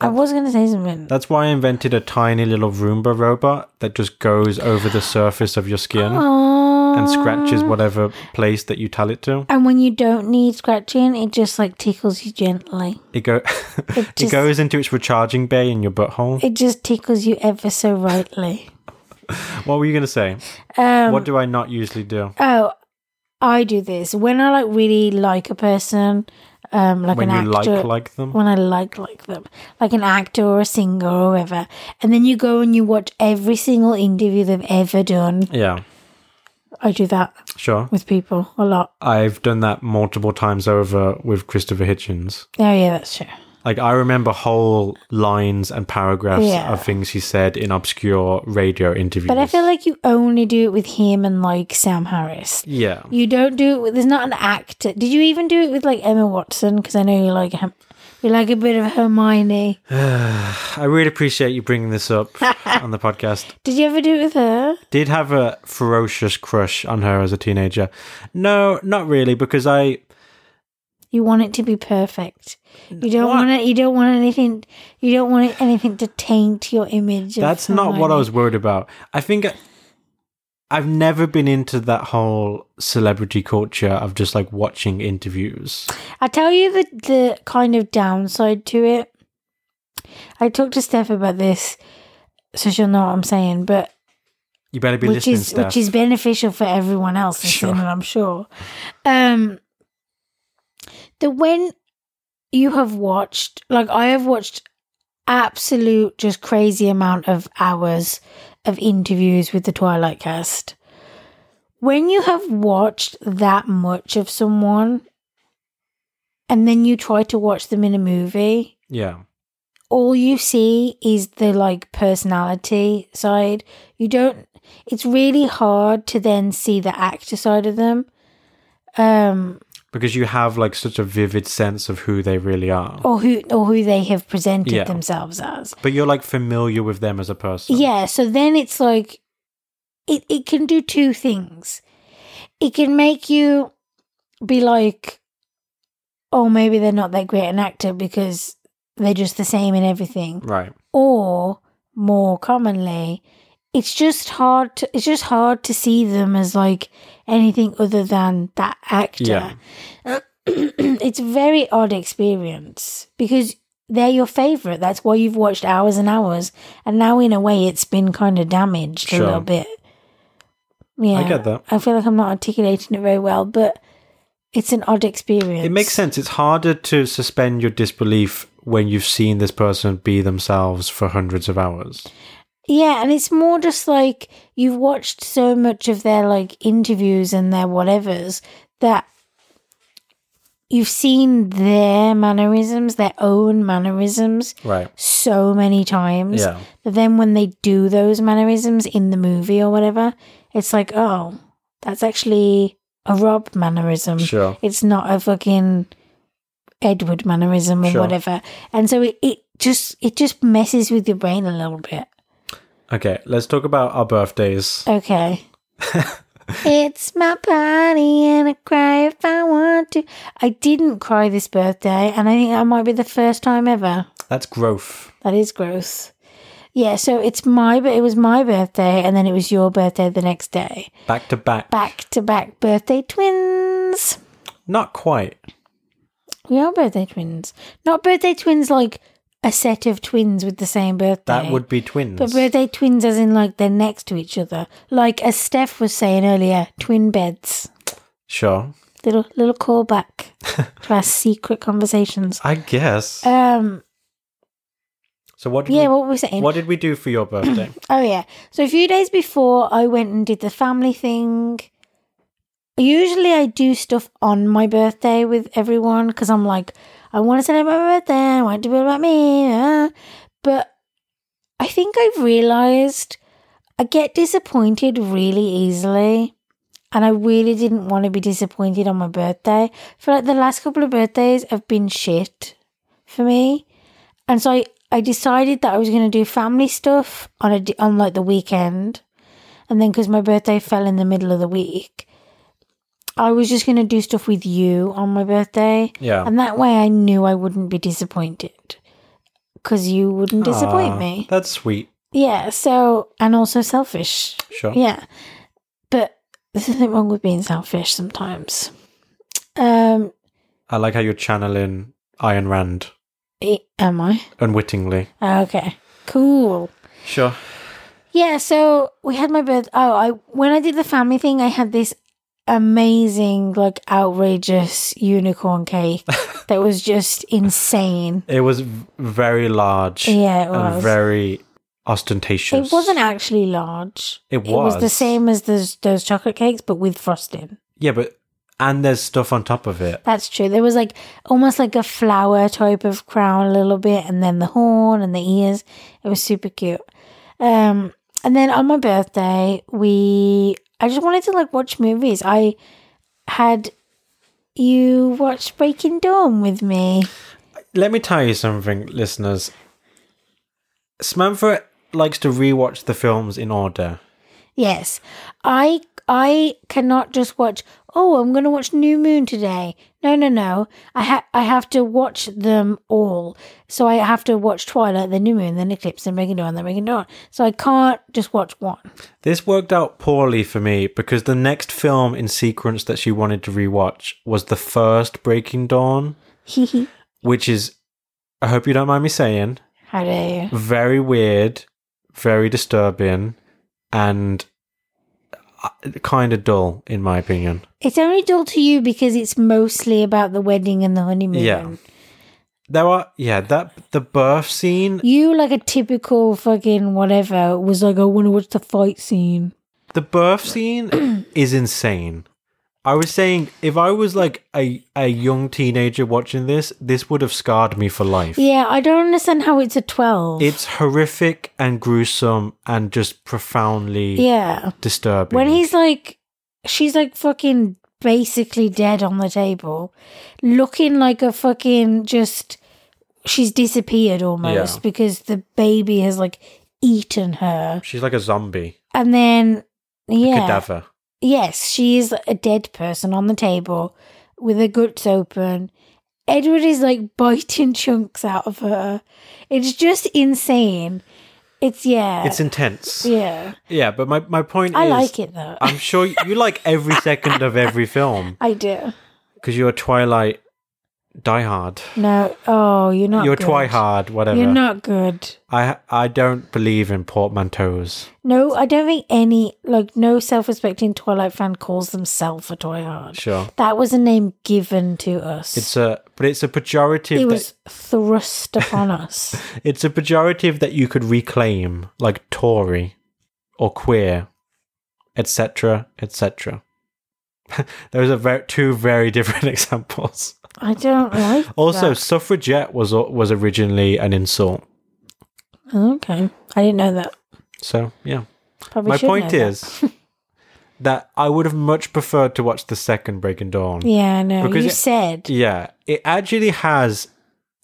Speaker 1: I was gonna say something.
Speaker 2: That's why I invented a tiny little Roomba robot that just goes over the surface of your skin and
Speaker 1: And
Speaker 2: scratches whatever place that you tell it to.
Speaker 1: And when you don't need scratching, it just like tickles you gently.
Speaker 2: It go
Speaker 1: It
Speaker 2: it
Speaker 1: just,
Speaker 2: goes into its recharging bay in your butthole.
Speaker 1: it just tickles you ever so rightly.
Speaker 2: What were you gonna say?
Speaker 1: Um,
Speaker 2: What do I not usually do?
Speaker 1: Oh, I do this when I like really like a person, um, like
Speaker 2: When
Speaker 1: an
Speaker 2: you
Speaker 1: actor.
Speaker 2: like like them?
Speaker 1: when I like like them, like an actor or a singer or whatever. And then you go and you watch every single interview they've ever done.
Speaker 2: Yeah,
Speaker 1: I do that
Speaker 2: sure.
Speaker 1: with people a lot.
Speaker 2: I've done that multiple times over with Christopher Hitchens.
Speaker 1: Oh yeah, that's true.
Speaker 2: Like I remember whole lines and paragraphs
Speaker 1: Yeah.
Speaker 2: of things he said in obscure radio interviews.
Speaker 1: But I feel like you only do it with him and like Sam Harris.
Speaker 2: yeah.
Speaker 1: You don't do it with. There's not an actor. Did you even do it with like Emma Watson? Because I know you like him. You like a bit of Hermione.
Speaker 2: I really appreciate you bringing this up on the podcast.
Speaker 1: Did you ever do it with her?
Speaker 2: Did have a ferocious crush on her as a teenager. No, not really, because I
Speaker 1: You want it to be perfect. You don't
Speaker 2: What?
Speaker 1: want it. You don't want anything. You don't want it- anything to taint your image. of
Speaker 2: that's not what I
Speaker 1: Hermione.
Speaker 2: was worried about. I think I, I've never been into that whole celebrity culture of just like watching interviews.
Speaker 1: I tell you the the kind of downside to it. I talked to Steph about this, so she'll know what I'm saying. But
Speaker 2: You better be
Speaker 1: which
Speaker 2: listening,
Speaker 1: is
Speaker 2: Steph.
Speaker 1: which is beneficial for everyone else,
Speaker 2: Sure.
Speaker 1: listening, I'm sure. Um, that when you have watched, like I have watched absolute just crazy amount of hours of interviews with the Twilight cast. When you have watched that much of someone and then you try to watch them in a movie,
Speaker 2: Yeah.
Speaker 1: all you see is the like personality side. You don't it's really hard to then see the actor side of them. Um
Speaker 2: Because you have like such a vivid sense of who they really are.
Speaker 1: or who or who they have presented
Speaker 2: Yeah.
Speaker 1: themselves as.
Speaker 2: But you're like familiar with them as a person.
Speaker 1: Yeah, so then it's like it it can do two things. It can make you be like oh maybe they're not that great an actor because they're just the same in everything.
Speaker 2: Right.
Speaker 1: or more commonly it's just hard to, it's just hard to see them as like anything other than that actor it's a very odd experience because they're your favorite that's why you've watched hours and hours and now in a way it's been kind of damaged
Speaker 2: Sure.
Speaker 1: a little bit yeah
Speaker 2: I get that.
Speaker 1: i feel like i'm not articulating it very well but it's an odd experience
Speaker 2: It makes sense. It's harder to suspend your disbelief when you've seen this person be themselves for hundreds of hours.
Speaker 1: Yeah, and it's more just like you've watched so much of their like interviews and their whatevers that you've seen their mannerisms, their own mannerisms
Speaker 2: Right.
Speaker 1: so many times
Speaker 2: Yeah.
Speaker 1: that then when they do those mannerisms in the movie or whatever, it's like, oh, that's actually a Rob mannerism.
Speaker 2: Sure.
Speaker 1: It's not a fucking Edward mannerism or
Speaker 2: Sure.
Speaker 1: whatever. And so it, it just it just messes with your brain a little bit.
Speaker 2: Okay, let's talk about our birthdays.
Speaker 1: Okay. it's my party and I cry if I want to. I didn't cry this birthday, and I think that might be the first time ever.
Speaker 2: That's growth.
Speaker 1: That is gross. Yeah, so it's my but it was my birthday and then it was your birthday the next day.
Speaker 2: Back to back.
Speaker 1: Back to back birthday twins.
Speaker 2: Not quite.
Speaker 1: We are birthday twins. Not birthday twins like a set of twins with the same birthday.
Speaker 2: That would be twins.
Speaker 1: But birthday twins as in like they're next to each other. Like as Steph was saying earlier, twin beds.
Speaker 2: sure.
Speaker 1: little little callback to our secret conversations.
Speaker 2: I guess.
Speaker 1: Um,
Speaker 2: so what did
Speaker 1: yeah,
Speaker 2: we,
Speaker 1: what were we saying?
Speaker 2: what did we do for your birthday?
Speaker 1: Oh yeah. So a few days before, I went and did the family thing. Usually, I do stuff on my birthday with everyone because I'm like, I want to celebrate my birthday. I want it to be about me. uh, But I think I've realised I get disappointed really easily. And I really didn't want to be disappointed on my birthday. I feel like the last couple of birthdays have been shit for me. And so I, I decided that I was going to do family stuff on a d on like the weekend. And then because my birthday fell in the middle of the week, I was just going to do stuff with you on my birthday.
Speaker 2: Yeah.
Speaker 1: And that way I knew I wouldn't be disappointed because you wouldn't disappoint
Speaker 2: Ah,
Speaker 1: me.
Speaker 2: That's sweet.
Speaker 1: Yeah. So, and also selfish.
Speaker 2: Sure.
Speaker 1: Yeah. But there's nothing wrong with being selfish sometimes. Um,
Speaker 2: I like how you're channeling Iron Rand
Speaker 1: i- e, am I? Ah,
Speaker 2: unwittingly.
Speaker 1: Okay. Cool.
Speaker 2: Sure.
Speaker 1: Yeah, so we had my birth. Oh, I when I did the family thing, I had this amazing, like, outrageous unicorn cake that was just insane.
Speaker 2: It was v- very large
Speaker 1: Yeah, it
Speaker 2: and
Speaker 1: was.
Speaker 2: very ostentatious.
Speaker 1: it wasn't actually large.
Speaker 2: It
Speaker 1: It was the
Speaker 2: was.
Speaker 1: same as those those chocolate cakes, but with frosting.
Speaker 2: Yeah, but and there's stuff on top of it.
Speaker 1: That's true. There was like almost like a flower type of crown a little bit, and then the horn and the ears. It was super cute. Um, and then on my birthday, we I just wanted to like watch movies. I had you watched Breaking Dawn with me.
Speaker 2: Let me tell you something, listeners. Samantha likes to rewatch the films in order.
Speaker 1: Yes, I I cannot just watch. Oh, I'm going to watch New Moon today. No, no, no. I ha- I have to watch them all. So I have to watch Twilight, then New Moon, then Eclipse, then Breaking Dawn, then Breaking Dawn. So I can't just watch one.
Speaker 2: This worked out poorly for me because the next film in sequence that she wanted to rewatch was the first Breaking Dawn,
Speaker 1: How
Speaker 2: which is, I hope you don't mind me saying,
Speaker 1: dare you?
Speaker 2: very weird, very disturbing, and kind of uh, dull, in my opinion.
Speaker 1: It's only dull to you because it's mostly about the wedding and the honeymoon.
Speaker 2: Yeah. There are, yeah, that the birth scene,
Speaker 1: You, like a typical fucking whatever, was like, I want to watch the fight scene.
Speaker 2: the birth scene is insane. I was saying, if I was like a, a young teenager watching this, this would have scarred me for life.
Speaker 1: Yeah, I don't understand how it's a 12.
Speaker 2: It's horrific and gruesome and just profoundly
Speaker 1: yeah.
Speaker 2: disturbing.
Speaker 1: When he's like, she's like fucking basically dead on the table, looking like a fucking just, she's disappeared almost
Speaker 2: Yeah.
Speaker 1: because the baby has like eaten her.
Speaker 2: She's like a zombie,
Speaker 1: And then, yeah.
Speaker 2: cadaver.
Speaker 1: Yes, she is a dead person on the table with her guts open. Edward is like biting chunks out of her. It's just insane. It's yeah.
Speaker 2: It's intense. Yeah,
Speaker 1: yeah.
Speaker 2: but my, my point
Speaker 1: I
Speaker 2: is
Speaker 1: like it though. i
Speaker 2: I'm sure you, you like every second of every film
Speaker 1: do.
Speaker 2: because you're a Twilight diehard.
Speaker 1: No. Oh, you're not
Speaker 2: You're
Speaker 1: good.
Speaker 2: Twihard, whatever.
Speaker 1: You're not good.
Speaker 2: I I don't believe in portmanteaus.
Speaker 1: No, I don't think any like no self-respecting Twilight fan calls themselves a Twihard.
Speaker 2: Sure,
Speaker 1: That was a name given to us.
Speaker 2: it's a but it's a pejorative.
Speaker 1: it
Speaker 2: that-
Speaker 1: was thrust upon us.
Speaker 2: it's a pejorative that you could reclaim, like Tory or queer, etc., etc. Those are very, two very different examples.
Speaker 1: I don't like.
Speaker 2: Also,
Speaker 1: that.
Speaker 2: suffragette was was originally an insult.
Speaker 1: Oh, Okay. I didn't know that.
Speaker 2: So yeah,
Speaker 1: Probably
Speaker 2: my
Speaker 1: should
Speaker 2: point
Speaker 1: know
Speaker 2: is that I would have much preferred to watch the second Breaking Dawn.
Speaker 1: That. Yeah, I know.
Speaker 2: Because
Speaker 1: you
Speaker 2: it-
Speaker 1: said.
Speaker 2: Yeah, it actually has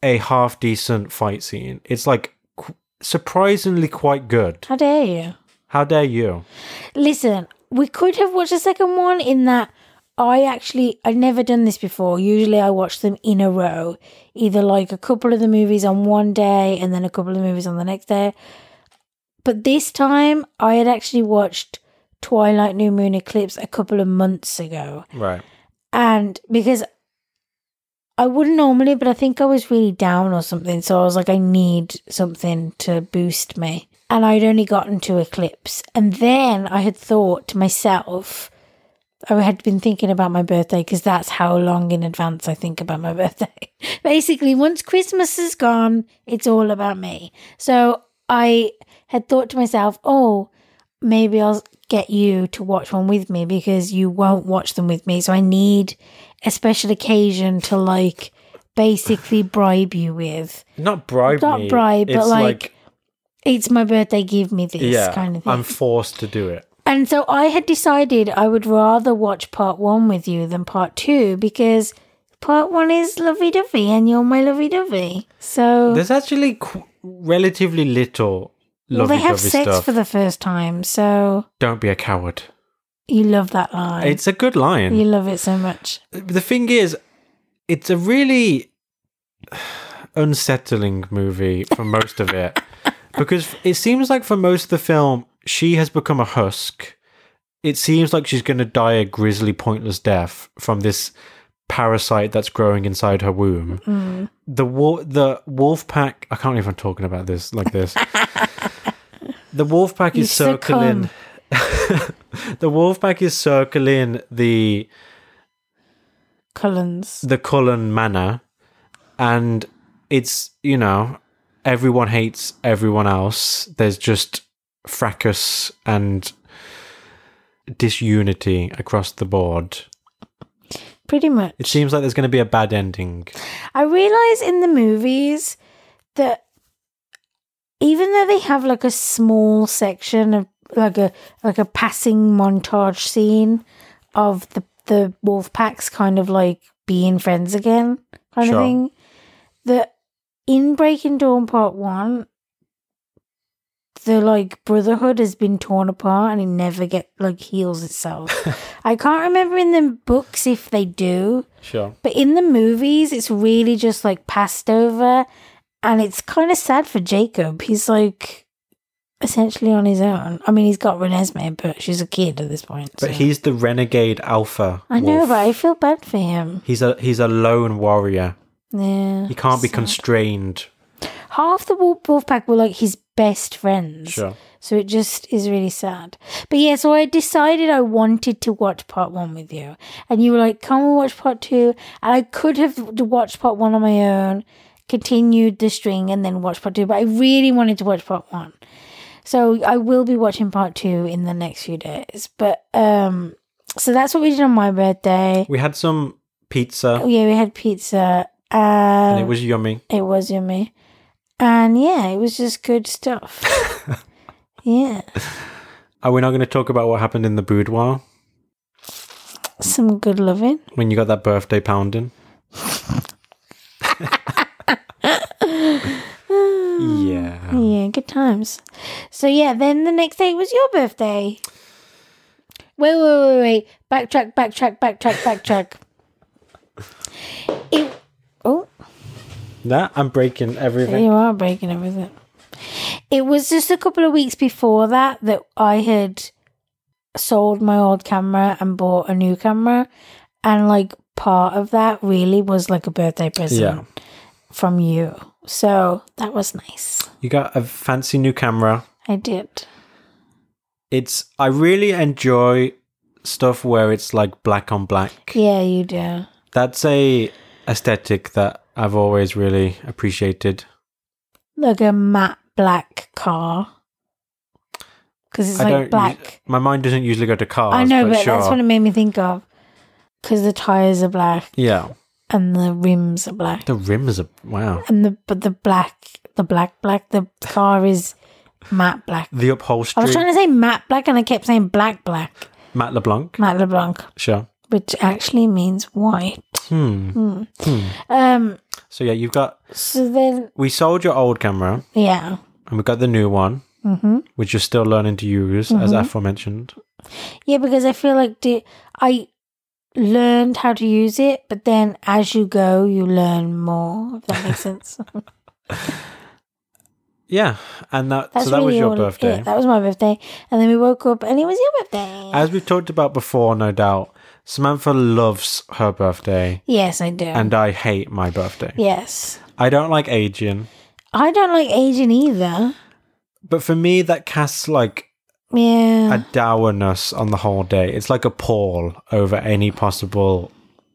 Speaker 2: a half decent fight scene. It's like qu- surprisingly quite good.
Speaker 1: How dare you?
Speaker 2: How dare you?
Speaker 1: Listen, we could have watched a second one in that I actually, I'd never done this before. Usually I watch them in a row, either like a couple of the movies on one day and then a couple of the movies on the next day. But this time I had actually watched Twilight New Moon Eclipse a couple of months ago.
Speaker 2: Right.
Speaker 1: and because I wouldn't normally, but I think I was really down or something, so I was like, I need something to boost me. And I'd only gotten to Eclipse, and then I had thought to myself, I had been thinking about my birthday because that's how long in advance I think about my birthday. Basically, once Christmas is gone, it's all about me. So I had thought to myself, oh, maybe I'll get you to watch one with me because you won't watch them with me. So I need a special occasion to like basically bribe you with.
Speaker 2: Not bribe
Speaker 1: Not
Speaker 2: me.
Speaker 1: bribe, but
Speaker 2: It's
Speaker 1: like, It's my birthday, give me this
Speaker 2: yeah,
Speaker 1: kind of thing.
Speaker 2: I'm forced to do it.
Speaker 1: And so I had decided I would rather watch part one with you than part two because part one is lovey dovey and you're my lovey dovey. So
Speaker 2: There's actually qu- relatively little
Speaker 1: well,
Speaker 2: lovely
Speaker 1: they have sex
Speaker 2: stuff.
Speaker 1: for the first time. So
Speaker 2: Don't be a coward.
Speaker 1: you love that line.
Speaker 2: It's a good line.
Speaker 1: you love it so much.
Speaker 2: the thing is, it's a really unsettling movie for most of it because it seems like for most of the film she has become a husk. It seems like she's going to die a grisly, pointless death from this parasite that's growing inside her womb. The wolf, the wolf pack. I can't believe I'm talking about this like this. the wolf pack
Speaker 1: You
Speaker 2: is circling. the wolf pack is circling the
Speaker 1: Cullens.
Speaker 2: the Cullen Manor, and it's you know everyone hates everyone else. There's just fracas and disunity across the board.
Speaker 1: Pretty much.
Speaker 2: It seems like there's going to be a bad ending.
Speaker 1: I realize in the movies that even though they have like a small section of like a like a passing montage scene of the the wolf packs kind of like being friends again kind
Speaker 2: Sure.
Speaker 1: of thing that in Breaking Dawn Part 1 the like brotherhood has been torn apart and it never get like heals itself. I can't remember in the books if they do.
Speaker 2: Sure.
Speaker 1: But in the movies, it's really just like passed over. And it's kind of sad for Jacob. He's like essentially on his own. I mean, he's got Renesmee, but she's a kid at this point.
Speaker 2: But
Speaker 1: so-
Speaker 2: he's the renegade alpha.
Speaker 1: I know,
Speaker 2: wolf.
Speaker 1: but I feel bad for him.
Speaker 2: he's a he's a lone warrior.
Speaker 1: Yeah.
Speaker 2: He can't be
Speaker 1: so-
Speaker 2: constrained.
Speaker 1: Half the wolf, wolf pack were like his best friends.
Speaker 2: Sure.
Speaker 1: So it just is really sad. But yeah, so I decided I wanted to watch part one with you. And you were like, can we watch part two? And I could have d- watched part one on my own, continued the string, and then watched part two. But I really wanted to watch part one. So I will be watching part two in the next few days. But um so that's what we did on my birthday.
Speaker 2: We had some
Speaker 1: Oh
Speaker 2: pizza
Speaker 1: yeah, we had pizza. Um,
Speaker 2: and it was yummy.
Speaker 1: it was yummy. And yeah, it was just good stuff. yeah.
Speaker 2: Are we not going to talk about what happened in the boudoir
Speaker 1: Some good loving.
Speaker 2: when you got that birthday pounding? yeah.
Speaker 1: Yeah, good times. So yeah, then the next day was your birthday. Wait, wait, wait, wait. Backtrack, backtrack, backtrack, backtrack. it, oh,
Speaker 2: That I'm breaking everything.
Speaker 1: You are breaking everything. It was just a couple of weeks before that that I had sold my old camera and bought a new camera. And like part of that really was like a birthday present
Speaker 2: Yeah.
Speaker 1: from you. So that was nice.
Speaker 2: You got a fancy new camera.
Speaker 1: I did.
Speaker 2: It's I really enjoy stuff where it's like black on black.
Speaker 1: Yeah, you do.
Speaker 2: That's a aesthetic that I've always really appreciated.
Speaker 1: Like a matte black car. Because it's
Speaker 2: I
Speaker 1: like black.
Speaker 2: us- my mind doesn't usually go to cars.
Speaker 1: I know, but
Speaker 2: sure.
Speaker 1: that's what it made me think of. Because the tires are black
Speaker 2: yeah,
Speaker 1: and the rims are black.
Speaker 2: the rims are wow.
Speaker 1: and the but the black the black black the car is matte black.
Speaker 2: The
Speaker 1: I
Speaker 2: upholstery,
Speaker 1: was trying to say matte black and I kept saying black black
Speaker 2: Matt LeBlanc.
Speaker 1: matte LeBlanc,
Speaker 2: Sure.
Speaker 1: which actually means white.
Speaker 2: Hmm.
Speaker 1: Um.
Speaker 2: So yeah, you've got
Speaker 1: So then,
Speaker 2: we sold your old camera
Speaker 1: yeah,
Speaker 2: and we got the new one,
Speaker 1: mm-hmm.
Speaker 2: which you're still learning to use, as aforementioned.
Speaker 1: yeah, because I feel like do, I learned how to use it, but then as you go, you learn more. If that makes sense.
Speaker 2: Yeah, and that
Speaker 1: That's
Speaker 2: so that was
Speaker 1: really
Speaker 2: your
Speaker 1: all-
Speaker 2: birthday.
Speaker 1: yeah, that was my birthday, and then we woke up, and it was your birthday.
Speaker 2: As we've talked about before, no doubt, Samantha loves her birthday,
Speaker 1: yes, I do.
Speaker 2: and I hate my birthday.
Speaker 1: yes,
Speaker 2: I don't like aging,
Speaker 1: I don't like aging either.
Speaker 2: but for me, that casts like
Speaker 1: Yeah.
Speaker 2: a dourness on the whole day. It's like a pall over any possible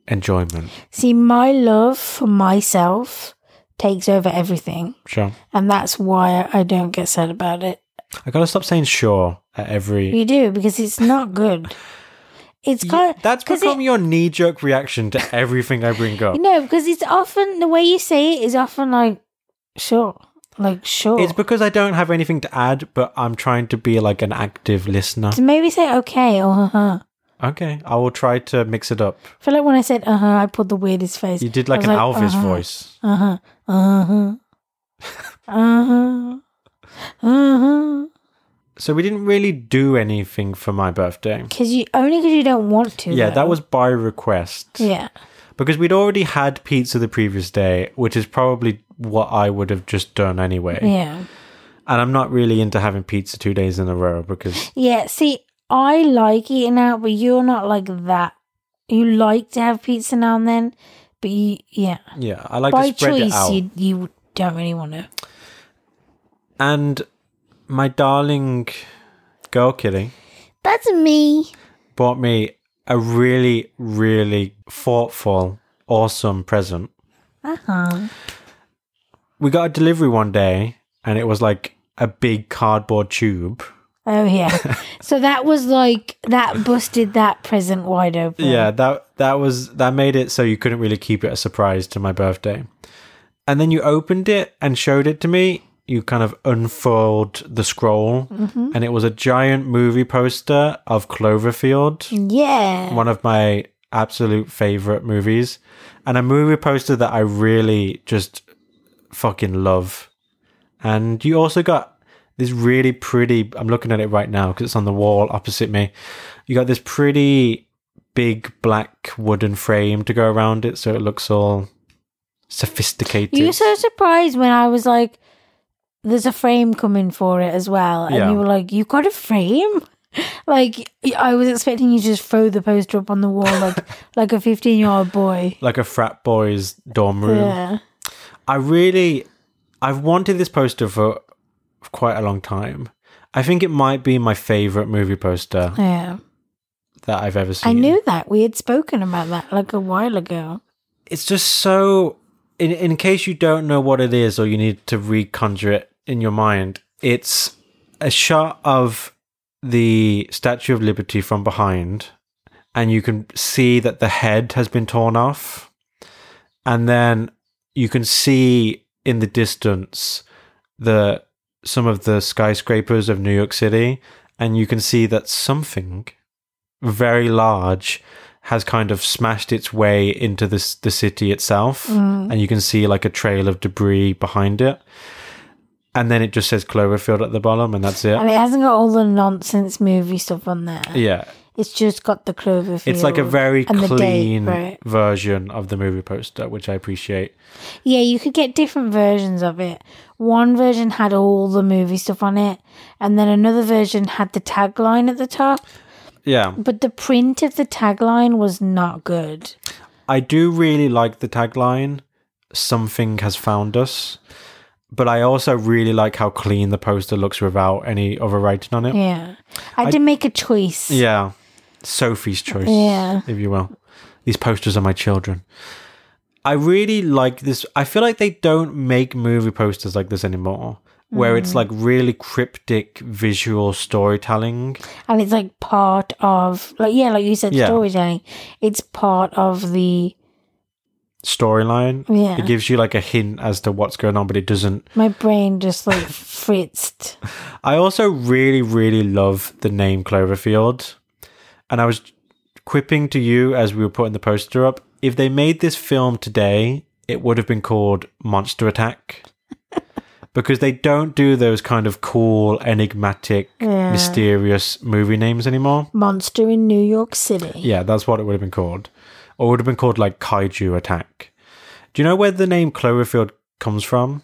Speaker 2: enjoyment.
Speaker 1: See, my love for myself takes over everything,
Speaker 2: Sure.
Speaker 1: and that's why I don't get sad about it.
Speaker 2: I gotta stop saying sure at every.
Speaker 1: You do because it's not good. It's
Speaker 2: Y-
Speaker 1: kind
Speaker 2: That's
Speaker 1: 'cause
Speaker 2: become
Speaker 1: it,
Speaker 2: your knee jerk reaction to everything I bring up.
Speaker 1: no because it's often the way you say it is often like sure, like sure.
Speaker 2: It's because I don't have anything to add, but I'm trying to be like an active listener.
Speaker 1: so maybe say okay or uh huh.
Speaker 2: Okay, I will try to mix it up.
Speaker 1: I feel like when I said uh huh, I pulled the weirdest face.
Speaker 2: You did like
Speaker 1: was
Speaker 2: an
Speaker 1: like,
Speaker 2: Alvis
Speaker 1: uh-huh.
Speaker 2: voice.
Speaker 1: Uh huh. Uh huh. uh huh. Uh huh.
Speaker 2: So we didn't really do anything for my birthday.
Speaker 1: Because you only because you don't want to.
Speaker 2: Yeah,
Speaker 1: though.
Speaker 2: that was by request.
Speaker 1: yeah.
Speaker 2: Because we'd already had pizza the previous day, which is probably what I would have just done anyway.
Speaker 1: Yeah.
Speaker 2: And I'm not really into having pizza two days in a row because
Speaker 1: Yeah, see, I like eating out, but you're not like that. You like to have pizza now and then, but you, yeah,
Speaker 2: yeah, I like
Speaker 1: by
Speaker 2: to spread it
Speaker 1: choice,
Speaker 2: out.
Speaker 1: you you don't really want to.
Speaker 2: And my darling girl kitty
Speaker 1: That's me.
Speaker 2: bought me a really, really thoughtful, awesome present.
Speaker 1: Uh huh.
Speaker 2: We got a delivery one day and it was like a big cardboard tube.
Speaker 1: Oh yeah. so that was like that busted that present wide open.
Speaker 2: yeah that that was that made it so you couldn't really keep it a surprise to my birthday and then you opened it and showed it to me you kind of unfurled the scroll and it was a giant movie poster of cloverfield
Speaker 1: Yeah.
Speaker 2: one of my absolute favorite movies and a movie poster that i really just fucking love and you also got this really pretty i'm looking at it right now because it's on the wall opposite me you got this pretty big black wooden frame to go around it so it looks all sophisticated
Speaker 1: You were so surprised when I was like, "There's a frame coming for it as well," and
Speaker 2: Yeah.
Speaker 1: you were like, "You got a frame?" like I was expecting you to just throw the poster up on the wall like like a fifteen year old boy.
Speaker 2: like a frat boy's dorm room
Speaker 1: Yeah.
Speaker 2: I really, I've wanted this poster for for quite a long time. I think it might be my favorite movie poster
Speaker 1: Yeah.
Speaker 2: that I've ever seen.
Speaker 1: I knew that. We had spoken about that like a while ago.
Speaker 2: it's just so in in case you don't know what it is or you need to reconjure it in your mind it's a shot of the statue of liberty from behind and you can see that the head has been torn off and then you can see in the distance the some of the skyscrapers of New York City and you can see that something very large has kind of smashed its way into this the city itself and you can see like a trail of debris behind it and then it just says cloverfield at the bottom and that's it
Speaker 1: And it hasn't got all the nonsense movie stuff on there.
Speaker 2: yeah
Speaker 1: It's just got the Cloverfield.
Speaker 2: it's like a very
Speaker 1: and the date,
Speaker 2: clean
Speaker 1: right.
Speaker 2: version of the movie poster which i appreciate
Speaker 1: Yeah, you could get different versions of it. One version had all the movie stuff on it, and then another version had the tagline at the top.
Speaker 2: yeah
Speaker 1: But the print of the tagline was not good.
Speaker 2: i do really like the tagline something has found us but i also really like how clean the poster looks without any other writing on it
Speaker 1: Yeah. I, did make a choice.
Speaker 2: Yeah. Sophie's choice,
Speaker 1: Yeah.
Speaker 2: if you will. These posters are my children. I really like this. I feel like they don't make movie posters like this anymore, where
Speaker 1: Mm.
Speaker 2: it's like really cryptic visual storytelling.
Speaker 1: And it's like part of, like, yeah, like you said,
Speaker 2: Yeah.
Speaker 1: storytelling. It's part of the,
Speaker 2: Storyline.
Speaker 1: Yeah.
Speaker 2: It gives you like a hint as to what's going on, but it doesn't.
Speaker 1: my brain just like fritzed.
Speaker 2: I also really, really love the name Cloverfield. And I was quipping to you as we were putting the poster up. If they made this film today, it would have been called Monster Attack. because they don't do those kind of cool, enigmatic,
Speaker 1: Yeah.
Speaker 2: mysterious movie names anymore.
Speaker 1: Monster in New York City.
Speaker 2: Yeah, that's what it would have been called. Or it would have been called like Kaiju Attack. Do you know where the name Cloverfield comes from?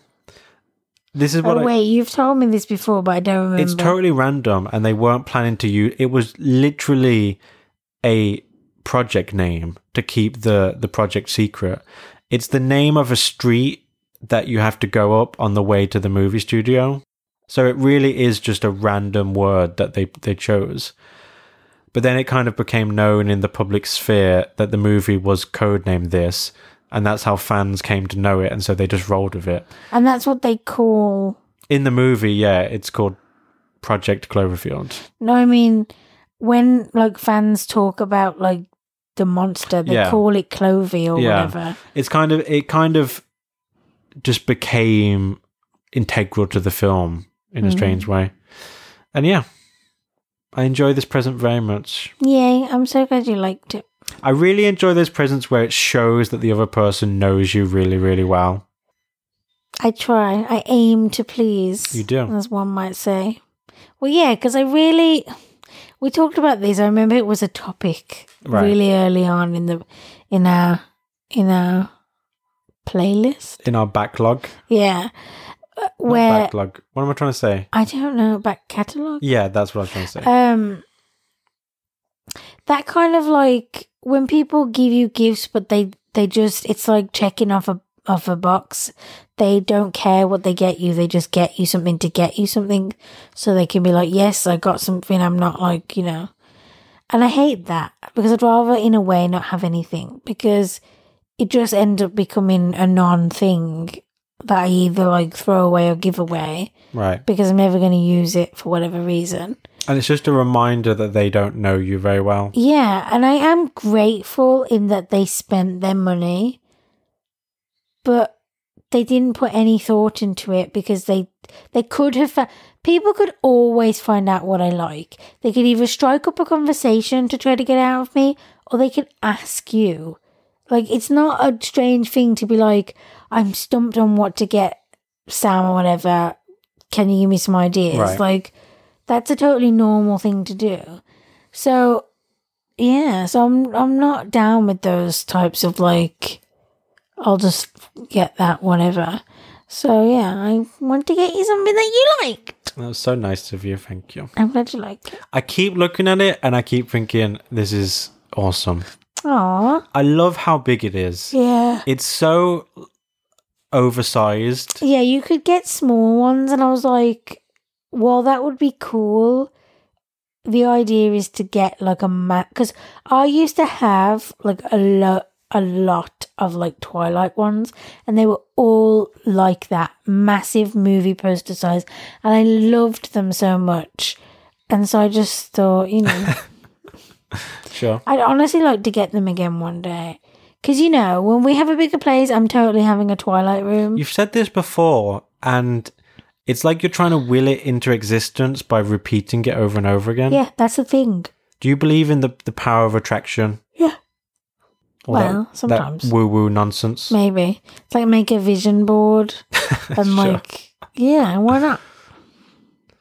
Speaker 2: This is what
Speaker 1: Oh,
Speaker 2: I-
Speaker 1: wait, you've told me this before, but I don't remember.
Speaker 2: it's totally random and they weren't planning to use it was literally a project name to keep the the project secret it's the name of a street that you have to go up on the way to the movie studio so it really is just a random word that they they chose but then it kind of became known in the public sphere that the movie was codenamed this and that's how fans came to know it and so they just rolled with it
Speaker 1: and that's what they call
Speaker 2: in the movie yeah it's called project cloverfield
Speaker 1: No, I mean when like fans talk about like the monster, they
Speaker 2: Yeah.
Speaker 1: call it Clovey or
Speaker 2: Yeah.
Speaker 1: whatever.
Speaker 2: it's kind of it kind of just became integral to the film in a
Speaker 1: Mhm.
Speaker 2: strange way and yeah i enjoy this present very much
Speaker 1: Yay! I'm so glad you liked it.
Speaker 2: i really enjoy those presents where it shows that the other person knows you really really well
Speaker 1: I try. I aim to please.
Speaker 2: You do.
Speaker 1: as one might say. Well, yeah, because I really. We talked about these. I remember it was a topic
Speaker 2: Right.
Speaker 1: really early on in the in our in our playlist.
Speaker 2: in our backlog
Speaker 1: Yeah, Uh,
Speaker 2: Not
Speaker 1: where
Speaker 2: backlog what am i trying to say
Speaker 1: I don't know back catalogue.
Speaker 2: yeah that's what i was trying to say
Speaker 1: um that kind of like when people give you gifts but they they just it's like checking off a off a box they don't care what they get you they just get you something to get you something so they can be like yes i got something i'm not like you know and i hate that because i'd rather in a way not have anything because it just ends up becoming a non-thing that i either like throw away or give away
Speaker 2: right
Speaker 1: because i'm never going to use it for whatever reason
Speaker 2: and it's just a reminder that they don't know you very well
Speaker 1: Yeah, and I am grateful in that they spent their money, but they didn't put any thought into it because they they could have fa- people could always find out what I like. They could either strike up a conversation to try to get out of me, or they could ask you. Like it's not a strange thing to be like, I'm stumped on what to get Sam or whatever. Can you give me some ideas?
Speaker 2: Right.
Speaker 1: Like that's a totally normal thing to do. So yeah, so I'm I'm not down with those types of like I'll just get that whatever. So yeah, I want to get you something that you liked.
Speaker 2: that was so nice of you thank you
Speaker 1: I'm glad you liked it.
Speaker 2: i keep looking at it and i keep thinking this is awesome
Speaker 1: Aw.
Speaker 2: i love how big it is
Speaker 1: Yeah.
Speaker 2: It's so oversized.
Speaker 1: Yeah, you could get small ones and I was like while that would be cool, the idea is to get like a map because I used to have like a lot a lot of like Twilight ones, and they were all like that massive movie poster size, and I loved them so much. And so I just thought, you know,
Speaker 2: Sure.
Speaker 1: I'd honestly like to get them again one day. Because, you know, when we have a bigger place, I'm totally having a Twilight room.
Speaker 2: You've said this before, and it's like you're trying to will it into existence by repeating it over and over again.
Speaker 1: yeah, that's the thing.
Speaker 2: Do you believe in the, the power of attraction?
Speaker 1: Yeah.
Speaker 2: Or that-
Speaker 1: Well,
Speaker 2: that
Speaker 1: sometimes.
Speaker 2: woo-woo nonsense.
Speaker 1: Maybe. It's like make a vision board and
Speaker 2: Sure.
Speaker 1: like, yeah, why not?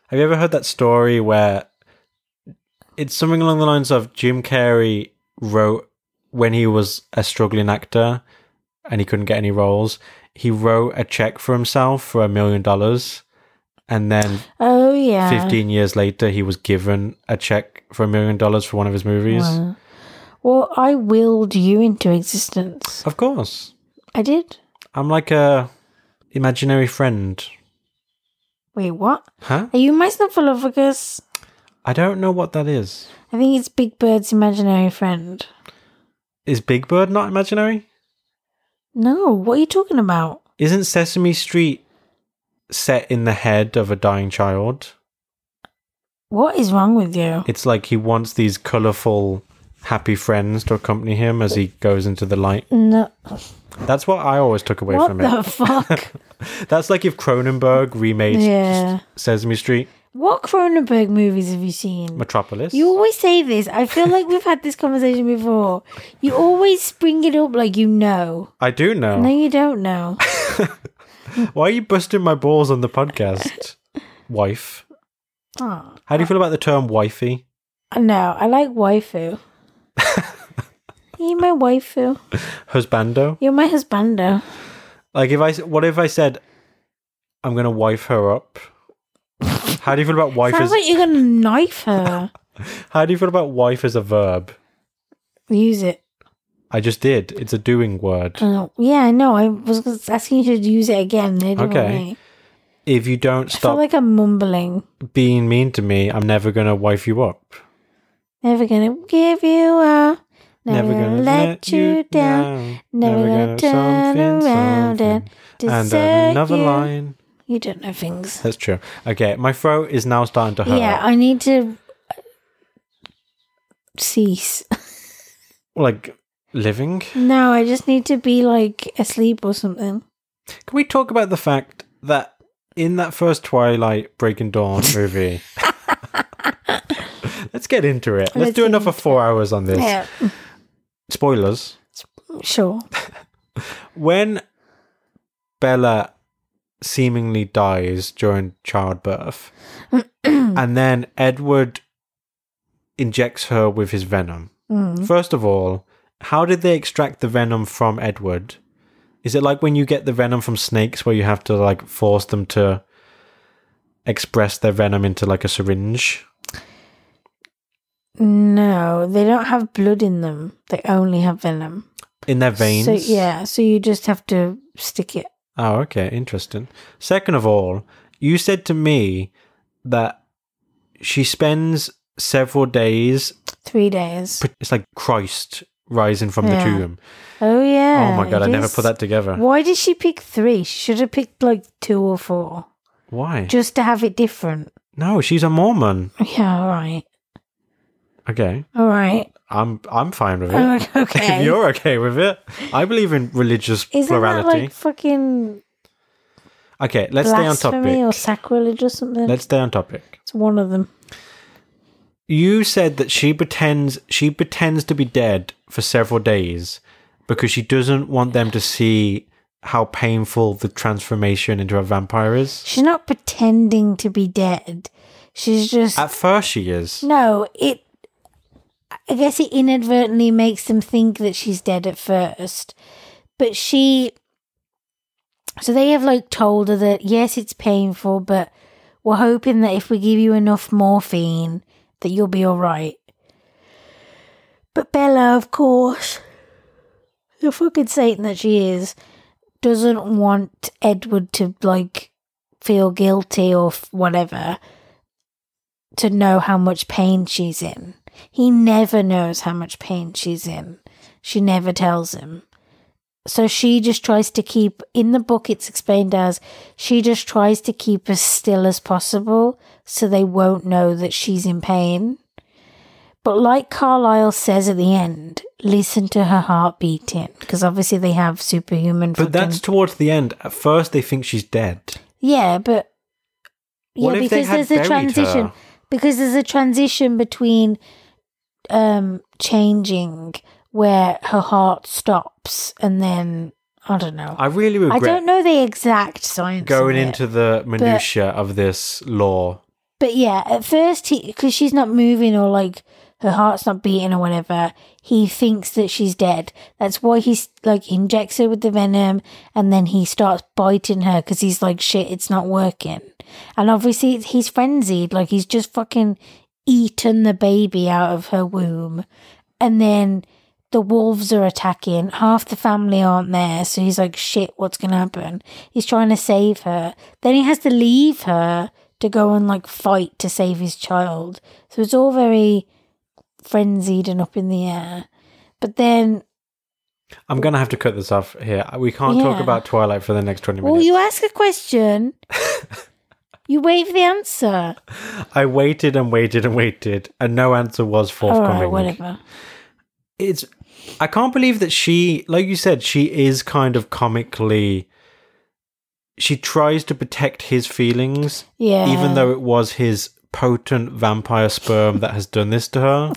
Speaker 2: Have you ever heard that story where it's something along the lines of Jim Carrey wrote when he was a struggling actor and he couldn't get any roles? He wrote a check for himself for a million dollars, and then
Speaker 1: Oh, yeah.
Speaker 2: 15 years later, he was given a check for a million dollars for one of his movies.
Speaker 1: Wow. Well, I willed you into existence.
Speaker 2: Of course,
Speaker 1: I did.
Speaker 2: I'm like a imaginary friend,
Speaker 1: Wait, what?
Speaker 2: huh?
Speaker 1: Are you my snuffleupagus?
Speaker 2: I don't know what that is.
Speaker 1: I think it's Big Bird's imaginary friend.
Speaker 2: Is Big Bird not imaginary?
Speaker 1: No, what are you talking about?
Speaker 2: Isn't Sesame Street set in the head of a dying child?
Speaker 1: What is wrong with you?
Speaker 2: It's like he wants these colorful, happy friends to accompany him as he goes into the light.
Speaker 1: No.
Speaker 2: That's what I always took away
Speaker 1: What
Speaker 2: from
Speaker 1: the fuck?
Speaker 2: it. That's like if Cronenberg remade
Speaker 1: Yeah.
Speaker 2: Sesame Street
Speaker 1: What Cronenberg movies have you seen?
Speaker 2: Metropolis.
Speaker 1: You always say this. I feel like we've had this conversation before. You always spring it up like you know.
Speaker 2: I do know.
Speaker 1: No, you don't know.
Speaker 2: Why are you busting my balls on the podcast? Wife.
Speaker 1: Oh,
Speaker 2: How do you feel about the term wifey?
Speaker 1: no, I like waifu. You're my waifu.
Speaker 2: Husbando?
Speaker 1: You're my husbando.
Speaker 2: Like if I s- what if I said I'm going to wife her up? How do you feel about wife
Speaker 1: Sounds
Speaker 2: as
Speaker 1: like you're gonna knife her.
Speaker 2: How do you feel about wife as a verb?
Speaker 1: Use it.
Speaker 2: I just did. It's a doing word.
Speaker 1: Oh, yeah, I know. I was asking you to use it again. They didn't
Speaker 2: Okay.
Speaker 1: want me.
Speaker 2: If you don't
Speaker 1: I feel
Speaker 2: stop
Speaker 1: like I'm mumbling.
Speaker 2: being mean to me, I'm never going to wife you up.
Speaker 1: Never gonna give you up. Never, gonna, let, you down. Never, gonna, turn
Speaker 2: something,
Speaker 1: around
Speaker 2: something.
Speaker 1: and
Speaker 2: and
Speaker 1: desert
Speaker 2: another
Speaker 1: you.
Speaker 2: line.
Speaker 1: You don't know things.
Speaker 2: That's true. Okay, my throat is now starting to hurt.
Speaker 1: Yeah, I need to uh, cease.
Speaker 2: like living.
Speaker 1: No, I just need to be like asleep or something.
Speaker 2: Can we talk about the fact that in that first Twilight Breaking Dawn movie? Let's get into it. Let's,
Speaker 1: Let's
Speaker 2: do
Speaker 1: get
Speaker 2: another four hours on this.
Speaker 1: Yeah,
Speaker 2: Spoilers.
Speaker 1: sure.
Speaker 2: When Bella seemingly dies during childbirth, and then Edward injects her with his venom.
Speaker 1: Mm.
Speaker 2: Mm-hmm. First of all, how did they extract the venom from Edward? Is it like when you get the venom from snakes where you have to like force them to express their venom into like a syringe?
Speaker 1: No, they don't have blood in them. They only have venom.
Speaker 2: In their veins?
Speaker 1: So yeah, so you just have to stick it.
Speaker 2: Oh, okay, interesting. Second of all, you said to me that she spends several days.
Speaker 1: Three days.
Speaker 2: It's like Christ rising from
Speaker 1: Yeah.
Speaker 2: the tomb.
Speaker 1: Oh yeah.
Speaker 2: oh my god,
Speaker 1: it
Speaker 2: I never
Speaker 1: is.
Speaker 2: put that together.
Speaker 1: Why did she pick three? She should have picked like two or four,
Speaker 2: Why?
Speaker 1: just to have it different.
Speaker 2: No, she's a Mormon.
Speaker 1: Yeah, all right,
Speaker 2: Okay,
Speaker 1: all right,
Speaker 2: I'm I'm fine with it.
Speaker 1: Oh, okay.
Speaker 2: if you're okay with it, I believe in religious
Speaker 1: Isn't that
Speaker 2: plurality.
Speaker 1: like fucking
Speaker 2: okay, let's stay on
Speaker 1: blasphemy or
Speaker 2: topic.
Speaker 1: sacrilege or something?
Speaker 2: Let's stay on topic.
Speaker 1: it's one of them.
Speaker 2: You said that she pretends she pretends to be dead for several days because she doesn't want them to see how painful the transformation into a vampire is.
Speaker 1: She's not pretending to be dead. She's just
Speaker 2: At first, she is.
Speaker 1: no. It. I guess it inadvertently makes them think that she's dead at first, but she. So they have like told her that yes, it's painful, but we're hoping that if we give you enough morphine, that you'll be all right. But Bella, of course, the fucking Satan that she is, doesn't want Edward to like feel guilty or f- whatever. to know how much pain she's in. He never knows how much pain she's in. She never tells him. So she just tries to keep, in the book, it's explained as she just tries to keep as still as possible so they won't know that she's in pain. But like Carlyle says at the end, listen to her heart beating because obviously they have superhuman.
Speaker 2: But that's towards the end. At first, they think she's dead.
Speaker 1: yeah, but yeah,
Speaker 2: What if they
Speaker 1: because
Speaker 2: had
Speaker 1: there's a
Speaker 2: buried
Speaker 1: transition
Speaker 2: her?
Speaker 1: because there's a transition between um changing where her heart stops and then I don't know.
Speaker 2: I really
Speaker 1: I
Speaker 2: regret
Speaker 1: don't know the exact science
Speaker 2: going
Speaker 1: of it.
Speaker 2: into the minutia of this law.
Speaker 1: But yeah, at first, because she's not moving or like her heart's not beating or whatever, he thinks that she's dead. That's why he's like injects her with the venom and then he starts biting her because he's like, shit, it's not working. And obviously, it's- he's frenzied. Like, he's just fucking eaten the baby out of her womb. And then the wolves are attacking. Half the family aren't there. So he's like, shit, what's going to happen? He's trying to save her. Then he has to leave her to go and like fight to save his child. So it's all very frenzied and up in the air. But then,
Speaker 2: I'm going to have to cut this off here. We can't talk
Speaker 1: Yeah.
Speaker 2: about Twilight for the next 20
Speaker 1: well,
Speaker 2: minutes.
Speaker 1: oh, you ask a question, you wait for the answer.
Speaker 2: I waited and waited and waited, and no answer was
Speaker 1: All
Speaker 2: forthcoming.
Speaker 1: right, whatever.
Speaker 2: it's I can't believe that she like you said she is kind of comically she tries to protect his feelings
Speaker 1: Yeah.
Speaker 2: even though it was his potent vampire sperm that has done this to her.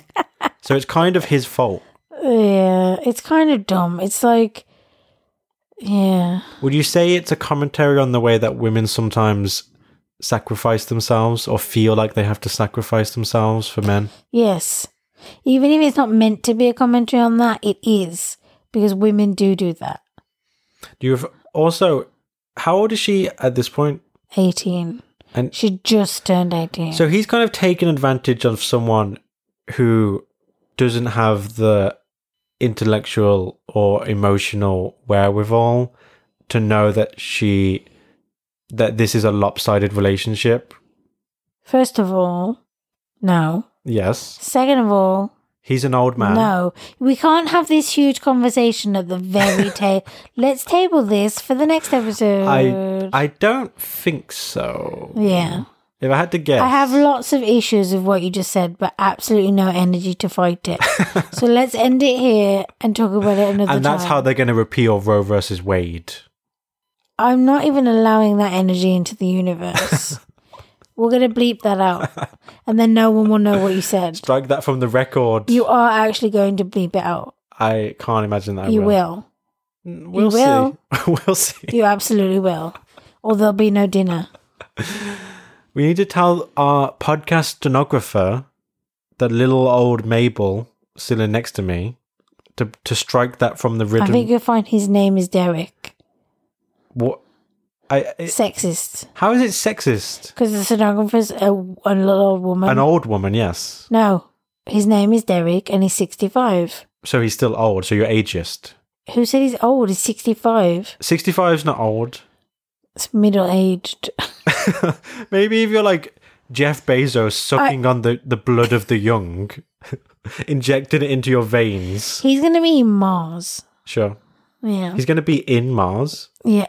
Speaker 2: so it's kind of his fault.
Speaker 1: Yeah, it's kind of dumb. It's like, yeah.
Speaker 2: Would you say it's a commentary on the way that women sometimes sacrifice themselves or feel like they have to sacrifice themselves for men?
Speaker 1: Yes. Even if it's not meant to be a commentary on that, it is. Because women do do that.
Speaker 2: Do you have also how old is she at this point?
Speaker 1: 18.
Speaker 2: And-
Speaker 1: she just turned 18.
Speaker 2: So he's kind of taken advantage of someone who doesn't have the intellectual or emotional wherewithal to know that she that this is a lopsided relationship.
Speaker 1: First of all, no.
Speaker 2: Yes.
Speaker 1: Second of all,
Speaker 2: He's an old man.
Speaker 1: no. We can't have this huge conversation at the very tail. Let's table this for the next
Speaker 2: I
Speaker 1: episode.
Speaker 2: I don't think so.
Speaker 1: yeah.
Speaker 2: If I had to guess
Speaker 1: I have lots of issues with what you just said, but absolutely no energy to fight it. so let's end it here and talk about it another
Speaker 2: and that's
Speaker 1: time.
Speaker 2: how they're gonna repeal Roe versus Wade.
Speaker 1: I'm not even allowing that energy into the universe. We're going to bleep that out. And then no one will know what you said.
Speaker 2: Strike that from the record.
Speaker 1: You are actually going to bleep it out.
Speaker 2: I can't imagine that I
Speaker 1: you
Speaker 2: will. Mm,
Speaker 1: will.
Speaker 2: We'll
Speaker 1: will.
Speaker 2: see. we'll see.
Speaker 1: You absolutely will. Or there'll be no dinner.
Speaker 2: We need to tell our podcast stenographer that little old Mabel sitting next to me to to strike that from the
Speaker 1: I
Speaker 2: rhythm.
Speaker 1: think you'll find his name is Derek.
Speaker 2: what? I, I-
Speaker 1: Sexist.
Speaker 2: how is it sexist?
Speaker 1: Because the stenographer's a, a little old woman.
Speaker 2: An old woman, yes.
Speaker 1: no. His name is Derek and he's 65.
Speaker 2: So he's still old. So you're ageist.
Speaker 1: Who said he's old? He's 65.
Speaker 2: Sixty five's not old.
Speaker 1: It's middle aged.
Speaker 2: Maybe if you're like Jeff Bezos sucking on the, the blood of the young, injecting it into your veins.
Speaker 1: He's going to be in Mars.
Speaker 2: Sure.
Speaker 1: Yeah.
Speaker 2: He's going to be in Mars,
Speaker 1: yeah.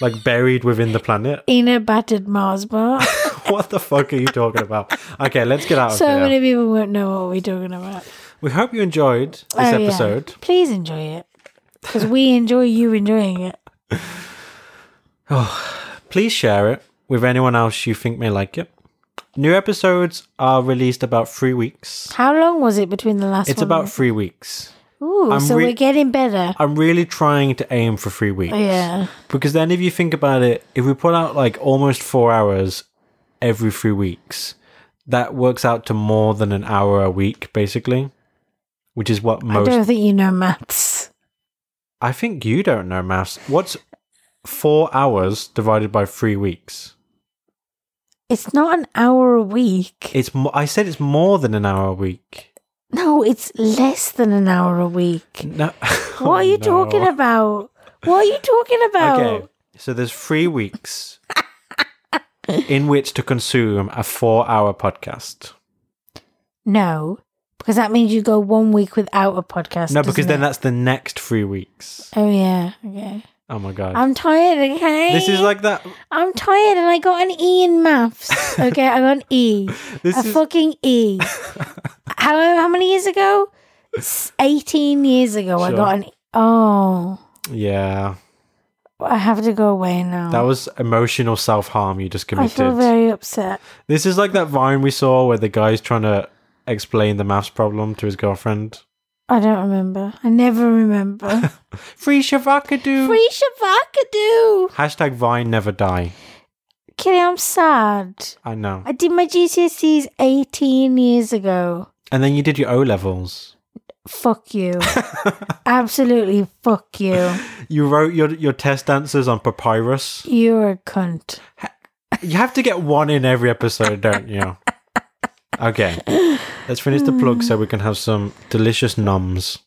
Speaker 2: like buried within the planet.
Speaker 1: In a battered Mars bar.
Speaker 2: what the fuck are you talking about? Okay, let's get out of
Speaker 1: so
Speaker 2: here.
Speaker 1: many people won't know what we're talking about.
Speaker 2: We hope you enjoyed this
Speaker 1: Oh, yeah.
Speaker 2: episode.
Speaker 1: Please enjoy it. Because we enjoy you enjoying it.
Speaker 2: Please share it with anyone else you think may like it. New episodes are released about three weeks.
Speaker 1: How long was it between the last
Speaker 2: It's
Speaker 1: one?
Speaker 2: about three weeks.
Speaker 1: Ooh,
Speaker 2: I'm
Speaker 1: so
Speaker 2: re-
Speaker 1: we're getting better.
Speaker 2: I'm really trying to aim for three weeks.
Speaker 1: Yeah.
Speaker 2: Because then, if you think about it, if we put out like almost four hours every three weeks, that works out to more than an hour a week, basically, which is what
Speaker 1: I
Speaker 2: most.
Speaker 1: don't think you know maths.
Speaker 2: I think you don't know maths. What's four hours divided by three weeks?
Speaker 1: It's not an hour a week.
Speaker 2: It's. Mo- I said it's more than an hour a week.
Speaker 1: no, it's less than an hour a week.
Speaker 2: No.
Speaker 1: What are you
Speaker 2: Oh, No.
Speaker 1: talking about? What are you talking about?
Speaker 2: Okay, so there's three weeks. in which to consume a four hour podcast.
Speaker 1: No, because that means you go one week without a podcast.
Speaker 2: No, because
Speaker 1: doesn't
Speaker 2: then
Speaker 1: it?
Speaker 2: that's the next three weeks.
Speaker 1: Oh yeah. Okay.
Speaker 2: Oh my God.
Speaker 1: I'm tired. Okay.
Speaker 2: this is like that.
Speaker 1: I'm tired, and I got an E in maths. Okay, I got an E.
Speaker 2: This
Speaker 1: a
Speaker 2: is.
Speaker 1: fucking E. how how many years ago? S- Eighteen years ago, I
Speaker 2: Sure.
Speaker 1: got an. E. Oh,
Speaker 2: yeah.
Speaker 1: I have to go away now.
Speaker 2: That was emotional self harm you just
Speaker 1: I
Speaker 2: committed.
Speaker 1: feel very upset.
Speaker 2: This is like that vine we saw where the guy's trying to explain the maths problem to his girlfriend.
Speaker 1: I don't remember. I never remember.
Speaker 2: Free Shavakadu!
Speaker 1: Free Shavakadu.
Speaker 2: Hashtag Vine never die.
Speaker 1: Kitty, I'm sad.
Speaker 2: I know.
Speaker 1: I did my GCSEs 18 years ago.
Speaker 2: And then you did your O levels.
Speaker 1: Fuck you. Absolutely fuck you.
Speaker 2: You wrote your, your test answers on papyrus.
Speaker 1: You're a cunt.
Speaker 2: You have to get one in every episode, don't you? Okay. Let's finish the plug so we can have some delicious noms.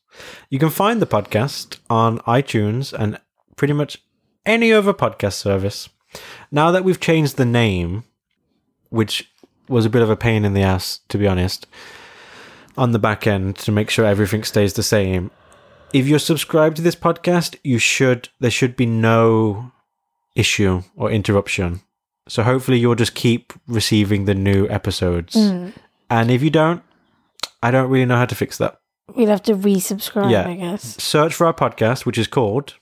Speaker 2: You can find the podcast on iTunes and pretty much any other podcast service. Now that we've changed the name, which was a bit of a pain in the ass, to be honest, on the back end to make sure everything stays the same. If you're subscribed to this podcast, you should there should be no issue or interruption. So hopefully you'll just keep receiving the new episodes. And if you don't, I don't really know how to fix that.
Speaker 1: We'll have to resubscribe,
Speaker 2: Yeah.
Speaker 1: I guess.
Speaker 2: Search for our podcast, which is called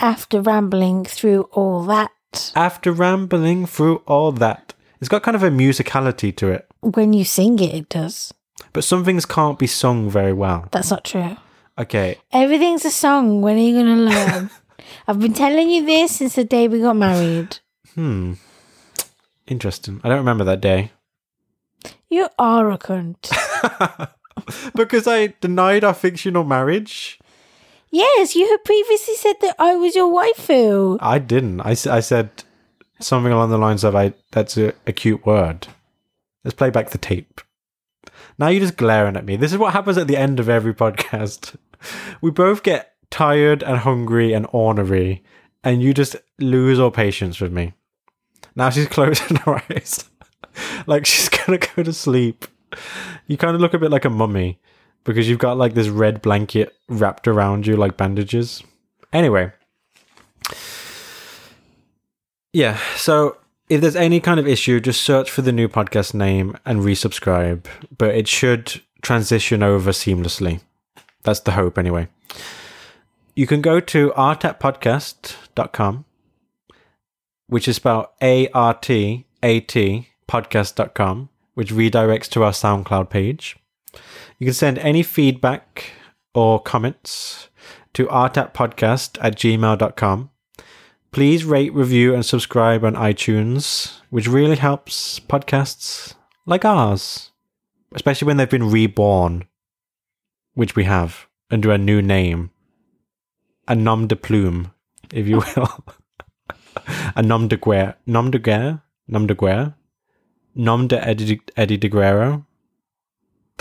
Speaker 1: After rambling through all that,
Speaker 2: After Rambling Through All That. It's got kind of a musicality to it,
Speaker 1: when you sing it, it does.
Speaker 2: but some things can't be sung very well.
Speaker 1: That's not true.
Speaker 2: Okay,
Speaker 1: Everything's a song. When are you going to learn? I've been telling you this since the day we got married.
Speaker 2: hmm. Interesting. I don't remember that day.
Speaker 1: You are a cunt.
Speaker 2: because I denied our fictional marriage?
Speaker 1: yes, you had previously said that I was your waifu.
Speaker 2: I didn't. I, s- I said something along the lines of, I, that's a, a cute word. Let's play back the tape. Now you're just glaring at me. This is what happens at the end of every podcast. We both get tired and hungry and ornery, and you just lose all patience with me. Now she's closing her eyes. like she's going to go to sleep. You kind of look a bit like a mummy because you've got like this red blanket wrapped around you like bandages. Anyway. Yeah, so if there's any kind of issue, just search for the new podcast name and resubscribe. But it should transition over seamlessly. That's the hope, anyway. You can go to rtatpodcast.com, which is spelled A R T A T podcast.com, which redirects to our SoundCloud page. You can send any feedback or comments to rtatpodcast at gmail.com please rate, review, and subscribe on iTunes, which really helps podcasts like ours, especially when they've been reborn, which we have, under a new name, a nom de plume, if you will, a nom de guerre, nom de guerre, nom de guerre, nom de Eddie, Eddie de Guerrero.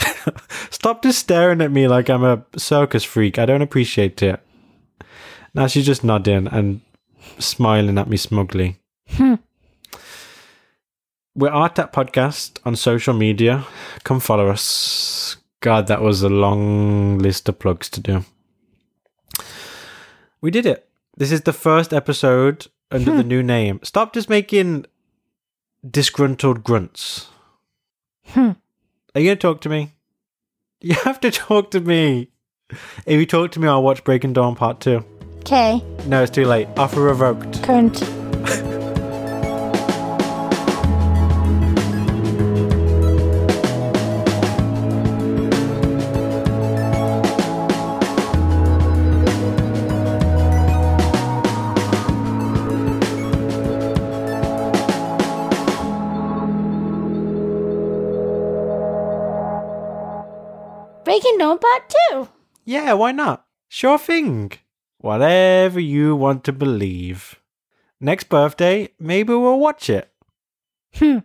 Speaker 2: Stop just staring at me like I'm a circus freak. I don't appreciate it. Now she's just nodding and smiling at me smugly.
Speaker 1: Hmm.
Speaker 2: We're at that podcast on social media. Come follow us. God, that was a long list of plugs to do. We did it. This is the first episode under
Speaker 1: Hmm.
Speaker 2: the new name. Stop just making disgruntled grunts.
Speaker 1: Hmm.
Speaker 2: Are you going to talk to me? You have to talk to me. If you talk to me, I'll watch Breaking Dawn Part 2.
Speaker 1: Okay,
Speaker 2: No, it's too late. Offer revoked.
Speaker 1: cunt. Breaking Dawn Part 2.
Speaker 2: Yeah, why not? Sure thing. Whatever you want to believe. Next birthday, maybe we'll watch it.
Speaker 1: Hmm.